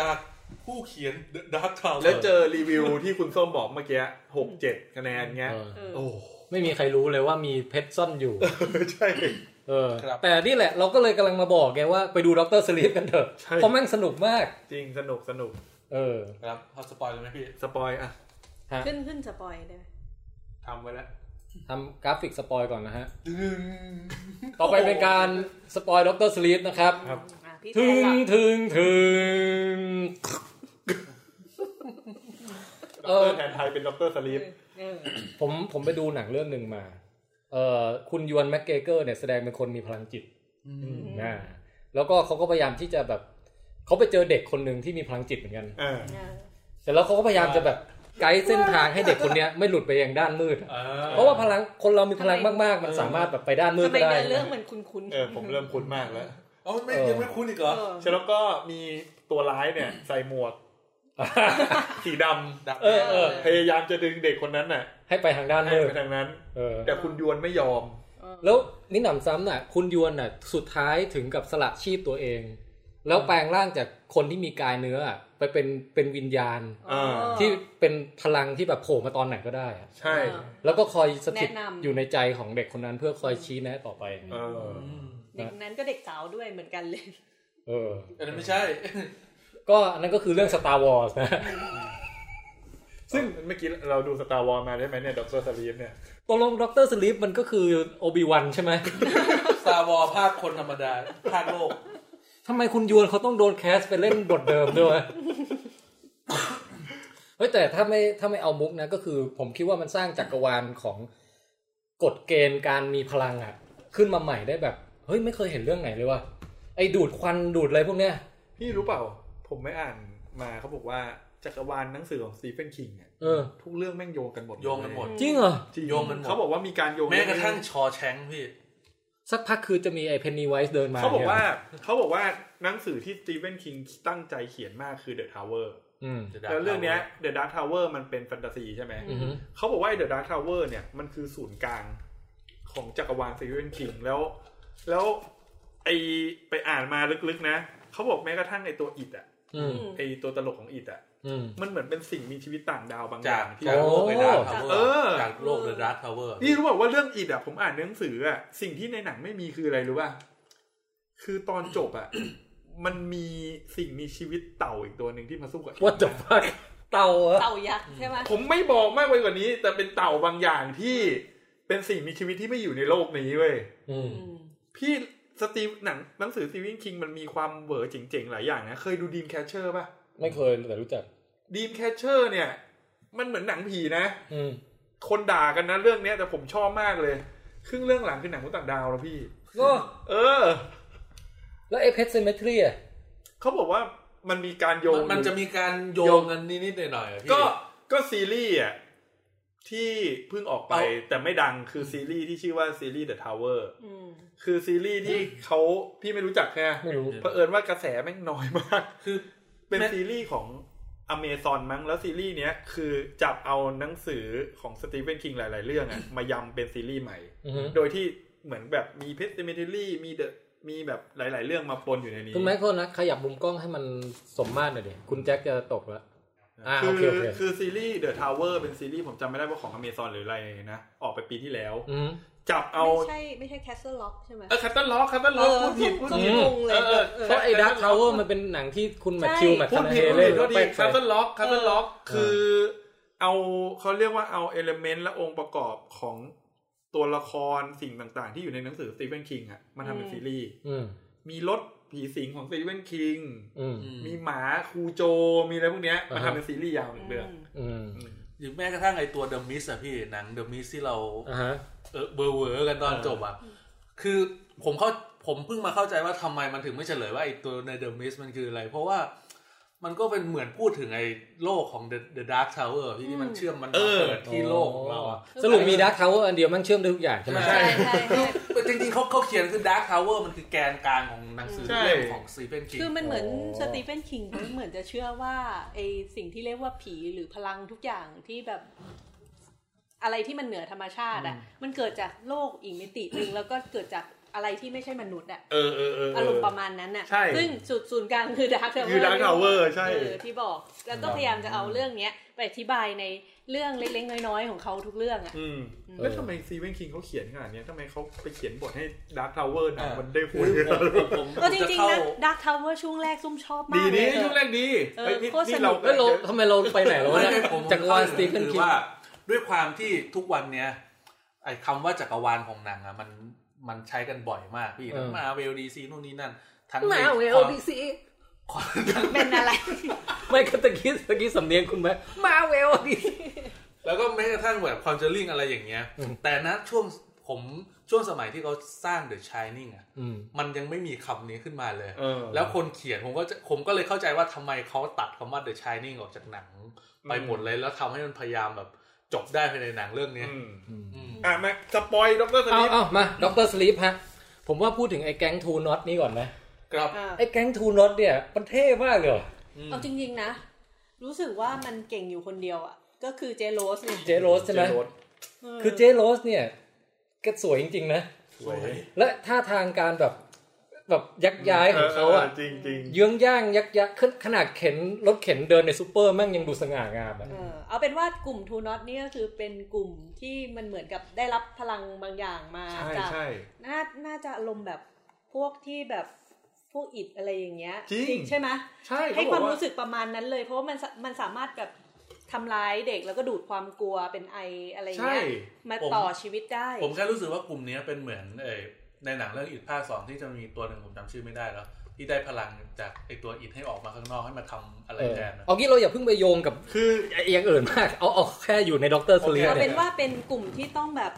D: จากผู้เขียน The Dark Town
C: แล้วเจอรีวิวที่คุณส้มบอกเมื่อกี้หกเจ็ดคะแนนเงี้ย
B: เออ
E: เออ
C: โอ้
B: ไม่มีใครรู้เลยว่ามีเพชรซ่อนอยู่
C: ใช่
B: เออ
D: ครับ
B: แต่นี่แหละเราก็เลยกำลังมาบอกแกว่าไปดูด็อกเตอร์สลีปกันเถอะ เพราะแม่งสนุกมาก
C: จริงสนุกสนุก
B: เออ
D: ครับเอาสปอยเลยไหมพี่
C: สปอยอ่ะ
E: ขึ้นขึ้นสปอยล์เลย
D: ทำไว้แล้ว
B: ทำกราฟิกสปอยก่อนนะฮะ
D: ดึง
B: ต่อไปเป็นการสปอยด็อกเตอร์สลีปนะครับ
E: อ่ะพี่
B: ถึ
E: แจ๊
B: ง
E: ค
B: ถึงถึง
C: ด
B: เอ
C: ร
B: อ
C: แทนไทยเป็นดรสลีป
E: เออ
B: ผมผมไปดูหนังเรื่องหนึ่งมา เอ่อคุณยวนแม็กเกเกอร์เนี่ยแสดงเป็นคนมีพลังจิตนะแล้วก็เขาก็พยายามที่จะแบบ เขาไปเจอเด็กคนหนึ่งที่มีพลังจิตเหมือนกัน
C: เออ
E: เออ
B: แต่แล้วเขาก็พยายามจะแบบไกด์เส้นทางให้เด็กคนเนี้ยไม่หลุดไปยังด้านมืดอะ
D: เออ
B: เพราะว่าพลังคนเรามีพลังมากๆ มันสามารถแบบไปด้านมืด
E: ทำไม
B: ก็ได้
E: เนื้อเรื่อง
B: นะ
E: มันคุ้นๆ
C: เออผมเริ่มคุ้นมากแล้ว
D: เอาไม่ยังไม่คุ้นอีกเหร
E: เอ
D: อ
E: อ
C: เสร็จแล้วก็มีตัวร้ายเนี่ย
D: *coughs*
C: ใส่หมวก สีด
D: ดัก
B: เออเออ
C: ำพยายามจะดึงเด็กคนนั้นน่ะ
B: ให้ไปทางด้าน
C: ให้
B: มืด
C: ไปทางนั้น
B: เออ
C: แต่คุณยวนไม่ยอม
E: เออ
B: แล้วนี่หนำซ้ำน่ะ คุณยวนน่ะ สุดท้ายถึงกับสละชีพตัวเอง แล้วแปลงร่างจากคนที่มีกายเนื้ออะไปเป็นเป็นวิญญาณ
C: อ่า
E: เออ
B: ที่เป็นพลังที่แบบโผล่มาตอนไหนก็ได้อะ
C: ใช่
E: เออ
B: แล้วก็คอยสถิต
E: แนะนำ
B: อยู่ในใจของเด็กคนนั้นเพื่อคอยชี้แนะต่อไป
C: เออ
E: เด็กนั้นก็เด็กสาวด้วยเหมือนกันเลย
B: เออ
D: อันนั้นไม่ใช่ *laughs*
B: ก็อันนั้นก็คือเรื่อง Star Wars นะ
C: ซึ่งเมื่อกี้เราดูสตาร์วอลมาได้ไหมเนี่ยดรสลีปเนี่ย
B: ตกลงด็อกเตอร์สลิปมันก็คือโอบิวันใช่ไหม *laughs*
D: s า a r War ภาคคนธรรมดาภาคโลก
B: ทำไมคุณยวนเขาต้องโดนแคสไปเล่นบทเดิมด้วยวะ *coughs* เฮ้ยแต่ถ้าไม่ถ้าไม่เอามุกนะ ก็คือผมคิดว่ามันสร้างจักรวาลของกฎเกณฑ์การมีพลังอะขึ้นมาใหม่ได้แบบ เฮ้ยไม่เคยเห็นเรื่องไหนเลยว่ะไอ้ดูดควันดูดอะไรพวกเนี้ย
C: พี่รู้เปล่า ผมไม่อ่านมาเขาบอกว่าจักรวาลหนังสือของสตีเฟนคิงเนี่ย
B: เออ
C: ทุกเรื่องแม่งโยงกันหมด
D: โยงกันหมด
B: จริงเหรอ
C: จริ
D: โยงกันหมด
C: เขาบอกว่ามีการโยง
D: แม้กระทั่งชอแชงพี่
B: สักพักคือจะมีไอ้เพนนีไวส์เดินมา
C: เขาบอกว่า
B: นี่ย
C: เขาบอกว่าหนังสือที่สตีเฟนคิงตั้งใจเขียนมากคือเดอะทาวเวอร์
B: อืม
D: The Dark
C: แล้วเรื่องเนี้ย
D: Tower
C: The Dark Tower มันเป็นแฟนตาซีใช่ไหม
B: อือหือ
C: เขาบอกว่าไอ้ The Dark Tower เนี่ย มันคือศูนย์กลางของจักรวาลซีเวนคิงแล้ว แล้วไอไปอ่านมาลึกๆนะ เขาบอกแม้กระทั่งไอตัวอิดอะ
B: อืม
C: ไอตัวตลกของอิดอะ
B: อืม
C: มันเหมือนเป็นสิ่งมีชีวิตต่างดาวบางอ
D: จา
C: ย่า
D: ก
C: งที่
D: จากโลกเดอะดาร์คทาวเว
C: เอ
D: อ
C: อ
D: ร์จากโลกเดอะดาร์คทาวเวอร์
C: นี่รู้บอกว่าเรื่องอิดอะผมอ่านหนังสืออะสิ่งที่ในหนังไม่มีคืออะไรรู้ป่ะคือตอนจบอะ *coughs* มันมีสิ่งมีชีวิตเต่าอีกตัวหนึ่งที่มาสู้กับอิฐ
B: What the fuck เต่าเหรอ
E: เต่ายักษ์ใช่ไหม
C: ผมไม่บอกมากไปกว่านี้ แต่เป็นเต่าบางอย่างที่เป็นสิ่งมีชีวิตที่ไม่อยู่ในโลกนี้เว้ย
B: อืม
E: อืม
C: พี่สตีฟหนังหนังสือสตีวินคิงมันมีความเหวอเจ๋งๆหลายอย่างนะ เคยดูดีมแคชเชอร์ป่ะ
B: ไม่เคยแต่รู้จัก
C: ดีมแคชเชอร์เนี่ย มันเหมือนหนังผีนะ
B: อืม
C: คนด่ากันนะเรื่องเนี้ยแต่ผมชอบมากเลย ครึ่งเรื่องหลังคือหนังมนุษย์ต่างดาวนะพี่
B: ก็
C: เออ
B: แล้วไอ้เพชรเซมิทรีอ่ะ
C: เขาบอกว่ามันมีการโยง
D: มันมันจะมีการโย
C: โย
D: ง
C: ง
D: กันนิดๆหน่อยๆอะพี่
C: ก็ก็ซีรีส์อ่ะที่เพิ่งออกไป
D: เอา
C: แต่ไม่ดังคือซีรีส์ที่ชื่อว่าซีรีส์ The Tower
E: อืม
C: คือซีรีส์ที่เขาพี่ไม่รู้จักแค่
B: ไม่รู้
C: เผอิญว่ากระแสแม่งน้อยมาก
D: คือ
C: เป็น
D: แม่
C: ซีรีส์ของอเมซอนมั้งแล้วซีรีส์เนี้ยคือจับเอาหนังสือของสตีเฟนคิงหลาย ๆ เรื่อง
B: *laughs*
C: อะมายำเป็นซีรีส์ใหม่
B: อือฮึ
C: โดยที่เหมือนแบบมีเพสติเมทลี่มีเดอะมีแบบหลาย ๆ เรื่องมาปนอยู่ในนี้
B: คุณแม็กโทษนะ ขยับมุมกล้องให้มันสมมาตรหน่อยดิคุณแจ็คจะตกแล้ว อ่า
C: คื
B: โอเค
C: อ
B: โอเค
C: คือซีรีส์เดอะทาวเวอร์เป็นซีรีส์ผมจำไม่ได้ว่าของอเมซอนหรืออะไรนะ ออกไปปีที่แล้ว
B: อืม
C: จับเอา
E: ไม่ใช่ไม่ใช่แคสเซิลล็อกใช่ไหม
C: เออคัตเตอร์ล็อกคัตเตอร์
E: เอ
C: ล็อก
E: อ
C: พูดผิดพูด
E: ก็
C: ผิด
E: งงเลย
C: เออเอ
B: เพราะไอ้ดักทาวเวอร์มันเป็นหนังที่คุณแมทธิวแมท
C: พู
B: คา
C: ด
B: นา
C: ผิด
B: เฮ
C: พูด
B: เล่
C: ผิ
B: น
C: ด
B: แล้ว
C: ดี
B: ไป
C: คัตเตอ
B: ใส่
C: ร์ล็อกคัตเตอร์ล็อก
B: เออ
C: คือเอาเขาเรียกว่าเอาเอลเมนต์และองค์ประกอบของตัวละครสิ่งต่างๆ ที่อยู่ในหนังสือสตีเฟนคิงอ่ะมาทำเป็นซีรีส์
B: อืม
C: มีรถผีสิงของสตีเฟนคิง
B: อืม
D: อืม
C: มีหมาคูโจ มีอะไรพวกเนี้ยมา
B: อ่าฮะ
C: ทำเป็นซีรีส์ยาวหนึ่งเรื่อง
B: อืม
D: หรือแม้กระทั่งไอตัวเดอะมิสอะพี่หนังเดอะมิสที่เรา
B: อ่าฮะ
D: เออเบอร์เวอร์กันตอนจบอ่ะ คือผมเข้าผมเพิ่งมาเข้าใจว่าทำไมมันถึงไม่เฉลยว่าไอ้ตัวในเดอะมิสมันคืออะไร เพราะว่ามันก็เป็นเหมือนพูดถึงไอ้โลกของ The The Dark Tower อะพี่ที่มันเชื่อมมันมา
C: เออ
D: เกิดที่โลกของเราอะ
B: สรุปมีดักทาวเวอร์อันเดียวมันเชื่อมได้ทุกอย่างใช่ไหม
D: ใช่
E: ใช่ใช่ใช่
D: คือจริงๆเขาเขาเขียนคือ Dark Tower มันคือแกนกลางของหนังสือ
C: ใช่
D: เล่มของซีเ e นคิง
E: คือมันเหมือน
B: อ๋อ
E: สตีเฟนคิงเหมือนจะเชื่อว่าไอสิ่งที่เรียกว่าผีหรือพลังทุกอย่างที่แบบ อะไรที่มันเหนือธรรมชาติอ่ะ มันเกิดจากโลกอีกมิติหนึ่งแล้วก็เกิดจากอะไรที่ไม่ใช่มนุษย์อ่ะ
C: เออเออเออ
E: อา
C: เอ
E: รม
C: อ
E: ณ์ประมาณนั้นน่ะ
C: ใช่
E: ซึ่งจุดศูนย์กลางคือดาร์คทาวเวอร์
C: คือ Dark Tower ใช่
E: ที่บอก แล้วก็พยายามจะเอาเรื่องเนี้ยไปอธิบายในเรื่องเล็กๆน้อยๆของเขาทุกเรื่องอ่ะ
C: อืม
E: อืม
C: แล้วทำไมซีเวนคิงเขาเขียนขนาดเนี้ยทำไมเขาไปเขียนบทให้ดาร์คทาวเวอร์หนังมันได้พูด
D: คือผมผมผม
E: ก็จริงๆนะ
D: ผม
E: ดาร์คทาวเวอร์ช่วงแรกซุ่มชอบมา
C: ดี
E: กเล
C: นี้
E: ย
C: ช่วงแรกดี
E: เออ
C: ฮ้ยนี่
E: โคตรสนุก
C: นี่เรา
B: เฮ้ยเราทำไมเราไปไหนแล้
D: เข้าว
B: วะ
D: ไม่
B: เนี่ย
D: ใช่ผม
B: จักรวาลสตีเฟน
D: คือ
B: คิง
D: ว่า ด้วยความที่ทุกวันเนี้ยไอ้คำว่าจักรวาลของหนังอ่ะมันมันใช้กันบ่อยมากพี่
B: เออ
D: มาเวลดีซีนู่นนี่นั่น ทั้ง
B: หนาวไง
D: ค
B: โอ
D: วาม
B: ดีซี
E: เป็นอะไร
B: ไม่ก็ตะกี้ตะกี้สำเนียงคุณไหมมาเวลดีซี
D: แล้วก็แม้กระทั่งแบบคอนเจอริงอะไรอย่างเงี้ย
B: อืม
D: แต่นะช่วงผมช่วงสมัยที่เขาสร้างเดอะชายนิ่งอ่ะ มันยังไม่มีคำนี้ขึ้นมาเลย
C: เออ
D: แล้วคนเขียนผมก็จะผมก็เลยเข้าใจว่าทำไมเขาตัดคำว่าเดอะชายนิ่งออกจากหนัง ไปหมดเลยแล้วทำให้มันพยายามแบบจบได้ภายในหนังเรื่องเนี้ย
C: อืม
D: อืม
C: อ่ะมาสปอยด็อกเตอร์ส
B: เอา
C: ลิป
B: เอามาด็อกเตอร์สลีปฮะ ผมว่าพูดถึงไอ้แก๊งทูน็อตนี่ก่อนไหม
D: ครับ
B: ไอ้แก๊งทูน็อตเนี่ย มันเท่มากเลย
E: เอาจริงๆนะ รู้สึกว่ามันเก่งอยู่คนเดียวอ่ะ ก็คือเจโรสเนี่ย
B: เจโรสใช่ไหม
C: เจโรส
E: เออ
B: คือเจโรสเนี่ยก็สวยจริง ๆ นะ
C: สวย
B: และท่าทางการแบบแบบยักย้ายของเขาอ่ะ
C: จริงจริง
B: เยื้องย่างยักยักขึ้นขนาดเข็นรถเข็นเดินในซูเปอร์แม่งยังดูสง่างามอ่ะ
E: เออเอาเป็นว่ากลุ่มทูนอตนี่ยก็คือเป็นกลุ่มที่มันเหมือนกับได้รับพลังบางอย่างมา
C: ใช่
E: จาก
C: ใช่
E: น่า น่าจะอารมณ์แบบพวกที่แบบพวกอิดอะไรอย่างเงี้ย
C: จริง
E: ใช่ไหม
C: ใช่
E: ให้
C: เขบอ
E: ความ
C: ก
E: รู้สึกประมาณนั้นเลย เพราะว่ามันสมันสามารถแบบทำร้ายเด็กแล้วก็ดูดความกลัวเป็นไออะไร
C: ใช่
E: เงี้ยมาต่อชีวิตได้
D: ผมแค่รู้สึกว่ากลุ่มเนี้ยเป็นเหมือนเออในหนังเรื่องอิดภาคสองที่จะมีตัวหนึ่งผมจำชื่อไม่ได้แล้ว ที่ได้พลังจากไอตัวอิดให้ออกมาข้างนอกให้มาทำอะไร
B: เออ
D: แทนนะ
B: เอางี้เราอย่าเพิ่งไปโยงกับ
C: คือ
B: ไอ้อย่างอื่นมาก เอาเอาแค่อยู่ในด็อกเตอร์สลี
D: โอค
E: *laughs* เอา
B: เนี่
E: เป็
B: ย
E: นว่าเป็นกลุ่มที่ต้องแบบ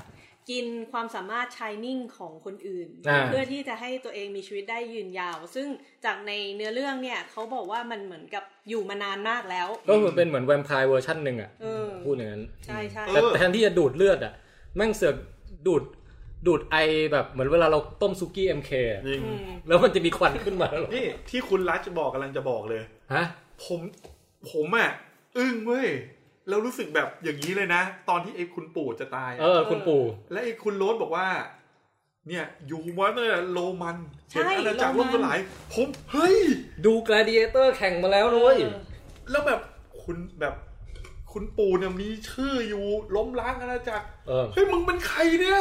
E: กินความสามารถชายนิ่งของคนอื่น
B: อ่า
E: เพื่อที่จะให้ตัวเองมีชีวิตได้ยืนยาว ซึ่งจากในเนื้อเรื่องเนี่ยเขาบอกว่ามันเหมือนกับอยู่มานานมากแล้ว
B: ก็คือเป็นเหมือนแวมไพร์เวอร์ชันหนึ่งอ่ะ
E: เออ
B: พูดอย่างนั้น
E: ใช่ใช่
B: แต่แทนที่จะดูดเลือดอ่ะ แม่งเสือกดูดดูดไอแบบเหมือนเวลาเราต้มซุกี้เอ็มเค
C: จริง
E: อืม
B: แล้วมันจะมีควันขึ้นมาแล้วเหรอ
C: นี่ที่คุณรัชบอกกำลังจะบอกเลย
B: ฮะ
C: ผมผมอ่ะอึ้งเว้ยแล้วรู้สึกแบบอย่างนี้เลยนะ ตอนที่ไอ้คุณปู่จะตายอะ
B: เออ คุณปู่
C: และไอ้คุณโรสบอกว่า เนี่ยอยู่มาตั้งแต่โรมันเห็นอาณาจักรล่มสลาย ผมเฮ้ย
B: ดูกลาดิเอเตอร์แข่งมาแล้วนะเว้ย
C: แล้วแบบคุณแบบคุณปู่เนี่ยมีชื่ออยู่ล้มล้างอาณาจักร
B: เออ
C: เฮ้ยมึงเป็นใครเนี่ย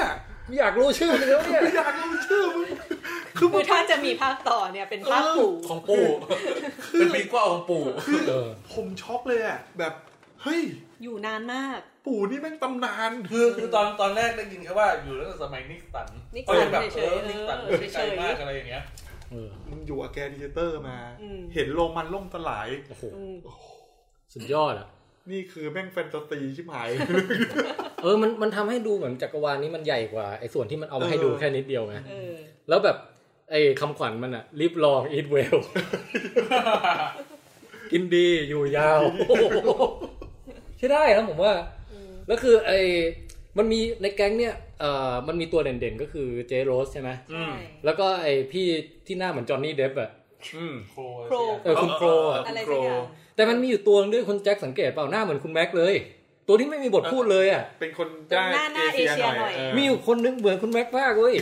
B: อยากรู้ชื่อมันแล้วเนี่ย
C: ไม่อยากรู้ชื่อมึงคือมึ
E: คื
C: ง
E: อถ้าจะมีภาคต่อเนี่ยเป็นภาคปู่
D: ของปู่เป็นปีกว่าของปู่
B: เออ
C: ผมช็อกเลยอ่ะแบบเฮ้ย
E: อยู่นานมาก
C: ปู่นี่แม่งตำนานเธ
D: คือ อคือตอนตอนแรกได้ยินแค่ว่าอยู่ตั้งแต่สมัยนิกสัน
E: นิกสัน
D: ก็ยังแบบ
E: เฉ
D: เอย
E: ๆ
D: อนิกสัน
E: เออ
D: ไม่
E: เฉยๆ
D: ไกลมากอะไรอย่างเงี้ย
B: เออ
C: มึงอยู่อาแกดิเจเตอร์มา
E: อืม
C: เห็นโรมันล่มสลาย
B: โอ้โห
E: อืม
B: สุดยอดอ่ะ
C: นี่คือแม่งแฟนตาซีชิบหาย *laughs*
B: เออ มัน มันทำให้ดูเหมือนจักรวาลนี้มันใหญ่กว่าไอ้ส่วนที่มันเอามาให้ดู
C: เออ
B: แค่นิดเดียวไง
E: เออ
B: แล้วแบบไอ้คำขวัญมันอะรีบลองอีทเวล *laughs* กินดีอยู่ย *laughs* าว ใช่ได้นะผมว่า
E: อืม
B: แล้วคือไอ้มันมีในแก๊งเนี่ยเอ่อมันมีตัวเด่นๆก็คือเจโรสใช่ไหม
E: ใช่
B: แล้วก็ไอ้พี่ที่หน้าเหมือนจอห์นนี่เดฟอะ
C: อืม
D: โคร
E: โคร
B: เออคุณโครอะ
E: อะไรสักอย่าง
B: แต่มันมีอยู่ตัวนึงด้วยคุณแจ็คสังเกตเปล่าหน้าเหมือนคุณแม็กเลย ตัวที่ไม่มีบทพูดเลยอะ
C: เป็นคน
E: ตรง
C: ได้
E: หน้าหน้าเอเชียหน่อย
C: เ
B: มีอยู่คนนึงเหมือนคุณแม็กมากเว้ย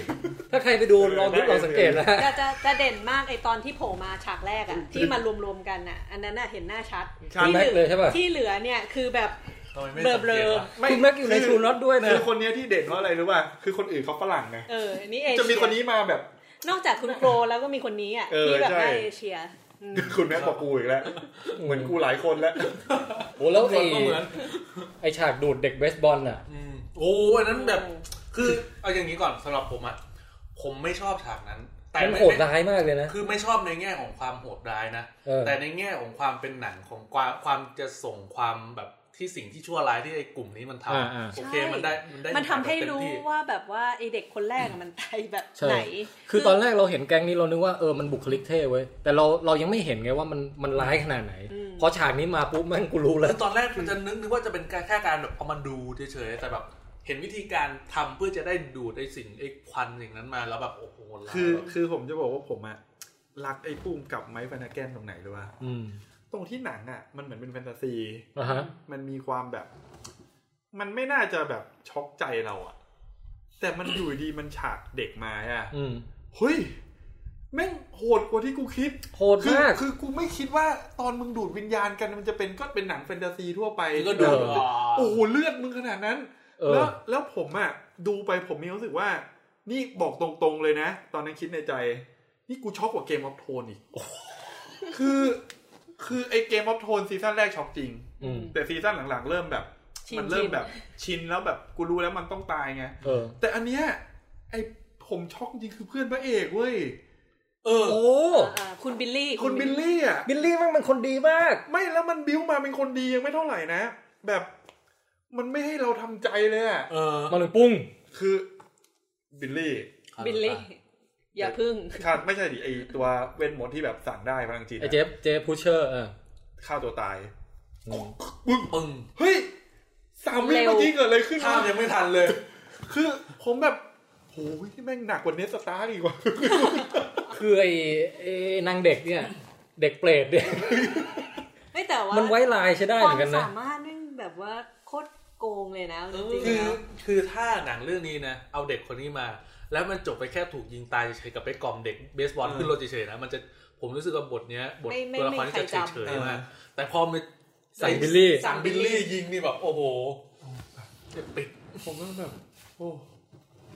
B: ถ้าใครไปดูลองดูลองสังเกตนะฮะ
E: จะจะจะเด่นมากไอตอนที่โผล่มาฉากแรกอะที่มารวมๆกันอะอันนั้นอะเห็นหน้าชัด
C: ชัด
E: ที่
B: แม็กเลยใช่ปะ
E: ที่เหลือเนี่ยคือแบบ
D: ทำไมไม่
E: เบลอ
D: สั
E: ๆ
D: งเกตล่ะ
C: ไม่
B: คุณแม็กอยู่ใน
C: คื
B: ชูน็อตด้วยนะ
C: คือคนเนี้ยที่เด่นว่าอะไรรู้ป่ะ คือคนอื่นเขาฝรั่งไง
E: เออนี่เอเชีย
C: จะมีคนนี้มาแบบ
E: นอกจากคุณโครแล้วก็มีคนนี้อะ
C: เออ
E: ที่แบบ
C: ใช่
E: ได้าเอเชียอืม
C: คุณแม่บอกกูอีกแล้ว เหมือนกูหลายคน
E: *laughs*
C: แล้ว
B: โอ้แล้ว
D: คน
B: ไอ้
D: ก็เหมือน
B: ไอ้ฉากดูดเด็กเบสบอลน่ะ
D: อืมโอ้อันนั้นแบบ คือเอาอย่างนี้ก่อนสำหรับผมอะผมไม่ชอบฉากนั้น แต่
B: มัน
D: ไม่
B: โหดร้ายมากเลยนะ
D: คือไม่ชอบในแง่ของความโหดร้ายนะ
B: เออ
D: แต่ในแง่ของความเป็นหนังของความความจะส่งความแบบ ที่สิ่งที่ชั่วร้ายที่ไอ้กลุ่มนี้มันท
B: อ่าอ่า
D: ำโอเค
E: ใช่
D: มันได้มันได้
E: มันทำให้
D: เต็
E: รู้
D: ที่
E: ว่าแบบว่าไอเด็กคนแรกอะมันตายแบบ
B: ใช่
E: ไหน
B: คือตอนแรกเราเห็นแก๊งนี้เรานึกว่าเออมันบุคลิกเท่เว้ย แต่เราเรายังไม่เห็นไงว่ามันมันร้ายขนาดไหน
E: อืม
B: พอฉากนี้มาปุ๊บแม่งกูรู้แล้ว
D: คือตอนแรกมันจะนึกนึกว่าจะเป็นการแค่การแบบเอามาดูเฉยๆแต่แบบ เห็นวิธีการทำเพื่อจะได้ดูดไอ้สิ่งไอ้ควันสิ่งนั้นมาแล้วแบบโอ้โหร้าย
C: คือคือผมจะบอกว่าผมอะรักไอ้ภูมิกับไมค์ฟานาแกนตรงไหนหรือว่า
B: อืม
C: ตรงที่หนังอะมันเหมือนเป็นแฟนตาซี
B: อ่ะฮะ
C: มันมีความแบบ มันไม่น่าจะแบบช็อกใจเราอะแต่มันอยู่ดีมันฉากเด็กมาอะ
B: อืม
C: เฮ้ยแม่งโหดกว่าที่กูคิด
B: โหด
C: คือ
B: มาก
C: คือกูไม่คิดว่าตอนมึงดูดวิญญาณกันมันจะเป็นก็เป็นหนังแฟนตาซีทั่วไป
D: คือก็ดู
B: เออ
D: ก่อน
C: โอ้โหเลือดมึงขนาดนั้น
B: เออ
C: แล้วแล้วผมอะดูไปผมมีความรู้สึกว่า นี่บอกตรงๆเลยนะ ตอนนั้นคิดในใจ นี่กูช็อกกว่าเกมออฟโทนอีกคือ คือไอเกมออฟโทนซีซั่นแรกช็อกจริง
B: อืม
C: แต่ซีซั่นหลังๆ เริ่มแบบ
E: ชิน
C: มันเริ่มแบบชินแล้วแบบกูรู้แล้วมันต้องตายไง
B: เออ
C: แต่อันเนี้ยไอผมช็อกจริงคือเพื่อนพระเอกเว้ย
D: เออ
B: โอ้
E: อ่าคุณบิลลี่
C: คุณบิลลี่อะ
B: บิลลี่แม่งเป็นคนดีมาก
C: ไม่แล้วมันบิ้วมาเป็นคนดียังไม่เท่าไหร่นะ แบบมันไม่ให้เราทำใจเลยอะ
D: เออ
B: มาหนึ่งปุ้ง
C: คือบิลลี่
E: บิลลี่ อย่าพึ่ง
C: ขาดไม่ใช่ดิไอตัวเวนหมดที่แบบสั่งได้พลังจิต
B: ไอเจฟเจฟพูเชอร์อ่ะ
C: ฆ่าตัวตาย
B: อืม
D: ปึ้ง
C: เฮ้ยสามวิ
E: เร็ว
C: เมื่อกี้เกิดอะไรขึ้น
D: ข้าม
C: วะ
D: ยังไม่ทันเลย
C: คือผมแบบโอ้ยแม่งหนักกว่าเนสตาร์อีกว่า
B: คือไอไอนางเด็กเนี่ย เด็กเปรตเนี่ย
E: *laughs* ไม่แต่ว่า
B: มันไว้ลายใช้ได้เหมือนกัน
E: ค
B: นะ
E: วามสามารถนี่แบบว่าโคตรโกงเลยนะจริงๆ
D: คือ
E: แล้ว
D: คือถ้าหนังเรื่องนี้นะ เอาเด็กคนนี้มา แล้วมันจบไปแค่ถูกยิงตายเฉยๆกับไปกล่อมเด็กเบสบอล
C: เออ
D: ขึ้นรถเฉยๆนะมันจะผมรู้สึกว่าบทเนี้ยบทตัวละครที่จะเฉยๆมากแต่พอมัน
B: สั่งบิลลี่
D: สั่งบิลลี่ยิงนี่แบบโอ้โหเจ็บปิด
C: ผมก็แบบ โอ้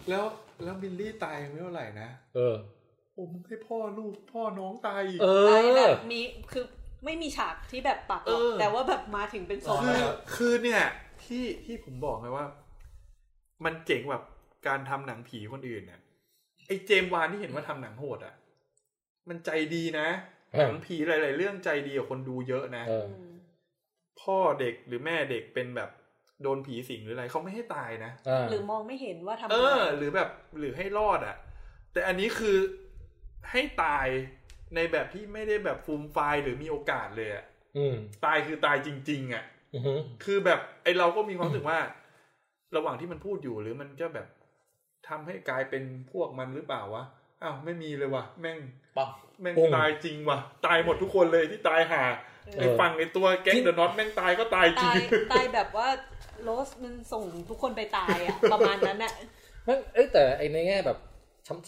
C: แล้วแล้วบิลลี่ตายยังไม่เท่าไหร่นะ
B: เออ
C: โอ้มึงให้พ่อลูกพ่อน้องตายอีก
B: เอ
E: ตายแบ
B: อ
E: บมีคือไม่มีฉากที่แบบปรับหรอก
C: เออ
E: แต่ว่าแบบมาถึงเป็นศพ
C: คือ
D: เครับ
C: คือเนี่ยที่ที่ผมบอกไงว่า มันเจ๋งแบบการทำหนังผีคนอื่นเนี่ยไอ้เจมส์วานที่เห็นว่าทำหนังโหดอ่ะ มันใจดีนะ
B: เออ
C: หนังผีหลาย ๆ เรื่องใจดีกับคนดูเยอะนะ
B: เออ
E: ม
C: พ่อเด็กหรือแม่เด็กเป็นแบบโดนผีสิงหรืออะไรเขาไม่ให้ตายนะ
B: อ่า
E: หรือมองไม่เห็นว่าทำ
C: เออ
E: ะไร
C: หรือแบบหรือให้รอดอ่ะ แต่อันนี้คือให้ตายในแบบที่ไม่ได้แบบฟูมไฟายหรือมีโอกาสเลยอะ
B: อืม
C: ตายคือตายจริง ๆ อ่ะ
B: อือฮึ
C: คือแบบไอเราก็มีความรู้สึกว่า ระหว่างที่มันพูดอยู่หรือมันจะแบบทำให้กลายเป็นพวกมันหรือเปล่าวะอ้าวไม่มีเลยวะแม่ง
D: ปั๊บ
C: แม่งตายจริงวะตายหมดทุกคนเลยที่ตายหาไอฝั่งไอตัวแก๊งเดอะน็อตแม่งตายก็ตายจริ
E: ตาง ยตายแบบว่าโรสมันส่งทุกคนไปตายอะประมาณนั้นอะ
B: แม่งเอ้ยแต่ไอในแง่แบบ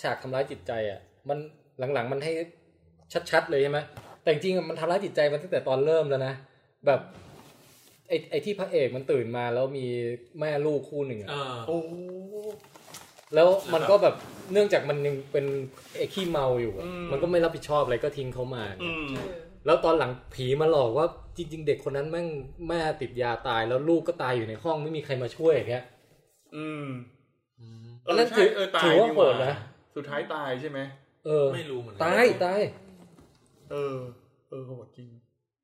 B: ฉากทำร้ายจิตใจอ่ะ มันหลังๆมันให้ชัดๆเลยใช่ไหมแต่จริงๆอะมันทำร้ายจิตใจมันตั้งแต่ตอนเริ่มแล้วนะ แบบไอไอที่พระเอกมันตื่นมาแล้วมีแม่ลูกคู่หนึ่งอ่ะ
D: เออ
C: โอ้
B: แล้วมันก็แบบเนื่องจากมันยังเป็นไอ้ขี้เมาอยู่อะมันก็ไม่รับผิดชอบอะไรก็ทิ้งเขามา
C: อืม
B: แล้วตอนหลังผีมาหลอกว่าจริง ๆ เด็กคนนั้นแม่งแม่ติดยาตายแล้วลูกก็ตายอยู่ในห้องไม่มีใครมาช่วยอย่างเงี้ย
C: อืม
B: อันนั้นถือ
C: เออตา
B: ถื
C: ย
B: อว่า
C: นี่
B: โหดนะ
C: สุดท้ายตายใช่ไหม
B: เออ
D: ไม่รู้เหมือนกั
B: ตายตาย
C: เออ เออโหดจริง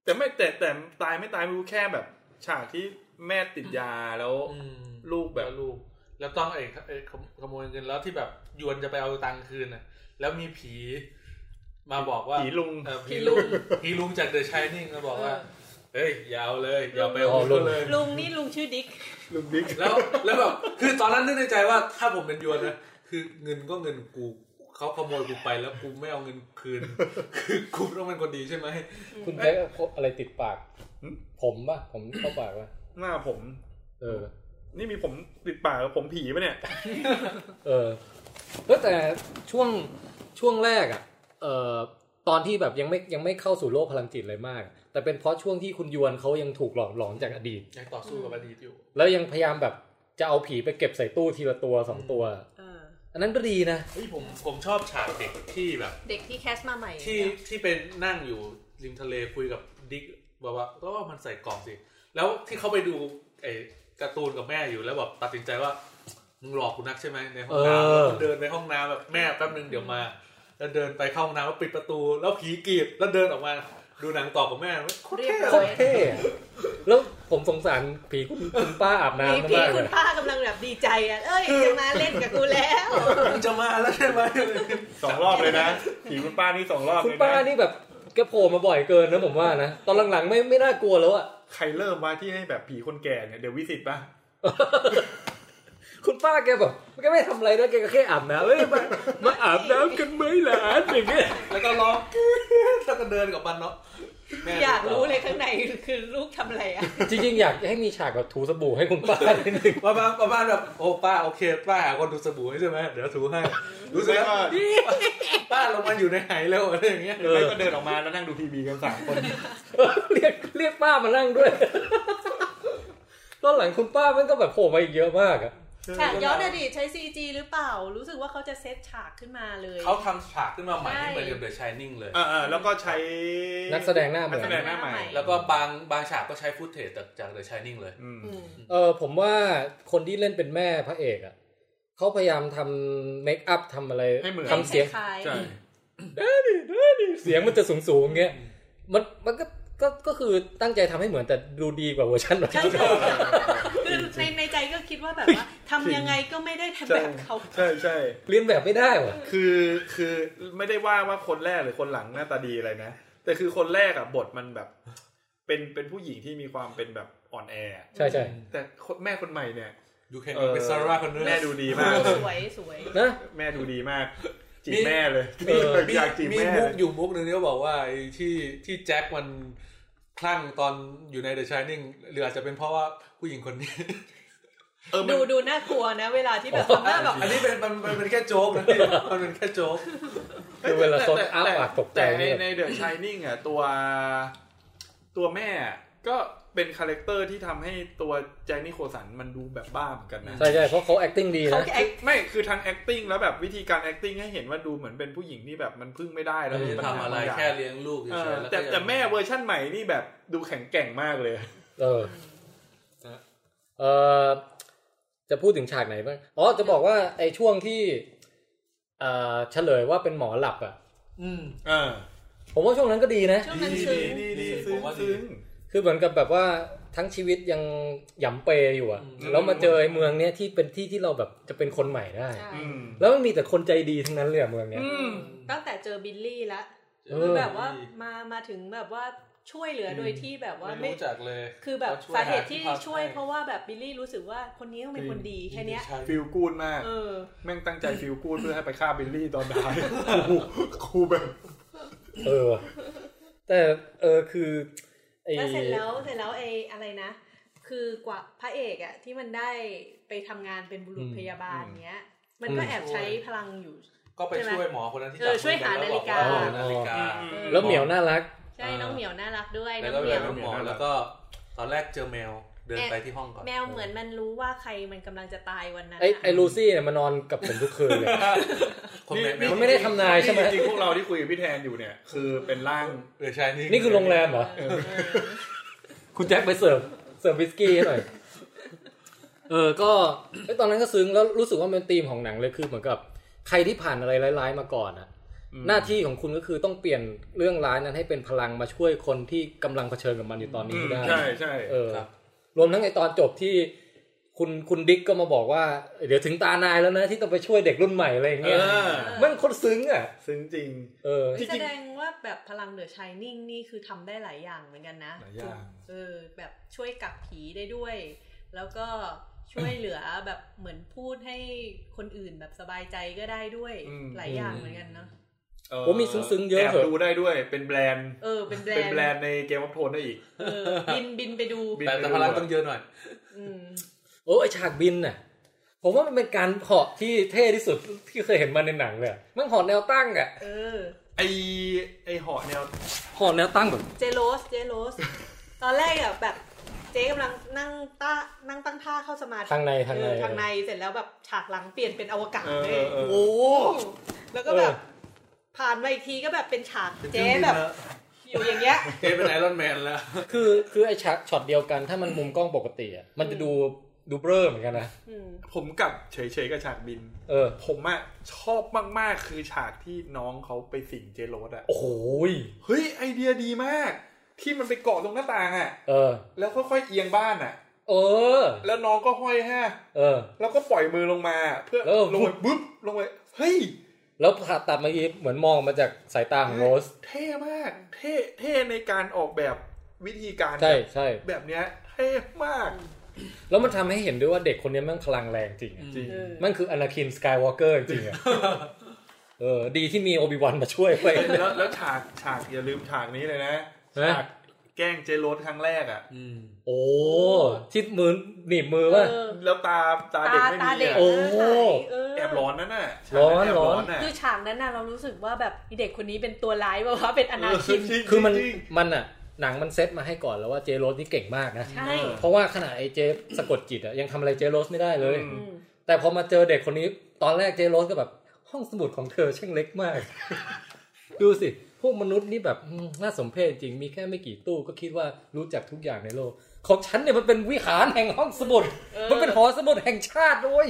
C: แต่ไม่แต่แต่ตายไม่ตายไม่รู้แค่แบบ ฉากที่แม่ติดยาแล้ว
D: อืม
C: ลูกแบ
D: แบบ บลูก แล้วต้องไอ้ไอ้ขโมขโมยเงินแล้วที่แบบยวนจะไปเอาตังค์คืนน่ะ แล้วมีผี มาบอกว่า
C: ผีลุง
D: เออผีลุงผีลุงจากเดอะชายนิ่งมาบอกว่า เฮ้ยอยาวเลยอย่าไป
B: อ๋
D: เอา
B: อลุง
D: ลุงเลย
E: ลุงนี่ลุงชื่อดิ๊ก
C: ลุงบิ๊ก
D: แล้วแล้วแบบคือตอนนั้นนึกในใจว่าถ้าผมเป็นยวนนะคือเงินก็เงินกูเขาขโมยกูไปแล้วกูไม่เอาเงินคืน *laughs* คือกูต้องเป็นคนดีใช่ไหม
B: คุณแจ็คเอาอะไรติดปาก
C: หืม
B: ผมปะผมเข้าปากปะ
C: หน้าผม
B: เออ
C: นี่มีผมติดปากกับผมผีปะเนี่ย
B: เออแล้วแต่ช่วงช่วงแรกอ่ะ เอ่อตอนที่แบบยังไม่ยังไม่เข้าสู่โลกพลังจิตเลยมาก แต่เป็นเพราะช่วงที่คุณยวนเขายังถูกหลอกหลอนจากอดีต
D: ยังต่อสู้กับอดีตอยู่
B: แล้วยังพยายามแบบจะเอาผีไปเก็บใส่ตู้ทีละตัวสองตัว อันนั้นก็ดีนะ
D: เฮ้ยผมผมชอบฉากเด็กที่แบบ
E: เด็กที่แคสมาใหม่
D: ที่ที่เป็นนั่งอยู่ริมทะเลคุยกับดิ๊กบอกว่าก็มันใส่กล่องสิ แล้วที่เขาไปดูไอ้การ์ตูนกับแม่อยู่แล้วแบบตัดสินใจว่ามึงหลอกกูนักใช่ไหมในห้องน้ำ
B: เออ
D: แล้วก็เดินไปห้องน้ำแบบแม่แป๊บนึงเดี๋ยวมา แล้วเดินไปเข้าห้องน้ำแล้วปิดประตู แล้วผีกรีดแล้วเดินออกมา ดูหนังต่อกับแม่โคตร
G: เรียบร้
B: โค
D: เท่
G: อ
B: ต
G: ย
B: รเท่อะแล้วผมสงสารผีคุณคุณป้าอาบน้ำ
E: มี
B: มาก
E: พี่
B: ๆ
E: คุ
B: เล
E: ณ
B: ย
E: ป้ากำลังแบบดีใจอ่ะ เอ้ยจะมาเล่นกับกูแล้ว *laughs*
D: มึงจะมาแล้วใช่ไหม
C: สองรอบเลยนะผีคุณป้านี่สองรอบ
B: คุณ
C: เลย
B: ป้า
C: นะ
B: นี่แบบแกโผล่มาบ่อยเกินนะผมว่านะ ตอนหลังๆไม่ไม่น่ากลัวแล้วอะ *laughs*
C: ใครเริ่มมาที่ให้แบบผีคนแก่เนี่ยเดี๋ยววิสิตป่ะ
B: คุณป้าแกแบบแกไม่ทำอะไรนะแกก็แค่อาบน้ำเอ้ยมามาอาบน้ำกันไหมหลานอย่างเงี้ย
D: แล้วก็ร้องกรี๊ดแล้วก็เดินกับมันเนาะแม่
E: อยากรู้เลยข้างในคือลูกทำอะไรอ่ะ
B: จริงๆอยากให้มีฉากแบบถูสบู่ให้คุณป้านิดนึง *laughs*
D: ประมาณประมาณแบบโอ้ป้าโอเคป้าหาคนดูสบู่ให้ใช่ไหมเดี๋ยวถูให้รู้สึกแล้วป้าลงมาอยู่ในไหแล้วอะไรอย่างเงี้ย
C: หรือไม่ก็เดินออกมาแล้วนั่งดูทีวีกันสามคน
B: เออเรียกเรียกป้ามานั่งด้วย *laughs* ตอนหลังคุณป้ามันก็แบบโผล่มาอีกเยอะมากอะ
E: ฉากย้อนอดีตใช้ CG หรือเปล่า รู้สึกว่าเขาจะเซตฉากขึ้นมาเลย
D: เขาทำฉากขึ้นมาใหม่ให้เหมือนกับเดอะชายนิ่งเลย
C: อ่าๆแล้วก็ใช้
B: นักแสดงหน้าเหมื
C: นั
B: อก
C: แส
B: น
C: ดงหน้าใหม่
D: แล้วก็บางบางฉากก็ใช้ฟุตเทจจากจากเดอะชายนิ่งเลย
C: อืม
E: อืม
B: เออผมว่าคนที่เล่นเป็นแม่พระเอกอะเขาพยายามทำเมคอัพทำอะไร
C: ให้เหมือน
B: ทำเสียง
E: คล้ายๆ
C: ใช่
B: เสียงมันจะสูงสูงๆเงี้ย มันมันก็ก็ก็คือตั้งใจทำให้เหมือนแต่ดูดีกว่าเวอร์ชันแบบ
E: ใช่
B: ที่
E: ใช่คือในในใจก็คิดว่าแบบว่าทำยังไงก็ไม่ได้ทำแบบเขา
C: ใช่ใช่
B: เรียนแบบไม่ได้ว่ะ
C: คือคือไม่ได้ว่าว่าคนแรกหรือคนหลังหน้าตาดีอะไรนะ แต่คือคนแรกอะบทมันแบบ เป็นเป็นผู้หญิงที่มีความเป็นแบบอ่อนแอ
B: ใช่ใช่
C: แต่คนแม่คนใหม่เนี่ย
D: ยูเคน
C: เออ
D: เป็นซาร่าคนนึง
C: แม่ดูดีมาก
E: สวยสวย
B: นะ
C: แม่ดูดีมาก จีบ
D: มี
C: แม่เลย
B: เออ
D: มี
C: *laughs* อยากจีบ
D: มี
C: แม่
D: มุ
C: เล
D: ก
C: ย
D: อยู่มุกหนึ่งที่เขาบอกว่าไอ้ที่ที่แจ็คมันคลั่งตอนอยู่ในเดอะชายนิ่งหรืออาจจะเป็นเพราะว่าผู้หญิงคนนี้
C: เออมั
E: ดู
C: น
E: ดูน่ากลัวนะ เวลาที่แบบทำหน้าแบบ
D: อันนี้เป็นมันมันเป็นแค่โจ๊กนะพี่มันเป็นแค่โจ๊ก
B: คือเวลาเขา
C: แต่
B: อ้า
C: แต่
B: ปากตกใจ
C: แต่ใน
B: เนี่ย
C: ในเดอะชายนิ่งอะตัวตัวแม่อะก็เป็นคาแรคเตอร์ที่ทำให้ตัวแจ็คนิโคลสันมันดูแบบบ้าเหมือนกันนะ
B: ใช่ใช่เพราะเขา acting ดี
E: เขา
B: นะ
E: แอค
C: ไม่คือทาง acting แล้วแบบวิธีการ acting ให้เห็นว่าดูเหมือนเป็นผู้หญิงที่แบบมันพึ่งไม่ได้แล้ว
B: เออ
C: มีปัญหา
D: ทำอะไร
C: บางย่าง
D: แค่เลี้ยงลูกเฉ
C: เอย อ
D: ๆล้วก็
C: แต่
D: ยัง
C: แต่แม่เวอร์ชั่นใหม่นี่แบบดูแข็งแกร่งมากเลย
B: เออเออจะพูดถึงฉากไหนบ้างอ๋อจะบอกว่าไอ้ช่วงที่เอ่อเฉลยว่าเป็นหมอหลับอ่ะ
D: อืม
C: เออ
B: ผมว่าช่วงนั้นก็ดีนะ
E: ช่วงนั้นซึ้ง
C: ดีดี
D: ดี
C: ซึ้
D: ผม
C: ง
D: ว่าดี
C: ซึ้ง
B: คือเหมือนกับแบบว่าทั้งชีวิตยังหยำเปยอยู่อ่ะ
D: อืม
B: แล้วมาเจอไอ้เมืองเนี้ยที่เป็นที่ที่เราแบบจะเป็นคนใหม่ได้
E: ใช่
C: อืม
B: แล้วมันมีแต่คนใจดีทั้งนั้นเลยอะเมืองเนี้ย
E: ตั้งแต่เจอบิลลี่ละ
B: เออ
E: คือแบบว่ามามาถึงแบบว่าช่วยเหลือโดยที่แบบว่า
D: ไม่
E: ไม่
D: รู้จักเลย
E: คือแบบ
D: ขช่ย
E: สาเหตุที่
D: พัก
E: ช่วย
D: ให้
E: เพราะว่าแบบบิลลี่รู้สึกว่าคนนี้ต้องเป็นคนดีแค่เนี้ย
D: ใช่
C: ฟิลกูดมาก
E: เออ
C: แม่งตั้งใจฟิลกูดเพื่อให้ไปฆ่าบิลลี่ตอน
B: *laughs*
C: ท้ายครูครูแบบ
B: เออว่ะแต่เออคือไอ้
E: แล้วเสร็จแล้วเสร็จแล้วไอ้อะไรนะ คือกว่าพระเอกอะที่มันได้ไปทำงานเป็นบุรุษพยาบาลเนี้ย มันก็แอบใช้พลังอยู่
D: ก็ไปช่วยหมอคนนั้นที่
E: เออช่วยหานาฬิกา
D: จับมือกัน
E: เออ
D: แล้วบอกว่าเออนาฬิกา
B: แล้วเหมียวน่ารัก
E: ใช่น้องเหมียวน่ารักด้วย
D: แล้
E: น้อง
D: วก็
E: เห
D: ไป
E: มียว
D: หาหมอ
C: แมว
D: แล้วก็ตอนแรกเจอแมวเดินไปที่ห้องก่อน
E: แมวเหมือนมันรู้ว่าใครมันกำลังจะตายวันนั้น
B: ไอ้
E: อะ
B: ไอ้ลูซี่เนี่ยมานอนกับผมทุกคืนเลย
D: คนแมวแมว
B: มันไม่ได้ทำนายใช่ไหม
C: จริงๆพวกเราที่คุยกับพี่แทนอยู่เนี่ย คือเป็นร่าง
D: เออใช่นี่
B: นี่คือโรงแรมเหรอ
E: เออเออ
B: *laughs* คุณแจ็คไปเสิร์ฟเสิร์ฟวิสกี้ให้หน่อย เออก็ไอ้ตอนนั้นก็ซึ้งแล้วรู้สึกว่ามันเป็นธีมของหนังเลยคือเหมือนกับใครที่ผ่านอะไรร้ายๆมาก่อนอะ
C: อืม
B: หน้าที่ของคุณก็คือต้องเปลี่ยนเรื่องร้ายนั้นให้เป็นพลังมาช่วยคนที่กำลังเผชิญกับมันอยู่ตอนนี้ให้ได้
C: ใช่ใช่
B: เออ
D: ครับ
B: รวมทั้งไอตอนจบที่คุณคุณดิ๊กก็มาบอกว่า เดี๋ยวถึงตานายแล้วนะ ที่ต้องไปช่วยเด็กรุ่นใหม่อะไรอย่าง
C: เอ
B: เงี้ย
C: อ
B: มันคนซึ้งอ่ะ
C: ซึ้งจริง
B: เออ
E: เฮ้ยแสดงว่าแบบพลังเดอะชายนิ่งนี่คือทำได้หลายอย่างเหมือนกันนะ
C: หลายอย่าง
E: เออแบบช่วยกักผีได้ด้วย แล้วก็ช่วยเหลือแบบเหมือนพูดให้คนอื่นแบบสบายใจก็ได้ด้วย
C: อืม
E: หลายอย่างเหมือนกันเนาะ
C: เออ
B: โอ้มีซึ้งๆเยอะ
C: แอบ
B: เถอะ
C: ดูได้ด้วยเป็นแบรนด์
E: เออเป็นแบร
C: เป็น
E: น
C: แบรน
E: ด์
C: ด์ในเกมวอฟโทนได้อีก
E: เออบินบินไปดู
C: บิน
D: แต่แต่พลังต้องเยอะหน่อย
E: อืม
B: โอ้ไอฉากบินน่ะ ผมว่ามันเป็นการเหาะที่เท่ที่สุดที่เคยเห็นมาในหนังเลยอะมันเหาะแนวตั้งอ่ะ
E: เออ
C: ไอไอเหาะแนว
B: เหาะแนวตั้งแบบ
E: เจโรสเจโรส ตอนแรกอะแบบเจ๊กำลังนั่งต้านั่งตั้งท่าเข้าสมาธิ
B: ทางในทางใน
E: เออทางในเสร็จแล้วแบบฉากหลังเปลี่ยนเป็นอวกาศ
C: เออ
E: เล
C: เอย อเออ
E: โอ้แล้วก็แบบ
B: เออ
E: ผ่านมาอีกทีก็แบบเป็นฉาก
D: เป็นเครื่
E: เจ๊
D: องบิน
E: แบบ
D: แล้ว
E: อยู่อย่างเงี้ย
D: เอเป็นไอรอนแมนแล้ว
B: คือคือไอฉากช็อตเดียวกันถ้ามันมุมกล้องปกติอ่ะมันจะดู ดูเบลอเหมือนกันนะ
E: อืม
C: ผมกลับเฉยๆกับฉากบิน
B: เออ
C: ผมอะชอบมากๆคือฉากที่น้องเขาไปสิงเจโรสอะ
B: โอ้โหย
C: เฮ้ยไอเดียดีมาก ที่มันไปเกาะตรงหน้าต่างอะ
B: เออ
C: แล้วค่อยๆเอียงบ้านอะ
B: เออ
C: แล้วน้องก็ห้อยแฮะ
B: เออ
C: แล้วก็ปล่อยมือลงมา เพื่อ
B: เออ
C: ลงไปบึ๊บลงไปเฮ้ย
B: แล้วผ่าตัดเมื่อกี้เหมือนมองมาจากสายตาของโรส
C: เท่มาก เท่เท่ในการออกแบบวิธีการ
B: ใช่ใช่
C: แบบเนี้ยเท่มาก
B: แล้วมันทำให้เห็นด้วยว่าเด็กคนนี้แมันพลังแรงจริงอะ
C: จริง
E: เออ
B: มันคืออนาคินสกายวอล์กเกอร์จริงอะเออ ดีที่มีโอบิวันมาช่วยไว้ย
C: แล้วแล้วฉากฉากอย่าลืมฉากนี้เลยนะ
B: ฮะ
C: ฉากแกล้งเจโรสครั้งแรกอ่ะ
D: อืม
B: โอ้ที่มือหนีบมือป่ะ
E: เออ
C: แล้วตาตาเด็ก
E: ตา
C: ไม่
E: ตา
C: มี
E: เด็ก
C: อะ
B: โอ้
E: เใส่เออ
C: แอบร้อนนั่นน่ะฉาก
B: ร้อน
C: แบ
B: ร้อน
C: ะ
E: คือฉากนั้นน่ะเรารู้สึกว่าแบบเด็กคนนี้เป็นตัวร้ายป่าวะเป็นอนาคิน
C: จริง
B: คือมัน
C: จริง
B: มันอะหนังมันเซตมาให้ก่อนแล้วว่าเจโรสนี่เก่งมากนะ
E: ใช่
B: เพราะว่าขนาดไอ้เจสะกดจิตอะยังทำอะไรเจโรสไม่ได้เลย
C: อืม
E: อืม
B: แต่พอมาเจอเด็กคนนี้ตอนแรกเจโรสก็แบบห้องสมุดของเธอช่างเล็กมาก *laughs* ดูสิ พวกมนุษย์นี่แบบอืมน่าสมเพชจริงมีแค่ไม่กี่ตู้ก็คิดว่ารู้จักทุกอย่างในโลก ของฉันเนี่ยมันเป็นวิหารแห่งห้องสมุด มันเป็นหอสมุดแห่งชาติด้วย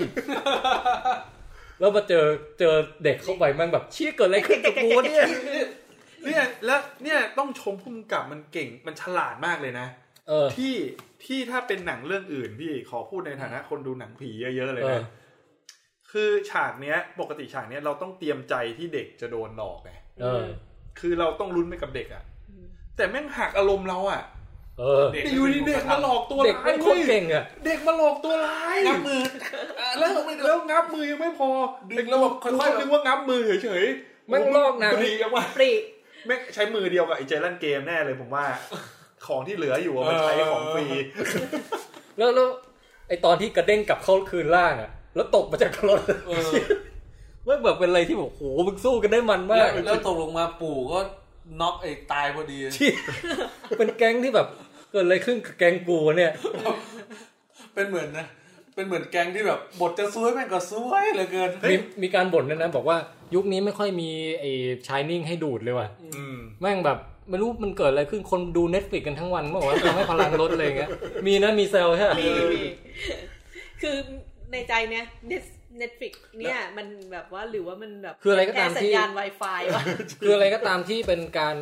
B: *laughs* แล้วมาเจอเจอเด็กเข้าไปแมันแบบเชี่ยเกิดอะไรขึ้นกับกูเนี่ย
C: เนี่ยแล้วเนี่ยต้องชมพุ่มกับมันเก่งมันฉลาดมากเลยนะ
B: เออ
C: ที่ที่ถ้าเป็นหนังเรื่องอื่นพี่ขอพูดในฐานะคนดูหนังผีเยอะๆเลย
B: เออ
C: นะคือฉากเนี้ย ปกติฉากเนี้ยเราต้องเตรียมใจที่เด็กจะโดนหลอกไง
B: เออ
C: คือเราต้องลุ้นไปกับเด็กอะแต่แม่งหักอารมณ์เราอะ
B: เออ
D: เด็ก
C: แต่อยู่ดีเด็กมาหลอกตัว
B: เด็ก
C: ร้า
B: เป็
C: ย
B: นค
C: ว้
B: น
C: ย
B: เก่งอะ
C: เด็กมาหลอกตัวร้าย
D: งับมือ
C: แล้วแล้วงับมือยังไม่พอ
D: ดึง
C: เด็กเราแบบ
D: ค่อยๆ
C: ค่อย
D: แบ
C: ๆ
D: บ
C: นึกว่างับมือเฉยๆ
B: แม่งลอกหนัง
C: ปรีออกมา
E: ปรี
C: แม่งใช้มือเดียวกับไอ้เจลันเกมแน่เลยผมว่า ของที่เหลืออยู่อะมันใช้ของฟรี
B: แล้วแล้วไอตอนที่กระเด้งกลับเข้าคืนล่างอะแล้วตกมาจากรถ
D: เออ
B: ว่าแบบเป็นอะไรที่แบบโหมึงสู้กันได้มันมา
D: แล้
B: ก
D: วแล้วตกลงมาปู่ก็น็อกไอ้ตายพอดี
B: ที่เป็นแก๊งที่แบบเกิดอะไรขึ้นกับแก๊งกูวะเนี่ย
D: เป็นเหมือนนะ เป็นเหมือนแก๊งที่แบบบทจะซวยแม่งก็ซวยเหลือเกิน
B: มีมีการบ่นด้วยนะบอกว่ายุคนี้ไม่ค่อยมีไอ้ชายนิ่งให้ดูดเลยว่ะ
C: อืม
B: แม่งแบบไม่รู้มันเกิดอะไรขึ้นคนดูเน็ตฟลิกกันทั้งวันเมื่อวานทำให้พลังลดอะไรอย่างเงี้ยมีนะมีเซลใช่ไหม
E: ปรีคือในใจเนี้ยเน็ตฟลิกเนี่ย มันแบบว่าหรือว่ามันแบบ
B: คืออะไรก็ตาม
E: แค่สัญ
B: ที่
E: ญาณ Wi-Fi
D: *laughs*
E: วะ
B: คืออะไรก็ตามที่เป็นการ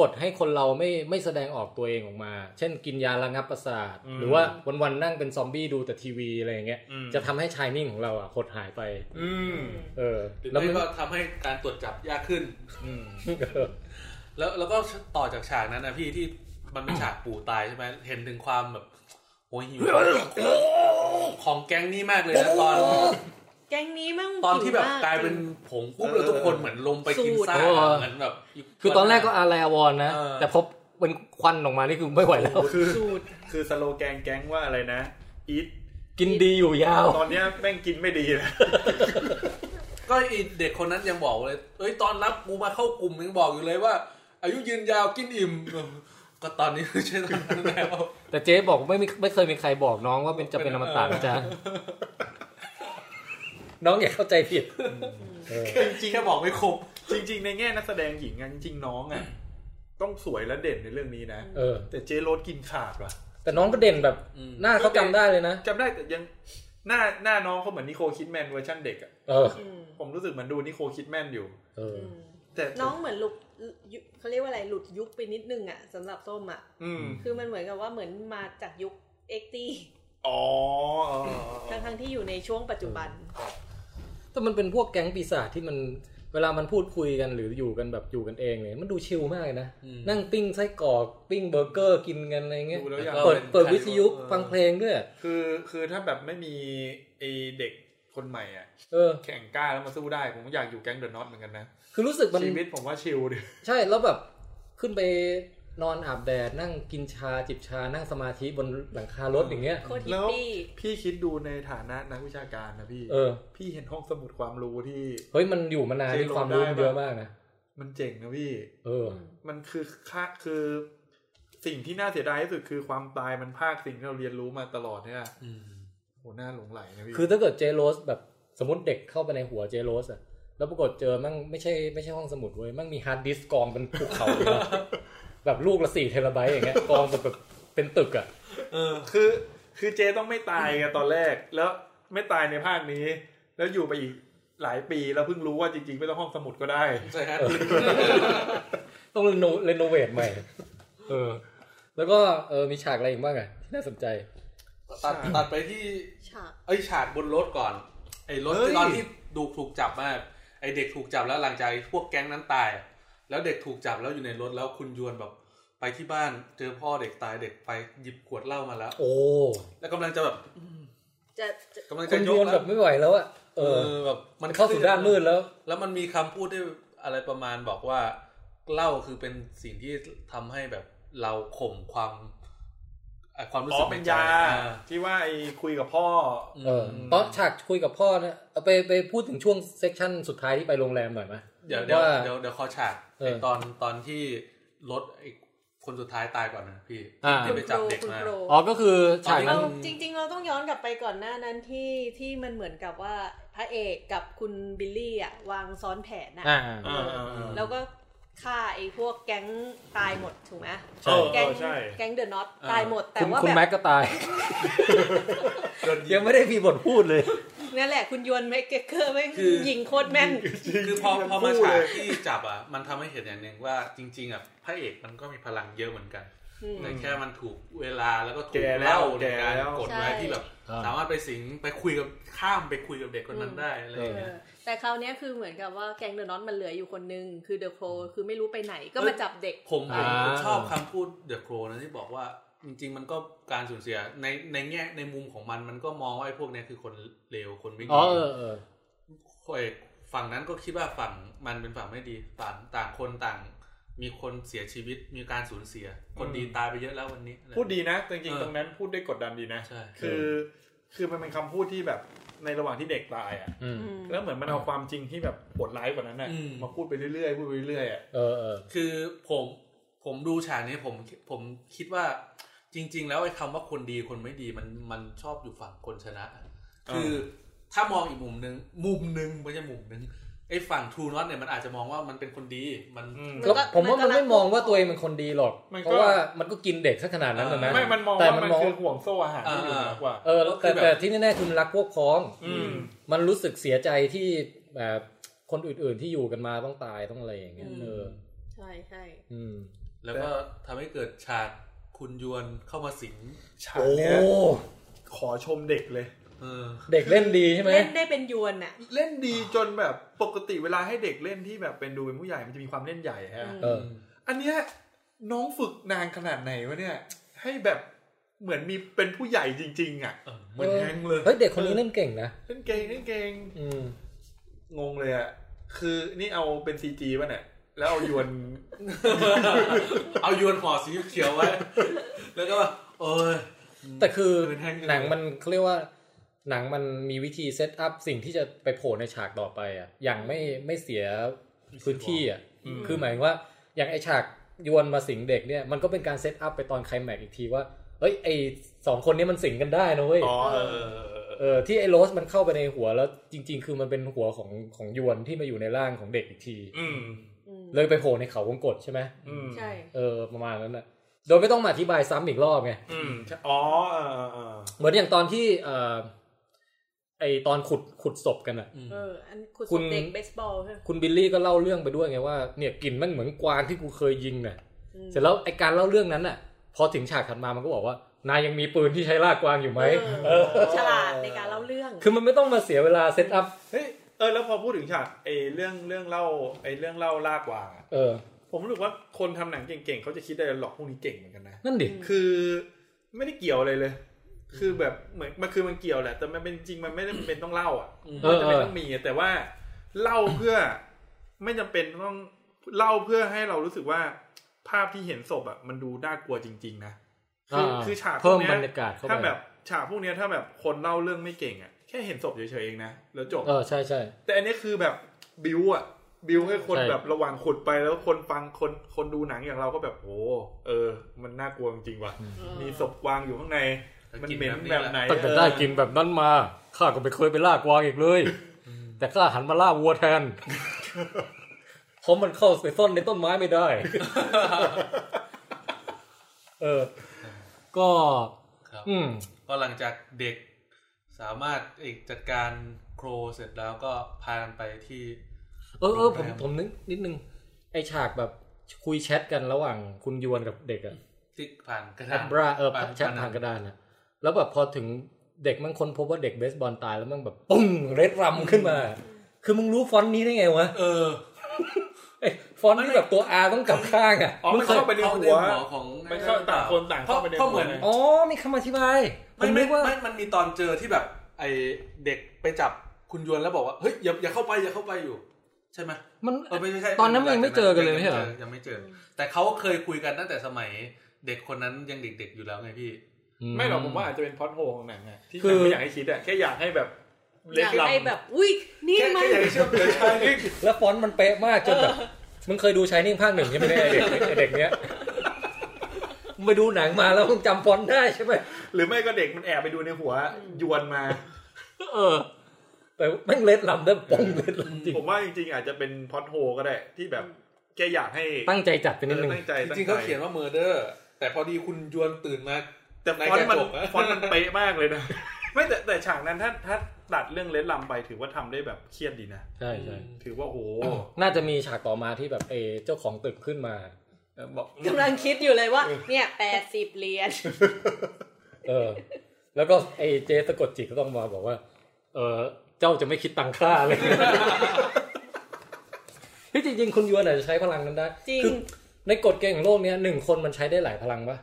B: กดให้คนเราไม่ไม่แสดงออกตัวเองออกมา เช่นกินยาระงับประสาท
C: อืม
B: หรือว่าวันๆนั่งเป็นซอมบี้ดูแต่ทีวีอะไรอย่างเงี้ย
C: อืม
B: จะทำให้ชายนิ่งของเราอ่ะหดหายไป
C: อืม
B: เออ
D: หรือ
B: แล้ว
D: ไม่
B: มัน
D: ก็ทำให้การตรวจจับยากขึ้น
C: อืม
B: เออ
D: แล้วแล้วก็ต่อจากฉากนั้นนะพี่ที่มันเป็นฉากปู่ตายใช่ไหมเห็นถึงความแบบโอ้ยหิวของแก๊งนี้มากเลยนะตอน
E: แก๊งนี้มั่ง
D: ตอนที่แบบกลายเป็น
E: จริง
D: ผงปุ๊บแล้วทุกคนเหมือนลงไปกินซ่ากอะเหมือนแบบ
B: คือตอนแรกก็อาแลอวอนนะ
D: เออ
B: แต่พอเป็นควันออกมานี่คือไม่ไหวแล้ว
C: คือ
E: สูตร
C: คือสโลแกนแก๊งว่าอะไรนะอีท
B: กินดีอยู่ยาว
C: ตอนเนี้ยแม่งกินไม่ดีนะ
D: ก็ไอีเด็กคนนั้นยังบอกเลย เอ้ยตอนรับกูมาเข้ากลุ่มยังบอกอยู่เลยว่า อายุยืนยาวกินอิ่ม ก็ตอนนี้ไม่ใช่ตอนนั้นแล้ว
B: แต่เจ๊บอกไม่มีไม่เคยมีใครบอกน้องว่าเป็นจะเป็นอมตะ
D: *laughs*
B: นะจ้ะน้องอย่าเข้าใจผิดเออ
D: จริงแค่บอกไม่ครบ
C: จริง ๆ ในแง่นักแสดงหญิงอะจริงๆน้องอ่ะต้องสวยและเด่นในเรื่องนี้นะ
B: เออ
C: แต่เจโรสกินขาดว่ะ
B: แต่น้องก็เด่นแบบ
D: อืม
B: หน้าเขาจำได้เลยนะ
C: จำได้แต่ยังหน้าหน้าน้องเขาเหมือนนิโคลคิดแมนเวอร์ชันเด็กอ่ะ
B: เออ
E: อืม
C: ผมรู้สึกเหมือนดูนิโคลคิดแมนอยู่
B: เออ
E: อืม
C: แต่
E: น้องเหมือนหลุดยุเขาเรียกว่าอะไรหลุดยุคไปนิดนึงอ่ะสำหรับส้มอ่ะ
C: อืม
E: คือมันเหมือนกับว่าเหมือนมาจากยุคเอ็กตี้
C: อ๋ออ๋ออ๋อ
E: ทั้งทั้งๆที่อยู่ในช่วงปัจจุบัน
B: แต่มันเป็นพวกแก๊งปีศาจที่มันเวลามันพูดคุยกันหรืออยู่กันแบบอยู่กันเองเนี่ยมันดูชิลมากเลยนะ
D: อืม
B: นั่งปิ้งไส้กรอกปิ้งเบอร์เกอร์กินกันอะไรเงี้ย
C: ดูแล้วอย่าง
B: เปิด
D: เออ
B: เปิดวิทยุฟังเพลงด้วย
C: คือคือถ้าแบบไม่มีไอเด็กคนใหม่อ่ะ
B: เออ
C: แข่งกล้าแล้วมาสู้ได้ผมอยากอยู่แก๊งเดอะน็อตเหมือนกันนะ
B: คือรู้สึกมัน
C: ชีวิตผมว่าชิลดิ
B: ใช่แล้วแบบขึ้นไปนอนอาบแดดนั่งกินชาจิบชานั่งสมาธิบนหลังคารถอย่างเงี้ย
E: โคตรฮิ
C: แล้
E: ป
C: ว
E: ปี้
C: พี่คิดดูในฐานะนักวิชาการนะพี่
B: เออ
C: พี่เห็นห้องสมุดความรู้ที่
B: เฮ้ยมันอยู่มานาน
C: เจน
B: ที่ความรู้
C: ลง
B: มัน
C: ได้
B: เยอะมากนะ
C: มันเจ๋งนะพี่
B: เออ
C: มันคือค่าคือ สิ่งที่น่าเสียดายที่สุดคือความตายมันภาคสิ่งที่เราเรียนรู้มาตลอดเนี่ยโหน่าหลงไหลนะพี่
B: คือถ้าเกิดเจโรสแบบสมมติเด็กเข้าไปในหัวเจโรสอะแล้วปรากฏเจอมั่งไม่ใช่ไม่ใช่ห้องสมุดเว้ยมั่งมีฮาร์ดดิสก์กองเป็นภูเขาเลยนะ *laughs* แบบลูกละสี่เทราไบต์อย่างเงี้ยกองแบบแบบเป็นตึกอะ
C: คือ คือเจต้องไม่ตายไงตอนแรก แล้วไม่ตายในภาคนี้ แล้วอยู่ไปอีกหลายปีแล้วเพิ่งรู้ว่าจริงๆ ไม่ต้องห้องสมุดก็ได้
D: ใช่ฮะ
B: ต้องเรโนเรโนเวทใหม่ เออ แล้วก็เออมีฉากอะไรอีกบ้างอ่ะที่น่าสนใจ
D: ตัดตัดไปที่
F: ฉาก
D: ไอ้ยฉากบนรถก่อน ไอ้รถ
C: เฮ้ย
D: ตอนที่ดูถูกจับมากไอ้เด็กถูกจับแล้วหลังจากไอ้พวกแก๊งนั้นตาย แล้วเด็กถูกจับแล้วอยู่ในรถแล้วคุณยวนแบบไปที่บ้านเจอพ่อเด็กตายเด็กไปหยิบขวดเหล้ามาแล้ว
B: โอ้
D: แล้วกำลังจะแบบ
F: จะจะ
D: กำลัง
B: คุ
D: จะ
B: ณ
D: ย
B: ย
D: ก
B: วน
D: แล้
B: แบ
D: ว
B: บไม่ไหวแล้วอ่ะ
D: เอ
B: เออ
D: อแบบ
B: มันเข้าสู่ด้านมืดแล้ว
D: แล้วมันมีคำพูดที่อะไรประมาณบอกว่าเหล้าคือเป็นสิ่งที่ทำให้แบบเราข่มความอ่ะความรู้
C: อ๋
D: สึ
C: อก เป็น
D: ในใจ
C: ยา
D: อ่า
C: ที่ว่าไอ้คุยกับพ่อ
D: อืม
B: เออตอนฉากคุยกับพ่อนะเอาไปไปพูดถึงช่วงเซกชันสุดท้ายที่ไปโรงแรมหน่อยไหม
D: เดี๋ยวเดี๋ยว
B: ว่า
D: เดี๋ยวเดี๋ยวขอฉาก
B: เออ
D: ไอ้ตอนตอนที่รถไอ้คนสุดท้ายตายก่อนนะพี่
B: อ่า
D: ที่ไปจับเด็ก
F: คุณ
D: มา
F: โปร
B: อ๋อก็คือฉาก
D: ตอนที่
B: นั้
F: เรา
B: น
F: จริง ๆ เราต้องย้อนกลับไปก่อนหน้านั้นที่ที่มันเหมือนกับว่าพระเอกกับคุณบิลลี่อ่ะวางซ้อนแผนน่ะ
B: อ่า
C: อ่าอ่าอ่า
F: แล้วก็ฆ่าไอ้พวกแก๊งตายหมดถูกไหม
B: ใช่
F: แก๊ง
C: เออใช่
F: แก๊งเดอะน็อต
D: อ่า
F: ตายหมด แต่
B: คุณ
F: ว่า
B: คุณ
F: แบบ
B: แม็กก็ตาย
D: โดนยิ
B: ยัง งไม่ได้มีบทพูดเลย
F: นั่นแหละคุณยวนแม็กเกเกอร์แม่ง
D: คือ
F: ยิงโคตรแม่น
D: คือพอ
C: ทั้ง
D: พอมา
C: คู่
D: ฉาก
C: เลย
D: ที่จับอ่ะมันทำให้เห็นอย่างหนึ่งว่าจริง ๆอ่ะพระเอกมันก็มีพลังเยอะเหมือนกัน
F: อืม
D: แต่แค่มันถูกเวลาแล้วก็ถู
C: แก่
D: ก
C: แล้ว
D: เล่าในการ
C: แก่แล้ว
D: กดไว้
F: ใช่
D: ที่แบบ
B: อ่า
D: สามารถไปสิงไปคุยกับข้ามไปคุยกับเด็กคนนั้นได้อะไรอย่าง
F: เอ
D: เงี้ย
F: อแต่คราวเนี้ยคือเหมือนกับว่าแก๊งเดอะน็อตมันเหลืออยู่คนนึง คือเดอะโคลคือไม่รู้ไปไหนก็
D: เอ้ย
F: มาจับเด็ก
D: ผมผม
B: อ่า
D: ผมชอบคำพูดเดอะโครนะที่บอกว่าจริง ๆ มันก็การสูญเสียในในแง่ในมุมของมันมันก็มองว่าไอ้พวกเนี้ยคือคนเลวคนไม่ดี
B: อ๋อเออเออ
D: คอยฝั่งนั้นก็คิดว่าฝั่งมันเป็นฝั่งไม่ดีฝั่งต่างคนต่าง มีคนเสียชีวิตมีการสูญเสีย คนดีตายไปเยอะแล้ววันนี้
C: พูดดีนะ จริง
D: เออ
C: ๆ ตรงนั้นพูดได้กดดันดีนะ
D: ใช่
C: คือ คือมันเป็นคำพูดที่แบบในระหว่างที่เด็กตายอ่ะ
B: อืม
C: แล้วเหมือนมันเอาความจริงที่แบบโหดร้ายกว่านั้นน่ะ
D: อืม
C: มาพูดไปเรื่อยๆพูดไปเรื่อยๆอ่ะ
B: เออเออ
D: คือผมผมดูฉากนี้ผมผมคิดว่าจริง ๆ แล้วไอ้คำว่าคนดีคนไม่ดีมันมันชอบอยู่ฝั่งคนชนะ คือถ้ามองอีกมุมหนึ่งมุมหนึ่งไม่ใช่มุมหนึ่งไอ้ฝั่งทูนอตเนี่ยมันอาจจะมองว่ามันเป็นคนดีมัน
C: อืม
B: แล้วผมว่ามัน
F: มันก็รัก
B: ไม่มองว่าตัวเองเป็นคนดีหรอก
C: มันก็
B: เพราะว่ามันก็กินเด็กซะขนาดนั้นนะนะ
C: ไม่มันมอง
B: แต่
C: ว่า
B: มัน
C: มัน
B: มอง
C: คือห่วงโซ่อาหารที่อยู่มากกว่า
B: เออแล้วแต่
D: ก็คือแบบ
B: แต่ที่แน่ๆคือมันรักพวกพ้อง
C: อืม
B: มันรู้สึกเสียใจที่แบบคนอื่นๆที่อยู่กันมาต้องตายต้องอะไรอย่างเงี้ย
F: อืม
B: เออ
F: ใช่ใช่
B: อืม
D: แล้วก็ทำให้เกิดฉากคุณยวนเข้ามาสิง
C: ฉาก
B: โอ้
C: เนี้ยขอชมเด็กเลย
D: เออ
B: เด็กเล่นดีใช่ไหม
F: เล่นได้เป็นยวนอ่ะ
C: เล่นดีจนแบบปกติเวลาให้เด็กเล่นที่แบบเป็นดูเป็นผู้ใหญ่มันจะมีความเล่นใหญ่ฮะ
F: อืม
B: เออ
C: อันเนี้ยน้องฝึกนานขนาดไหนวะเนี่ย ให้แบบเหมือนมีเป็นผู้ใหญ่จริง ๆ อ่ะ
D: เออ
C: เหมือนแฮงค์เลย
B: เฮ้ยเด็กคนนี้เล่นเก่งนะ
C: เล่นเก่งเล่นเก่ง
B: อืม
C: งงเลยอ่ะคือนี่เอาเป็นซีจีป่ะเนี่ยแล้วเอายวน
D: เอายวนห่อสีเขียวไว้ แล้วก็แบบโอ้ย
B: แต่คือ
D: เป็นแฮงก์เลย
B: หนังมันเขาเรียกว่า หนังมันมีวิธีเซตอัพสิ่งที่จะไปโผล่ในฉากต่อไปอ่ะอย่างไม่ไม่เสียพื้นที่อ่ะ
C: อืม
B: คือหมายถึงว่าอย่างไอฉากยวนมาสิงเด็กเนี่ยมันก็เป็นการเซตอัพไปตอนไคลแม็กซ์อีกทีว่าเอ้ยไอสองคนนี้มันสิงกันได้นะเว้ย
C: อ๋อเออ
B: เออที่ไอโรสมันเข้าไปในหัวแล้วจริง ๆ คือมันเป็นหัวของของยวนที่มาอยู่ในร่างของเด็กอีกที
C: อืม
F: อืม
B: เลยไปโผล่ในเขาวงกฏใช่ไหม
C: อืม
F: ใช่
B: เออประมาณนั้นแหละโดยไม่ต้องมาอธิบายซ้ำอีกรอบไง
C: อืมอ๋อเออเออเออ
B: เหมือนอย่างตอนที่เอ่อไอตอนขุดขุดศพกันอ่ะ
D: อืม
F: เอออันคุณ
B: คุณ
F: เด็กเบสบอลใช่ไหม
B: คุณบิลลี่ก็เล่าเรื่องไปด้วยไงว่าเนี่ยกลิ่นมันเหมือนกวางที่กูเคยยิงน่ะ
F: อืม
B: เสร็จแล้วไอการเล่าเรื่องนั้นน่ะ พอถึงฉากถัดมามันก็บอกว่า นายยังมีปืนที่ใช้ล่ากวางอยู่ไหม
F: เออฉลาดในการเล่าเรื่อง
B: คือมันไม่ต้องมาเสียเวลาเซตอัพ
C: เฮ้ยเออแล้วพอพูดถึงฉากไอ้เรื่องเรื่องเล่าไอ้เรื่องเล่าลากวางอะ
B: เออ
C: ผมรู้สึกว่าคนทำหนังเก่งๆเขาจะคิดได้หลอกพวกนี้เก่งเหมือนกันนะ
B: นั่นดิ
C: คือไม่ได้เกี่ยวอะไรเลย คือแบบเหมือนมันคือมันเกี่ยวแหละ แต่มันเป็นจริงมันไม่ได้เป็นต้องเล่าอ่ะ
B: เอ
C: มัน
B: อ
C: จะ
B: เอ
C: เป็น
B: อ
C: ต้องมีอะแต่ว่าเล่าเพื่อ ไม่จำเป็นต้องเล่าเพื่อให้เรารู้สึกว่า ภาพที่เห็นศพอ่ะมันดูน่ากลัวจริง ๆ นะ คืออา คือฉากพว
B: เพิ่
C: ก
B: ม
C: เนี้ย
B: บรรยากาศเข้าไป
C: ถ้าแบบฉากพวกเนี้ยถ้าแบบคนเล่าเรื่องไม่เก่งอ่ะแค่เห็นศพเฉยๆเองนะแล้วจบ
B: เออใช่ใช่
C: แต่อันนี้คือแบบบิวอ่ะ บิวให้คน
B: ใช่
C: แบบระหว่างขุดไปแล้วคนฟังคนคนดูหนังอย่างเราก็แบบโอ้เออ มันน่ากลัวจริงๆว่ะ มีศพวางอยู่ข้างใน มันเหม็นแบบไหน
B: ตั้งแต่ได้กินแบบนั้นมาข้าก็ไม่เคยไปล่ากวางอีกเลย แต่ข้าหันมาล่าวัวแทนเพราะมันเข้าไปซ่อนในต้นไม้ไม่ได้ *laughs* เออ ก็
D: ครับ
B: อืม
D: ก็หลังจากเด็กสามารถเอกจัดการโครเสร็จแล้วก็พากันไปที่
B: เออเออผม
D: โรงแรม
B: ผมนึกนิดนึง ไอฉากแบบคุยแชทกันระหว่างคุณยวนกับเด็กอะ
D: ที่ผ่านกระ
B: แอ
D: ดาน
B: บราเออ
D: ผ่
B: แชททางกระดานอะแล้วแบบพอถึงเด็กมันค้นพบว่าเด็กเบสบอลตายแล้วมันแบบปุ้งเร็ดรำขึ้นมา คือมึงรู้ฟอนต์นี้ได้ไงวะ
D: เออ
B: ไอ้ฟอนต์ที่แบบตัว R ต้องกลับข้างอะ
C: อ๋อมันเข้าไปในหัว
D: ของ
C: มันเข้าต่างคนต่างเข้าไปใน
D: เพ
C: หั
D: ราะ
C: ว
D: เหมือน
C: เลย
B: อ๋อมีคำอธิบายผม
D: ไม่ไม่
B: นึกว่า
D: ไม่มันมีตอนเจอที่แบบ ไอเด็กไปจับคุณยวนแล้วบอกว่าเฮ้ยอย่าอย่าเข้าไปอย่าเข้าไปอยู่ ใช่ไหม
B: มัน
D: เออไม่ไม่ใช่
B: ตอนนั้นมันยังไม่เจอกันเลยไม่ใช่เหรอ
D: ยังไม่เจอ แต่เขาเคยคุยกันตั้งแต่สมัย เด็กคนนั้นยังเด็ก ๆอยู่แล้วไงพี่
C: ไม่หรอกผมว่าอาจจะเป็นพล็อดโฮของหนังอะที่
B: คือ
C: หนังไม่อยากให้คิดอะแค่อยากให้แบบเล็
F: อก ยาก
C: ลำ
F: ให้แบบ อุ้ยนี่
D: แค่
F: มัน
D: แค่อยากให้เชื่อมโยง
C: ใช่
B: แล้วฟอนต์มันเป๊ะมากจนแบบมึงเคยดูชายนิ่งภาคหนึ่งใช่ไหมเนี่ยไอ้เด็กไอ้เด็กเนี้ยมึงไปดูหนังมาแล้วมึงจำฟอนต์ได้ใช่ไหม
C: หรือไม่ก็เด็กมันแอบไปดูในหัว ยวนมา
B: เออ แต่แม่งเล็ดลำได้ปงเล็ดลำจริง
C: ผมว่าจริงๆ อาจจะเป็นพล็อดโฮก็ได้ ที่แบบแค่อยากให้
B: ตั้งใจจัดไปนิดนึง
C: เออตั้งใจ
D: จริงๆ
C: ตั้
D: เขาเขียนว่าเมอร์เดอร์ แต่พอดีคุณยวนตื่นมา
C: แต่
D: ใน
C: ฟอนต์มัน
D: กระจกอะ
C: ฟอนต์มันเป๊ะมากเลยนะ ไม่แต่แต่ฉากนั้นถ้าถ้าตัดเรื่องเล็ดลำไปถือว่าทำได้แบบเครียดดีนะ
B: ใช่ใช่
C: ถือว่าโอ้โห
B: น่าจะมีฉากต่อมาที่แบบเอเจ้าของตึกขึ้นมา
C: เออบอก
F: กำลังคิดอยู่เลยว่า เนี่ยแปดสิบเหรียญ
B: เออ แล้วก็ไอเจสะกดจิตก็ต้องมาบอกว่า เออเจ้าจะไม่คิดตังค่าเลย ที่จริงๆคุณยวนอาจจะใช้พลังนั้นได้
F: จริง
B: คือในกฎเกณฑ์ของโลกเนี้ยหนึ่งคนมันใช้ได้หลายพลังปะ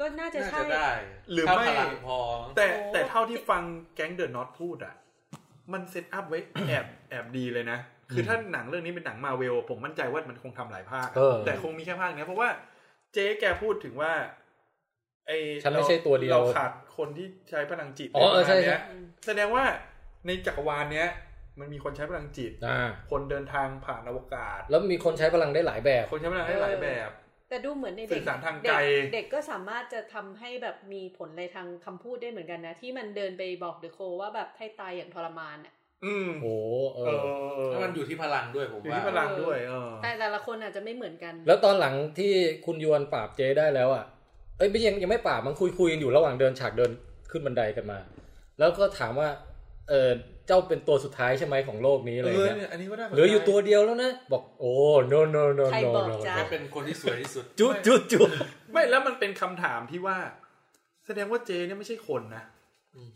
F: ก็น่าจะ
D: น่า
F: ใช่
D: จะได้
C: หรือ
D: ถ้า
C: ไม่
D: พลังพอ
C: แต่
F: โอ้
C: แต่เท่าที่ฟังแก๊งเดอะน็อตพูดอ่ะ มันเซตอัพไว้ แอบแอบดีเลยนะ คือถ้าหนังเรื่องนี้เป็นหนังมาเวล ผมมั่นใจว่ามันคงทำหลายภาค
B: เออ
C: แต่คงมีแค่ภาคเนี้ยเพราะว่าเจ๊แกพูดถึงว่า ไอ
B: ฉันไม่ใช่ตัวเดียว
C: เราขาดคนที่ใช้พลังจิต
B: อ๋อเออใช่ใช่
C: ประมาณเนี้ยแสดงว่าในจักรวาลเนี้ย มันมีคนใช้พลังจิต
B: อ่า
C: คนเดินทางผ่านอวกาศ
B: แล้วมีคนใช้พลังได้หลายแบบ
C: คนใช้พลังได้หลายแบบ
F: แต่ดูเหมือนใน
C: สื่
F: เด็ก
C: อสารทาง
F: เด็
C: ไกล
F: เด็กก็สามารถจะทำให้แบบมีผลในทางคำพูดได้เหมือนกันนะ ที่มันเดินไปบอกเดอะโคว่าแบบให้ตายอย่างทรมานอะ
C: อืม
B: โอ้เอ
C: เอ
B: อ
C: อ
D: แล้วมันอยู่ที่พลังด้วยผม
C: อยู่
D: ว่า
C: ที่พลังด้วยเออ
F: แต่แต่ละคนอาจจะไม่เหมือนกัน
B: แล้วตอนหลังที่คุณยวนปราบเจได้แล้วอ่ะ เอ้ยไม่ยังยังไม่ปราบมันคุยคุยกันอยู่ระหว่างเดินฉากเดินขึ้นบันไดกันมา แล้วก็ถามว่า เออเจ้าเป็นตัวสุดท้ายใช่ไหมของโลกนี้อะไร
C: เออ
B: เงี้ย
C: เนี่ยอันนี้ก็น่าสนใจ
B: เหลืออยู่ตัวเดียวแล้วนะ บอกโอ้ no no no
F: ใคร
B: no
F: บอก
B: no
F: จ๊ะ
D: แค่เป็นคนที่สวยที่สุด
B: จุดจุดจุด
C: ไม่แล้วมันเป็นคำถามที่ว่า แสดงว่าเจเนี่ยไม่ใช่คนนะ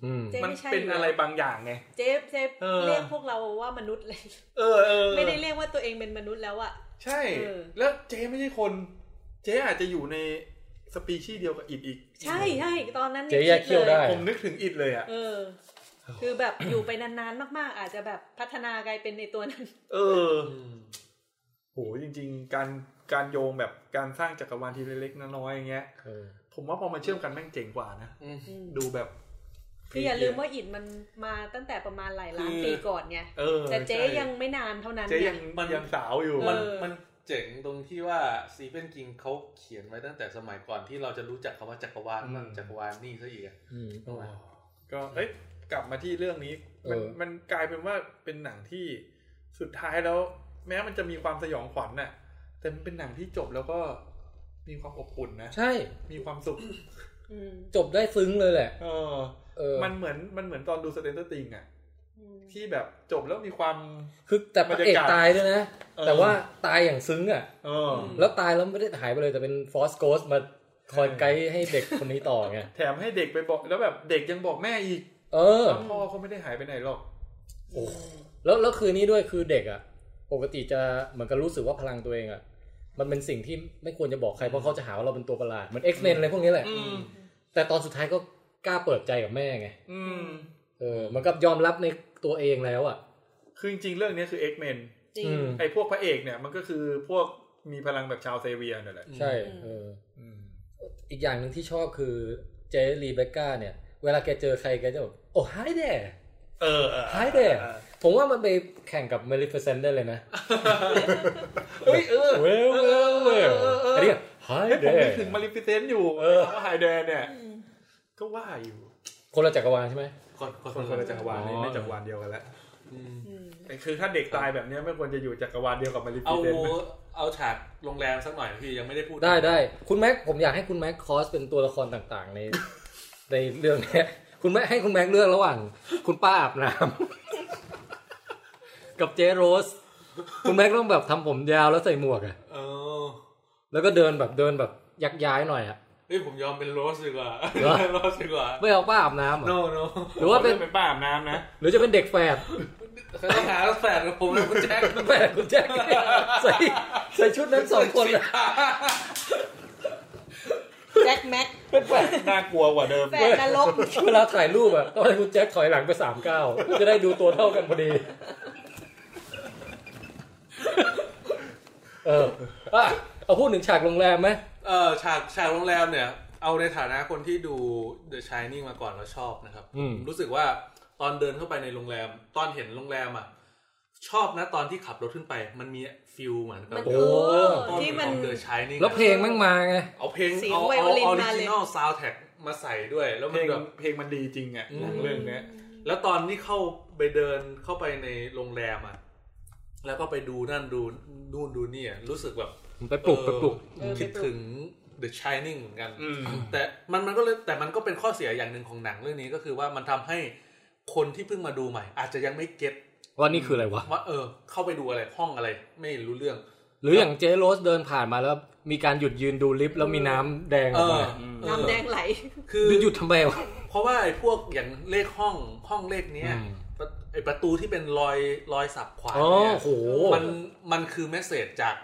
B: อืม
F: เจ๊
C: มัน
F: ไม่ใช่
C: เป็นอะไรบางอย่างไง
F: เจ๊เจ๊
C: เออ
F: เรียกพวกเราว่ามนุษย์เลย
C: เออเออ
F: ไม่ได้เรียกว่าตัวเองเป็นมนุษย์แล้วอะ
C: ใช่
F: เออ
C: แล้วเจไม่ใช่คน เจอาจจะอยู่ในสปีชีส์เดียวกับอิดอีก
F: ใช่ใช่ตอนนั้น
B: เจ
F: นี่
B: แยกเขี้ยวได้
C: ผมนึกถึงอิดเลยอ่ะ
F: เออ คือแบบ *coughs* อยู่ไปนานๆมาก ๆ อาจจะแบบพัฒนากลายเป็นในตัวนั้น
C: เออโหจริง ๆ การการโยงแบบการสร้างจักรวาลทีเล็กๆน้อยๆอย่างเงี้ย
B: เออ
C: ผมว่าพอมาเชื่อมกันแม่งเจ๋งกว่านะ
D: อืม
C: ดูแบบ
F: คืออย่าลืมว่าอินมันมาตั้งแต่ประมาณหลายล้าน
D: คือ
F: ปีก่อนไง
C: เออ
F: แต่เจ๊
C: ใช่
F: ยังไม่นานเท่านั้น
C: เจ๊
F: ไง
C: ยังมันยังสาวอยู่
F: เออ
D: มันมันเจ๋งตรงที่ว่าซีเฟนกิงเขาเขียนไว้ตั้งแต่สมัยก่อนที่เราจะรู้จักคำว่าจักรวาล
C: อืม
D: มั่งจักรวาลนี่ซะอีกอะ
B: อืม
C: โอ้ก็เอ้ยกลับมาที่เรื่องนี้มัน
B: เออ
C: มันกลายเป็นว่าเป็นหนังที่สุดท้ายแล้ว แม้มันจะมีความสยองขวัญน่ะ แต่มันเป็นหนังที่จบแล้วก็มีความอบอุ่นนะ
B: ใช่
C: มีความสุข
F: อืม
B: จบได้ซึ้งเลยแหละ
C: เออ
B: เออ
C: มันเหมือนมันเหมือนตอนดูสเตนเตอร์ติงอ่ะ
F: อืม
C: ที่แบบจบแล้วมีความ
B: คือแต่พระเอก
C: บรรยากาศ
B: ตายด้วยนะ
C: เออ
B: แต่ว่าตายอย่างซึ้งอ่ะ
C: เอออ
B: แล้วตายแล้วไม่ได้หายไปเลยแต่เป็นฟอสโกสมาคอยไกด์ให้เด็กคนนี้ต่อไง
C: แถมให้เด็กไปบอกแล้วแบบเด็กยังบอกแม่อีก
B: เออ
C: แล้วพ่อเขาไม่ได้หายไปไหนหรอก
B: แล้วแล้วคืนนี้ด้วยคือเด็กอะ่ะ ปกติจะเหมือนกับรู้สึกว่าพลังตัวเองอะ่ะ มันเป็นสิ่งที่ไม่ควรจะบอกใครเพราะเขาจะหาว่าเราเป็นตัวประหลาดเหมือน X-Men อะไรพวกนี้แหละ
C: อืม
B: แต่ตอนสุดท้ายก็กล้าเปิดใจกับแม่ไง
C: อืม
B: เออมันก็ยอมรับในตัวเองแล้วอะ่ะ
C: คือจริงๆ เรื่องนี้คือ X-Men
F: จริง
B: อืม
C: ไอ้พวกพระเอกเนี่ยมันก็คือพวกมีพลังแบบชาวเซเวียนั่นแหละ
B: ใช่
F: อืม
B: เออ
C: อืม
B: อีกอย่างหนึ่งที่ชอบคือเจรีเบคก้าเนี่ย เวลาแกเจอใครแกจะแบบโอ้ไฮเด e
C: เออเออ
B: ไฮเด e ผมว่ามันไปแข่งกับเมลิฟ i เซนได้เลยนะ
C: เฮ้ยเออ
B: เวลเวลเวลอันนี้ไฮ
C: เฮ้ย
B: เด
C: ผม
B: e
C: นึกถึงมาริฟิเซนอยู่
B: เออ
C: ว่าไฮเดนเนี่ย ก็ว่าอยู่
B: คนละจักรวาลใช่ไหม
D: คนคน
C: คนคนละจักรวาลนี่
B: อ๋อ
C: ไม่จักรวาลเดียวกันแล้ว
D: อืม
F: อืม
C: แต่คือถ้าเด็กตายแบบเนี้ยไม่ควรจะอยู่จักรวาลเดียวกับมาริ
D: เอา
C: ฟิเซนนะ
D: เอาฉากโรงแรมสักหน่อยพี่ยังไม่ได้พูด
B: *laughs* ได้ได้คุณแม็กผมอยากให้คุณแม็กคอสเป็นตัวละครต่างๆ ใน ในเรื่องเนี้ย คุณแม่ให้คุณแม็กเลือกระหว่าง คุณป้าอาบน้ำ *laughs* กับเจโรส คุณแม็กต้องแบบทำผมยาวแล้วใส่หมวกอะ
D: เออ
B: แล้วก็เดินแบบเดินแบบยักย้ายหน่อยอะ
D: เฮ้ยผมยอมเป็นโรสดีกว่า
B: เหรอ
D: โรสดีกว่า
B: ไม่เอาป้าอาบน้ำเหร
D: no
B: อ
D: no
B: หรือว่าเป็น
C: เป็นป้าอาบน้ำนะ
B: หรือจะเป็นเด็กแฝด
D: เขาต้องหาแฝดกับผมนะคุณแจ็ค
B: แฝดคุณแจ็ค *laughs* ใส่ใส่ชุดนั้นสองคนอะ
F: แจ็คแม็ก
C: เป็นแฟนน่ากลัวกว่าเดิม
F: แฟนนรก
B: เวลาถ่ายรูปอะต้องให้คุณแจ็คถอยหลังไปสามก้าวจะได้ดูตัวเท่ากันพอดี เอออ่ะเอาพูดถึงฉากโรงแรมไหม
D: เออฉากฉากโรงแรมเนี่ย เอาในฐานะคนที่ดู The Shining มาก่อนแล้วชอบนะครับ
B: อืม
D: ผมรู้สึกว่าตอนเดินเข้าไปในโรงแรม ตอนเห็นโรงแรมอ่ะ ชอบนะตอนที่ขับรถขึ้นไป มันมีฟิลเหมือนกับ
F: มัน
B: โอ้
F: เออที่มัน
D: เดอะชายนี่
B: แล้วเพลงแม่งมาไง
D: เอาเพลง
F: เสียง
D: เอา
F: ไว
D: เอา
F: โอลิน
D: ออริ
F: มาเลย
D: จินอลซาวแท็กมาใส่ด้วย แล้ว
C: เพล
D: มัน
C: ง
D: แบบ
C: เพลงมันดีจริงอ่ะหนังเรื่องเนี้ย
D: แล้วตอนที่เข้าไปเดินเข้าไปในโรงแรมอ่ะแล้วก็ไปดูนั่นดูนู่นดูนี่อ่ะรู้สึกแบบ
B: ไปปลุกไปปลุก
D: เออคิดถึง The Shining เหมือนกัน
C: อืม
D: แต่มันมันก็เลยแต่มันก็เป็นข้อเสียอย่างหนึ่งของหนังเรื่องนี้ก็คือว่ามันทำให้คนที่เพิ่งมาดูใหม่ อาจจะยังไม่เก็ต
B: ว่านี่คืออะไรวะ
D: ว่าเออ เข้าไปดูอะไรห้องอะไร ไม่รู้เรื่อง
B: หรืออย่างเจโรสเดินผ่านมาแล้วมีการหยุดยืนดูลิฟต์แล้วมีน้ำแดงอ
D: เอ
B: อก
D: อ
B: มา
D: เออ
F: น้ำแดงไหล
D: คือ
B: หยุดทำไมวะ
D: เพราะว่าไอ้พวกอย่างเลขห้องห้องเลขเนี้ย
B: อืม
D: ประไอ้ประตูที่เป็นรอยรอยสับขวาน
B: อ๋อ
D: เนี่ย
B: โห
D: มันมันคือเมสเซจจาก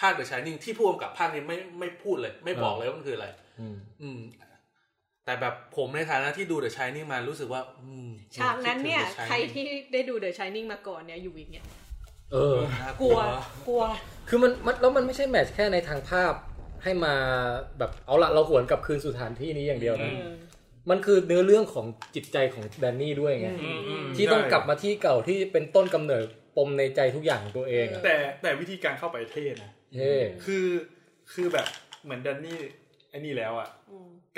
D: ภาค The Shining ที่ผู้กำกับภาคนี้ไม่ไม่พูดเลย ไม่บอกเลยว่ามันคืออะไร
B: อืม
D: อืม แต่แบบผมในฐานะที่ดู The Shining มารู้สึกว่า อืม
F: ฉากนั้นเนี่ย
D: คิดถึง The
F: ใคร
D: Shining
F: ที่ได้ดูเดอะชายนิ่งมาก่อนเนี่ยอยู่อีกเนี่ย
B: เออ
D: น่าก
F: ก
D: ลั
F: ลั
D: ว
F: วกลัว
B: คือมันมันแล้วมันไม่ใช่แมทช์แค่ในทางภาพให้มาแบบเอาละเราหวนกลับคืนสถานที่นี้อย่างเดียวนะ มันคือเนื้อเรื่องของจิตใจของแดนนี่ด้วยไง ที่ต้องกลับมาที่เก่าที่เป็นต้นกำเนิดปมในใจทุกอย่างของตัวเองอะ
C: แต่แต่วิธีการเข้าไปเท่นะ
B: เท่
C: คือคือแบบเหมือนแดันนี่ไอ้นี่แล้วอ่ะ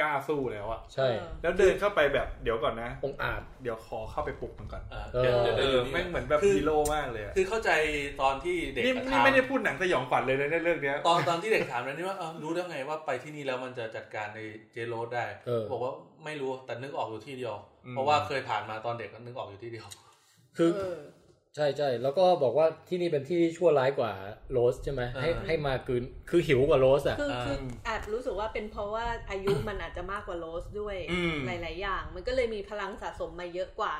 C: กล้าสู้แล้วอ่ะ
B: ใช่
C: แล้วเดินเข้าไปแบบเดี๋ยวก่อนนะ
B: องอาจ
C: เดี๋ยวขอเข้าไปปลุกมันก่อน
D: อ่ะ
B: เออ
D: เดี๋ยวเดี๋ยว
C: เอ
D: เดี๋ยว
C: อ
D: เดี๋ยว
C: แม่งเหมือนแบบ
D: คื
C: ฮีโร่มากเลยอะ
D: คือเข้าใจตอนที่เด็ก
C: นี่
D: อะ
C: นี่
D: ถาม
C: ไม่ได้พูดหนังสยองขวัญเลยนะในเรื่องเนี้ย
D: ตอนตอนที่เด็กถามแล้วนี่ว่าเอ้ารู้ได้ไงว่าไปที่นี่แล้วมันจะจัดการในเจโรสได้
B: เออ
D: บอกว่าไม่รู้แต่นึกออกอยู่ที่เดียว เพราะว่าเคยผ่านมาตอนเด็กก็นึกออกอยู่ที่เดียว
B: คือ ใช่ใช่แล้วก็บอกว่าที่นี่เป็นที่ชั่วร้ายกว่าโรสใช่ไหมให้
D: เออ
B: ให้มากลืนคือหิวกว่าโรสอ่ะ
F: คือ
D: อ่า
F: คืออาจรู้สึกว่าเป็นเพราะว่าอายุมันอาจจะมากกว่าโรสด้วยหลาย ๆ อย่าง มันก็เลยมีพลังสะสมมาเยอะกว่า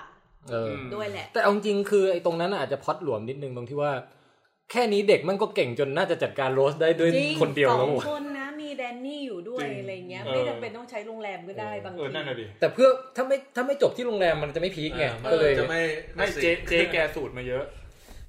B: เอออ
F: ด้วยแหละ
B: แต่เอาจริงๆคือไอ้ตรงนั้นน่ะอาจจะพล็อดหลวมนิดนึงตรงที่ว่า แค่นี้เด็กมันก็เก่งจนน่าจะจัดการโรสได้ด้วย
F: จริง
B: คนเดียว
F: สอ
B: แล้ว
F: ง
B: ว่ะ
F: คนนะมีแดนนี่อยู่ด้วยอะไรเงี้ย
B: เออ
F: ไม่จำเป็นต้องใช้โรงแรมก็ได้บาง
C: เออ
F: ที
C: นั่นน่ะดิ
B: แต่เพื่อถ้าไม่ถ้าไม่จบที่โรงแรมมันจะไม่พีคไง
D: อ่ามัน
B: ก็เลย
D: จะไม่
C: ไม่เจ๊เจ๊แกสูตรมาเยอะ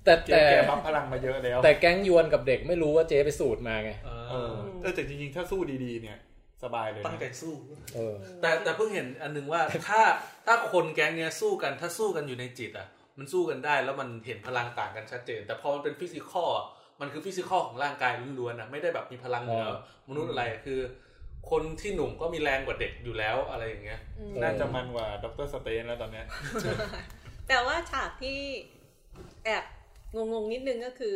B: แต่
C: เจ๊
B: แต่
C: แกบัฟพลังมาเยอะแล้ว
B: แต่แก๊งยวนกับเด็กไม่รู้ว่าเจ๊ไปสูตรมาไง
D: เอ
C: เอ
D: อ
C: อเออแต่จริงๆ ถ้าสู้ดีๆ เนี่ยสบายเลยนะ
D: ตั้งใจสู้
B: เออ
D: แต่แต่เพิ่งเห็นอันหนึง *laughs* ว่า ถ้าถ้าคนแก๊งเนี้ยสู้กันถ้าสู้กันอยู่ในจิตอ่ะ มันสู้กันได้แล้วมันเห็นพลังต่างกันชัดเจน แต่พอมันเป็นฟิสิกอลอะมันคือฟิสิกอลของร่างกายล้วนๆนะไม่ได้แบบมีพลังเหนือ
B: เออ
D: มนุษย์อะไรคือ คนที่หนุ่มก็มีแรงกว่าเด็กอยู่แล้วอะไรอย่างเงี้ย
C: น่าจะมันกว่าด็อกเตอร์สเตนแล้วตอนเนี้ย
F: แต่ว่าฉากที่แอบงงๆนิดนึงก็คือ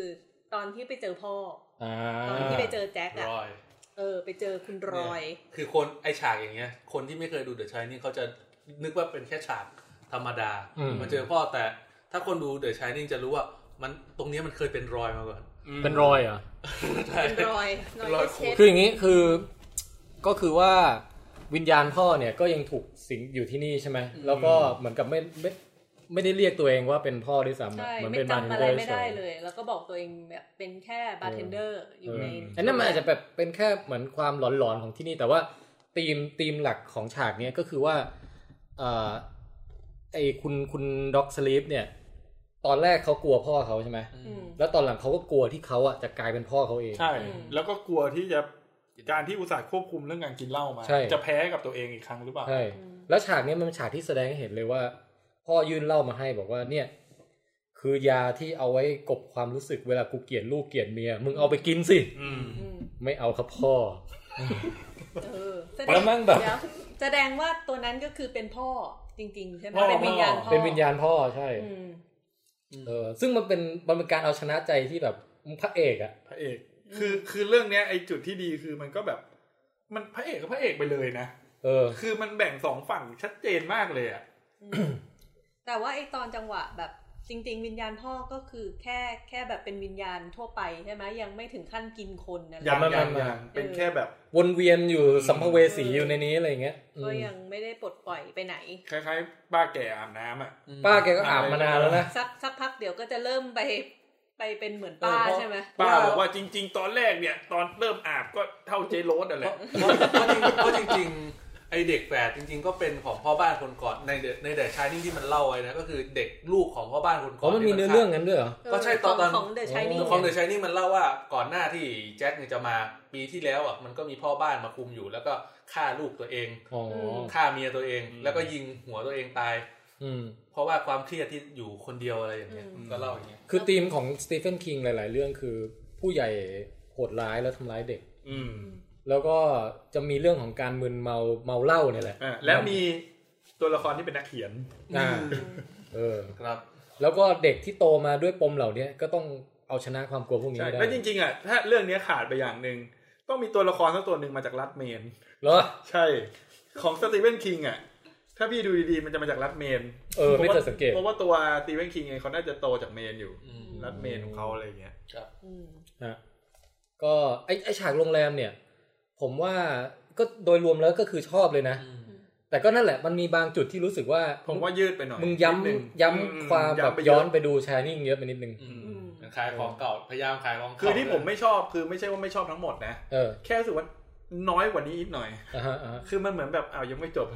F: ตอนที่ไปเจอพ่อ
B: อ่า
F: ตอนที่ไปเจอแจ็คอะ
D: รอย
F: เออ ไปเจอคุณรอย
D: คือคนไอฉากอย่างเงี้ย คนที่ไม่เคยดูเดอะชายนี่เขาจะนึกว่าเป็นแค่ฉากธรรมดามาเจอพ่อแต่ ถ้าคนดูเดอะชายนี่จะรู้ว่ามันตรงเนี้ยมันเคยเป็นรอยมาก่อน
B: เป็นรอยเหรอ่ะ
F: เป็นรอยรอย
D: รอยขู
F: เช็
D: ด
F: ด
B: คืออย่างนี้คือก็คือว่าวิญญาณพ่อเนี่ยก็ยังถูกสิงอยู่ที่นี่ใช่ไหมแล้วก็เหมือนกับไม่ไม่ไม่ได้เรียกตัวเองว่าเป็นพ่อด้วยซ้ำอะ
F: ใช่
B: เหมือน
F: ไม่
B: เป็นบาร์เท
F: จำ
B: น
F: อะ
B: เด
F: ไร
B: อร์
F: ไม่
B: เฉ
F: ได้
B: ย
F: เลย แล้วก็บอกตัวเองแบบเป็นแค่บาร์เทนเดอร์อยู่ใน
C: เออ
B: อันนั้นมันอาจจะแบบเป็นแค่เหมือนความหลอนๆของที่นี่ แต่ว่าธีมธีมหลักของฉากเนี้ยก็คือว่าเอ่อไอ้คุณคุณด็อกสลีปเนี่ย ตอนแรกเขากลัวพ่อเขาใช่ไหม
F: อืม
B: แล้วตอนหลังเขาก็กลัวที่เขาอ่ะจะกลายเป็นพ่อเขาเอง
C: ใช่ แล้วก็กลัวที่จะการที่อุตส่าห์ควบคุมเรื่องการกินเหล้ามา
B: ใช่
C: จะแพ้กับตัวเองอีกครั้งหรือเปล่า
B: ใช่แล้วฉากเนี้ยมันเป็นฉากที่แสดงให้เห็นเลยว่า พ่อยื่นเหล้ามาให้บอกว่าเนี่ย คือยาที่เอาไว้กลบความรู้สึกเวลากูเกลียดลูกเกลียดเมียมึงเอาไปกินสิไม่เอาครับพ่อ
F: เออแสด
B: แล้วมั่งแบบ
F: เดี๋ยวแสดงว่าตัวนั้นก็คือเป็นพ่อจริง ๆ ใช่ไหม
C: พ่อ
F: เป็นวิญญาณพ่อ
B: เป็นวิญญาณพ่อใช่
F: อืม *coughs*
B: เออซึ่งมันเป็นมันเป็นการเอาชนะใจที่แบบพระเอกอะ
C: พระเอก คือคือเรื่องเนี้ยไอจุดที่ดีคือมันก็แบบ มันพระเอกก็พระเอกไปเลยนะ
B: เออ
C: คือมันแบ่งสองฝั่งชัดเจนมากเลยอ่ะ
F: แต่ว่าไอตอนจังหวะแบบจริง ๆ วิญญาณพ่อก็คือแค่แค่แบบเป็นวิญญาณทั่วไปใช่ไหมยังไม่ถึงขั้นกินคนนะ
C: ยัง
B: มั น
C: ยัง
B: มัน
C: ยังเป็นแค่แบบ
B: วนเวียนอยู่สัมภเวสีอยู่ในนี้อะไรอย่างเงี้ยอืม
F: ก็ยังไม่ได้ปลดปล่อยไปไหน
C: คล้ายๆป้าแก่อาบน้ำอ่ะ
B: ป้าแกก็อาบมานานแล้วนะ
F: สักสักพักเดี๋ยวก็จะเริ่มไปไปเป็นเหมือนป้า
B: เออเพราะ
F: ใช่ไหม
C: ป้าบอกว่าจริง ๆ ตอนแรกเนี่ย ตอนเริ่มอาบก็เท่าเจโรสอะไร
D: เพราะจริงเพราะจริงๆไอเด็กแฝดจริง ๆ ก็เป็นของพ่อบ้านคนก่อนในเดในเดชายนิ่งที่มันเล่าไว้นะก็คือเด็กลูกของพ่อบ้านคน
B: เพ
D: ก่อ
B: ราะ
D: น
B: มันมีเนื้อเรื่องนั้นด้วยเหรอ
F: เออ
D: ก็ใช่ตอนตอน
F: ของเดอะชายนี่
D: ของเดชายนิ่งมันเล่าว่าก่อนหน้าที่แจ็คเนี่ยจะมาปีที่แล้วอ่ะมันก็มีพ่อบ้านมาคุมอยู่ แล้วก็ฆ่าลูกตัวเอง
B: อ๋อ
D: ฆ่าเมียตัวเอง
C: อืม
D: แล้วก็ยิงหัวตัวเองตาย
B: อืม
D: เพราะว่าความเครียดที่อยู่คนเดียวอะไรอย่างเงี้ยก็เล่าอย่างเงี้ย
B: คือธีมของสตีเฟนคิงหลาย ๆ เรื่องคือผู้ใหญ่โหดร้ายแล้วทำร้ายเด็ก
C: อืม
B: แล้วก็จะมีเรื่องของการมึนเมาเมาเหล้าเนี่ยแหละ
C: อ่ะและมีตัวละครที่เป็นนักเขียน
B: อ่าเออ
D: ครับ
B: แล้วก็เด็กที่โตมาด้วยปมเหล่านี้ก็ต้องเอาชนะความกลัวพวกนี้
C: ใช่
B: ให้ได้
C: แล้วจริงๆอ่ะถ้าเรื่องเนี้ยขาดไปอย่างหนึ่งต้องมีตัวละครสักตัวหนึ่งมาจากรัฐเมน
B: เหรอ
C: ใช่ ของสตีเวนคิงอ่ะ ถ้าพี่ดูดีๆ มันจะมาจากรัฐเมน
B: เออไม่เคยสังเกต
C: เพราะว่าตัวสตีเวนคิงเองเขาน่าจะโตจากเมนอยู่
D: อืม
C: รัฐเมนของเขาอะไรอย่างเงี้ย
D: ครับ
F: อืม
B: ฮะก็ไอไอฉากโรงแรมเนี่ย ผมว่าก็โดยรวมแล้วก็คือชอบเลยนะ แต่ก็นั่นแหละมันมีบางจุดที่รู้สึกว่า
C: ผมว่ายืดไปหน่อย
B: มึง
C: นิดนึง
B: ย้ำ
C: อื
B: ย้ำความ
C: ย้ำ
B: แบบ
C: ไป
B: ย้อน
C: เะ
B: ไปดูแชร์นิ่งเยอะไปนิดนึง
D: อืม
F: อืม
D: ขายของเก่าพยายามขายของเก่า
C: คือที่ผมไม่ชอบคือไม่ใช่ว่าไม่ชอบทั้งหมดนะ
B: เออ
C: แค่รู้สึกว่าน้อยกว่านี้อีกหน่อย
B: อ่าฮะอ่าฮะ
C: คือมันเหมือนแบบอ้าวยังไม่จบ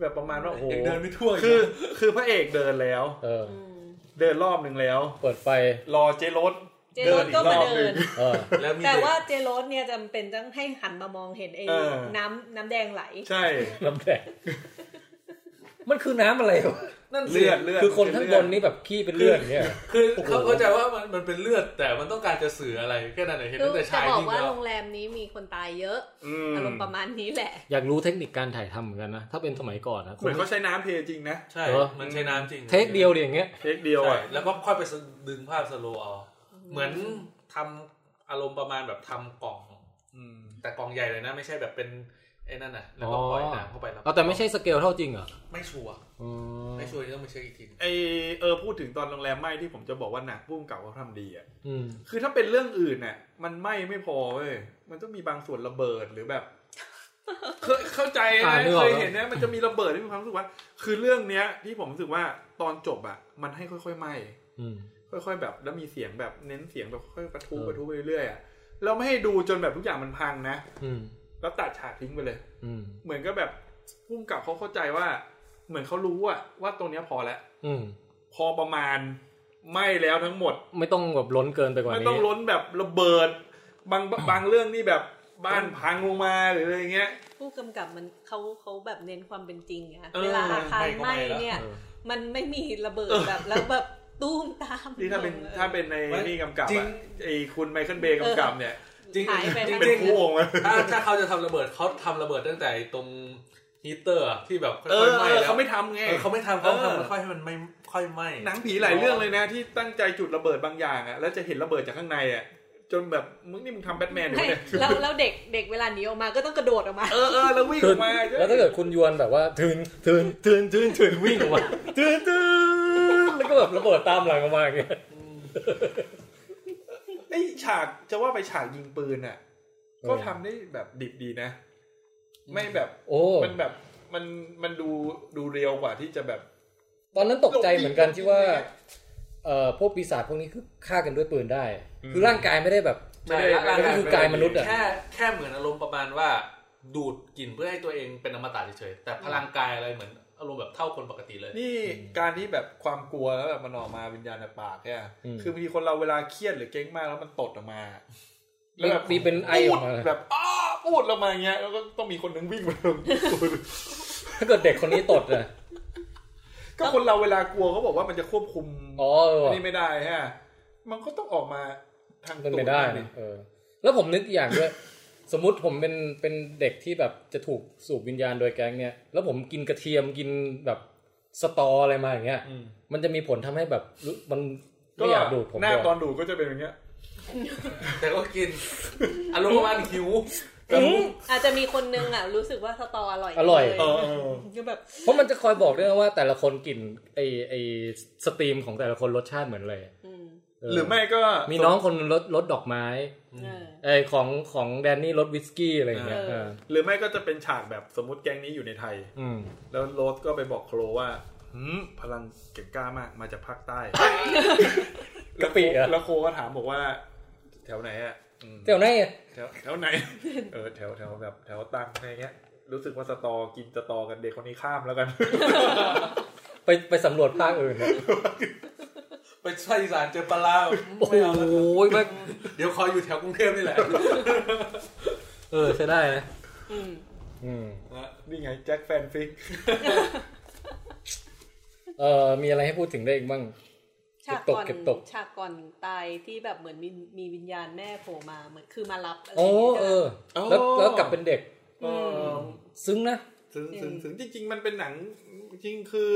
C: แบบประมาณว่าโอ้โห
D: ยังเดินไม่ทั่ว
C: คือคือพระเอกเดินแล้ว
B: เออ
F: อืม
C: เดินรอบหนึ่งแล้ว
B: เปิดไฟ
C: รอเจโรส
F: เจโรสก็มาเดิน
B: เออ
D: แล้วมี
F: แต่
D: เด็ก
F: ว่าเจโรสเนี่ยจำเป็นต้องให้หันมามองเห็นไอ้น้ำน้ำแดงไหล
C: ใช่
B: น้ำแดงมันคือน้ำอะไรวะนั่นสิ
C: เลือดเลือด
B: คือคนข้างบนนี่แบบขี้เป็นเลือดอย่างเนี่ย
D: คือ
B: โอ้โห
D: เขาเข้าใจว่ามันมันเป็นเลือดแต่มันต้องการจะสื่ออะไรแค่นั้นเองเห็น
F: คือ
D: ตั้งแต่
E: จะ
D: ชาย
E: บอก
D: นิ่ง
E: ว่า
D: แล้ว
E: โรงแรมนี้มีคนตายเยอะ
C: อืม
E: อารมณ์ประมาณนี้แหละ
B: อยากรู้เทคนิคการถ่ายทำเหมือนกันนะ ถ้าเป็นสมัยก่อนนะ
C: เหมือนเขาใช้น้ำเทจริงนะ
D: ใช่มันใช้น้ำจริง
B: เทคเดียวเดียอย่างเงี้ย
C: เทคเดียว
D: ใช่
C: อ่ะ
D: แล้วก็ค่อยไปดึงภาพสโลว์เอาเหมือนทำอารมณ์ประมาณแบบทำกล่อง
C: อืม
D: แต่กล่องใหญ่เลยนะ ไม่ใช่แบบเป็นไอ้นั่นน่ะแล้วก็ปล่อยน้ำเข้าไปแล้ว
B: เอาแต่ไม่ใช่สเกลเท่าจริงเหรอ
D: ไม่ชัวร์
B: อ๋อ
D: ไม่ชัวร์ที่ต้องไปเช็คอีกที
C: ไอเออพูดถึงตอนโรงแรมไหม้ที่ผมจะบอกว่าหนักพุ่มเก่าเขาทำดีอ่ะ
B: อืม
C: คือถ้าเป็นเรื่องอื่นน่ะมันไหม้ไม่พอเว้ยมันต้องมีบางส่วนระเบิดหรือแบบ *laughs* เคยเข้าใจ
B: อ่า
C: นะ
B: นึกออกแล้ว
C: เคยเห็นนะมันจะมีระเบิดที่มีความรู้สึกว่า คือเรื่องเนี้ย ที่ผมรู้สึกว่าตอนจบอ่ะ มันให้ค่อยๆไหม้
B: อืม
C: ค่อย ๆ แบบ แล้วมีเสียงแบบเน้นเสียงแบบค่อยๆประทุ
B: เออ
C: ประทุไปเรื่อยๆอ่ะเราไม่ให้ดูจนแบบทุกอย่างมันพังนะ
B: อืม
C: แล้วตัดฉากทิ้งไปเลย
B: อืม
C: เหมือนก็แบบพุ่มกับเขาเข้าใจว่า เหมือนเขารู้อ่ะว่าตรงเนี้ยพอแล้ว
B: อืม
C: พอประมาณไหม้แล้วทั้งหมด
B: ไม่ต้องแบบล้นเกินไปกว่า
C: มัน
B: นี้
C: ต้องล้นแบบระเบิด บางบางเรื่องนี่แบบบ้านพังลงมาหรืออะไรเงี้ย
F: ผู้กำกับมันเขาเขาแบบเน้นความเป็นจริงอะ
C: เออ
F: เวลาอาคารไหม้เนี่ย มันไม่มีระเบิดแบบแล้วแบบตู้มตาม
C: นี่ถ้าเป็น
F: ลงลย
C: ถ้าเป็นในนี่กำกับ
D: จริง
C: อะไอคุณไมเคิลเบย์กำกับเนี่ย
D: จริง
F: หายไป
D: จริง
F: แล้ว
C: เป็นผู้องค์อะ
D: ถ้าถ้าเขาจะทำระเบิดเขาทำระเบิดตั้งแต่ตรงฮีเตอร์อะที่แบบค่
C: เอ
D: อย
C: อ
D: ๆไหม้
C: เออ
D: แล้ว
C: เขาไม่ทำไง
D: เออเขาไม่ทำเขา
C: เออ
D: ทำค่อยให้มันไม่ค่อยไหม
C: หนังผีหลายเรื่องเลยนะที่ตั้งใจจุดระเบิดบางอย่างอะแล้วจะเห็นระเบิดจากข้างในอะจนแบบมึงนี่มึงทำแบทแมนอยู่
F: ไม่
C: เนี่ย
F: แล้วแล้วเด็กเด็กเวลาหนีออกมาก็ต้องกระโดดออกมา
C: เออเออแล้ววิ่งอ
B: คือ
C: อกมา
B: แล้วถ้าเกิดคุณยวนแบบว่าทืนทืนทืนทืนทืนวิ่งออกมาทืนทืนแล้วก็แบบระเบิดตามหลังออกมาอย่างเงี้ย
C: ไอฉากจะว่าไปฉากยิงปืนอะ
B: เออ
C: ก็ทำได้แบบดิบดีนะ ไม่แบบ
B: โอ้
C: มันแบบมันมันดูดูเรียวกว่าที่จะแบบ
B: ตอนนั้นตกใจเหมือนกันที่ว่า เอ่อพวกปีศาจพวกนี้คือฆ่ากันด้วยปืนได้
C: อืม
B: คือร่างกายไม่ได้แบบ
C: ไม่ได้
B: ร่างกายคือกายมนุษย์อะ
D: แค่แค่เหมือนอารมณ์ประมาณว่า ดูดกลิ่นเพื่อให้ตัวเองเป็นอมตะเฉยๆแต่พลังกายอะไรเหมือนอารมณ์แบบเท่าคนปกติเลย
C: นี่การที่แบบความกลัวแล้วแบบมันออกมาวิญญาณในปากเนี่ย
B: อืม
C: คือบางทีคนเราเวลาเครียดหรือเก๊งมากแล้วมันตดออกมา
B: มีมีเป็นไอออกมาเลย
C: แบบอ้าพูดออกมาอย่างเงี้ยแล้วก็ต้องมีคนนึงวิ่งมา
B: ถ้าเกิดเด็กคนนี้ตดอะ
C: ก็คนเราเวลากลัวเขาบอกว่ามันจะควบคุม
B: อ๋อเออ
C: นี่ไม่ได้ฮะมันก็ต้องออกมาทาง
B: เป็นไปได้นะเออ แล้วผมนึกอีกอย่างด้วย สมมติผมเป็นเป็นเด็กที่แบบจะถูกสูบวิญญาณโดยแก๊งเนี่ย แล้วผมกินกระเทียมกินแบบสตออะไรมาอย่างเงี้ย
C: อืม
B: มันจะมีผลทำให้แบบรู้มัน
C: ก็
B: ไม่อยากดูดผม
C: หน้า
B: ด้วย
C: ตอนดูดก็จะเป็นอย่างเงี้ย
D: แต่ก็กิน อารมณ์ประมาณหิว
F: อาจจะมีคนนึงอ่ะรู้สึกว่าสตออร่อย
B: อร่อย
F: เล
C: เออเออ
F: ก็แบบ
B: เพราะมันจะคอยบอกด้วยนะว่าแต่ละคนกลิ่นไอไอสตรีมของแต่ละคนรสชาติเหมือนเลย
F: อืม
B: เห
C: รือไม่ก็
B: มีน้องคนรสรสดอกไม้
F: เออ
B: ไอของของแดนนี่รสวิสกี้อะไรอย่างเงี้ย
F: เออ
B: เออ
C: หรือไม่ก็จะเป็นฉากแบบสมมติแก๊งนี้อยู่ในไทย
B: อืม
C: แล้วโรสก็ไปบอกโครว่าหืมพลังเก่งกล้ามากมาจากภาคใต้
B: *laughs* กะปิเหรอ
C: แล้วโคก็ถามบอกว่า แถวไหนอ่ะอืม
B: เดี๋ยวไหน
C: แถวแถวไหน เออแถวแถวแบบแถวตังอะไรเงี้ย รู้สึกว่าสตอกินสตอกันเด็กคนนี้ข้าม
B: *laughs*
C: แล้วกัน
B: ไปไปสำรวจภาคอื่นเนี่ย
D: ไปภาคอีสานเจอปลาร้า
B: โอ้โห
D: ไม่เอาแล้ว
B: แบบ
D: เดี๋ยวคอยอยู่แถวกรุงเทพนี่แหละ
B: เออใช่ได้นะ
F: อืม
B: อืม
C: นี่ไงแจ็คแฟนฟิก
B: เออมีอะไรให้พูดถึงได้อีกบ้าง
F: ฉาก
B: เก็บตก
F: ก่อน
B: เก็บตก
F: ฉากก่อนตายที่แบบเหมือนมีมีวิญญาณแม่โผล่มาเหมือนคือมารับอะไร
B: โอ้
F: ย่างเงี้ย
B: เออ
C: อ๋อ
B: แล้วแล้วกลับเป็นเด็ก
F: อืม
B: ซึ้งนะ
C: ถึง
F: อืม
C: ถึงถึงจริง ๆ มันเป็นหนังจริงคือ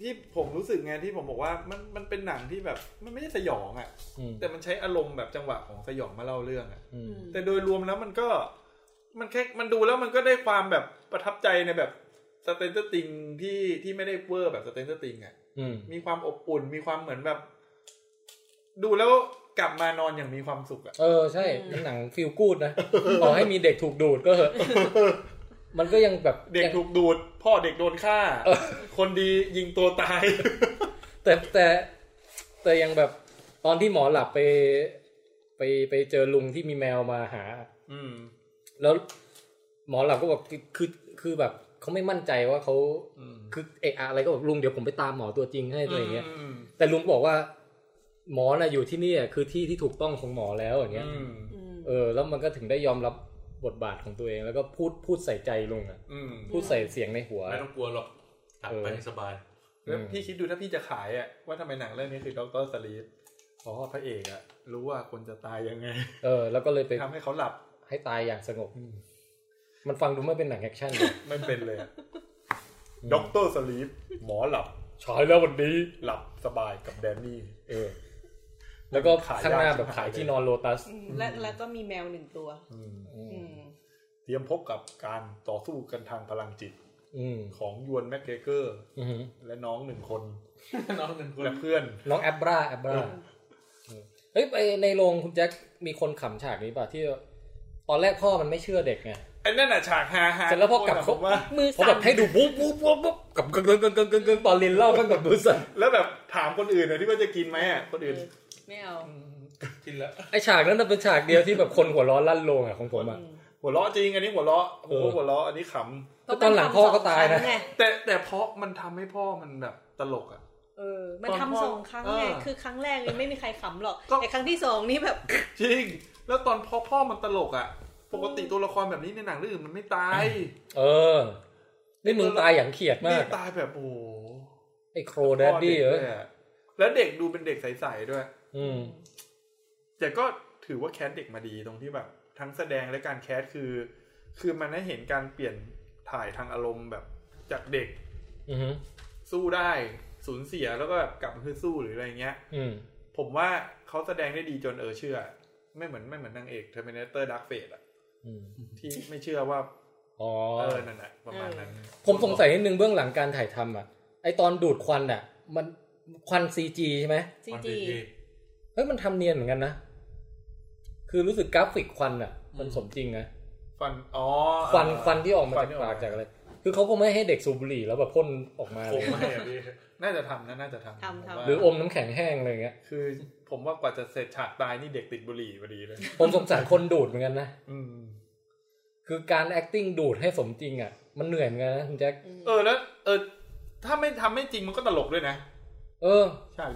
C: ที่ผมรู้สึกไงที่ผมบอกว่ามันมันเป็นหนังที่แบบ มันไม่ได้สยองอะ่ะ
B: อืม
C: แต่มันใช้อารมณ์แบบจังหวะของสยองมาเล่าเรื่องอะ่ะ
B: อืม
C: แต่โดยรวมแล้วมันก็ มันแค่มันดูแล้วมันก็ได้ความแบบประทับใจในแบบสเตนเตอร์ติงที่ที่ไม่ได้เวอร์แบบสเตนเตอร์ติงอ่ะ
B: อืม
C: มีความอบอุ่นมีความเหมือนแบบ ดูแล้วกลับมานอนอย่างมีความสุขอ่ะ
B: เออใช่หนังฟิลกูดนะขอให้มีเด็กถูกดูดก็เหอะมันก็ยังแบบ
C: เด็ก
B: ยัง
C: ถูกดูด พ่อเด็กโดนฆ่า
B: เออ
C: คนดียิงตัวตาย *laughs*
B: แต่แต่แต่ยังแบบตอนที่หมอหลับไป ไปไปเจอลุงที่มีแมวมาหา
C: อืม
B: แล้วหมอหลับก็บอกคือคือคือแบบเขาไม่มั่นใจว่าเขา
C: อืม
B: คือเอะอะอะไรก็บอกลุงเดี๋ยวผมไปตามหมอตัวจริงให้อะไรอย่างเงี้ย
C: อืม
B: แต่ลุงบอกว่า หมอน่ะอยู่ที่นี่อะคือที่ที่ถูกต้องของหมอแล้วอย่างเงี้ย
C: อืม
F: อืม
B: เออแล้วมันก็ถึงได้ยอมรับบทบาทของตัวเอง แล้วก็พูดพูดใส่ใจลุงอ่ะ
C: อืม
B: พูดใส่เสียงในหัว
D: ไม่ต้องกลัวหรอกกลับไปให้สบาย
C: แล้วพี่คิดดูถ้าพี่จะขายอะว่าทำไมหนังเรื่องนี้คือด็อกเตอร์สลีปเพราะว่าพระเอกอะรู้ว่าคนจะตายยังไง
B: เออ แล้วก็เลยไป
C: ทำให้เขาหลับ
B: ให้ตายอย่างสงบ มันฟังดูไม่เป็นหนังแอคชั่นเลย
C: ไม่เป็นเลยด็อกเตอร์สลีปหมอหลับ
B: ฉายแล้ววันนี้
C: หลับสบายกับแดนนี่
B: เออ แล้วก็
C: ขาย
B: ข้างหน้าย
C: าก
B: แบบขายที่นอนโลตัส
F: อืมและแล้วก็มีแมวหนึ่งตัว
C: อืม
F: อืม
C: เตรียมพบกับการต่อสู้กันทางพลังจิต
B: อืม
C: ของยวนแม็กเกรเกอร์
B: อือหือ
C: และน้องหนึ่งคน
D: น้องหนึ่งคน
C: และเพื่อน
B: น้องแอปบราแอปบราเออเฮ้ยไปในโรงคุณแจ็คมีคนขำฉากนี้ป่ะที่ ตอนแรกพ่อมันไม่เชื่อเด็กไง
C: ไอ้นั่นอะฉากฮาฮา
B: เสร็จแล้วพอกลับ
C: ผมว่า
F: มือ
B: เขาะแบ
F: สั่น
B: บให้ดูปุ๊บปุ๊บปุ๊บปุ๊บกับเกิงเกิงเกิงเกิงเกิงตอนเรียนเล่าก็กับดูสั่น
C: แล้วแบบถามคนอื่นอะที่ว่าจะกินไหมอะคนอื่น
F: ไม่เอา
D: กินแล้ว
B: ไอฉากนั้นน่ะเป็นฉากเดียวที่แบบคนหัวร้อนลั่นโลงอะของผมอะ
C: หัวเราะจริงอันนี้หัวเราะโอ้โห
B: เออ
C: หัวเราะอันนี้ขำ
B: ก็ตอนหลังพ่อก็ตายนะ
F: มัทำสองครั้งไง
C: แต่แต่เพราะมันทำให้พ่อมันแบบตลกอ่ะ
F: เออ มัน
C: ตอนพ่อ
F: ทำสองครั้งไง
C: เออ
F: คือครั้งแรกยังไม่มีใครขำหรอก
C: ก็
F: แต่ครั้งที่สองนี่แบบ
B: *laughs*
C: จริง แล้วตอนพ่อพ่อมันตลกอ่ะ ปกติตัวละครแบบนี้ในหนังเรื่องอื่นมันไม่ตาย
B: เออ นี่มึงตายอย่างเขียดมา
C: นี่
B: ก
C: ตายแบบโอ้โห
B: ไอโครแดดดี้เอ
C: พ่
B: อ
C: อเด็กลยะแล้วเด็กดูเป็นเด็กใสๆด้วย
B: อืม
C: แต่ก็ถือว่าแคสเด็กมาดีตรงที่แบบ ทั้งแสดงและการแคสคือ คือมันให้เห็นการเปลี่ยนถ่ายทางอารมณ์แบบจากเด็ก
B: อือหือ
C: สู้ได้สูญเสียแล้วก็แบบกลับมาฮึดสู้หรืออะไรเงี้ย
B: อืม
C: ผมว่าเขาแสดงได้ดีจนเออเชื่อ ไม่เหมือนไม่เหมือนนางเอก Terminator Dark Fate อะ
B: อืม
C: ที่ไม่เชื่อว่า
B: อ๋อ
C: เออนั่นแหละประมาณนั้น
B: ผมสงสัยนิดนึงเบื้องหลังการถ่ายทำอ่ะ ไอตอนดูดควันอ่ะ มันควันซีจีใช่ไหม
F: ซี
D: วัน
F: จี
D: ดีที่
B: เฮ้ยมันทำเนียนเหมือนกันนะ คือรู้สึกกราฟิกควันอ่ะ มันสมจริงนะ
C: ฟันอ๋อ
B: ควันควันที่ออกมา
C: ควั
B: จาก
C: ที่
B: ปากจากอะไร คือเขาคงไม่ให้เด็กสูบบุหรี่แล้วแบบพ่นออกมา
D: ผ
B: เลย
D: มไม่อะพี่
C: น่าจะทำนะน่าจะทำ
F: ทำทำ
C: ผมว่า
B: หรืออมน้ำแข็งแห้งอะไรอย่างเงี้ย
C: คือ *laughs* ผมว่ากว่าจะเสร็จฉากตายนี่เด็กติดบุหรี่พอดีเลย
B: ผมสงสารคนดูดเหมือนกันนะ
C: อืม
B: คือการ acting ดูดให้สมจริงอ่ะ มันเหนื่อยเหมือนกันนะคุณแจ็ค
C: เออแล้วเออถ้าไม่ทำไม่จริงมันก็ตลกด้วยนะ
B: เออ
C: ใช่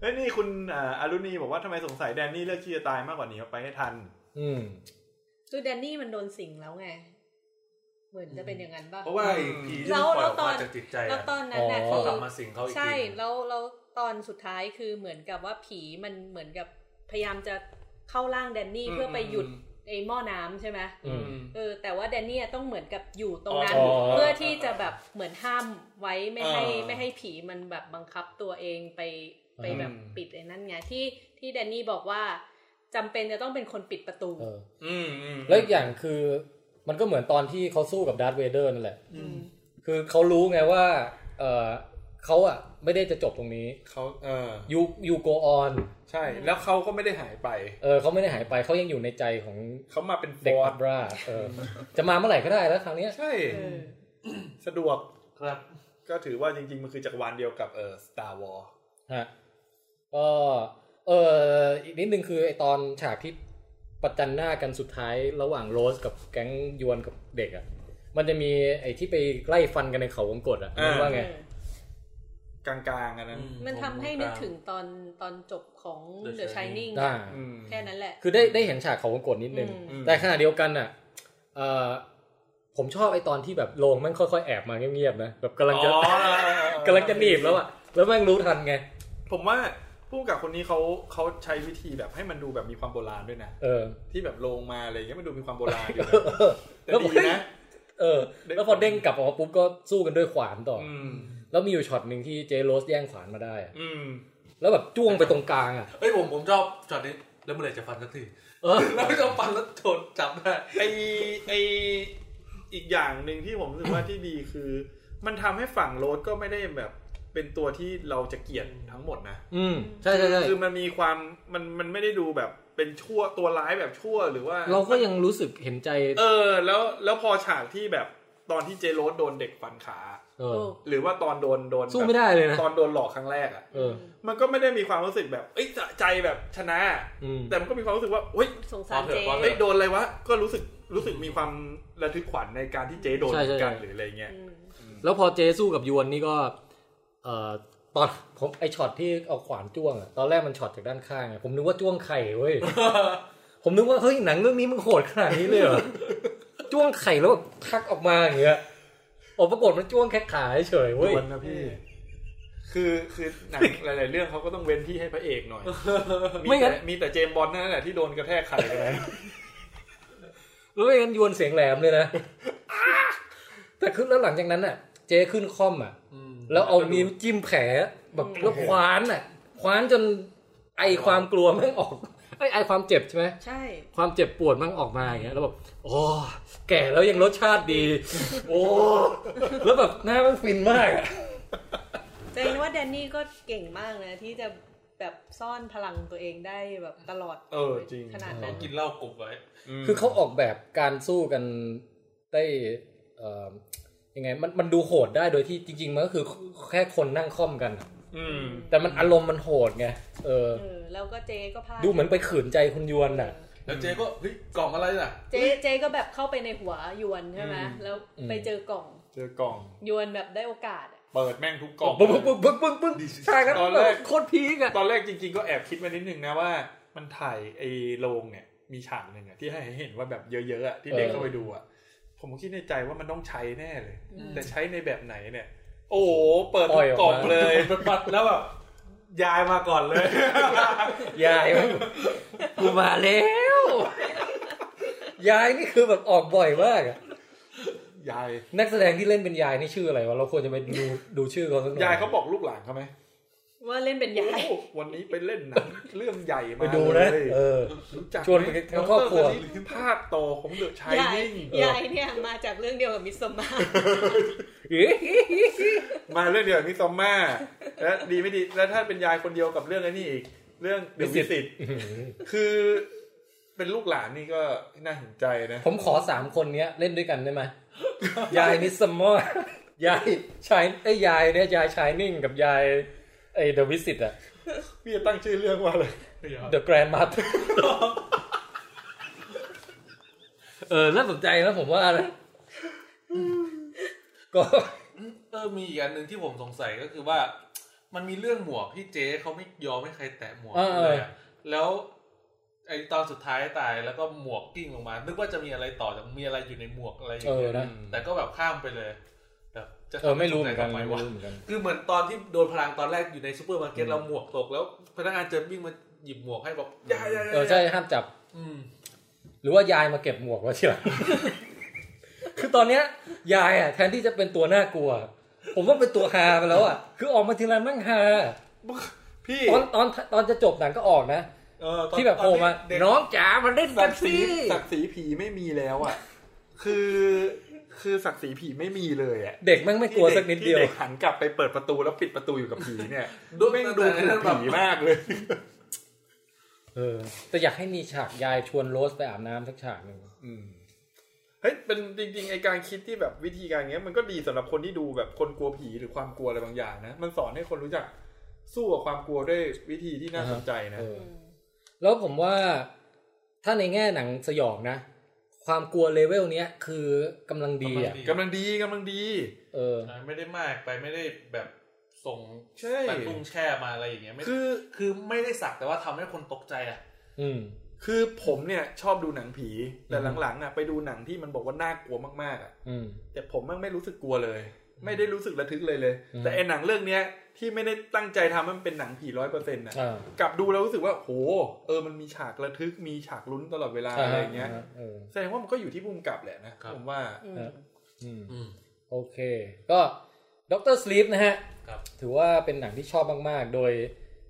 C: เอ้ยนี่คุณอ่าอารุณีบอกว่าทำไมสงสัยแดนนี่เลือกที่จะตายมากกว่าหนีออกไปให้ทัน
B: อืม
F: คือแดนนี่มันโดนสิงแล้วไง เหมือนจะเป็นอย่างนั้นป่ะ
D: เพราะว่าไอ้ผีที่มันปล่อยออกมาจากจิตใจ
F: แล้ว
D: อะ
F: ตอนนั้นน่ะคื
B: อ๋อ
D: เขา
F: อก
D: ลับมาสิงเขาอีก
F: ใช่
D: ที
F: แล้วแล้วตอนสุดท้ายคือเหมือนกับว่าผีมันเหมือนกับพยายามจะเข้าร่างแดนนี่
C: อืม
F: เพื่อไปหยุดไอ้หม้อน้ำใช่ไหม
B: อืม
F: เออ แต่ว่าแดนนี่ต้องเหมือนกับอยู่ตรงนั้น
B: อ๋อ
F: เพื่อที่จะแบบเหมือนห้ามไว้ไม่ให้
C: อ่า
F: ไม่ให้ผีมันแบบบังคับตัวเองไปไปแบบ
C: อืม
F: ปิดไอ้นั่นไงที่ที่แดนนี่บอกว่า
E: จำเป็นจะต้องเป็นคนปิดประตู
B: เออ
D: อืมอืม
B: แล้วอีกอย่างคือมันก็เหมือนตอนที่เขาสู้กับดาร์ธเวเดอร์นั่นแหละ
E: อืม
B: คือเขารู้ไงว่า เออเขาอ่ะไม่ได้จะจบตรงนี้
C: เขาเออ
B: ยูยูโกออน
C: ใช่ แล้วเขาก็ไม่ได้หายไป
B: เออเขาไม่ได้หายไปเขายังอยู่ในใจของ
C: เขามาเป็นฟ
B: เด็ก
C: อ
B: อั
C: ร์ด
B: บราเออ จะมาเมื่อไหร่ก็ได้แล้วครั้งเนี้ย
C: ใช่
F: เออ
C: สะดวก
D: ครับ
C: ก็ถือว่าจริงๆ มันคือจักรวาลเดียวกับเออ Star War
B: ฮะก็เอออีกนิดนึงคือไอตอนฉากที่ประจันหน้ากันสุดท้ายระหว่างโรสกับแก๊งยวนกับเด็กอ่ะมันจะมีไอที่ไปไล่ฟันกันในเขาวงกฏอ่ะ
C: อ่า
B: มันว่าไง
C: กลางๆอันนั้น
E: มันทำให้นึกถึงตอน ตอนจบของ
D: The
E: The Shining
D: Shining
B: อ่า
C: อืม
E: แค่นั้นแหละ
B: คือได้ได้เห็นฉากเขาวงกฏนิดนึง
C: อืม
B: แต่ขณะเดียวกันอ่ะเอ่อผมชอบไอตอนที่แบบโลงแมันค่อยๆแอบมาเงียบๆนะแบบกำลังจะ
D: อ๋อ
B: กำลังจะหนีบแล้วอ่ะแล้วแม่งรู้ทันไง
C: ผมว่าผู้กำกับคนนี้เขาเขาใช้วิธีแบบให้มันดูแบบมีความโบราณด้วยนะ
B: เออ
C: ที่แบบลงมาอะไรเงี้ยมันดูมีความโบราณอ
B: *laughs*
C: ยู่นะแต่
B: แล้ว
C: ดี
B: เฮ้ย
C: นะ
B: เออ แล้วพอเด้งกลับออกมาปุ๊บก็สู้กันด้วยขวานต่ออ
C: อืม
B: แล้วมีอยู่ช็อตหนึ่งที่เจโรสแย่งขวานมาได้อะ
C: อืม
B: แล้วแบบจ้วงไปตรงกลางอ่ะ
D: เฮ้ยผมผมชอบจอดนี้แล้วเมื่อไหร่จะฟันสักที
B: เออ
D: แล้วไม่ชอบฟันแล้วโดนจับได้
C: ไอไออีกอย่างหนึ่งที่ผมรู้สึกว่าที่ดีคือ มันทำให้ฝั่งโรสก็ไม่ได้แบบเป็นตัวที่เราจะเกลียดทั้งหมดนะ
B: อืมใช่ใช่ใช่
C: คือมันมีความมันมันไม่ได้ดูแบบเป็นชั่วตัวร้ายแบบชั่วหรือว่า
B: เราก็ยังรู้สึกเห็นใจ
C: เออ แล้วแล้วพอฉากที่แบบตอนที่เจโรสโดนเด็กฟันขา
B: เออ
C: หรือว่าตอนโดนโดน
B: สู้ไม่ได้เลยนะ
C: ตอนโดนหลอกครั้งแรกอ่ะ
B: เออ
C: มันก็ไม่ได้มีความรู้สึกแบบเอ้ยสะใจแบบชนะ
B: อืม
C: แต่มันก็มีความรู้สึกว่าเฮ้ย
E: สงสารเจ
C: เอ้ยโดนอะไรวะก็รู้สึกรู้สึกมีความระทึกขวัญในการที่เจโดนเหมือนกันหรืออะไรเงี้ย
E: อืม
B: แล้วพอเจสู้กับยวนนี่ก็ เอ่อตอนผมไอช็อตที่เอาขวานจ้วงอ่ะตอนแรกมันช็อตจากด้านข้างอะผมนึกว่าจ้วงไข่เว้ย *laughs* ผมนึกว่าเฮ้ยหนังเรื่องนี้มันโหดขนาดนี้เลยเหรอ จ้วงไข่แล้วแบบทักออกมาอย่างเงี้ยโอ้ปรากฏมันจ้วงแค่ขาเฉยๆเว้ย
C: วนนะพี่ คือคือหนังหลาย ๆ เรื่องเขาก็ต้องเว้นที่ให้พระเอกหน่อย
B: ไม่
C: มี
B: งั้
C: แต่
B: น
C: มีแต่เจมส์บอลนั่นแหละที่โดนกระแทกไข่กันนะ
B: แล้วไม่งั้นยวนเสียงแหลมเลยนะ แต่คือแล้วหลังจากนั้นอ่ะ เจขึ้นคล่อมอ่ะ
D: อืม
B: แล้วเอานิ้วจิ้มแผลแบบ
E: อืม
B: แล้วคว้านอ่ะ คว้านจนไอความกลัวแม่งออกไอไอความเจ็บใช่ไหม
E: ใช่
B: ความเจ็บปวดมันออกมาอย่างเงี้ยแล้วแบบโอ้แก่แล้วยังรสชาติดี โอ้แล้วแบบหน้ามันฟินมากอะ
E: แสดงว่าแดนนี่ก็เก่งมากนะ ที่จะแบบซ่อนพลังตัวเองได้แบบตลอด
C: เออจริง
E: ขนาดนั้น
D: กินเหล้ากลบไว้
C: ม
B: คือเขาออกแบบการสู้กันได้เอ่อยังไงมันมันดูโหดได้โดยที่จริง ๆ มันก็คือแค่คนนั่งค่อมกันอะ
C: อืม
B: แต่มันอารมณ์มันโหดไงเออ
E: เออ แล้วก็เจก็พลาด
B: ดูเหมือนไปขืนใจคุณยวนน่ะ
D: แล้วเจ๊ก็เฮ้ยกล่องอะไรน่ะ
E: เจเจก็แบบเข้าไปในหัวยวนใช่ไหมแล้ว
B: อืม
E: ไปเจอกล่อง
C: เจอกล่อง
E: ยวนแบบได้โอกาสอะ
C: เปิดแม่งทุกกล่อง
B: ปึ้งปึ้งปึ้งปึ้งปึ้งใช่ครับ
C: ตอนแร
B: แบ
C: ก
B: บโคตรพีกอะ
C: ตอนแรกจริง ๆ ก็แอบคิดมานิดนึงนะว่า มันถ่ายไอ้โรงเนี่ย มีฉากหนึ่งอะที่ให้เห็นว่าแบบเยอะ ๆอะที่เด็กเข้าไปดูอะผมก็คิดในใจว่ามันต้องใช้แน่เลย แต่ใช้ในแบบไหนเนี่ย โอ้โหเปิดทุกกล่องเลย
D: ปัดแล้วแบบ
C: ยายมาก่อนเลย
B: ยายแม่งกูมาแล้ว ยายนี่คือแบบออกบ่อยมากอะ
C: ยาย
B: นักแสดงที่เล่นเป็นยายนี่ชื่ออะไรวะ เราควรจะไปดู ดูชื่อเขาสักหน่อย
C: ยายเขาบอกลูกหลานเขาไหม
E: ว่าเล่นเป็นยาย
C: โอ้วันนี้ไปเล่นหนัง เรื่องใหญ่มา
B: ไปดูนะ
C: เลย
B: เออ
C: รู้จัก
B: ชวน
C: ไหม
B: ไปทั้งครอบครัว
C: ดกเตสลิมภาคต่อของเดอะชาย
E: ยาย
C: นิ่ง
E: ยายเนี่ยมาจากเรื่องเดียวกับมิสซมมา
C: มาเรื่องเดียวกับมิซอมมาและดีไม่ดี แล้วถ้าเป็นยายคนเดียวกับเรื่องไอ้นี่อีก เรื่องเดอะวิสิตคือเป็นลูกหลานนี่ก็น่าเห็นใจนะ
B: ผมขอสามคนเนี้ยเล่นด้วยกันได้ไหม *gasps* ยายมิสซัมเมอร์ *laughs* ยายชายไอ้ยยายเนี่ยยายชายนิ่งกับยายไอ้เดอะวิสิตอะ
C: พี่จะตั้งชื่อเรื่องว่า
B: *laughs*
C: เลย
B: เดอะแกรนด์มา *laughs* เออน่าสนใจนะผมว่า *laughs* นะก็
D: เออมีอีกอันหนึ่งที่ผมสงสัยก็คือว่า มันมีเรื่องหมวกที่เจ๊เขาไม่ยอมให้ใครแตะหมวกเลยอะแล้วไอตอนสุดท้ายตายแล้วก็หมวกกิ้งลงมา นึกว่าจะมีอะไรต่อจากมีอะไรอยู่ในหมวกอะไรอย่า
B: เองอ
D: เงี้ย
B: นะ
D: แต่ก็แบบข้ามไปเลยแบบจะ
B: เออไม่รู้เหมือนกัน
D: ทำ
B: ไม่
D: ไม
B: รู้
D: วะ
B: เหมือนกัน
D: คือเหมือนตอนที่โดนพลังตอนแรกอยู่ในซูเปอร์มาร์เก็ตเราหมวกตกแล้วพนักงานเจอวิ่งมาหยิบหมวกให้บอกอยาย่าย่า
B: เออใช่ห้ามจับ
D: อืม
B: หรือว่ายายมาเก็บหมวกไวะเชียว *laughs* คือตอนเนี้ย ยายอ่ะแทนที่จะเป็นตัวน่ากลัว ผมว่าเป็นตัวฮาไปแล้วอ่ะ คือออกมาทีไรแมั่งฮา
C: พี่
B: ตอนตอนตอนจะจบหนังก็ออกนะ
D: เออตอน
B: ที่แบบโผล่มา
D: ตนเด็ก
B: น้องจ๋ามันเล่น
C: ศั
B: กัน
C: กดิ์ศรี
B: สิ
C: ศักดิ์ศรีผีไม่มีแล้วอ่ะ คือคือศักดิ์ศรีผีไม่มีเลยอ่ะ
B: เด็กแม่งไม่กลัวสักนิดเดียว
C: ที่กหันกลับไปเปิดประตูแล้วปิดประตูอยู่กับผีเนี่ย
D: ดู
C: แม่ง
D: ตั้ง
C: ดู
D: แต่
C: ถู
D: นั้
C: ก
D: นแบบ
C: ผีมากเลย
B: เออ แต่อยากให้มีฉากยายชวนโรสไปอาบน้ำสักฉากหนึ่ง
C: อืมเฮ้ยเป็นจริงๆไอการคิดที่แบบวิธีการเงี้ย มันก็ดีสำหรับคนที่ดูแบบคนกลัวผีหรือความกลัวอะไรบางอย่างนะ มันสอนให้คนรู้จักสู้กับความกลัวด้วยวิธีที่น่าสนใจนะ
B: เออ แล้วผมว่าถ้าในแง่หนังสยองนะ ความกลัวเลเวลเนี้ยคือกำลังดีอ่ะ
C: กำลังดีกำลังดี
B: เออ
D: อ่าไม่ได้มากไปไม่ได้แบบส่ง
C: ใช่
D: ปันตุ้งแช่มาอะไรอย่างเงี้ยไม่
C: คือ
D: คือไม่ได้สักแต่ว่าทำให้คนตกใจอ่ะ
B: อืม
C: คือผมเนี่ยชอบดูหนังผี แต่
B: อืม
C: หลังๆอ่ะไปดูหนังที่มันบอกว่าน่ากลัวมากๆอ่ะ
B: อืม
C: แต่ผมแม่งไม่รู้สึกกลัวเลย ไม่ได้รู้สึกระทึกเลยเลย
B: อืม
C: แต่ไอหนังเรื่องเนี้ยที่ไม่ได้ตั้งใจทำให้มันเป็นหนังผีร้อยเปอร์เซ็นต์อ่ะ
B: อ่าก
C: ลับดูแล้วรู้สึกว่าโหเออมันมีฉากระทึกมีฉากลุ้นตลอดเวลาอะไรอย่างเงี้ย
B: อ่าเออ
C: แสดงว่ามันก็อยู่ที่ภูมิกับแหละนะครับ ผมว่า
F: อืม
B: เออ อืม
D: อืม
B: โอเค ก็ด็อกเตอร์สลีปนะฮะ
D: ครับ
B: ถือว่าเป็นหนังที่ชอบมาก ๆ โดย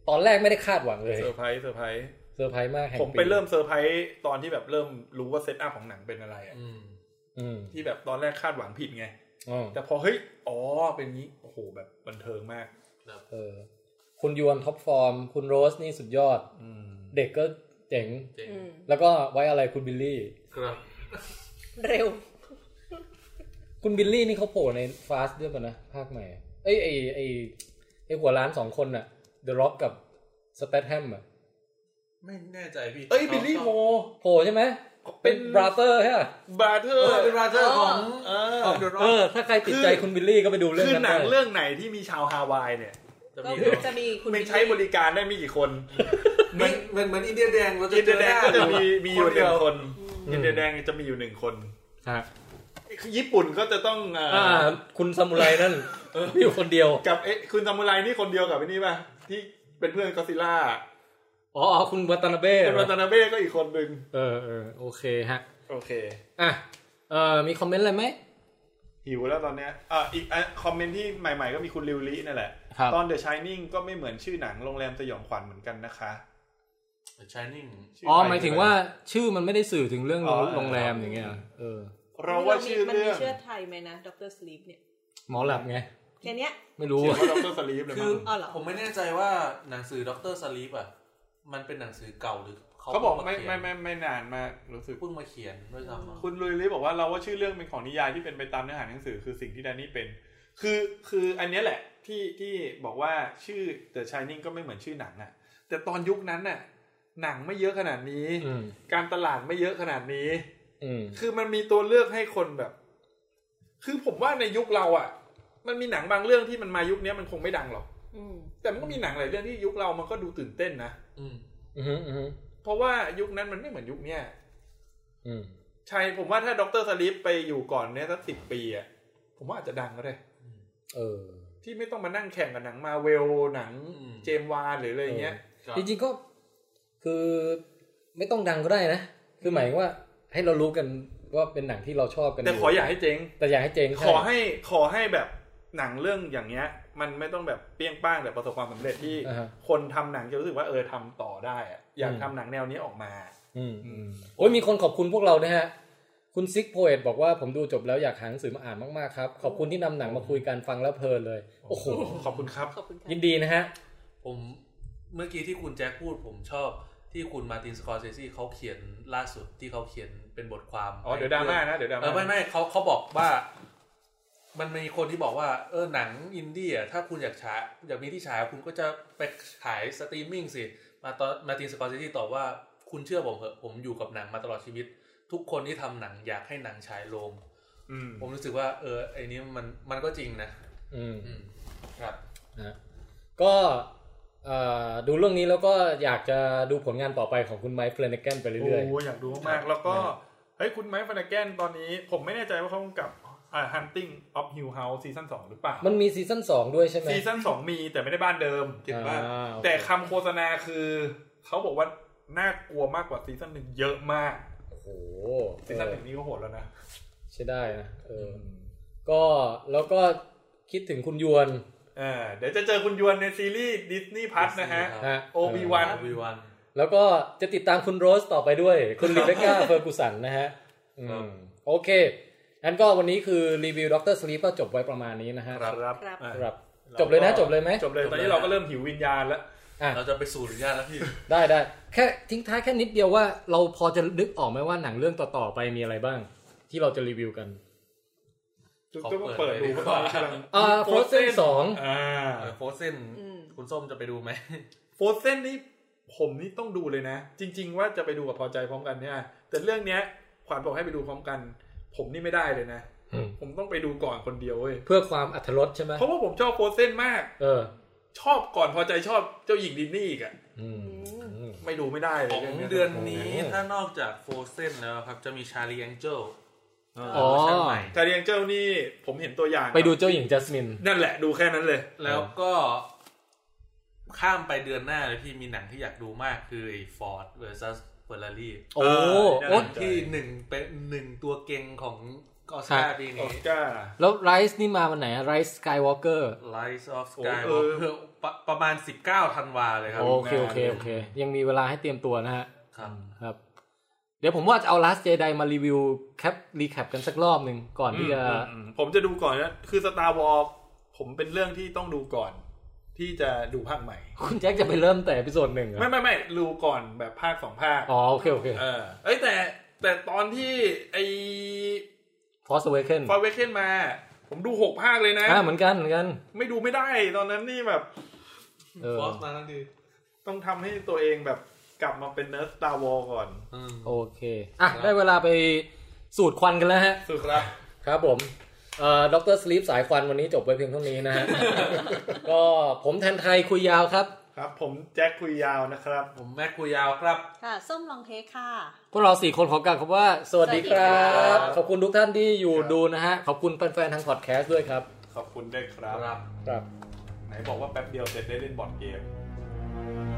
B: ตอนแรกไม่ได้คาดหวังเลย
C: เซอร์ไพรส์เซอร์ไพรส์
B: เซอร์ไพรส์มากแห่ง
C: ผมไปเริ่มเซอร์ไพรส์ตอนที่แบบเริ่มรู้ว่าเซตอัพของหนังเป็นอะไรอะ
D: อืม
B: อืม
C: ที่แบบตอนแรกคาดหวังผิดไง
B: อ๋อ
C: แต่พอเฮ้ยอ๋อเป็นงี้โอ้โหแบบบันเทิงมาก
B: เออ คุณยวนท็อปฟอร์ม คุณโรสนี่สุดยอด
C: อืม
B: เด็กก็เจ๋ง
D: เจ๋ง
F: อืม
B: แล้วก็ไว้อะไรคุณบิลลี่
D: ครับ
F: เร็ว
B: คุณบิลลี่นี่เขาโผล่ในฟาสด้วยป่ะนะ ภาคใหม่ เอ้ยไอไอไอหัวล้านสองคนน่ะเดอะร็อกกับสเตทแฮมอ่ะ
D: ไม่แน่ใจพี่
C: เอ้ยบิลลี่โม
B: โผล่ใช่ไหม เป็น
C: เป็น
B: บราเตอร์ใช่ปะ
C: บาร์เทอร์
D: เป็นราเธอร์ของ
C: เออ
D: ของเดอะร็อ
B: เอก อ ถ้าใครติดใจ
C: คือ
B: คุณบิลลี่ก็ไปดูเรื่อง
C: คือ
B: นั้น
C: หนัง
B: ได้
C: เรื่องไหนที่มีชาวฮาวายเนี่ย
D: จะ
F: ก็
D: มี
F: คือจะมีคุณ
C: มันใช้บริการได้ไม่กี่คน
D: เหมือนเหมือนเหมือนอินเดียแดงเราจะ
C: อิน
D: เจ
C: เดียแด
D: อ
C: ง
D: หน้า
C: ก็จะมีมีอยู่หนึ่งคน
B: อื
C: อิน
B: ม
C: เดียแดงจะมีอยู่หนึ่งคน
B: ฮะ
C: คือญี่ปุ่นก็จะต้องเอ่ออ
B: อ่า คุณซามูไรนั่นอยู่คนเดียว
C: กับเอ๊ะคุณซามูไรนี่คนเดียวกับไอ้นี่ป่ะที่เป็นเพื่อนกอซิล่า
B: อ๋ออ๋อคุณวัตานาเบ้
C: เป็นวาตานาเบ้ก็อีกคนหนึ่ง
B: เออเออโอเคฮะ
C: โอเค
B: อ่ะ เอ่อ มีคอมเมนต์อะไรไหม
C: หิวแล้วตอนเนี้ยอ่ะอีกอ่ะคอมเมนต์ที่ใหม่ๆก็มีคุณลิวลินั่นแหละ
B: ครับ
C: ตอน The Shining ก็ไม่เหมือนชื่อหนังโรงแรมสยองขวัญเหมือนกันนะคะ
D: ชายนิ่ง
C: ชื่
B: อ๋อ
C: ไท
B: หมายถึงว่าชื่อมันไม่ได้สื่อถึงเรื่อง
C: อ๋อ
B: โรงแรมอย่างเงี้ยเหรอเออ
C: เราว่าชื่อ
F: มัน
C: เรื่
F: มี
C: อง
F: เชื่อไทยไหมนะด็อกเตอร์สลีปเนี่ย
B: หมอหลับไง
F: แค่เนี้ย
B: ไม่รู้
C: เขียนว่าดรสลีฟเลย
D: คื
C: มั้
D: อ
C: ง
F: อ๋อเหรอ
D: ผมไม่แน่ใจว่าหนังสือด็อกเตอร์สลีปอ่ะ มันเป็นหนังสือเก่าหรือ
C: เขาบอก
D: พิ่ง
C: ไม่
D: เขียน
C: ไม่ไม่ไม่นานมากรู้สึก
D: เพิ่งมาเขียนด้วยซ้ำอะ
C: คุณลุยลิบอกว่าเราว่าชื่อเรื่องเป็นของนิยายที่เป็นไปตามเนื้อหาหนังสือคือสิ่งที่แดนนี่เป็น คือคืออันเนี้ยแหละที่ที่บอกว่าชื่อ The Shining ก็ไม่เหมือนชื่อหนังอะ่ะ แต่ตอนยุคนั้นน่ะ หนังไม่เยอะขนาดนี้
B: อืม
C: การตลาดไม่เยอะขนาดนี้
B: อืม
C: คือมันมีตัวเลือกให้คนแบบ คือผมว่าในยุคเราอะ่ะ มันมีหนังบางเรื่องที่มันมายุคเนี้ยมันคงไม่ดังหรอก
F: อืม
C: แต่มันก็มีหนังหลายเรื่องที่ยุคเรามันก็ดูตื่นเต้นนะ
D: อืม
B: อือหืออือหือ
C: เพราะว่ายุคนั้นมันไม่เหมือนยุคเนี้ย
B: อืม
C: ใช่ผมว่าถ้าดรสลิปไปอยู่ก่อนเนี้ยสักสิบปีอะผมว่าอาจจะดังก็ได้
B: เออ
C: ที่ไม่ต้องมานั่งแข่งกับหนังมาเวลหนังเจมส์วานหรืออะไรอย่างเงี้ย
D: ครับ
B: จริงๆก็คือไม่ต้องดังก็ได้นะ คือหมายถึงว่าให้เรารู้กันว่าเป็นหนังที่เราชอบกัน
C: แต่ขออย่าให้เจ๊ง
B: แต่อยากให้เจ๊ง
C: ขอให้ขอให้แบบหนังเรื่องอย่างเงี้ย มันไม่ต้องแบบเปรี้ยงป้างแต่ประสบความสำเร็จที่
B: อ่าฮะ
C: คนทำหนังจะรู้สึกว่าเออทำต่อได้อะอยาก
B: อืม
C: ทำหนังแนวนี้ออกมา
B: อืมอืมโอ้ยมีคนขอบคุณพวกเรานะฮะ คุณซิกโพเอตบอกว่าผมดูจบแล้วอยากหาหนังสือมาอ่านมากๆครับ ขอบคุณที่นำหนังมาคุยกันฟังแล้วเพลินเลย โอ้โห
C: ขอบคุณครับ
F: ขอบคุณค่ะ
B: ยินดีนะฮะ
D: ผมเมื่อกี้ที่คุณแจ็คพูดผมชอบที่คุณมาร์ตินสกอร์เซซี่เขาเขียนล่าสุดที่เขาเขียนเป็นบทความ
C: อ๋อ เดี๋ยวดราม่านะ เดี๋ยวดรา
D: เออไม่
C: ม่า
D: ไม่เขาเขาบอกว่า มันมีคนที่บอกว่า เออหนังอินเดียถ้าคุณอยากฉายอยากมีที่ฉายคุณก็จะไปขายสตรีมมิ่งสิ มาตอนมาตินสกอร์เซซี่ตอบว่าคุณเชื่อผมเหอะผมอยู่กับหนังมาตลอดชีวิต ทุกคนที่ทำหนังอยากให้หนังฉายโรง
C: อืม
D: ผมรู้สึกว่า เออไอ้นี้มันมันก็จริงนะ
B: อืม
D: อืมครับ
B: นะฮะก็เอ่อดูเรื่องนี้แล้วก็อยากจะดูผลงานต่อไปของคุณไมค์เฟลนแกนไป
C: โอ้
B: เรื่อย
C: โหอยากดูมากๆแล้วก็ เฮ้ย คุณไมค์ฟานาแกนตอนนี้ผมไม่แน่ใจว่าเขากำกับอ่า Hunting of Hill House ซีซั่นสองหรือเปล่า
B: ๆ มันมีซีซั่นสองด้วยใช่ไหม
C: ซีซั่นสองมีแต่ไม่ได้บ้านเดิมเก็บบ้าน
B: อ่โอเค
C: แต่คำโฆษณาคือเขาบอกว่า น่ากลัวมากกว่าซีซั่นหนึ่งเยอะมาก
B: โอ้โห
C: ซีซั่นหนึ่งนี่ก็โหดแล้วนะ
B: ใช่ได้นะเออ ก็แล้วก็คิดถึงคุณยวน
C: เออเดี๋ยวจะเจอคุณยวนในซีรีส์ดิสนีย์พัทนะฮะ
D: ครับ
B: ฮะ
C: Obi-Wan
D: วีวัน
B: แล้วก็จะติดตามคุณโรสต่อไปด้วย คุณลิเบ *laughs* ก้าเฟอร์กูสันนะฮะอืมโอเคงั้นก็วันนี้คือรีวิวด็อกเตอร์สลีปก็จบไว้ประมาณนี้นะฮะ
D: ครับ
E: ครับ
C: อ่ะ
B: ครับ จบเลยนะจบเลยไหม
C: จบเลยตอนนี้เราก็เริ่มหิววิญญาณแล้ว
B: อ่ะ
D: เราจะไปสู่หรือยังแล้วพี่
B: ได้ได้แค่ทิ้งท้ายแค่นิดเดียวว่าเราพอจะนึกออกไหมว่าหนังเรื่องต่อ ๆ ไปมีอะไรบ้าง ที่เราจะรีวิวกัน
C: ต้อง
D: ขอ
C: เปิด
D: เปิด
C: ดู
D: เลยดี
C: เพราะ
D: ก
C: ตอ
D: ว
C: นนี้
D: ่า
C: กำลัง
B: อ่าฟรอเซน
D: Frozen
B: สอง
C: อ่า
D: เออโฟสเซน
E: อืม
D: คุณส้มจะไปดูไหม
C: โฟเซนนี่ผมนี่ต้องดูเลยนะ จริง ๆ ว่าจะไปดูกับพอใจพร้อมกันเนี่ย แต่เรื่องเนี้ยขวัญบอกให้ไปดูพร้อมกัน ผมนี่ไม่ได้เลยนะ ผมต้องไปดูก่อนคนเดียวเว้ย
B: เพื่อความอัธรสใช่ไหม
C: เพราะว่าผมชอบโฟเซนมาก
B: เออ
C: ชอบก่อนพอใจชอบเจ้าหญิงดินนี่อีกอะ
B: อืมอืม
C: ไม่ดูไม่ได้เลย
D: ของ
C: รื่ย
D: เดือนนี้
B: โอ้โห
D: ถ้านอกจากโฟเซนแล้วครับจะมีชาลีแองเจล
B: อ๋อ
D: ใหม่
C: แต่เรียงเจ้านี่ผมเห็นตัวอย่าง
B: ไปดูเจ้าหญิงจัสมิน
C: นั่นแหละดูแค่นั้นเลย
D: แล้วก็ข้ามไปเดือนหน้าเลยพี่มีหนังที่อยากดูมากคือไอ้ฟอร์ดเวอร์ซัสเฟอร์รารี่
B: โอ้
C: เออได้
B: โอ้
D: ที่หนึ่งเป็นหนึ่งตัวเก่งของออสการ์ปี
C: ออ
D: นี้
C: สการ์
B: แล้วไรซ์นี่มาวันไหนไรซ์สกายวอล์กเกอร์
D: Lights of
C: โอ้เออ
D: Sky ประประมาณ 19ธันวาเลยครับ
B: โอเคโอเคโอเค ยังมีเวลาให้เตรียมตัวนะฮะ
D: ครับ
B: ครับ เดี๋ยวผมว่าจะเอา Last Jedi มารีวิวแคปรีแคปกันสักรอบหนึ่งก่อนที่จะ
C: อืมอืมอืมผมจะดูก่อนนะคือสตาร์วอลผมเป็นเรื่องที่ต้องดูก่อน ที่จะดูภาคใหม่
B: *laughs* คุณแจ็คจะไปเริ่มแต่อพิโซดหนึ่งเหรอ
C: ไม่ไม่ไม่ดูก่อนแบบภาคสองภาค
B: อ๋อโอเคโอเค
C: เออเอ้ยแต่แต่ตอนที่ไอ้
B: Force Awakens
C: ฟาเวเคนมา ผมดูหกภาคเลยนะ
B: อ่าเหมือนกันเหมือนกัน
C: ไม่ดูไม่ได้ตอนนั้นนี่แบบ
B: เออ
D: ฟอสมาทั้งที
C: ต้องทำให้ตัวเองแบบกลับมาเป็นเนิร์ดสตาร์วอลก่อน
D: อืม
B: โอเค อ่ะ ได้เวลาไปสูดควันกันแล้วฮะ
C: สุดละ
B: ครับผม เอ่อด็อกเตอร์สลีปสายควันวันนี้จบไปเพียงเท่านี้นะฮะ ก็ผมแทนไทยคุยยาวครับ
C: ครับ ผมแจ็คคุยยาวนะครับ
D: ผมแม็กคุยยาวครับ
E: ค่ะ ส้มลองเทคค่ะ
B: พวกเราสี่คนขอกล่าวคำว่า สวัสดีครับ
C: สวัสดีครับ
B: ขอบคุณทุกท่านที่อยู่ดูนะฮะ ขอบคุณแฟนๆทางพอดแคสต์ด้วยครับ
C: ขอบคุณด้วยครับ
B: ครับ
C: ไหนบอกว่าแป๊บเดียวเสร็จได้เล่นบอร์ดเกม
B: ค